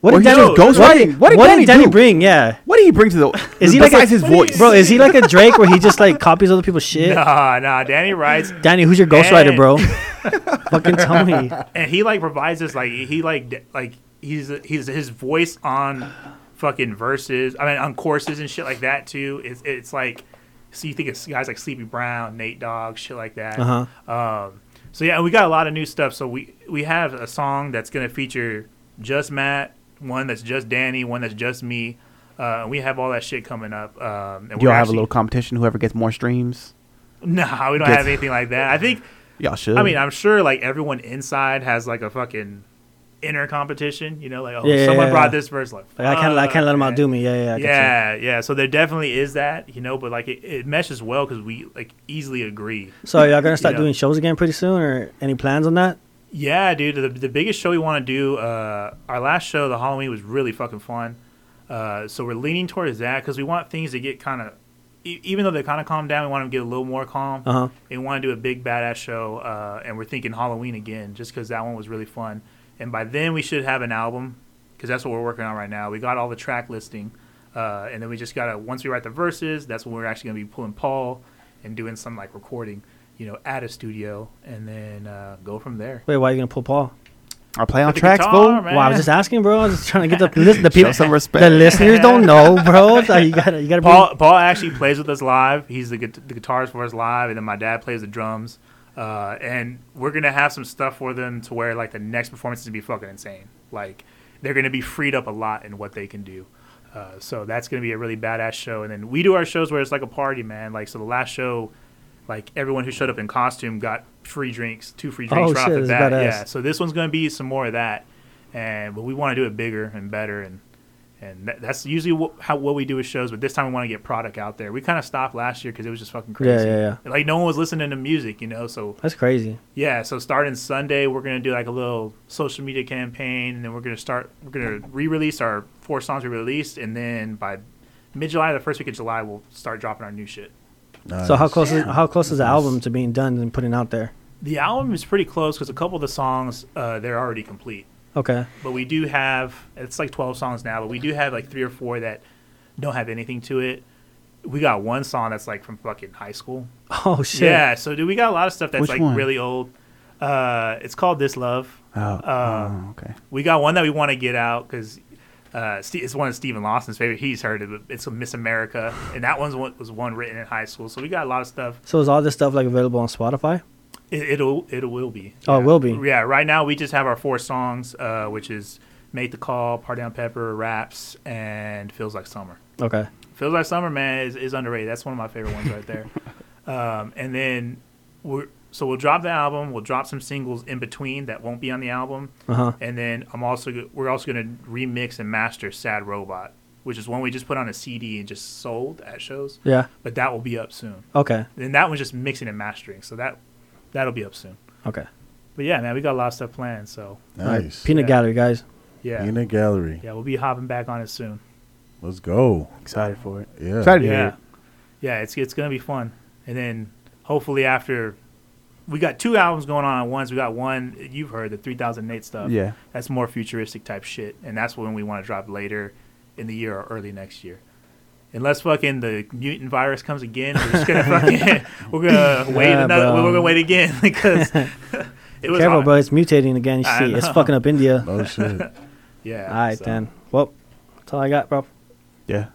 Speaker 4: What
Speaker 5: Or
Speaker 4: did
Speaker 5: he
Speaker 4: Danny?
Speaker 5: just goes
Speaker 4: what
Speaker 5: writing?
Speaker 4: did,
Speaker 5: What did Danny do?
Speaker 4: bring? Yeah,
Speaker 5: What do you bring to the?
Speaker 4: Is he like
Speaker 5: besides
Speaker 4: a-
Speaker 5: his voice,
Speaker 4: bro, is he like a Drake where he just like copies other people's shit?
Speaker 6: Nah, nah. Danny writes,
Speaker 4: Danny, who's your ghostwriter,
Speaker 6: Man.
Speaker 4: bro? fucking tell me.
Speaker 6: and he like provides this like he like d- like he's he's his voice on fucking verses. I mean, on courses and shit like that too. It's it's like so you think it's guys like Sleepy Brown, Nate Dogg, shit like that.
Speaker 4: Uh
Speaker 5: Uh-huh.
Speaker 4: huh.
Speaker 6: Um, so yeah, we got a lot of new stuff. So we we have a song that's gonna feature just Matt, one that's just Danny, one that's just me. Uh, and we have all that shit coming up. Um, and
Speaker 5: Do y'all have a
Speaker 6: actually-
Speaker 5: little competition? Whoever gets more streams,
Speaker 6: Nah, we don't
Speaker 5: Yes.
Speaker 6: have anything like that. I think
Speaker 5: y'all should.
Speaker 6: I mean, I'm sure like everyone inside has like a fucking inner competition, you know, like oh,
Speaker 4: Yeah,
Speaker 6: someone
Speaker 4: yeah, yeah.
Speaker 6: brought this verse, like
Speaker 4: Like, I can't, I can't let him
Speaker 6: fuck,
Speaker 4: outdo
Speaker 6: man.
Speaker 4: me. Yeah, yeah, I get you.
Speaker 6: Yeah, yeah. So there definitely is that, you know, but like it, it meshes well because we like easily agree.
Speaker 4: So y'all gonna start
Speaker 6: Yeah.
Speaker 4: doing shows again pretty soon, or any plans on that?
Speaker 6: Yeah, dude. The, the biggest show we want to do, uh, our last show, the Halloween, was really fucking fun. Uh, so we're leaning towards that because we want things to get kind of, e- even though they kind of calm down, we want them to get a little more calm.
Speaker 4: Uh huh.
Speaker 6: and want to do a big badass show, uh, and we're thinking Halloween again, just because that one was really fun. And by then we should have an album, because that's what we're working on right now. We got all the track listing, uh, and then we just gotta once we write the verses, that's when we're actually gonna be pulling Paul and doing some like recording, you know, at a studio, and then uh, go from there.
Speaker 4: Wait, why are you gonna pull Paul?
Speaker 5: I play on
Speaker 6: With the
Speaker 5: tracks,
Speaker 6: guitar,
Speaker 5: bro.
Speaker 6: man.
Speaker 4: Well, I was just asking, bro. I was just trying to get the list, the people.
Speaker 5: some respect.
Speaker 4: The listeners don't know, bro. So you gotta, you gotta.
Speaker 6: Paul Paul actually plays with us live. He's the, gu- the guitarist for us live, and then my dad plays the drums. Uh, and we're gonna have some stuff for them to where like the next performance is gonna be fucking insane. Like they're gonna be freed up a lot in what they can do. Uh, so that's gonna be a really badass show. And then we do our shows where it's like a party, man. Like so, the last show, like everyone who showed up in costume got free drinks, two free drinks
Speaker 4: Oh,
Speaker 6: right
Speaker 4: shit,
Speaker 6: off the
Speaker 4: that's
Speaker 6: bat.
Speaker 4: badass.
Speaker 6: Yeah. So this one's gonna be some more of that, and but we want to do it bigger and better and and that, that's usually what, how what we do with shows. But this time we want to get product out there. We kind of stopped last year because it was just fucking
Speaker 4: Yeah,
Speaker 6: crazy.
Speaker 4: yeah,
Speaker 6: Like no one was listening to music, you know. So
Speaker 4: That's crazy.
Speaker 6: yeah, so starting Sunday we're gonna do like a little social media campaign, and then we're gonna start. We're gonna re-release our four songs we released, and then by mid-July, the first week of July, we'll start dropping our new shit.
Speaker 4: So how close is how close is the album to being done and putting out there?
Speaker 6: The album is pretty close because a couple of the songs uh, they're already complete.
Speaker 4: Okay.
Speaker 6: but we do have it's like 12 songs now but we do have like three or four that don't have anything to it we got one song that's like from fucking high school
Speaker 4: Oh shit.
Speaker 6: yeah so dude we got a lot of stuff that's
Speaker 5: Which
Speaker 6: like
Speaker 5: one?
Speaker 6: really old uh it's called this love
Speaker 5: Oh,
Speaker 6: Um,
Speaker 5: oh, okay.
Speaker 6: we got one that we want to get out because uh, Ste it's one of Stephen Lawson's favorite. He's heard of it. It's a Miss America, and that one's one was one written in high school. So we got a lot of stuff.
Speaker 4: So is all this stuff like available on Spotify?
Speaker 6: It, it'll it will be.
Speaker 4: Oh, it
Speaker 6: Yeah.
Speaker 4: will be.
Speaker 6: Yeah. Right now we just have our four songs, uh, which is "Make the Call," "Party on Pepper," "Raps," and "Feels Like Summer."
Speaker 4: Okay.
Speaker 6: "Feels Like Summer," man, is, is underrated. That's one of my favorite ones right there. um, and then we're so we'll drop the album. We'll drop some singles in between that won't be on the album,
Speaker 4: Uh-huh.
Speaker 6: and then I'm also go- we're also going to remix and master "Sad Robot," which is one we just put on a CD and just sold at shows.
Speaker 4: Yeah.
Speaker 6: But that will be up soon.
Speaker 4: Okay.
Speaker 6: And that one's just mixing and mastering, so that that'll be up soon.
Speaker 4: Okay.
Speaker 6: But yeah, man, we got a lot of stuff planned. So
Speaker 3: Nice.
Speaker 4: Peanut
Speaker 6: Yeah.
Speaker 4: gallery, guys.
Speaker 6: yeah,
Speaker 3: Peanut Gallery.
Speaker 6: yeah, we'll be hopping back on it soon.
Speaker 3: Let's go.
Speaker 5: Excited for it.
Speaker 3: Yeah.
Speaker 5: Excited to hear
Speaker 6: Yeah,
Speaker 5: it.
Speaker 6: yeah, it's it's gonna be fun. And then hopefully after we got two albums going on at once. We got one you've heard the 3008 stuff.
Speaker 5: Yeah.
Speaker 6: that's more futuristic type shit, and that's when we want to drop later in the year or early next year. Unless fucking the mutant virus comes again, we're just gonna fucking we're gonna wait
Speaker 4: Yeah,
Speaker 6: another.
Speaker 4: bro.
Speaker 6: We're gonna wait again because it was
Speaker 4: Careful,
Speaker 6: hot.
Speaker 4: bro. It's mutating again. You
Speaker 6: I
Speaker 4: see, it's
Speaker 6: know.
Speaker 4: fucking up India.
Speaker 3: Oh shit.
Speaker 6: Yeah.
Speaker 4: All right,
Speaker 6: so.
Speaker 4: then. Well, that's all I got, bro.
Speaker 5: Yeah.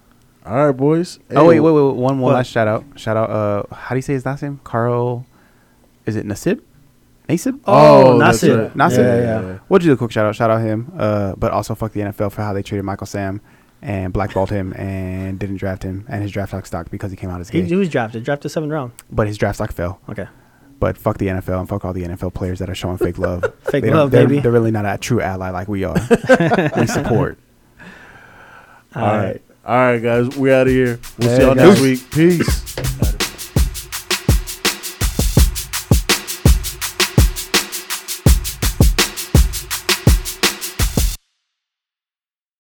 Speaker 3: All right, boys.
Speaker 5: oh wait,
Speaker 3: Hey,
Speaker 5: wait, wait, wait. One, one
Speaker 4: What?
Speaker 5: last shout out. Shout out. Uh, how do you say his last name? Carl. Is it Nasib? Nasib.
Speaker 3: Oh,
Speaker 4: that's
Speaker 3: that's
Speaker 4: it.
Speaker 3: right.
Speaker 5: Nasib.
Speaker 4: Yeah,
Speaker 3: Yeah,
Speaker 4: yeah.
Speaker 3: yeah, yeah.
Speaker 5: We'll do a quick shout out. Shout out him. Uh, but also fuck the NFL for how they treated Michael Sam and blackballed him and didn't draft him and his draft stock because he came out as
Speaker 4: He,
Speaker 5: gay.
Speaker 4: he was drafted. Drafted seventh round.
Speaker 5: But his draft stock fell.
Speaker 4: Okay.
Speaker 5: But fuck the NFL and fuck all the NFL players that are showing fake love.
Speaker 4: Fake
Speaker 5: don't-
Speaker 4: love,
Speaker 5: they're,
Speaker 4: baby.
Speaker 5: They're really not a true ally like we are. we support.
Speaker 4: All right.
Speaker 3: All right, guys. We out of here. We'll
Speaker 5: Later,
Speaker 3: see y'all next
Speaker 5: guys.
Speaker 3: week. Peace.
Speaker 6: All